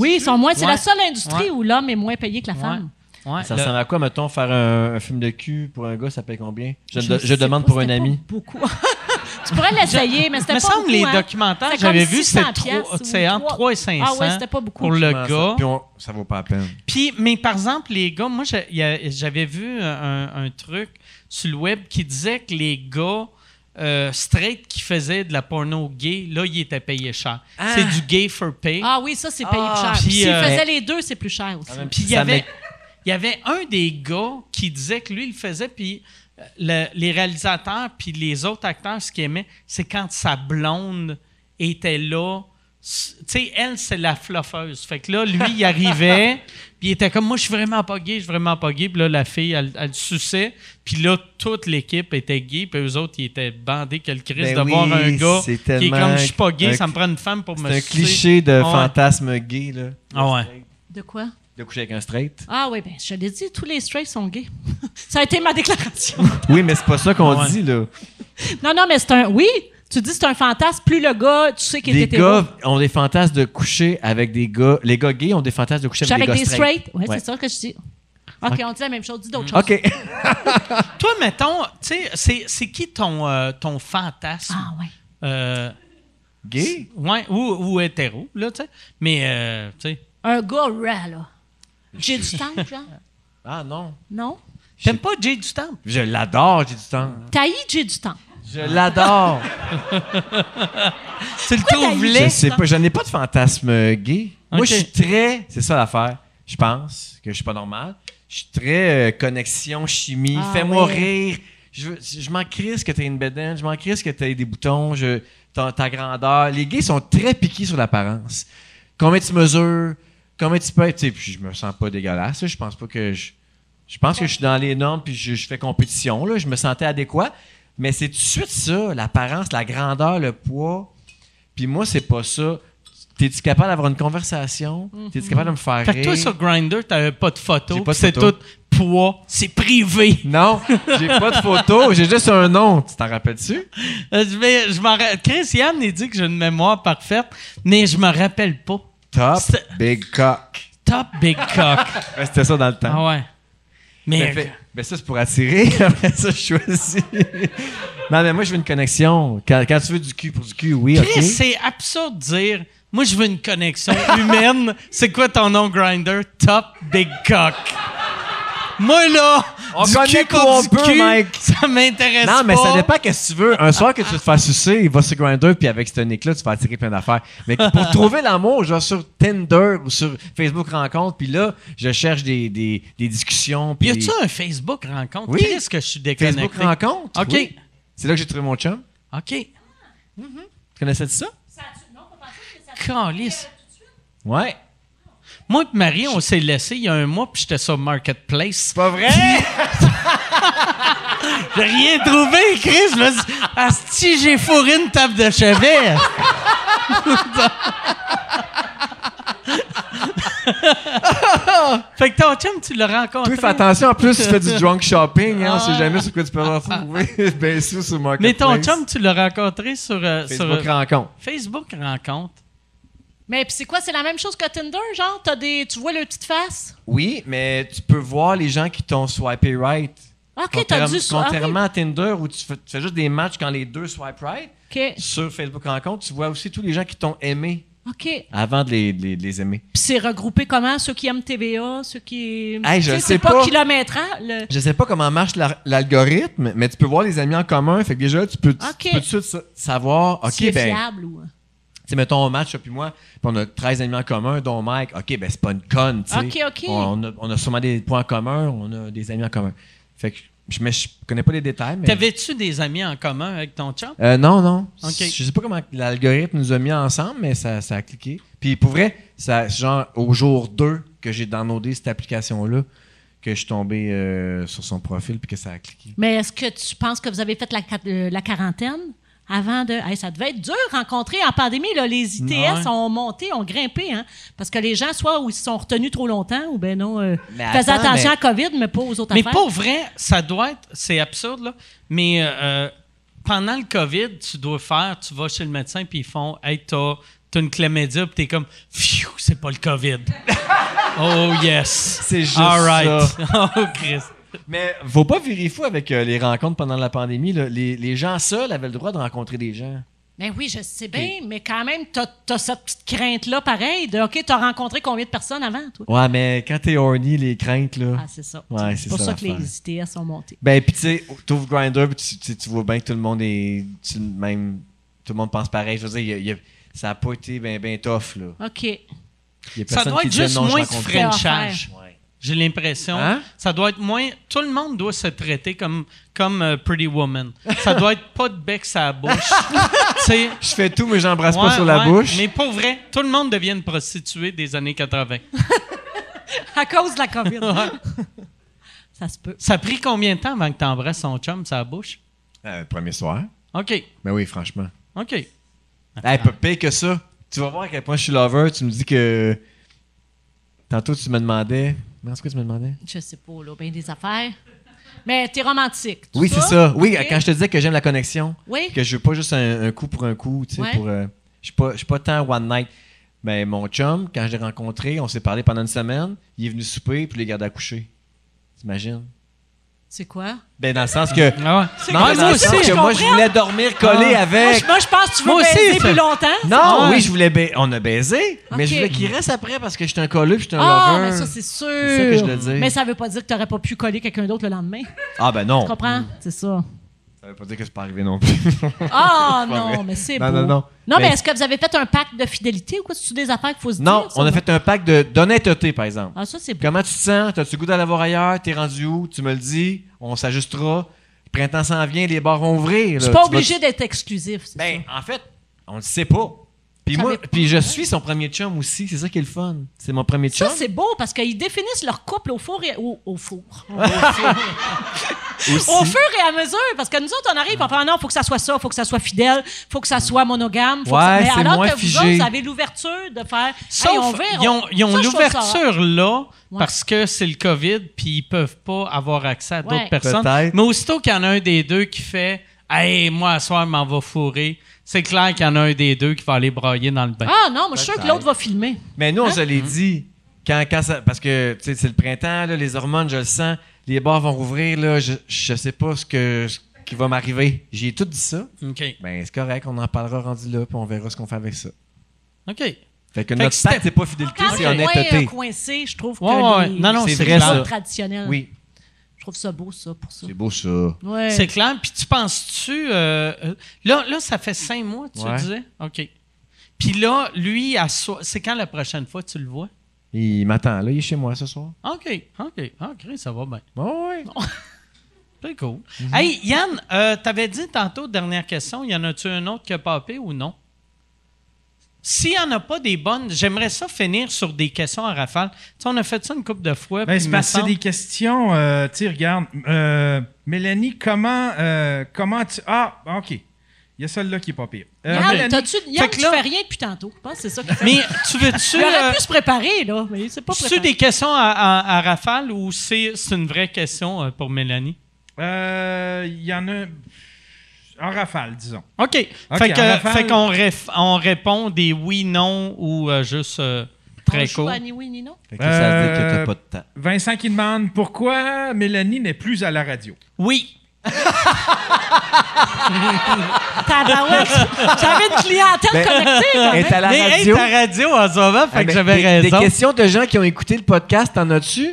Speaker 5: Oui, ils sont moins. C'est
Speaker 1: Ouais.
Speaker 5: la seule industrie
Speaker 1: Ouais.
Speaker 5: où l'homme est moins payé que la femme.
Speaker 1: Ouais. Ouais,
Speaker 6: Ça
Speaker 1: le-
Speaker 6: ressemble à quoi, mettons, faire un, un film de cul pour un gars, ça paye combien? Je, de- je
Speaker 5: sais
Speaker 6: demande
Speaker 5: pas,
Speaker 6: pour un
Speaker 5: c'était pas
Speaker 6: ami.
Speaker 5: Beaucoup. tu pourrais l'essayer, mais c'était
Speaker 1: me
Speaker 5: pas
Speaker 1: semble
Speaker 5: beaucoup.
Speaker 1: les
Speaker 5: hein.
Speaker 1: documentaires,
Speaker 5: C'était
Speaker 1: j'avais
Speaker 5: comme
Speaker 1: vu, c'était
Speaker 5: 600
Speaker 1: trois-
Speaker 5: piastres ou
Speaker 1: c'est entre
Speaker 5: trois-
Speaker 1: 3 et 500
Speaker 5: Ah ouais, c'était pas beaucoup.
Speaker 1: hein, pour le
Speaker 6: Comment ça?
Speaker 1: gars.
Speaker 6: Puis on- ça vaut pas la peine.
Speaker 1: Puis, mais par exemple, les gars, moi, j'a- y a- j'avais vu un, un truc sur le web qui disait que les gars euh, straight qui faisaient de la porno gay, là, ils étaient payés cher. C'est du gay for pay.
Speaker 5: Ah oui, ça, c'est payé plus cher.
Speaker 1: Puis,
Speaker 5: Puis S'il
Speaker 1: euh,
Speaker 5: faisait les deux, c'est plus
Speaker 6: Ah,
Speaker 5: cher aussi.
Speaker 1: Puis il y
Speaker 6: Ça
Speaker 1: avait,
Speaker 6: m'é-
Speaker 1: il y avait un des gars qui disait que lui, il faisait, puis euh, le- les réalisateurs puis les autres acteurs, ce qu'ils aimaient, c'est quand sa blonde était là. s- Tu sais, elle, c'est la fluffeuse. Fait que là, lui, il arrivait, puis il était comme, moi, je suis vraiment pas gay, je suis vraiment pas gay. Puis là, la fille, elle, elle le suçait. Puis là, toute l'équipe était gay, puis eux autres, ils étaient bandés que le Christ
Speaker 6: Ben
Speaker 1: de
Speaker 6: oui,
Speaker 1: voir un gars
Speaker 6: c'est
Speaker 1: qui est
Speaker 6: tellement
Speaker 1: comme, je suis pas gay,
Speaker 6: un-
Speaker 1: ça me prend une femme pour me
Speaker 6: C'est un
Speaker 1: sucer.
Speaker 6: cliché de
Speaker 1: Ouais.
Speaker 6: fantasme gay, là.
Speaker 1: Ah ouais.
Speaker 5: De quoi?
Speaker 6: De coucher avec un straight.
Speaker 5: Ah oui, ben je l'ai dit, tous les straights sont gays. ça a été ma déclaration.
Speaker 6: Oui, mais c'est pas ça qu'on
Speaker 1: Ouais.
Speaker 6: dit, là.
Speaker 5: non, non, mais c'est un... Oui, tu dis c'est un fantasme. Plus le gars, tu sais qu'il est
Speaker 6: Les
Speaker 5: hétéro.
Speaker 6: gars ont des fantasmes de coucher avec des gars. Les gars gays ont des fantasmes de
Speaker 5: Je
Speaker 6: coucher
Speaker 5: suis
Speaker 6: avec,
Speaker 5: avec des
Speaker 6: des gars straights.
Speaker 5: straights. Oui,
Speaker 6: Ouais. Ah.
Speaker 5: c'est ça que je dis. OK, on dit la même chose. Dis d'autres choses.
Speaker 6: OK.
Speaker 1: Toi, mettons, tu sais, c'est- c'est qui ton, euh, ton fantasme?
Speaker 5: Ah oui.
Speaker 1: Euh,
Speaker 6: Gay?
Speaker 1: ouais, ou, ou hétéro, là, tu sais. Mais, euh, tu sais,
Speaker 5: Un gars rat, là. J'ai du temps, genre?
Speaker 6: Ah non.
Speaker 5: Non?
Speaker 1: j'aime pas Jay du Temple.
Speaker 6: Je l'adore, j'ai du temps.
Speaker 5: Taï, j'ai du temps.
Speaker 6: Je l'adore.
Speaker 1: Tu le trouves
Speaker 5: t'as eu
Speaker 1: laid?
Speaker 6: je sais pas, je n'ai pas de fantasme gay. Moi,
Speaker 1: Ok.
Speaker 6: je suis très. C'est ça l'affaire. Je pense que je suis pas normal. Je suis très euh, connexion, chimie.
Speaker 5: Ah,
Speaker 6: Fais-moi
Speaker 5: ouais.
Speaker 6: rire. Je, je m'en crisse que t'aies une bedaine. Je m'en crisse que t'aies des boutons. Je, ton- ta grandeur. Les gays sont très piqués sur l'apparence. Combien tu mesures? Combien tu peux être? Tu sais, Puis je me sens pas dégueulasse. Je pense pas que je. Je pense que je suis dans les normes puis je, je fais compétition. Là. Je me sentais adéquat. Mais c'est tout de suite ça, l'apparence, la grandeur, le poids. Puis moi, c'est pas ça. T'es-tu capable d'avoir une conversation? T'es-tu capable de me faire
Speaker 1: Fait que toi,
Speaker 6: rire?
Speaker 1: sur Grindr, t'avais pas de
Speaker 6: J'ai
Speaker 1: photo.
Speaker 6: pas de
Speaker 1: C'est
Speaker 6: photo.
Speaker 1: tout poids. C'est privé.
Speaker 6: Non, j'ai pas de photo, j'ai juste un nom. Tu t'en rappelles-tu?
Speaker 1: Euh, Je vais, je m'en ra- Chris Yann, il dit que j'ai une mémoire parfaite, mais je me rappelle pas.
Speaker 6: Top
Speaker 1: C'est-
Speaker 6: Big Cock.
Speaker 1: Top Big Cock.
Speaker 6: Ben, C'était ça dans le temps.
Speaker 1: ah ouais.
Speaker 6: Ben,
Speaker 1: Mais,
Speaker 6: fait- ben, ça, c'est pour attirer. Après ça, je choisis. non, mais moi, je veux une connexion. Quand, quand tu veux du cul pour du cul, oui,
Speaker 1: Chris,
Speaker 6: OK.
Speaker 1: c'est absurde de dire Moi, je veux une connexion humaine. c'est quoi ton nom, Grinder Top Big Cock. Moi, là,
Speaker 6: On
Speaker 1: du
Speaker 6: connecte
Speaker 1: cul
Speaker 6: où
Speaker 1: contre
Speaker 6: on
Speaker 1: du
Speaker 6: peut,
Speaker 1: cul,
Speaker 6: Mike.
Speaker 1: ça m'intéresse pas.
Speaker 6: Non, mais ça dépend qu'est-ce que tu veux. Un soir que tu veux te faire sucer, il va sur Grindr, puis avec ce nick-là, tu vas attirer plein d'affaires. Mais pour trouver l'amour, genre sur Tinder ou sur Facebook Rencontre, puis là, je cherche des, des, des discussions.
Speaker 1: Y
Speaker 6: Puis
Speaker 1: a-tu un Facebook rencontre?
Speaker 6: Oui.
Speaker 1: Chris, que je suis déconnecté.
Speaker 6: Facebook Rencontre?
Speaker 1: OK.
Speaker 6: oui. C'est là que j'ai trouvé mon chum.
Speaker 1: OK.
Speaker 6: Tu connaissais ça?
Speaker 1: Calice.
Speaker 6: Ouais.
Speaker 1: Moi et Marie, on s'est laissé il y a un mois, puis j'étais sur Marketplace.
Speaker 6: Pas vrai?
Speaker 1: J'ai rien trouvé, Chris. Je me suis dit, Asti, j'ai fourré une table de chevet. fait que ton chum, tu l'as rencontré.
Speaker 6: Oui, fais attention. En plus, tu fais du drunk shopping. Hein, on sait jamais sur quoi tu peux te retrouver. ben, sous sur
Speaker 1: Ah. Mais
Speaker 6: Marketplace.
Speaker 1: ton chum, tu l'as rencontré sur, euh, sur,
Speaker 6: Facebook
Speaker 1: euh,
Speaker 6: Rencontre.
Speaker 1: Facebook Rencontre.
Speaker 5: Mais puis c'est quoi? C'est la même chose que Tinder, genre? T'as des... Tu vois leur petite face?
Speaker 6: Oui, mais tu peux voir les gens qui t'ont swipé right.
Speaker 5: OK, t'as
Speaker 6: Contrairement-
Speaker 5: dû... ah oui,
Speaker 6: Contrairement à Tinder où tu fais, tu fais juste des matchs quand les deux swipe right,
Speaker 5: OK.
Speaker 6: sur Facebook Rencontre, tu vois aussi tous les gens qui t'ont aimé
Speaker 5: OK. Puis
Speaker 6: avant de les, de les- de les aimer.
Speaker 5: c'est regroupé comment? Ceux qui aiment TVA, ceux qui...
Speaker 6: Hey, je
Speaker 5: Tu
Speaker 6: sais
Speaker 5: c'est pas.
Speaker 6: pas.
Speaker 5: kilométrant. Le...
Speaker 6: Je sais pas comment marche la- l'algorithme, mais tu peux voir les amis en commun. Fait que déjà, tu peux, tu-
Speaker 5: Ok.
Speaker 6: tu peux tout de suite sa- savoir, OK,
Speaker 5: S'il est
Speaker 6: ben,
Speaker 5: fiable ou... hein?
Speaker 6: tu sais, mettons, on match, toi puis moi, puis on a 13 amis en commun, dont Mike. OK, ben, c'est pas une conne, tu sais.
Speaker 5: Ok, ok.
Speaker 6: On, a, on a sûrement des points en commun, on a des amis en commun. Fait que je, mais je connais pas les détails, mais...
Speaker 1: T'avais-tu des amis en commun avec ton chum?
Speaker 6: Euh, non, non.
Speaker 1: Ok.
Speaker 6: Je sais pas comment l'algorithme nous a mis ensemble, mais ça, ça a cliqué. Puis pour vrai, ça, c'est genre au jour 2 que j'ai downloadé cette application-là, que je suis tombé euh, sur son profil puis que ça a cliqué.
Speaker 5: Mais est-ce que tu penses que vous avez fait la, qua- euh, la quarantaine avant de. Hey, ça devait être dur rencontrer en pandémie. Là, les ITS
Speaker 1: Ouais.
Speaker 5: ont monté, ont grimpé, hein? Parce que les gens, soit ils se sont retenus trop longtemps ou ben non, euh,
Speaker 6: Mais
Speaker 5: faisaient
Speaker 6: attends,
Speaker 5: attention à
Speaker 6: mais-
Speaker 5: COVID, mais pas aux autres
Speaker 1: Mais
Speaker 5: affaires.
Speaker 1: pour vrai, ça doit être. C'est absurde, là. Mais euh, euh, pendant le COVID, tu dois faire. Tu vas chez le médecin, puis ils font Hey, t'as t'as une chlamydia, puis t'es comme Phew, c'est pas le COVID. oh, yes.
Speaker 6: C'est juste
Speaker 1: All right.
Speaker 6: ça.
Speaker 1: oh, Chris.
Speaker 6: Mais faut pas virer fou avec euh, les rencontres pendant la pandémie. là. Les, les gens seuls avaient le droit de rencontrer des gens.
Speaker 5: Ben oui, je sais bien, mais quand même, t'as as cette petite crainte-là, pareil, de OK, t'as rencontré combien de personnes avant, toi?
Speaker 6: Ouais, mais quand t'es horny, les craintes, là...
Speaker 5: Ah, c'est ça.
Speaker 6: Ouais,
Speaker 5: c'est
Speaker 6: c'est
Speaker 5: pour ça,
Speaker 6: ça
Speaker 5: que les ITS ont monté.
Speaker 6: Ben, pis tu sais, t'ouvres Grindr, pis tu, tu- tu vois bien que tout le monde est. tu- même, tout le monde pense pareil. Je veux dire, il y a- il y a- ça a pas été ben, ben tough, là.
Speaker 5: OK.
Speaker 6: Il y a
Speaker 1: Ça
Speaker 6: personne
Speaker 1: doit
Speaker 6: qui
Speaker 1: être
Speaker 6: disait
Speaker 1: juste
Speaker 6: non, je
Speaker 1: moins de
Speaker 6: rencontre
Speaker 5: frais.
Speaker 1: frenchage.
Speaker 6: pas. Ouais.
Speaker 1: J'ai l'impression.
Speaker 6: Hein?
Speaker 1: Ça doit être moins. Tout le monde doit se traiter comme, comme euh, Pretty Woman. Ça doit être pas de bec sa bouche. Tu sais,
Speaker 6: Je fais tout, mais j'embrasse
Speaker 1: ouais,
Speaker 6: pas sur la
Speaker 1: ouais,
Speaker 6: bouche.
Speaker 1: Mais pour vrai, tout le monde devient une prostituée des années 80.
Speaker 5: À cause de la COVID. Ça se peut.
Speaker 1: Ça a pris combien de temps avant que tu embrasses son chum sa bouche?
Speaker 6: Euh, premier soir.
Speaker 1: OK.
Speaker 6: Mais Ben oui, franchement.
Speaker 1: OK.
Speaker 6: Elle peut pire que ça. Tu vas voir à quel point je suis lover. Tu me dis que. Tantôt, tu me demandais. Mais en ce que tu me demandais?
Speaker 5: Je sais pas, là, bien des affaires. Mais t'es romantique. tout
Speaker 6: Oui, c'est ça. Oui,
Speaker 5: Ok.
Speaker 6: quand je te disais que j'aime la connexion,
Speaker 5: Oui.
Speaker 6: que je veux pas juste un, un coup pour un coup, tu sais,
Speaker 5: Ouais.
Speaker 6: pour. euh, je suis pas, je suis pas tant one night. Mais mon chum, quand je l'ai rencontré, on s'est parlé pendant une semaine, il est venu souper, puis je l'ai gardé à coucher. T'imagines?
Speaker 5: C'est quoi?
Speaker 6: Ben, dans le sens que.
Speaker 1: Ah ouais.
Speaker 5: C'est
Speaker 6: Non,
Speaker 5: quoi,
Speaker 6: mais dans
Speaker 5: moi
Speaker 6: le sens
Speaker 5: aussi,
Speaker 6: que
Speaker 5: je
Speaker 6: moi, je
Speaker 5: comprends.
Speaker 6: voulais dormir collé
Speaker 5: Ah. Moi,
Speaker 6: avec.
Speaker 5: je- moi, je pense que tu veux
Speaker 1: Moi aussi,
Speaker 5: baiser
Speaker 1: ça-
Speaker 5: plus longtemps. Ah.
Speaker 6: Non,
Speaker 1: Ouais.
Speaker 6: oui, je voulais baiser. On a baisé, mais je
Speaker 5: Ok.
Speaker 6: voulais qu'il reste après parce que j'étais un colleux puis j'étais un
Speaker 5: Ah,
Speaker 6: lover.
Speaker 5: mais ça, c'est sûr.
Speaker 6: C'est ça que je voulais dire.
Speaker 5: Mais ça veut pas dire que t'aurais pas pu coller quelqu'un d'autre le lendemain.
Speaker 6: Ah, ben
Speaker 5: Tu
Speaker 6: non.
Speaker 5: comprends? C'est ça.
Speaker 6: Ça veut pas dire que c'est pas arrivé non plus.
Speaker 5: Ah non,
Speaker 6: vrai.
Speaker 5: mais c'est beau.
Speaker 6: Non, non, non.
Speaker 5: Non, mais,
Speaker 6: Mais-
Speaker 5: est-ce que vous avez fait un pacte de fidélité ou quoi? C'est-tu des affaires qu'il faut se
Speaker 6: non,
Speaker 5: dire? ça,
Speaker 6: on a
Speaker 5: non?
Speaker 6: fait un pacte de- d'honnêteté, par exemple.
Speaker 5: Ah, ça, c'est beau.
Speaker 6: Comment tu te sens? T'as-tu le goût d'aller voir ailleurs? T'es rendu où? Tu me le dis, on s'ajustera. Le printemps s'en vient, les bars vont ouvrir.
Speaker 5: Je
Speaker 6: là.
Speaker 5: suis pas
Speaker 6: Tu vas-
Speaker 5: obligé d'être exclusif. c'est
Speaker 6: Ben, en fait, on le sait pas. Puis
Speaker 5: Ça
Speaker 6: moi,
Speaker 5: dépend,
Speaker 6: puis je
Speaker 5: ouais.
Speaker 6: suis son premier chum aussi. C'est ça qui est le fun. C'est mon premier
Speaker 5: Ça,
Speaker 6: chum.
Speaker 5: Ça, c'est beau parce qu'ils définissent leur couple au four et au, au four.
Speaker 6: aussi.
Speaker 5: au fur et à mesure, parce que nous autres, on arrive, on fait Ah non, faut que ça soit ça, faut que ça soit fidèle, faut que ça soit monogame. Faut que ça-
Speaker 6: Ouais,
Speaker 5: Mais
Speaker 6: c'est
Speaker 5: alors
Speaker 6: moins
Speaker 5: que vous
Speaker 6: figé.
Speaker 5: autres, vous avez l'ouverture de faire.
Speaker 1: Sauf,
Speaker 5: Hey, on verra.
Speaker 1: ils ont, ils ont
Speaker 5: Ça, je trouve ça rare.
Speaker 1: l'ouverture là
Speaker 5: Ouais.
Speaker 1: parce que c'est le COVID, puis ils peuvent pas avoir accès à d'autres
Speaker 5: Ouais.
Speaker 1: personnes.
Speaker 6: Peut-être.
Speaker 1: Mais aussitôt qu'il y en a un des deux qui fait Hey, moi, à soir, je m'en va fourrer, c'est clair qu'il y en a un des deux qui va aller brailler dans le bain.
Speaker 5: Ah non, moi, je suis sûr que l'autre va filmer.
Speaker 6: Mais nous, on se l'est dit. Quand, quand ça, parce que tu sais, c'est le printemps, là, les hormones, je le sens. Les bars vont rouvrir. Là, je, je sais pas ce, que, ce qui va m'arriver. J'ai tout dit ça.
Speaker 5: Ah.
Speaker 1: OK.
Speaker 6: Ben, c'est correct. On en parlera rendu là, puis on verra ce qu'on fait avec ça.
Speaker 1: OK.
Speaker 6: Fait que
Speaker 1: que
Speaker 6: notre
Speaker 1: c'était-
Speaker 6: pacte, c'est pas fidélité,
Speaker 5: Quand
Speaker 6: c'est
Speaker 5: c'est moins euh,
Speaker 6: honnêteté.
Speaker 5: coincé, je trouve que
Speaker 1: Ouais, ouais.
Speaker 5: les
Speaker 1: Non, non,
Speaker 6: c'est
Speaker 1: c'est
Speaker 6: vrai,
Speaker 1: vrai,
Speaker 5: langues
Speaker 6: ça.
Speaker 5: traditionnelles,
Speaker 6: Oui.
Speaker 5: je trouve ça beau, ça, pour ça.
Speaker 6: C'est beau, ça.
Speaker 5: Ouais.
Speaker 1: C'est clair. Puis tu penses-tu. euh, euh, là, là, ça fait cinq mois, tu
Speaker 6: Ouais.
Speaker 1: disais? OK. Puis là, lui, à so- c'est quand la prochaine fois tu le vois?
Speaker 6: Il m'attend, là. Il est chez moi ce soir.
Speaker 1: OK, OK, OK, ça va bien.
Speaker 6: Bon, ouais.
Speaker 1: C'est cool.
Speaker 4: Mhm.
Speaker 1: Hey, Yann, euh, t'avais dit tantôt, dernière question, y en a-tu un autre qui a papé ou non? S'il n'y en a pas des bonnes, j'aimerais ça finir sur des questions à rafale. Tu sais, on a fait ça une couple de fois.
Speaker 4: Ben,
Speaker 1: puis
Speaker 4: c'est
Speaker 1: il me
Speaker 4: parce que c'est
Speaker 1: semble-
Speaker 4: des questions. euh, tu sais, regarde. euh, Mélanie, comment, euh, comment tu. Ah, OK. Il y a celle-là qui est pas pire. Euh,
Speaker 5: Yann,
Speaker 4: Mélanie-
Speaker 5: t'as-tu- Yann,
Speaker 1: Fait que
Speaker 5: tu
Speaker 1: là-
Speaker 5: fais rien depuis tantôt. Je pense que c'est ça. qu'il fait.
Speaker 1: Mais tu veux-tu.
Speaker 5: Il aurait
Speaker 1: euh,
Speaker 5: pu se préparer, là, mais c'est pas
Speaker 1: C'est-tu
Speaker 5: préparé.
Speaker 1: des questions à, à- à rafale ou c'est c'est une vraie question euh, pour Mélanie?
Speaker 4: Euh, Il y en a. En rafale, disons.
Speaker 1: OK.
Speaker 4: Ok,
Speaker 1: fait que-
Speaker 4: en rafale.
Speaker 1: fait qu'on réf- on répond des oui, non ou euh, juste euh,
Speaker 5: On
Speaker 1: très
Speaker 5: joue
Speaker 1: court.
Speaker 5: à ni oui ni non.
Speaker 6: Fait que là, ça veut dire que
Speaker 4: Euh,
Speaker 6: t'as pas de temps.
Speaker 4: Vincent qui demande pourquoi Mélanie n'est plus à la radio.
Speaker 1: Oui.
Speaker 5: Tabarouette, j'avais une clientèle
Speaker 6: Ben,
Speaker 5: connectée, quand
Speaker 6: Elle est
Speaker 5: même.
Speaker 6: à la
Speaker 1: Mais hey,
Speaker 6: radio.
Speaker 1: ta radio en ce moment, fait
Speaker 6: Ah,
Speaker 1: que
Speaker 6: ben,
Speaker 1: j'avais
Speaker 6: des-
Speaker 1: raison.
Speaker 6: Des questions de gens qui ont écouté le podcast, t'en as-tu?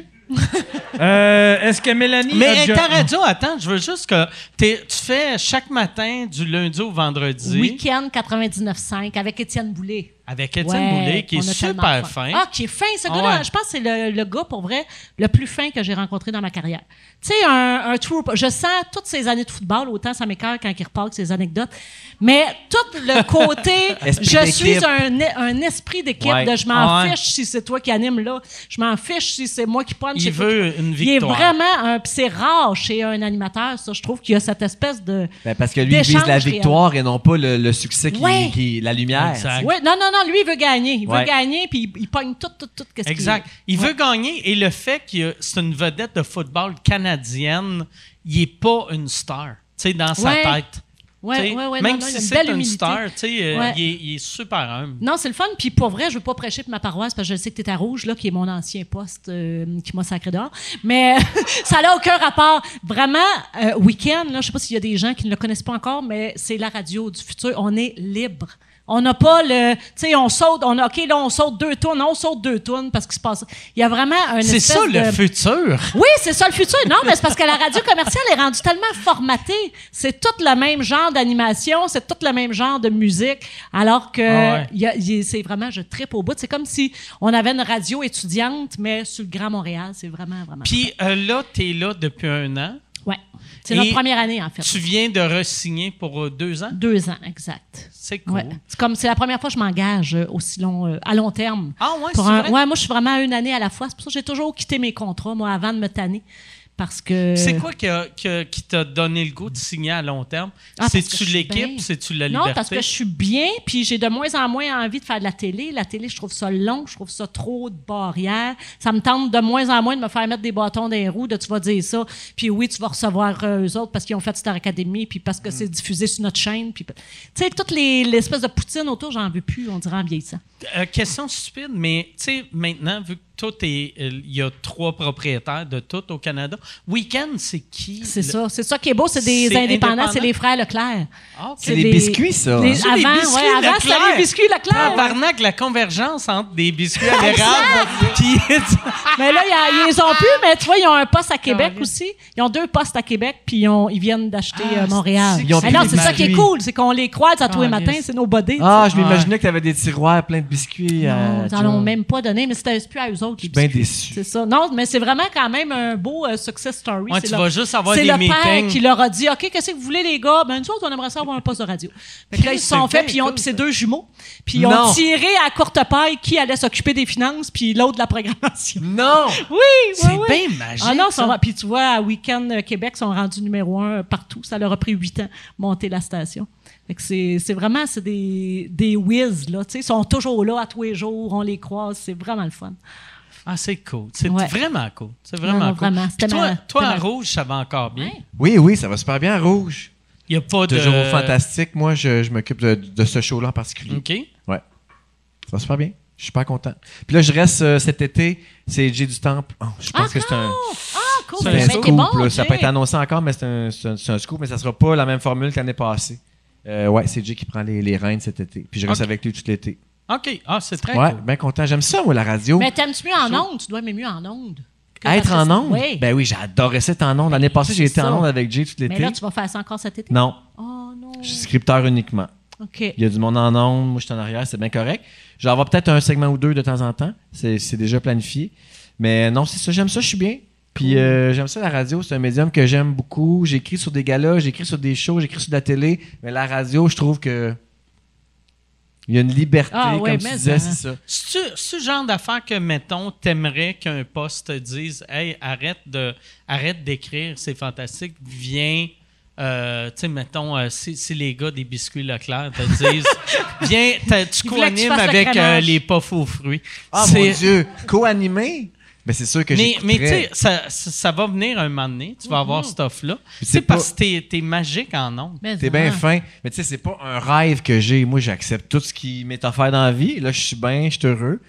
Speaker 4: Euh, Est-ce que Mélanie.
Speaker 1: Mais
Speaker 4: a
Speaker 1: hey,
Speaker 4: déjà-
Speaker 1: ta radio, attends, je veux juste que t'es- tu fais chaque matin du lundi au vendredi
Speaker 5: Week-end 99.5 avec Étienne Boulay.
Speaker 1: avec Étienne
Speaker 5: Ouais,
Speaker 1: Boulay qui est
Speaker 5: on a
Speaker 1: super
Speaker 5: tellement
Speaker 1: fin.
Speaker 5: Ah, qui est fin, ce
Speaker 1: Ah
Speaker 5: gars-là.
Speaker 1: ouais.
Speaker 5: Je pense que c'est le, le gars, pour vrai, le plus fin que j'ai rencontré dans ma carrière. Tu sais, un, un trooper. Je sens toutes ces années de football, autant ça m'écoeure quand il repart avec ses anecdotes, mais tout le côté,
Speaker 6: Esprit
Speaker 5: je suis
Speaker 6: d'équipe.
Speaker 5: un, e- un esprit d'équipe
Speaker 6: Ouais.
Speaker 5: de je m'en
Speaker 1: Ah ouais.
Speaker 5: fiche si c'est toi qui anime là, je m'en fiche si c'est moi qui prends.
Speaker 1: Il veut une victoire.
Speaker 5: Il est vraiment un. pis c'est rare chez un animateur, ça. Je trouve qu'il y a cette espèce de.
Speaker 6: Ben, parce que lui, il vise
Speaker 5: D'échange
Speaker 6: la
Speaker 5: réel.
Speaker 6: victoire et non pas le, le succès qui,
Speaker 5: Ouais.
Speaker 6: qui- la lumière.
Speaker 1: Exact.
Speaker 5: Oui, non, non, non, lui, il veut gagner. Il veut
Speaker 6: Ouais.
Speaker 5: gagner, puis il, il pogne tout, tout, tout. qu'est-ce qu'il-
Speaker 1: Exact. Il veut gagner et le fait que c'est une vedette de football canadienne, il n'est pas une star, tu sais, dans sa
Speaker 5: Ouais.
Speaker 1: tête.
Speaker 5: Ouais,
Speaker 1: Tu sais,
Speaker 5: ouais, ouais,
Speaker 1: même
Speaker 5: non, non, il y
Speaker 1: si
Speaker 5: a une
Speaker 1: c'est
Speaker 5: belle
Speaker 1: une
Speaker 5: humilité.
Speaker 1: star, tu sais, euh,
Speaker 5: Ouais.
Speaker 1: il, est, il est super humble.
Speaker 5: Non, c'est le fun. Puis pour vrai, je veux pas prêcher pour ma paroisse parce que je sais que t'es à Rouge, là, qui est mon ancien poste euh, qui m'a sacré dehors. Mais ça n'a aucun rapport. Vraiment, euh, week-end, là, je sais pas s'il y a des gens qui ne le connaissent pas encore, mais c'est la radio du futur. On est libre. On n'a pas le. Tu sais, on saute, on OK, là, on saute deux tonnes, on saute deux tonnes parce qu'il se passe. Il y a vraiment un.
Speaker 1: C'est ça
Speaker 5: espèce
Speaker 1: le
Speaker 5: de-
Speaker 1: futur.
Speaker 5: oui, c'est ça le futur. Non, mais c'est parce que la radio commerciale est rendue tellement formatée. C'est tout le même genre d'animation, c'est tout le même genre de musique, alors que
Speaker 1: Ah ouais.
Speaker 5: il y a- il- c'est vraiment, je tripe au bout. C'est comme si on avait une radio étudiante, mais sur le Grand Montréal, c'est vraiment, vraiment.
Speaker 1: Puis euh, là, tu es là depuis un an.
Speaker 5: ouais. C'est
Speaker 1: Et
Speaker 5: notre première année, en fait.
Speaker 1: Tu viens de re-signer pour euh, deux ans.
Speaker 5: Deux ans, exact.
Speaker 1: C'est cool.
Speaker 5: Ouais. C'est comme, c'est la première fois que je m'engage euh, aussi long, euh, à long terme.
Speaker 1: Ah ouais, c'est
Speaker 5: Pour un-
Speaker 1: vrai?
Speaker 5: ouais, moi, je suis vraiment à une année à la fois. C'est pour ça que j'ai toujours quitté mes contrats, moi, avant de me tanner. Parce que.
Speaker 1: C'est quoi qui a- qui a- qui t'a donné le goût de signer à long terme?
Speaker 5: Ah, parce que
Speaker 1: C'est-tu
Speaker 5: je suis bien.
Speaker 1: l'équipe? C'est-tu la
Speaker 5: Non,
Speaker 1: liberté?
Speaker 5: parce que je suis bien, puis j'ai de moins en moins envie de faire de la télé. La télé, je trouve ça long, je trouve ça trop de barrières. Ça me tente de moins en moins de me faire mettre des bâtons dans les roues, de tu vas dire ça, puis oui, tu vas recevoir euh, eux autres parce qu'ils ont fait Star Academy, puis parce
Speaker 1: Mm.
Speaker 5: que c'est diffusé sur notre chaîne. Puis... Tu sais, toute les- l'espèce de poutine autour, j'en veux plus, on dirait en vieillissant.
Speaker 1: Euh, question stupide, mais tu sais, maintenant, vu que tout est. euh, Il y a trois propriétaires de tout au Canada. Weekend, c'est qui?
Speaker 5: C'est
Speaker 1: le-
Speaker 5: ça. C'est ça qui est beau, c'est des
Speaker 1: C'est
Speaker 5: indépendants,
Speaker 1: indépendant?
Speaker 5: c'est les frères Leclerc.
Speaker 1: Ah, ok.
Speaker 5: C'est
Speaker 6: des biscuits, ça,
Speaker 5: les-
Speaker 6: hein?
Speaker 1: C'est
Speaker 5: Avant,
Speaker 1: des biscuits
Speaker 5: ouais, avant, c'était
Speaker 1: Leclerc. Ah,
Speaker 5: les biscuits Leclerc.
Speaker 1: Tabarnak, la convergence entre des biscuits à l'érable puis
Speaker 5: Mais là, il y a- ils les ont plus, mais tu vois, ils ont un poste à Québec aussi. Ils ont deux postes à Québec, puis ils, ont- ils viennent d'acheter
Speaker 1: Ah,
Speaker 5: euh, Montréal.
Speaker 1: c'est-
Speaker 6: Ils ont
Speaker 5: Mais
Speaker 6: pris
Speaker 5: non,
Speaker 6: les
Speaker 5: c'est ça qui est
Speaker 6: maris.
Speaker 5: cool, c'est qu'on les croise à tous les
Speaker 1: Ah,
Speaker 5: matins,
Speaker 1: yes.
Speaker 5: c'est nos bodés.
Speaker 6: Ah, je
Speaker 1: Ouais.
Speaker 6: m'imaginais que t'avais des tiroirs pleins de biscuits.
Speaker 5: non,
Speaker 6: euh,
Speaker 5: ils n'en
Speaker 6: John.
Speaker 5: ont même pas donné, mais c'était c'est plus à eux autres. les
Speaker 6: Je suis bien
Speaker 5: biscuits.
Speaker 6: déçu.
Speaker 5: C'est ça. Non, mais c'est vraiment quand même un beau euh, success story.
Speaker 1: Ouais,
Speaker 5: C'est
Speaker 1: tu
Speaker 5: leur-
Speaker 1: vas juste avoir
Speaker 5: c'est
Speaker 1: des
Speaker 5: le père
Speaker 1: meetings.
Speaker 5: qui leur a dit OK, qu'est-ce que vous voulez, les gars Ben, nous autres, on aimerait ça avoir un poste de radio. Fait que là, ils se sont
Speaker 1: C'est
Speaker 5: fait,
Speaker 1: bien
Speaker 5: puis ils ont-
Speaker 1: cool,
Speaker 5: puis c'est deux jumeaux. Puis ils ont
Speaker 6: Non.
Speaker 5: tiré à courte paille qui allait s'occuper des finances, puis l'autre de la programmation.
Speaker 6: Non!
Speaker 5: Oui,
Speaker 1: C'est
Speaker 5: oui, oui.
Speaker 1: bien magique.
Speaker 5: Ah non,
Speaker 1: ça.
Speaker 5: ça va. Puis tu vois, à Week-end euh, Québec, ils sont rendus numéro un euh, partout. Ça leur a pris huit ans monter la station. Fait que c'est c'est vraiment c'est des, des whiz, là. Tu sais, ils sont toujours là à tous les jours. On les croise. C'est vraiment le fun.
Speaker 1: Ah, c'est cool. C'est
Speaker 5: Ouais.
Speaker 1: vraiment cool. C'est vraiment
Speaker 5: Non, non,
Speaker 1: cool.
Speaker 5: vraiment,
Speaker 1: Puis
Speaker 5: c'était
Speaker 1: toi,
Speaker 5: ma-
Speaker 1: toi
Speaker 5: c'était
Speaker 1: à
Speaker 5: ma-
Speaker 1: rouge, ça va encore bien.
Speaker 5: Ouais.
Speaker 6: Oui, oui, ça va super bien, Rouge.
Speaker 1: Il n'y a pas de.
Speaker 6: Toujours au fantastique. Moi, je, je m'occupe de, de ce show-là en particulier.
Speaker 1: OK.
Speaker 6: Ça va super bien. Je suis pas content. Puis là, je reste euh, cet été. C'est J du Temple. Oh, je pense
Speaker 5: ah,
Speaker 6: que c'est un.
Speaker 5: non! Ah, cool.
Speaker 6: C'est
Speaker 5: Mais
Speaker 6: un
Speaker 5: t'es
Speaker 6: scoop,
Speaker 5: bon,
Speaker 6: là. ça
Speaker 5: Jay.
Speaker 6: peut être annoncé encore, mais c'est un, c'est un- c'est un scoop, mais ça sera pas la même formule que l'année passée. Euh, ouais, c'est Jay qui prend les, les rênes cet été. Puis je reste
Speaker 1: Ok.
Speaker 6: avec lui tout l'été.
Speaker 1: OK. Ah, c'est très
Speaker 6: Ouais,
Speaker 1: cool.
Speaker 6: bien content. J'aime ça, moi, la radio.
Speaker 5: Mais t'aimes-tu mieux en ondes? Tu dois aimer mieux en ondes. que parce
Speaker 6: Être
Speaker 5: que
Speaker 6: en
Speaker 5: c'est-
Speaker 6: ondes?
Speaker 5: Oui.
Speaker 6: Ben oui, j'adorais ça être en ondes. L'année passée, j'ai
Speaker 5: c'est
Speaker 6: été
Speaker 5: ça.
Speaker 6: en ondes avec Jay tout
Speaker 5: mais
Speaker 6: l'été.
Speaker 5: là, tu vas faire ça encore cet été?
Speaker 6: Non,
Speaker 5: Oh non.
Speaker 6: je suis scripteur uniquement.
Speaker 5: OK.
Speaker 6: Il y a du monde en ondes, moi je suis en arrière, c'est bien correct. J'en vais peut-être un segment ou deux de temps en temps, c'est c'est déjà planifié. Mais non, c'est ça, j'aime ça, je suis bien. Puis euh, j'aime ça, la radio, c'est un médium que j'aime beaucoup. J'écris sur des galas, j'écris sur des shows, j'écris sur de la télé, mais la radio, je trouve que. Il y a une liberté,
Speaker 5: Ah
Speaker 6: comme
Speaker 5: ouais,
Speaker 6: tu
Speaker 5: mais
Speaker 6: disais,
Speaker 5: ça.
Speaker 6: c'est ça.
Speaker 1: C'est-tu c'est-tu le genre d'affaire que, mettons, t'aimerais qu'un poste dise Hey, arrête de arrête d'écrire, c'est fantastique, viens. euh, tu sais, mettons, euh, si, si les gars des biscuits Leclerc te disent Viens, t'as- tu
Speaker 5: Il voulait que tu
Speaker 1: co-animes
Speaker 5: fasses le
Speaker 1: avec euh,
Speaker 5: crémage.
Speaker 1: les puffs aux fruits.
Speaker 6: Ah
Speaker 1: C'est-
Speaker 6: mon Dieu, co-animé? Ben c'est sûr que
Speaker 1: mais mais tu
Speaker 6: j'écouterais.
Speaker 1: sais, ça, ça, ça va venir un moment donné,
Speaker 5: Mm-hmm.
Speaker 1: tu vas avoir ce stuff-là.
Speaker 6: c'est
Speaker 1: C'est
Speaker 6: pas-
Speaker 1: parce que t'es- t'es magique en ondes.
Speaker 5: Mais
Speaker 6: T'es bien
Speaker 5: non.
Speaker 6: fin. Mais tu sais, c'est pas un rêve que j'ai. Moi, j'accepte tout ce qui m'est offert dans la vie. Là, je suis bien, je suis heureux.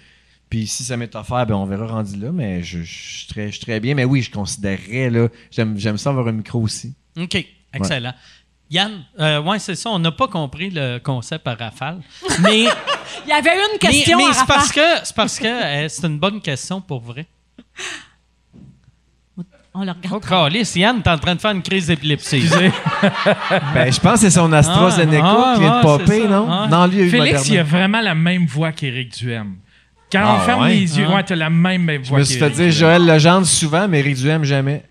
Speaker 6: Puis si ça m'est offert, ben on verra rendu là. Mais je, je suis très, je suis très bien. Mais oui, je considérerais, là. J'aime, j'aime ça avoir un micro aussi.
Speaker 1: OK, excellent. Yann, euh, ouais, c'est ça, on n'a pas compris le concept à rafale. Mais.
Speaker 5: Il y avait une question
Speaker 1: mais
Speaker 5: à
Speaker 1: mais c'est
Speaker 5: Rafa.
Speaker 1: parce que c'est parce que euh, c'est une bonne question pour vrai.
Speaker 5: On le regarde.
Speaker 1: Oh, Calisse, Yann, t'es en train de faire une crise d'épilepsie.
Speaker 4: Ah.
Speaker 6: Ben, je pense que c'est son AstraZeneca
Speaker 1: Ah,
Speaker 6: qui vient
Speaker 1: ah,
Speaker 6: de popper,
Speaker 1: c'est ça,
Speaker 6: non?
Speaker 1: ah.
Speaker 6: Non, lui, il a eu
Speaker 4: Félix,
Speaker 6: Moderna.
Speaker 4: il a vraiment la même voix qu'Éric Duhem. Quand
Speaker 6: Ah
Speaker 4: on ferme
Speaker 6: ouais?
Speaker 4: les yeux,
Speaker 1: Ah.
Speaker 4: ouais, t'as la même, même
Speaker 6: Je
Speaker 4: voix
Speaker 6: me suis fait
Speaker 4: qu'Éric
Speaker 6: dire
Speaker 4: Duhem.
Speaker 6: Joël Legendre souvent, mais Eric Duhem jamais.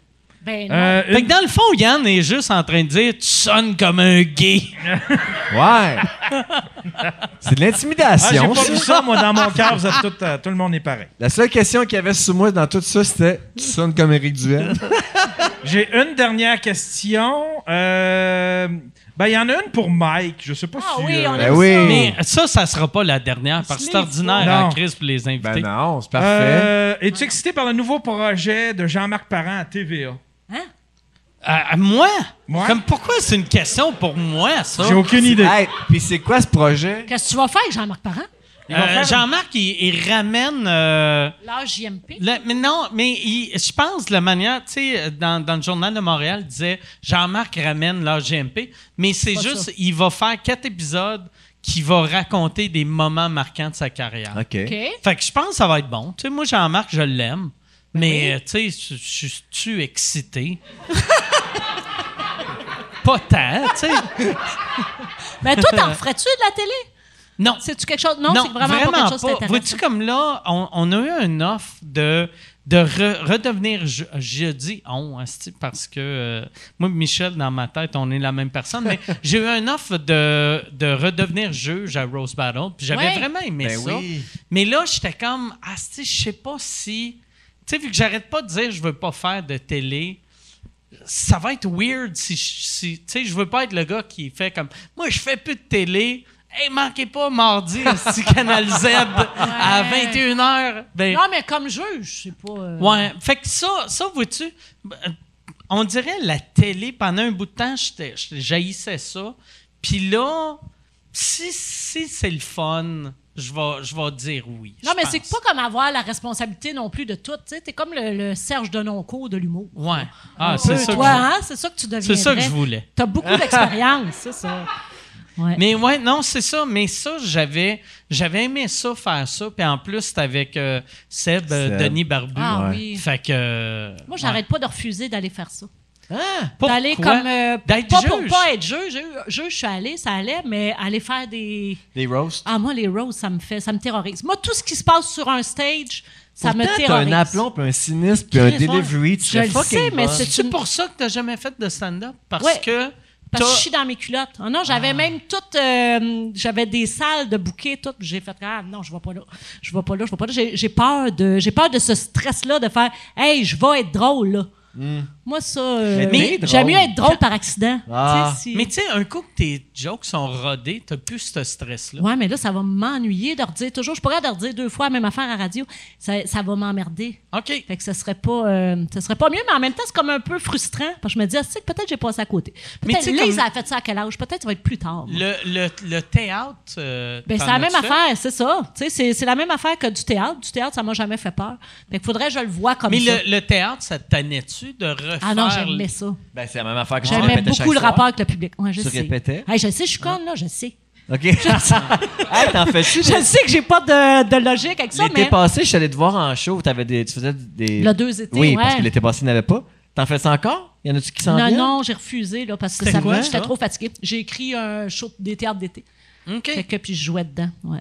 Speaker 5: Ben non.
Speaker 4: Euh,
Speaker 1: Fait
Speaker 4: une-
Speaker 1: que dans le fond, Yann est juste en train de dire Tu sonnes comme un gay.
Speaker 6: Ouais! c'est de
Speaker 4: Ah, j'ai
Speaker 6: l'intimidation,
Speaker 4: pas
Speaker 6: ça.
Speaker 4: vu ça, moi, dans mon cœur, vous êtes tout, euh, tout le monde est pareil.
Speaker 6: La seule question qu'il y avait sous moi dans tout ça, c'était Tu sonnes comme Eric Duhem.
Speaker 4: J'ai une dernière question. Euh, ben, il y en a une pour Mike. Je sais pas
Speaker 5: Ah
Speaker 4: si.
Speaker 5: oui,
Speaker 4: euh,
Speaker 5: on
Speaker 6: Ben
Speaker 5: aime
Speaker 6: oui.
Speaker 5: ça.
Speaker 1: Mais ça, ça sera pas la dernière parce que c'est
Speaker 5: Les
Speaker 1: ordinaire
Speaker 4: fois.
Speaker 1: en
Speaker 4: Non.
Speaker 1: crise pour les
Speaker 6: ben
Speaker 1: invités.
Speaker 6: non, c'est parfait.
Speaker 4: Euh, Es-tu excité par le nouveau projet de Jean-Marc Parent à TVA?
Speaker 5: hein?
Speaker 1: À- à moi?
Speaker 4: Ouais.
Speaker 1: Comme pourquoi c'est une question pour moi, ça?
Speaker 4: J'ai aucune idée.
Speaker 6: Hey, puis c'est quoi ce projet?
Speaker 5: Qu'est-ce que tu vas faire, avec Jean-Marc Parent?
Speaker 1: Euh, Jean-Marc, il, il ramène. euh,
Speaker 5: Là, JMP.
Speaker 1: Le- mais non, mais il- je pense de la manière, tu sais, dans, dans le journal de Montréal, il disait Jean-Marc ramène leur GMP, mais c'est
Speaker 5: pas
Speaker 1: juste,
Speaker 5: ça.
Speaker 1: il va faire quatre épisodes qui va raconter des moments marquants de sa carrière.
Speaker 5: OK.
Speaker 1: Fait que je pense que ça va être bon. Tu sais, moi, Jean-Marc, je l'aime. Mais, euh, tu sais, je- je suis-tu excité? pas tant, tu sais.
Speaker 5: Mais toi, t'en referais-tu de la télé?
Speaker 1: Non.
Speaker 5: C'est-tu quelque chose? Non, c'est vraiment, pas quelque chose
Speaker 1: pas.
Speaker 5: d'intéressant.
Speaker 1: Vois-tu, comme là, on, on a eu une offre de, de re- redevenir. Je, je dis on, asti, parce que euh, moi, Michel, dans ma tête, on est la même personne, mais j'ai eu une offre de, de redevenir juge à Rose Battle, puis j'avais
Speaker 5: Ouais.
Speaker 1: vraiment aimé
Speaker 6: Ben
Speaker 1: ça.
Speaker 6: oui.
Speaker 1: Mais là, j'étais comme, asti, je sais pas si. Tu sais, vu que j'arrête pas de dire je veux pas faire de télé. Ça va être weird si, je- si- tu sais, je veux pas être le gars qui fait comme moi je fais plus de télé. Hey, manquez pas mardi si Canal Z à 21h. Ben,
Speaker 5: Non, mais comme juge, je sais pas. euh,
Speaker 1: ouais, fait que ça ça vois-tu ben, on dirait la télé pendant un bout de temps, j'étais- j'étais- j'haïssais ça. Puis là si, si c'est le fun, je vais je vais dire oui.
Speaker 5: Non,
Speaker 1: je
Speaker 5: mais c'est
Speaker 1: pense.
Speaker 5: pas comme avoir la responsabilité non plus de tout. Tu sais, t'es comme le, le Serge Denoncourt de l'humour.
Speaker 1: Ouais. Ah,
Speaker 5: Un
Speaker 1: c'est
Speaker 5: peu,
Speaker 1: ça. que
Speaker 5: Toi,
Speaker 1: je-
Speaker 5: hein? C'est ça que tu deviens.
Speaker 1: C'est ça que je voulais.
Speaker 5: T'as beaucoup d'expérience, c'est ça. Ouais.
Speaker 1: Mais ouais, non, c'est ça. Mais ça, j'avais, j'avais aimé ça, faire ça. Puis en plus, c'était avec euh, Seb, euh,
Speaker 6: Seb.
Speaker 1: Denis Barbu.
Speaker 5: Ah oui.
Speaker 1: Fait que. euh,
Speaker 5: Moi, j'arrête pas de refuser d'aller faire ça.
Speaker 1: ouais. Ah,
Speaker 5: D'aller
Speaker 1: pourquoi?
Speaker 5: comme. euh,
Speaker 1: D'être
Speaker 5: pas pour
Speaker 1: juge.
Speaker 5: pas être juge. Juge, juge, je suis allée, ça allait, mais aller faire des.
Speaker 6: Des roasts.
Speaker 5: Ah, moi, les roses, ça me fait. Ça me terrorise. Moi, tout ce qui se passe sur un stage, ça
Speaker 6: Pourtant,
Speaker 5: me
Speaker 6: t'as
Speaker 5: terrorise.
Speaker 6: un aplomb, puis un cynisme, puis un
Speaker 5: Chris, ouais.
Speaker 6: delivery. Tu
Speaker 5: Je
Speaker 6: serais
Speaker 5: le
Speaker 6: fucking
Speaker 5: sais, mais
Speaker 6: bonne.
Speaker 5: c'est
Speaker 1: C'est
Speaker 5: une-
Speaker 1: pour ça que t'as jamais fait de stand-up. Parce
Speaker 5: Ouais.
Speaker 1: que.
Speaker 5: Parce que
Speaker 1: t'as-
Speaker 5: je suis dans mes culottes. Ah non, j'avais même toutes. euh, j'avais des salles de bouquets, toutes. J'ai fait ah non, je vais pas là, je vais pas là, je vais pas là. J'ai j'ai peur de, j'ai peur de ce stress-là de faire hey, je vais être drôle là.
Speaker 1: Hmm.
Speaker 5: Moi ça, euh,
Speaker 6: Mais t'es
Speaker 5: j'aime
Speaker 6: drôle.
Speaker 5: mieux être drôle par accident.
Speaker 6: Ah.
Speaker 5: Tu sais, si-
Speaker 1: Mais tu sais, un coup que tes jokes sont rodés, t'as plus ce stress-là.
Speaker 5: ouais, mais là ça va m'ennuyer de redire toujours. Je pourrais de redire deux fois la même affaire à radio. Ça, ça va m'emmerder.
Speaker 1: OK.
Speaker 5: Fait que ce serait pas, euh, ce serait pas mieux, mais en même temps c'est comme un peu frustrant parce que je me dis ah, tu sais que peut-être j'ai passé à côté.
Speaker 1: Mais
Speaker 5: Peut-être
Speaker 1: tu sais,
Speaker 5: Lise
Speaker 1: comme-
Speaker 5: a fait ça à quel âge Peut-être ça va être plus tard. moi.
Speaker 1: Le, le, le théâtre. euh,
Speaker 5: Ben,
Speaker 1: t'en
Speaker 5: c'est la même
Speaker 1: as-tu fait?
Speaker 5: affaire, c'est ça. Tu sais, C'est c'est la même affaire que du théâtre. Du théâtre, ça m'a jamais fait peur. Fait que faudrait que je le vois comme
Speaker 1: Mais
Speaker 5: ça.
Speaker 1: le, le théâtre, ça t'annait-tu de refaire.
Speaker 5: Ah non, j'aimais ça.
Speaker 6: Ben, c'est la même affaire que tu
Speaker 5: J'aimais
Speaker 6: répétais
Speaker 5: beaucoup
Speaker 6: chaque
Speaker 5: le
Speaker 6: soir.
Speaker 5: rapport avec le public. Ouais, je
Speaker 6: Tu
Speaker 5: sais.
Speaker 6: répétais?
Speaker 5: Hey, je sais, je suis conne, là, je sais.
Speaker 6: OK. hey, t'en fais-tu?
Speaker 5: Je sais que j'ai pas de, de logique avec ça,
Speaker 6: L'été
Speaker 5: mais
Speaker 6: passé, je suis allé te voir en show. t'avais des, tu faisais des...
Speaker 5: Le deux étés,
Speaker 6: Oui,
Speaker 5: ouais.
Speaker 6: parce que l'été passé, il n'y en avait pas. T'en fais ça encore? Il y en a-tu qui s'en
Speaker 5: non,
Speaker 6: viennent?
Speaker 5: non, j'ai refusé là, parce que
Speaker 1: C'était
Speaker 5: ça
Speaker 1: quoi,
Speaker 5: me- j'étais
Speaker 1: ça?
Speaker 5: trop fatiguée. J'ai écrit un show des théâtres d'été.
Speaker 1: OK.
Speaker 5: Fait que puis je jouais dedans. Ouais.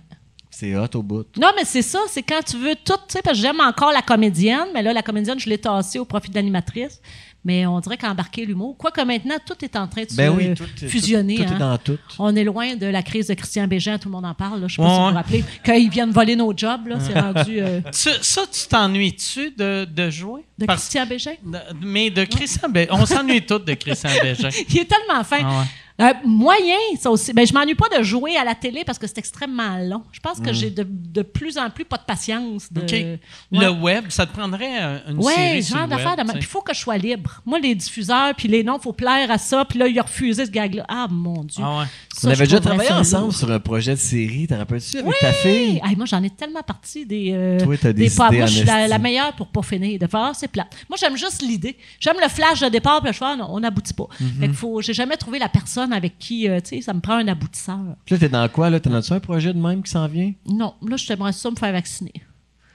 Speaker 6: C'est hot au bout.
Speaker 5: Non, mais c'est ça, c'est quand tu veux tout, tu sais, parce que j'aime encore la comédienne, mais là, la comédienne, je l'ai tassée au profit de l'animatrice. Mais on dirait qu'embarquer l'humour, quoique maintenant, tout est en train de se
Speaker 6: Ben oui, tout, est-
Speaker 5: fusionner.
Speaker 6: Tout, tout
Speaker 5: hein.
Speaker 6: est dans tout.
Speaker 5: On est loin de la crise de Christian Bégin, tout le monde en parle, là, je sais
Speaker 1: Ouais,
Speaker 5: pas si vous
Speaker 1: ouais.
Speaker 5: vous rappelez, qu'ils viennent voler nos jobs, là, c'est rendu euh,
Speaker 1: Tu- ça, tu t'ennuies-tu de, de jouer?
Speaker 5: de
Speaker 1: Parce-
Speaker 5: Christian Bégin.
Speaker 1: de- mais de Christian Bé- On s'ennuie tous de Christian Bégin.
Speaker 5: Il est tellement fin.
Speaker 1: Ah ouais.
Speaker 5: Euh, moyen, ça aussi. Ben, je m'ennuie pas de jouer à la télé parce que c'est extrêmement long. Je pense que j'ai de, de plus en plus pas de patience. De...
Speaker 1: OK.
Speaker 5: Ouais.
Speaker 1: Le web, ça te prendrait un- une
Speaker 5: Ouais,
Speaker 1: série sur
Speaker 5: genre
Speaker 1: le web,
Speaker 5: d'affaires de ma-
Speaker 1: tu
Speaker 5: Puis
Speaker 1: sais.
Speaker 5: il faut que je sois libre. Moi, les diffuseurs, puis les noms, faut plaire à ça. Puis là, il a refusé ce gag-là. Ah, mon Dieu.
Speaker 1: Ah ouais.
Speaker 5: Ça,
Speaker 6: On
Speaker 5: je
Speaker 6: avait déjà
Speaker 5: trouverais
Speaker 6: travaillé
Speaker 5: ça
Speaker 6: ensemble
Speaker 5: lourd.
Speaker 6: sur un projet de série, t'en rappelles-tu, avec ta fille?
Speaker 5: Ah, moi, j'en ai tellement parti des. euh,
Speaker 6: Toi, t'as des
Speaker 5: pas-
Speaker 6: idées
Speaker 5: Moi,
Speaker 6: en
Speaker 5: je suis la,
Speaker 6: esti.
Speaker 5: la meilleure pour pas finir. De faire, ah, c'est plat. Moi, j'aime juste l'idée. J'aime le flash de départ, puis là, je fais, ah, non, on n'aboutit pas.
Speaker 6: Mm-hmm.
Speaker 5: Fait que faut. J'ai jamais trouvé la personne avec qui, euh, tu sais, ça me prend un aboutisseur.
Speaker 6: Puis là, t'es dans quoi, là? T'en as-tu un projet de même qui s'en vient?
Speaker 5: Non, là, j'aimerais ça me faire vacciner.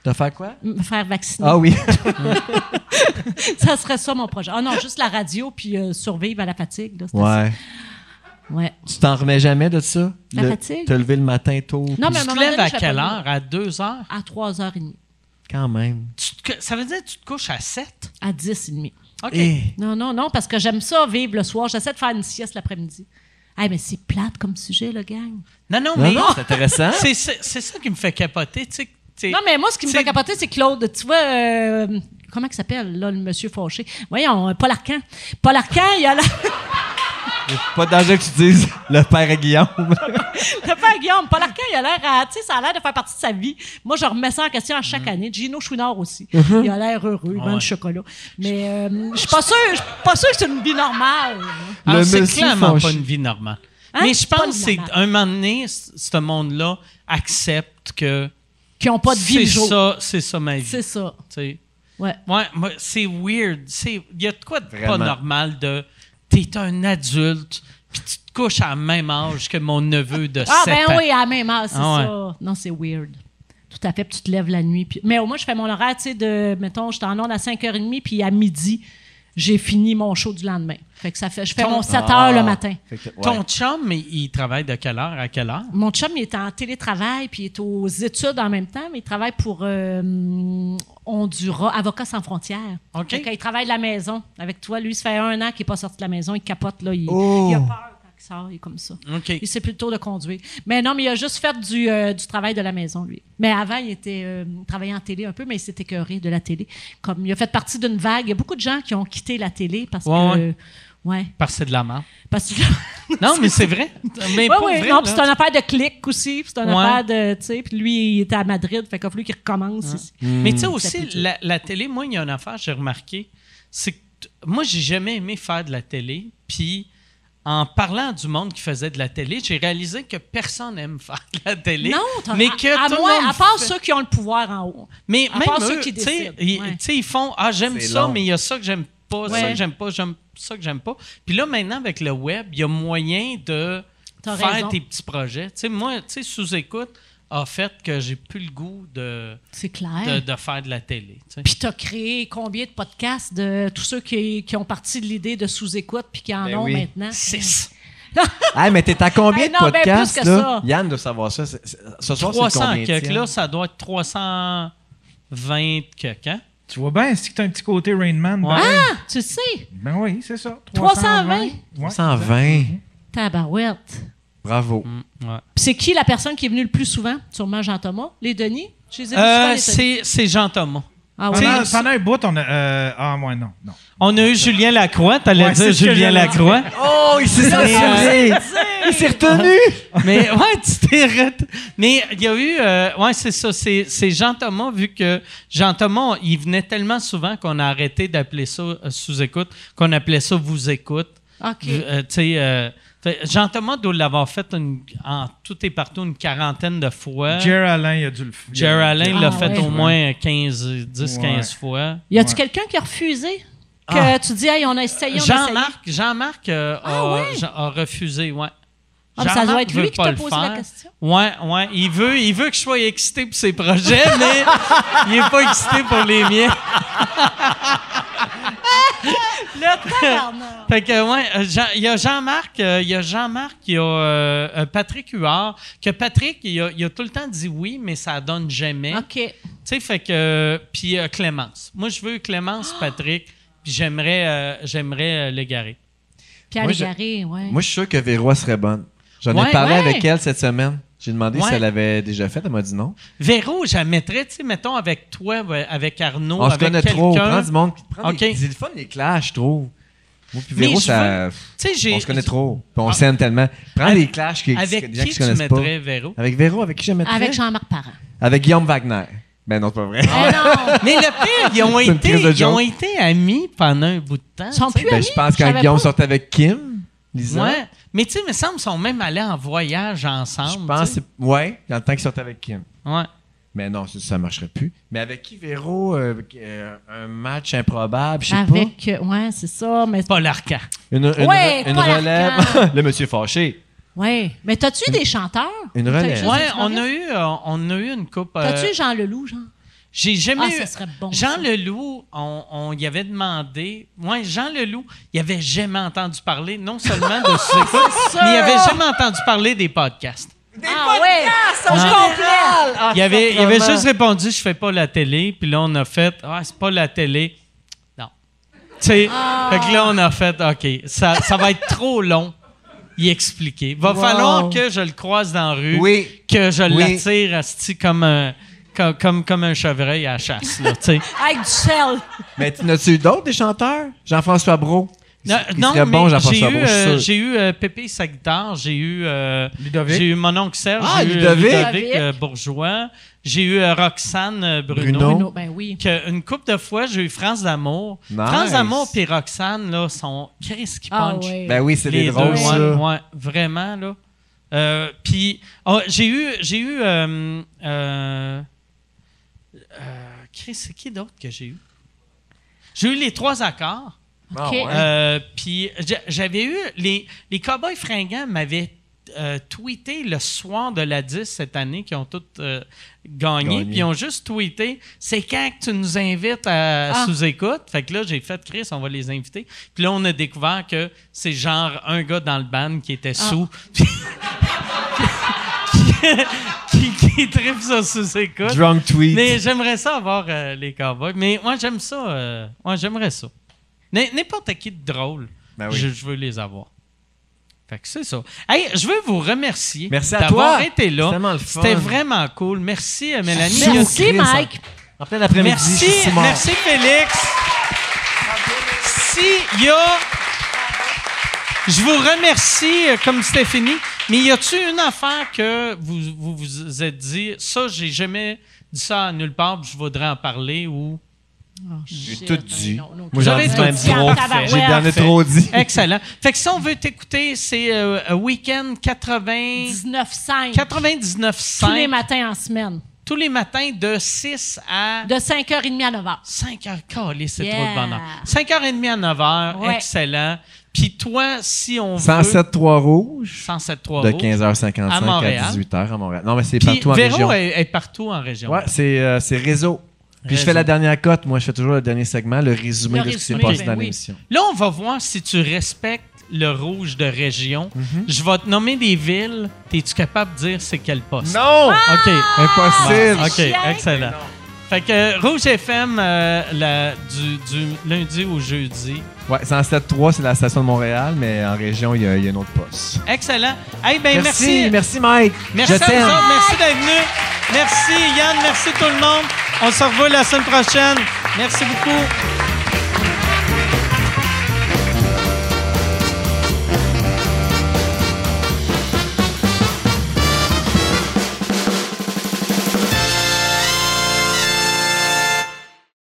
Speaker 6: T'as fait quoi?
Speaker 5: Me faire vacciner.
Speaker 6: Ah oui.
Speaker 5: Ça serait ça mon projet. Ah non, juste la radio, puis euh, survivre à la fatigue. là, c'est assez-
Speaker 6: ouais.
Speaker 5: ouais.
Speaker 6: Tu t'en remets jamais de ça?
Speaker 5: La
Speaker 6: Le-
Speaker 5: fatigue?
Speaker 6: Te lever le matin tôt.
Speaker 5: Non, mais à
Speaker 1: Tu
Speaker 5: un
Speaker 1: te
Speaker 5: moment
Speaker 1: lèves
Speaker 5: donné,
Speaker 1: à
Speaker 5: je fais
Speaker 1: quelle
Speaker 5: pas de-
Speaker 1: heure? À 2 heures?
Speaker 5: À 3h30.
Speaker 6: Quand même.
Speaker 1: Tu te cou- ça veut dire que tu te couches à 7?
Speaker 5: À 10h30.
Speaker 1: OK.
Speaker 6: Eh.
Speaker 5: Non, non, non, parce que j'aime ça vivre le soir. J'essaie de faire une sieste l'après-midi. Ah, mais c'est plate comme sujet, le gang.
Speaker 1: Non, non,
Speaker 6: Non,
Speaker 1: mais
Speaker 6: non, c'est intéressant.
Speaker 1: c'est ça- c'est ça qui me fait capoter. Tu sais, que t'es-
Speaker 5: Hein? Non, mais moi, ce qui me
Speaker 1: C'est-
Speaker 5: fait capoter, c'est Claude. Tu vois, euh, comment il s'appelle, là, le monsieur fauché? Voyons, euh, Paul Arcan. Paul Arcan, il a la...
Speaker 6: Pas de danger que tu dises le père à Guillaume.
Speaker 5: Le père Guillaume, Paul Arcand, il a l'air à- tu sais, ça a l'air de faire partie de sa vie. Moi, je remets ça en question à chaque année. Gino Chouinard aussi. Il a l'air heureux, il
Speaker 1: Mm. Mm-hmm. Ouais.
Speaker 5: mange du chocolat. Mais euh, je suis pas sûre, je suis pas sûre que c'est une vie normale.
Speaker 1: Alors,
Speaker 6: le
Speaker 1: c'est
Speaker 6: monsieur
Speaker 1: clairement
Speaker 6: fâché.
Speaker 1: pas une vie normale.
Speaker 5: Hein?
Speaker 1: Mais je
Speaker 5: C'est pas
Speaker 1: pense que c'est
Speaker 5: une normale.
Speaker 1: un moment donné, c- ce monde-là accepte que
Speaker 5: Qui ont pas de vie
Speaker 1: c'est
Speaker 5: le jour.
Speaker 1: ça, c'est ça ma vie.
Speaker 5: C'est ça.
Speaker 1: tu sais.
Speaker 5: Ouais.
Speaker 1: Ouais, moi, c'est weird. C'est- Il y a de quoi de pas
Speaker 6: Vraiment.
Speaker 1: normal de. T'es un adulte, puis tu te couches à même âge que mon neveu de 7
Speaker 5: Ah, ben
Speaker 1: ans.
Speaker 5: oui, à la même heure, c'est
Speaker 1: Ah ouais.
Speaker 5: ça. Non, c'est weird. Tout à fait, puis tu te lèves la nuit. puis- Mais au moins, je fais mon horaire, tu sais, de, mettons, je t'en onde à 5h30, puis à midi, j'ai fini mon show du lendemain. Fait que ça fait, je fais
Speaker 1: Ton-
Speaker 5: mon 7h le
Speaker 6: Ah.
Speaker 5: matin.
Speaker 6: Fait que- ouais.
Speaker 1: Ton chum, il il travaille de quelle heure à quelle heure?
Speaker 5: Mon chum, il est en télétravail, puis il est aux études en même temps, mais il travaille pour euh, Honduras, Avocats sans frontières.
Speaker 1: OK.
Speaker 5: Fait que il travaille de la maison avec toi. Lui, ça fait un an qu'il n'est pas sorti de la maison, il capote, là. Il,
Speaker 6: Oh!
Speaker 5: il a peur quand il sort, il est comme ça.
Speaker 1: OK.
Speaker 5: Il sait plutôt de conduire. Mais non, mais il a juste fait du, euh, du travail de la maison, lui. Mais avant, il était euh, il travaillait en télé un peu, mais il s'est écœuré de la télé. Comme il a fait partie d'une vague. Il y a beaucoup de gens qui ont quitté la télé parce
Speaker 1: Ouais,
Speaker 5: que.
Speaker 1: ouais.
Speaker 5: ouais.
Speaker 1: Parce que c'est de la merde.
Speaker 5: Parce que.
Speaker 1: Non, mais c'est vrai. Mais
Speaker 5: Ouais,
Speaker 1: pour
Speaker 5: ouais,
Speaker 1: vrai,
Speaker 5: non,
Speaker 1: là,
Speaker 5: puis c'est une affaire de clic aussi. puis C'est une
Speaker 1: Ouais.
Speaker 5: affaire de. Tu sais, puis lui, il était à Madrid, fait qu'il a fallu qu'il recommence ici.
Speaker 1: Mais tu sais
Speaker 5: Ça
Speaker 1: aussi,
Speaker 5: peut tout.
Speaker 1: la, la télé, moi, il y a une affaire, j'ai remarqué, c'est que t- moi, j'ai jamais aimé faire de la télé, puis en parlant du monde qui faisait de la télé, j'ai réalisé que personne aime faire de la télé.
Speaker 5: Non, t'as-
Speaker 1: mais que
Speaker 5: à, à
Speaker 1: tout le
Speaker 5: moins-
Speaker 1: monde
Speaker 5: à part
Speaker 1: fait.
Speaker 5: ceux qui ont le pouvoir en haut.
Speaker 1: Mais
Speaker 5: à
Speaker 1: même
Speaker 5: part ceux
Speaker 1: eux,
Speaker 5: qui
Speaker 1: tu sais,
Speaker 5: décident,
Speaker 1: ils,
Speaker 5: ouais.
Speaker 1: tu sais, ils font ah j'aime
Speaker 6: C'est
Speaker 1: ça,
Speaker 6: long.
Speaker 1: mais il y a ça que j'aime pas, ça
Speaker 5: Ouais.
Speaker 1: que j'aime pas, j'aime ça que j'aime pas. Puis là maintenant avec le web, il y a moyen de
Speaker 5: T'as
Speaker 1: faire
Speaker 5: raison.
Speaker 1: tes petits projets. Tu sais, moi, tu sais, sous écoute a fait que j'ai plus le goût de,
Speaker 5: C'est clair.
Speaker 1: de, de faire de la télé. tu sais.
Speaker 5: Hein? Puis t'as créé combien de podcasts de tous ceux qui, qui ont parti de l'idée de sous-écoute puis qui en
Speaker 6: Ben
Speaker 5: ont
Speaker 6: oui.
Speaker 5: maintenant?
Speaker 1: Six.
Speaker 6: Ah, mais t'es à combien
Speaker 5: Hey,
Speaker 6: de
Speaker 5: non, ben,
Speaker 6: podcasts,
Speaker 5: plus que
Speaker 6: là?
Speaker 5: ça.
Speaker 6: Yann doit savoir ça. C'est- c'est- Ce soir, c'est
Speaker 1: 300
Speaker 6: combien?
Speaker 1: quelques, là, ça doit être 320 quelques, hein?
Speaker 4: Tu vois bien, si t'as un petit côté Rain Man,
Speaker 1: Ouais.
Speaker 4: ben,
Speaker 5: Ah, tu le sais,
Speaker 4: ben oui, c'est ça.
Speaker 5: 320.
Speaker 4: Ouais.
Speaker 6: 120.
Speaker 5: tabarouette.
Speaker 6: Bravo.
Speaker 1: Mm, ouais.
Speaker 5: Puis c'est qui la personne qui est venue le plus souvent? Sûrement Jean-Thomas. Les Denis? Je les ai vus souvent,
Speaker 1: Euh,
Speaker 5: les Denis.
Speaker 1: c'est c'est Jean-Thomas.
Speaker 5: Ah oui.
Speaker 4: Pendant,
Speaker 1: T'sais,
Speaker 4: pendant un bout, on a. euh, ah, moi, non. non.
Speaker 1: On a eu Julien Lacroix, t'allais
Speaker 4: Ouais,
Speaker 1: dire
Speaker 4: c'est ce que
Speaker 1: Julien
Speaker 4: j'allais
Speaker 1: Lacroix.
Speaker 6: Oh, il s'est
Speaker 1: Mais,
Speaker 6: assuré. Il s'est retenu.
Speaker 1: Mais ouais, tu t'es ret- Mais il y a eu. euh, ouais, c'est ça. C'est, c'est Jean-Thomas, vu que Jean-Thomas, il venait tellement souvent qu'on a arrêté d'appeler ça euh, sous-écoute, qu'on appelait ça vous-écoute.
Speaker 5: OK.
Speaker 1: tu sais. euh, fait- Jean-Thomas doit l'avoir fait une- en tout et partout une quarantaine de fois.
Speaker 4: Jer Alain, il a dû le faire.
Speaker 1: Euh. Jerry Allen l'a
Speaker 5: Ah,
Speaker 1: fait
Speaker 5: ouais.
Speaker 1: au moins 15, 10,
Speaker 4: Ouais.
Speaker 1: 15 fois.
Speaker 5: Y a-tu
Speaker 4: Ouais.
Speaker 5: quelqu'un qui a refusé? Que
Speaker 1: Ah.
Speaker 5: tu dis, hey, on a essayé, on a essayé.
Speaker 1: Jean-Marc Jean-Marc euh,
Speaker 5: Ah,
Speaker 1: a,
Speaker 5: ouais?
Speaker 1: Jean- a refusé, ouais.
Speaker 5: Ah, mais ça doit être
Speaker 1: veut
Speaker 5: lui qui
Speaker 1: pas
Speaker 5: t'a
Speaker 1: le
Speaker 5: posé
Speaker 1: faire.
Speaker 5: la question.
Speaker 1: Ouais, ouais. Il veut, il veut que je sois excité pour ses projets, mais il est pas excité pour les miens.
Speaker 5: Tabarnak.
Speaker 1: Fait que, ouais, euh, Jean- il y a Jean-Marc, euh, il y a Jean-Marc, il y a euh, euh, Patrick Huard, que Patrick, il a, il a tout le temps dit oui, mais ça donne jamais.
Speaker 5: OK.
Speaker 1: Tu sais, fait que. euh, Puis euh, Clémence. Moi, je veux Clémence, Patrick, puis j'aimerais, euh, j'aimerais euh, l'égarer.
Speaker 5: Pierre
Speaker 6: Moi, je-
Speaker 5: Légaré, ouais.
Speaker 6: Moi, je suis sûr que Vérois serait bonne. J'en
Speaker 1: Ouais,
Speaker 6: ai parlé
Speaker 5: ouais.
Speaker 6: avec elle cette semaine. J'ai demandé
Speaker 1: Ouais.
Speaker 6: si elle avait déjà fait. Elle m'a dit non.
Speaker 1: Véro, je la mettrais, tu sais, mettons, avec toi, ouais, avec Arnaud,
Speaker 6: On se
Speaker 1: avec
Speaker 6: connaît
Speaker 1: quelqu'un.
Speaker 6: Ah, trop. hein? Prends du monde. Prends
Speaker 1: Ok.
Speaker 6: des- C'est le fun, les clashs, je trouve. Moi puis
Speaker 1: Mais
Speaker 6: Véro,
Speaker 1: je
Speaker 6: ça,
Speaker 1: Tu sais, j'ai-
Speaker 6: on se connaît trop. Puis on
Speaker 1: Ah.
Speaker 6: s'aime tellement. Prends
Speaker 1: Avec-
Speaker 6: les clashs qui,
Speaker 1: Avec
Speaker 6: des gens
Speaker 1: qui
Speaker 6: qui se
Speaker 1: tu
Speaker 6: connaissent pas.
Speaker 1: mettrais Véro?
Speaker 6: Avec Véro, avec qui je mettrais?
Speaker 5: Avec Jean-Marc Parent.
Speaker 6: Avec Guillaume Wagner. Ben non, c'est pas vrai.
Speaker 5: Eh non!
Speaker 1: Ah. Mais le pire, ils ont,
Speaker 6: C'est une
Speaker 1: été,
Speaker 6: crise de
Speaker 1: ils ont
Speaker 6: joke.
Speaker 1: été amis pendant un bout de temps.
Speaker 5: Ils sont
Speaker 1: tu sais.
Speaker 5: plus
Speaker 6: Ben,
Speaker 5: amis,
Speaker 6: je pense
Speaker 5: savais
Speaker 6: quand
Speaker 5: pas.
Speaker 6: Guillaume sortait avec Kim, Lisa.
Speaker 1: Ouais. Mais tu sais, il me semble qu'ils sont même allés en voyage ensemble.
Speaker 6: Je pense
Speaker 1: tu sais.
Speaker 6: que c'est- Ouais, dans le temps qu'il sortait avec Kim.
Speaker 1: Ouais.
Speaker 6: Mais non, ça, ça marcherait plus. Mais avec qui, Véro, euh, euh, un match improbable, je sais pas.
Speaker 5: Avec. euh, Ouais, c'est ça. Mais...
Speaker 1: Paul Arcand.
Speaker 6: Une, une,
Speaker 5: Ouais,
Speaker 6: une
Speaker 5: Paul
Speaker 6: relève.
Speaker 5: Arcand.
Speaker 6: le monsieur fâché.
Speaker 5: Ouais. Mais t'as-tu eu des chanteurs?
Speaker 6: Une
Speaker 5: Ou t'as eu
Speaker 6: relève.
Speaker 5: juste
Speaker 1: Ouais,
Speaker 5: des
Speaker 1: on a
Speaker 5: humoristes?
Speaker 1: eu, euh, on a eu une coupe. euh,
Speaker 5: T'as-tu eu Jean Leloup, genre?
Speaker 1: J'ai jamais
Speaker 5: Ah,
Speaker 1: eu.
Speaker 5: ça serait bon.
Speaker 1: Jean
Speaker 5: ça.
Speaker 1: Leloup, on, on y avait demandé. Ouais, Jean Leloup, il avait jamais entendu parler, non seulement de sous mais il avait jamais entendu parler des podcasts.
Speaker 5: Ah ouais!
Speaker 1: au
Speaker 5: Ah.
Speaker 1: Il avait, il avait juste répondu Je fais pas la télé. Puis là, on a fait Ah, c'est pas la télé. Non. Tu sais,
Speaker 6: Ah.
Speaker 1: fait que là, on a fait OK, ça, ça va être trop long y expliquer. Va falloir que je le croise dans la rue,
Speaker 6: Oui.
Speaker 1: que je
Speaker 6: Oui.
Speaker 1: l'attire asti, comme un. Comme, comme, comme un chevreuil à la chasse, là, tu sais.
Speaker 5: Avec du sel.
Speaker 6: Mais tu n'as-tu eu d'autres des chanteurs? Jean-François Brault.
Speaker 1: Non,
Speaker 6: il
Speaker 1: non,
Speaker 6: serait
Speaker 1: mais
Speaker 6: bon,
Speaker 1: j'ai
Speaker 6: Jean-François
Speaker 1: eu,
Speaker 6: Brault, je suis
Speaker 1: euh,
Speaker 6: sûr.
Speaker 1: j'ai eu euh, Pépé sa guitare, j'ai eu, euh,
Speaker 4: Ludovic.
Speaker 1: j'ai eu mon oncle Serge,
Speaker 6: Ah,
Speaker 1: j'ai eu
Speaker 6: Ludovic.
Speaker 1: euh, Bourgeois, j'ai eu euh, Roxane euh,
Speaker 6: Bruno.
Speaker 5: Bruno, ben oui.
Speaker 1: que une couple de fois, j'ai eu France d'amour.
Speaker 6: Nice.
Speaker 1: France d'amour puis Roxane là sont qu'est-ce qui
Speaker 5: Ah
Speaker 1: punch.
Speaker 5: ouais.
Speaker 6: Ben oui, c'est
Speaker 1: Les
Speaker 6: des
Speaker 1: deux,
Speaker 6: drôles, ça.
Speaker 1: ouais, ouais, vraiment là. Euh, puis oh, j'ai eu j'ai eu euh, euh, euh, Chris, c'est qui d'autre que j'ai eu J'ai eu les trois accords.
Speaker 6: Ah,
Speaker 5: OK.
Speaker 6: ouais.
Speaker 1: Euh, Puis j'a- j'avais eu. Les, les Cowboys fringants m'avaient euh, tweeté le soir de la 10 cette année, qui ont toutes euh, gagné,
Speaker 6: Gagné.
Speaker 1: puis ils ont juste tweeté C'est quand que tu nous invites à
Speaker 5: Ah.
Speaker 1: sous-écoute Fait que là, j'ai fait Chris, on va les inviter. Puis là, on a découvert que c'est genre un gars dans le band qui était sous. puis- qui, qui, qui tripe sur sous-écoute.
Speaker 6: Drunk tweet.
Speaker 1: Mais j'aimerais ça avoir euh, les cowboys. Mais moi, j'aime ça. euh, moi, j'aimerais ça. N- N'importe qui de drôle,
Speaker 6: Ben oui.
Speaker 1: je, je veux les avoir. Fait que c'est ça. Hey, je veux vous remercier
Speaker 6: Merci à
Speaker 1: d'avoir
Speaker 6: toi.
Speaker 1: été
Speaker 6: C'est
Speaker 1: là.
Speaker 6: tellement le fun.
Speaker 1: C'était vraiment cool. Merci, euh, Mélanie.
Speaker 5: Merci, Mike.
Speaker 6: En plein après-midi, je
Speaker 1: Merci,
Speaker 6: suis mort.
Speaker 1: merci Félix. Si y a, je vous remercie euh, comme c'était fini. Mais y a-tu une affaire que vous vous, vous êtes dit ça j'ai jamais dit ça à nulle part, puis je voudrais en parler ou
Speaker 5: J'ai
Speaker 6: tout dit.
Speaker 1: Vous avez tout dit.
Speaker 6: J'ai j'en ai trop dit.
Speaker 1: excellent. Fait que si on veut t'écouter, c'est euh, euh, week-end 80
Speaker 5: 19,5
Speaker 1: 99
Speaker 5: tous les matins en semaine.
Speaker 1: tous les matins de 6 à
Speaker 5: De 5h30 à 9h.
Speaker 1: 5 heures, calé, c'est
Speaker 5: Yeah.
Speaker 1: trop de bonheur. 5 h 30 à 9 h
Speaker 5: Ouais.
Speaker 1: excellent. Puis toi, si on veut.
Speaker 6: 107 3 rouges
Speaker 1: 107
Speaker 6: de 15h55
Speaker 1: À
Speaker 6: à,
Speaker 1: Montréal.
Speaker 6: 18h à Montréal. Non, mais c'est
Speaker 1: Puis
Speaker 6: partout en
Speaker 1: Véro
Speaker 6: région.
Speaker 1: est, est partout en région.
Speaker 6: Ouais, c'est euh, c'est réseau. Puis je
Speaker 1: Réseau.
Speaker 6: fais la dernière cote. Moi, je fais toujours le dernier segment, le résumé
Speaker 5: Le
Speaker 6: de ce qui s'est
Speaker 5: résumé,
Speaker 6: passé
Speaker 5: ben
Speaker 6: dans
Speaker 5: oui.
Speaker 6: l'émission.
Speaker 1: Là, on va voir si tu respectes le rouge de région.
Speaker 6: Mm-hmm.
Speaker 1: Je vais te nommer des villes. Es-tu capable de dire c'est quel poste?
Speaker 6: Non!
Speaker 1: OK.
Speaker 6: Impossible!
Speaker 1: Bon, OK,
Speaker 5: Chien.
Speaker 1: excellent. Fait que euh, Rouge FM, euh, la- du, du lundi au jeudi,
Speaker 6: Ouais, 107.3, c'est la station de Montréal, mais en région, il y, a- il y a une autre poste.
Speaker 1: excellent. Hey, ben,
Speaker 6: merci, merci, Mike.
Speaker 1: Merci
Speaker 6: Je
Speaker 1: à vous
Speaker 6: t'aime.
Speaker 1: autres, merci d'être venus. Merci Yann, merci tout le monde. On se revoit la semaine prochaine. Merci beaucoup.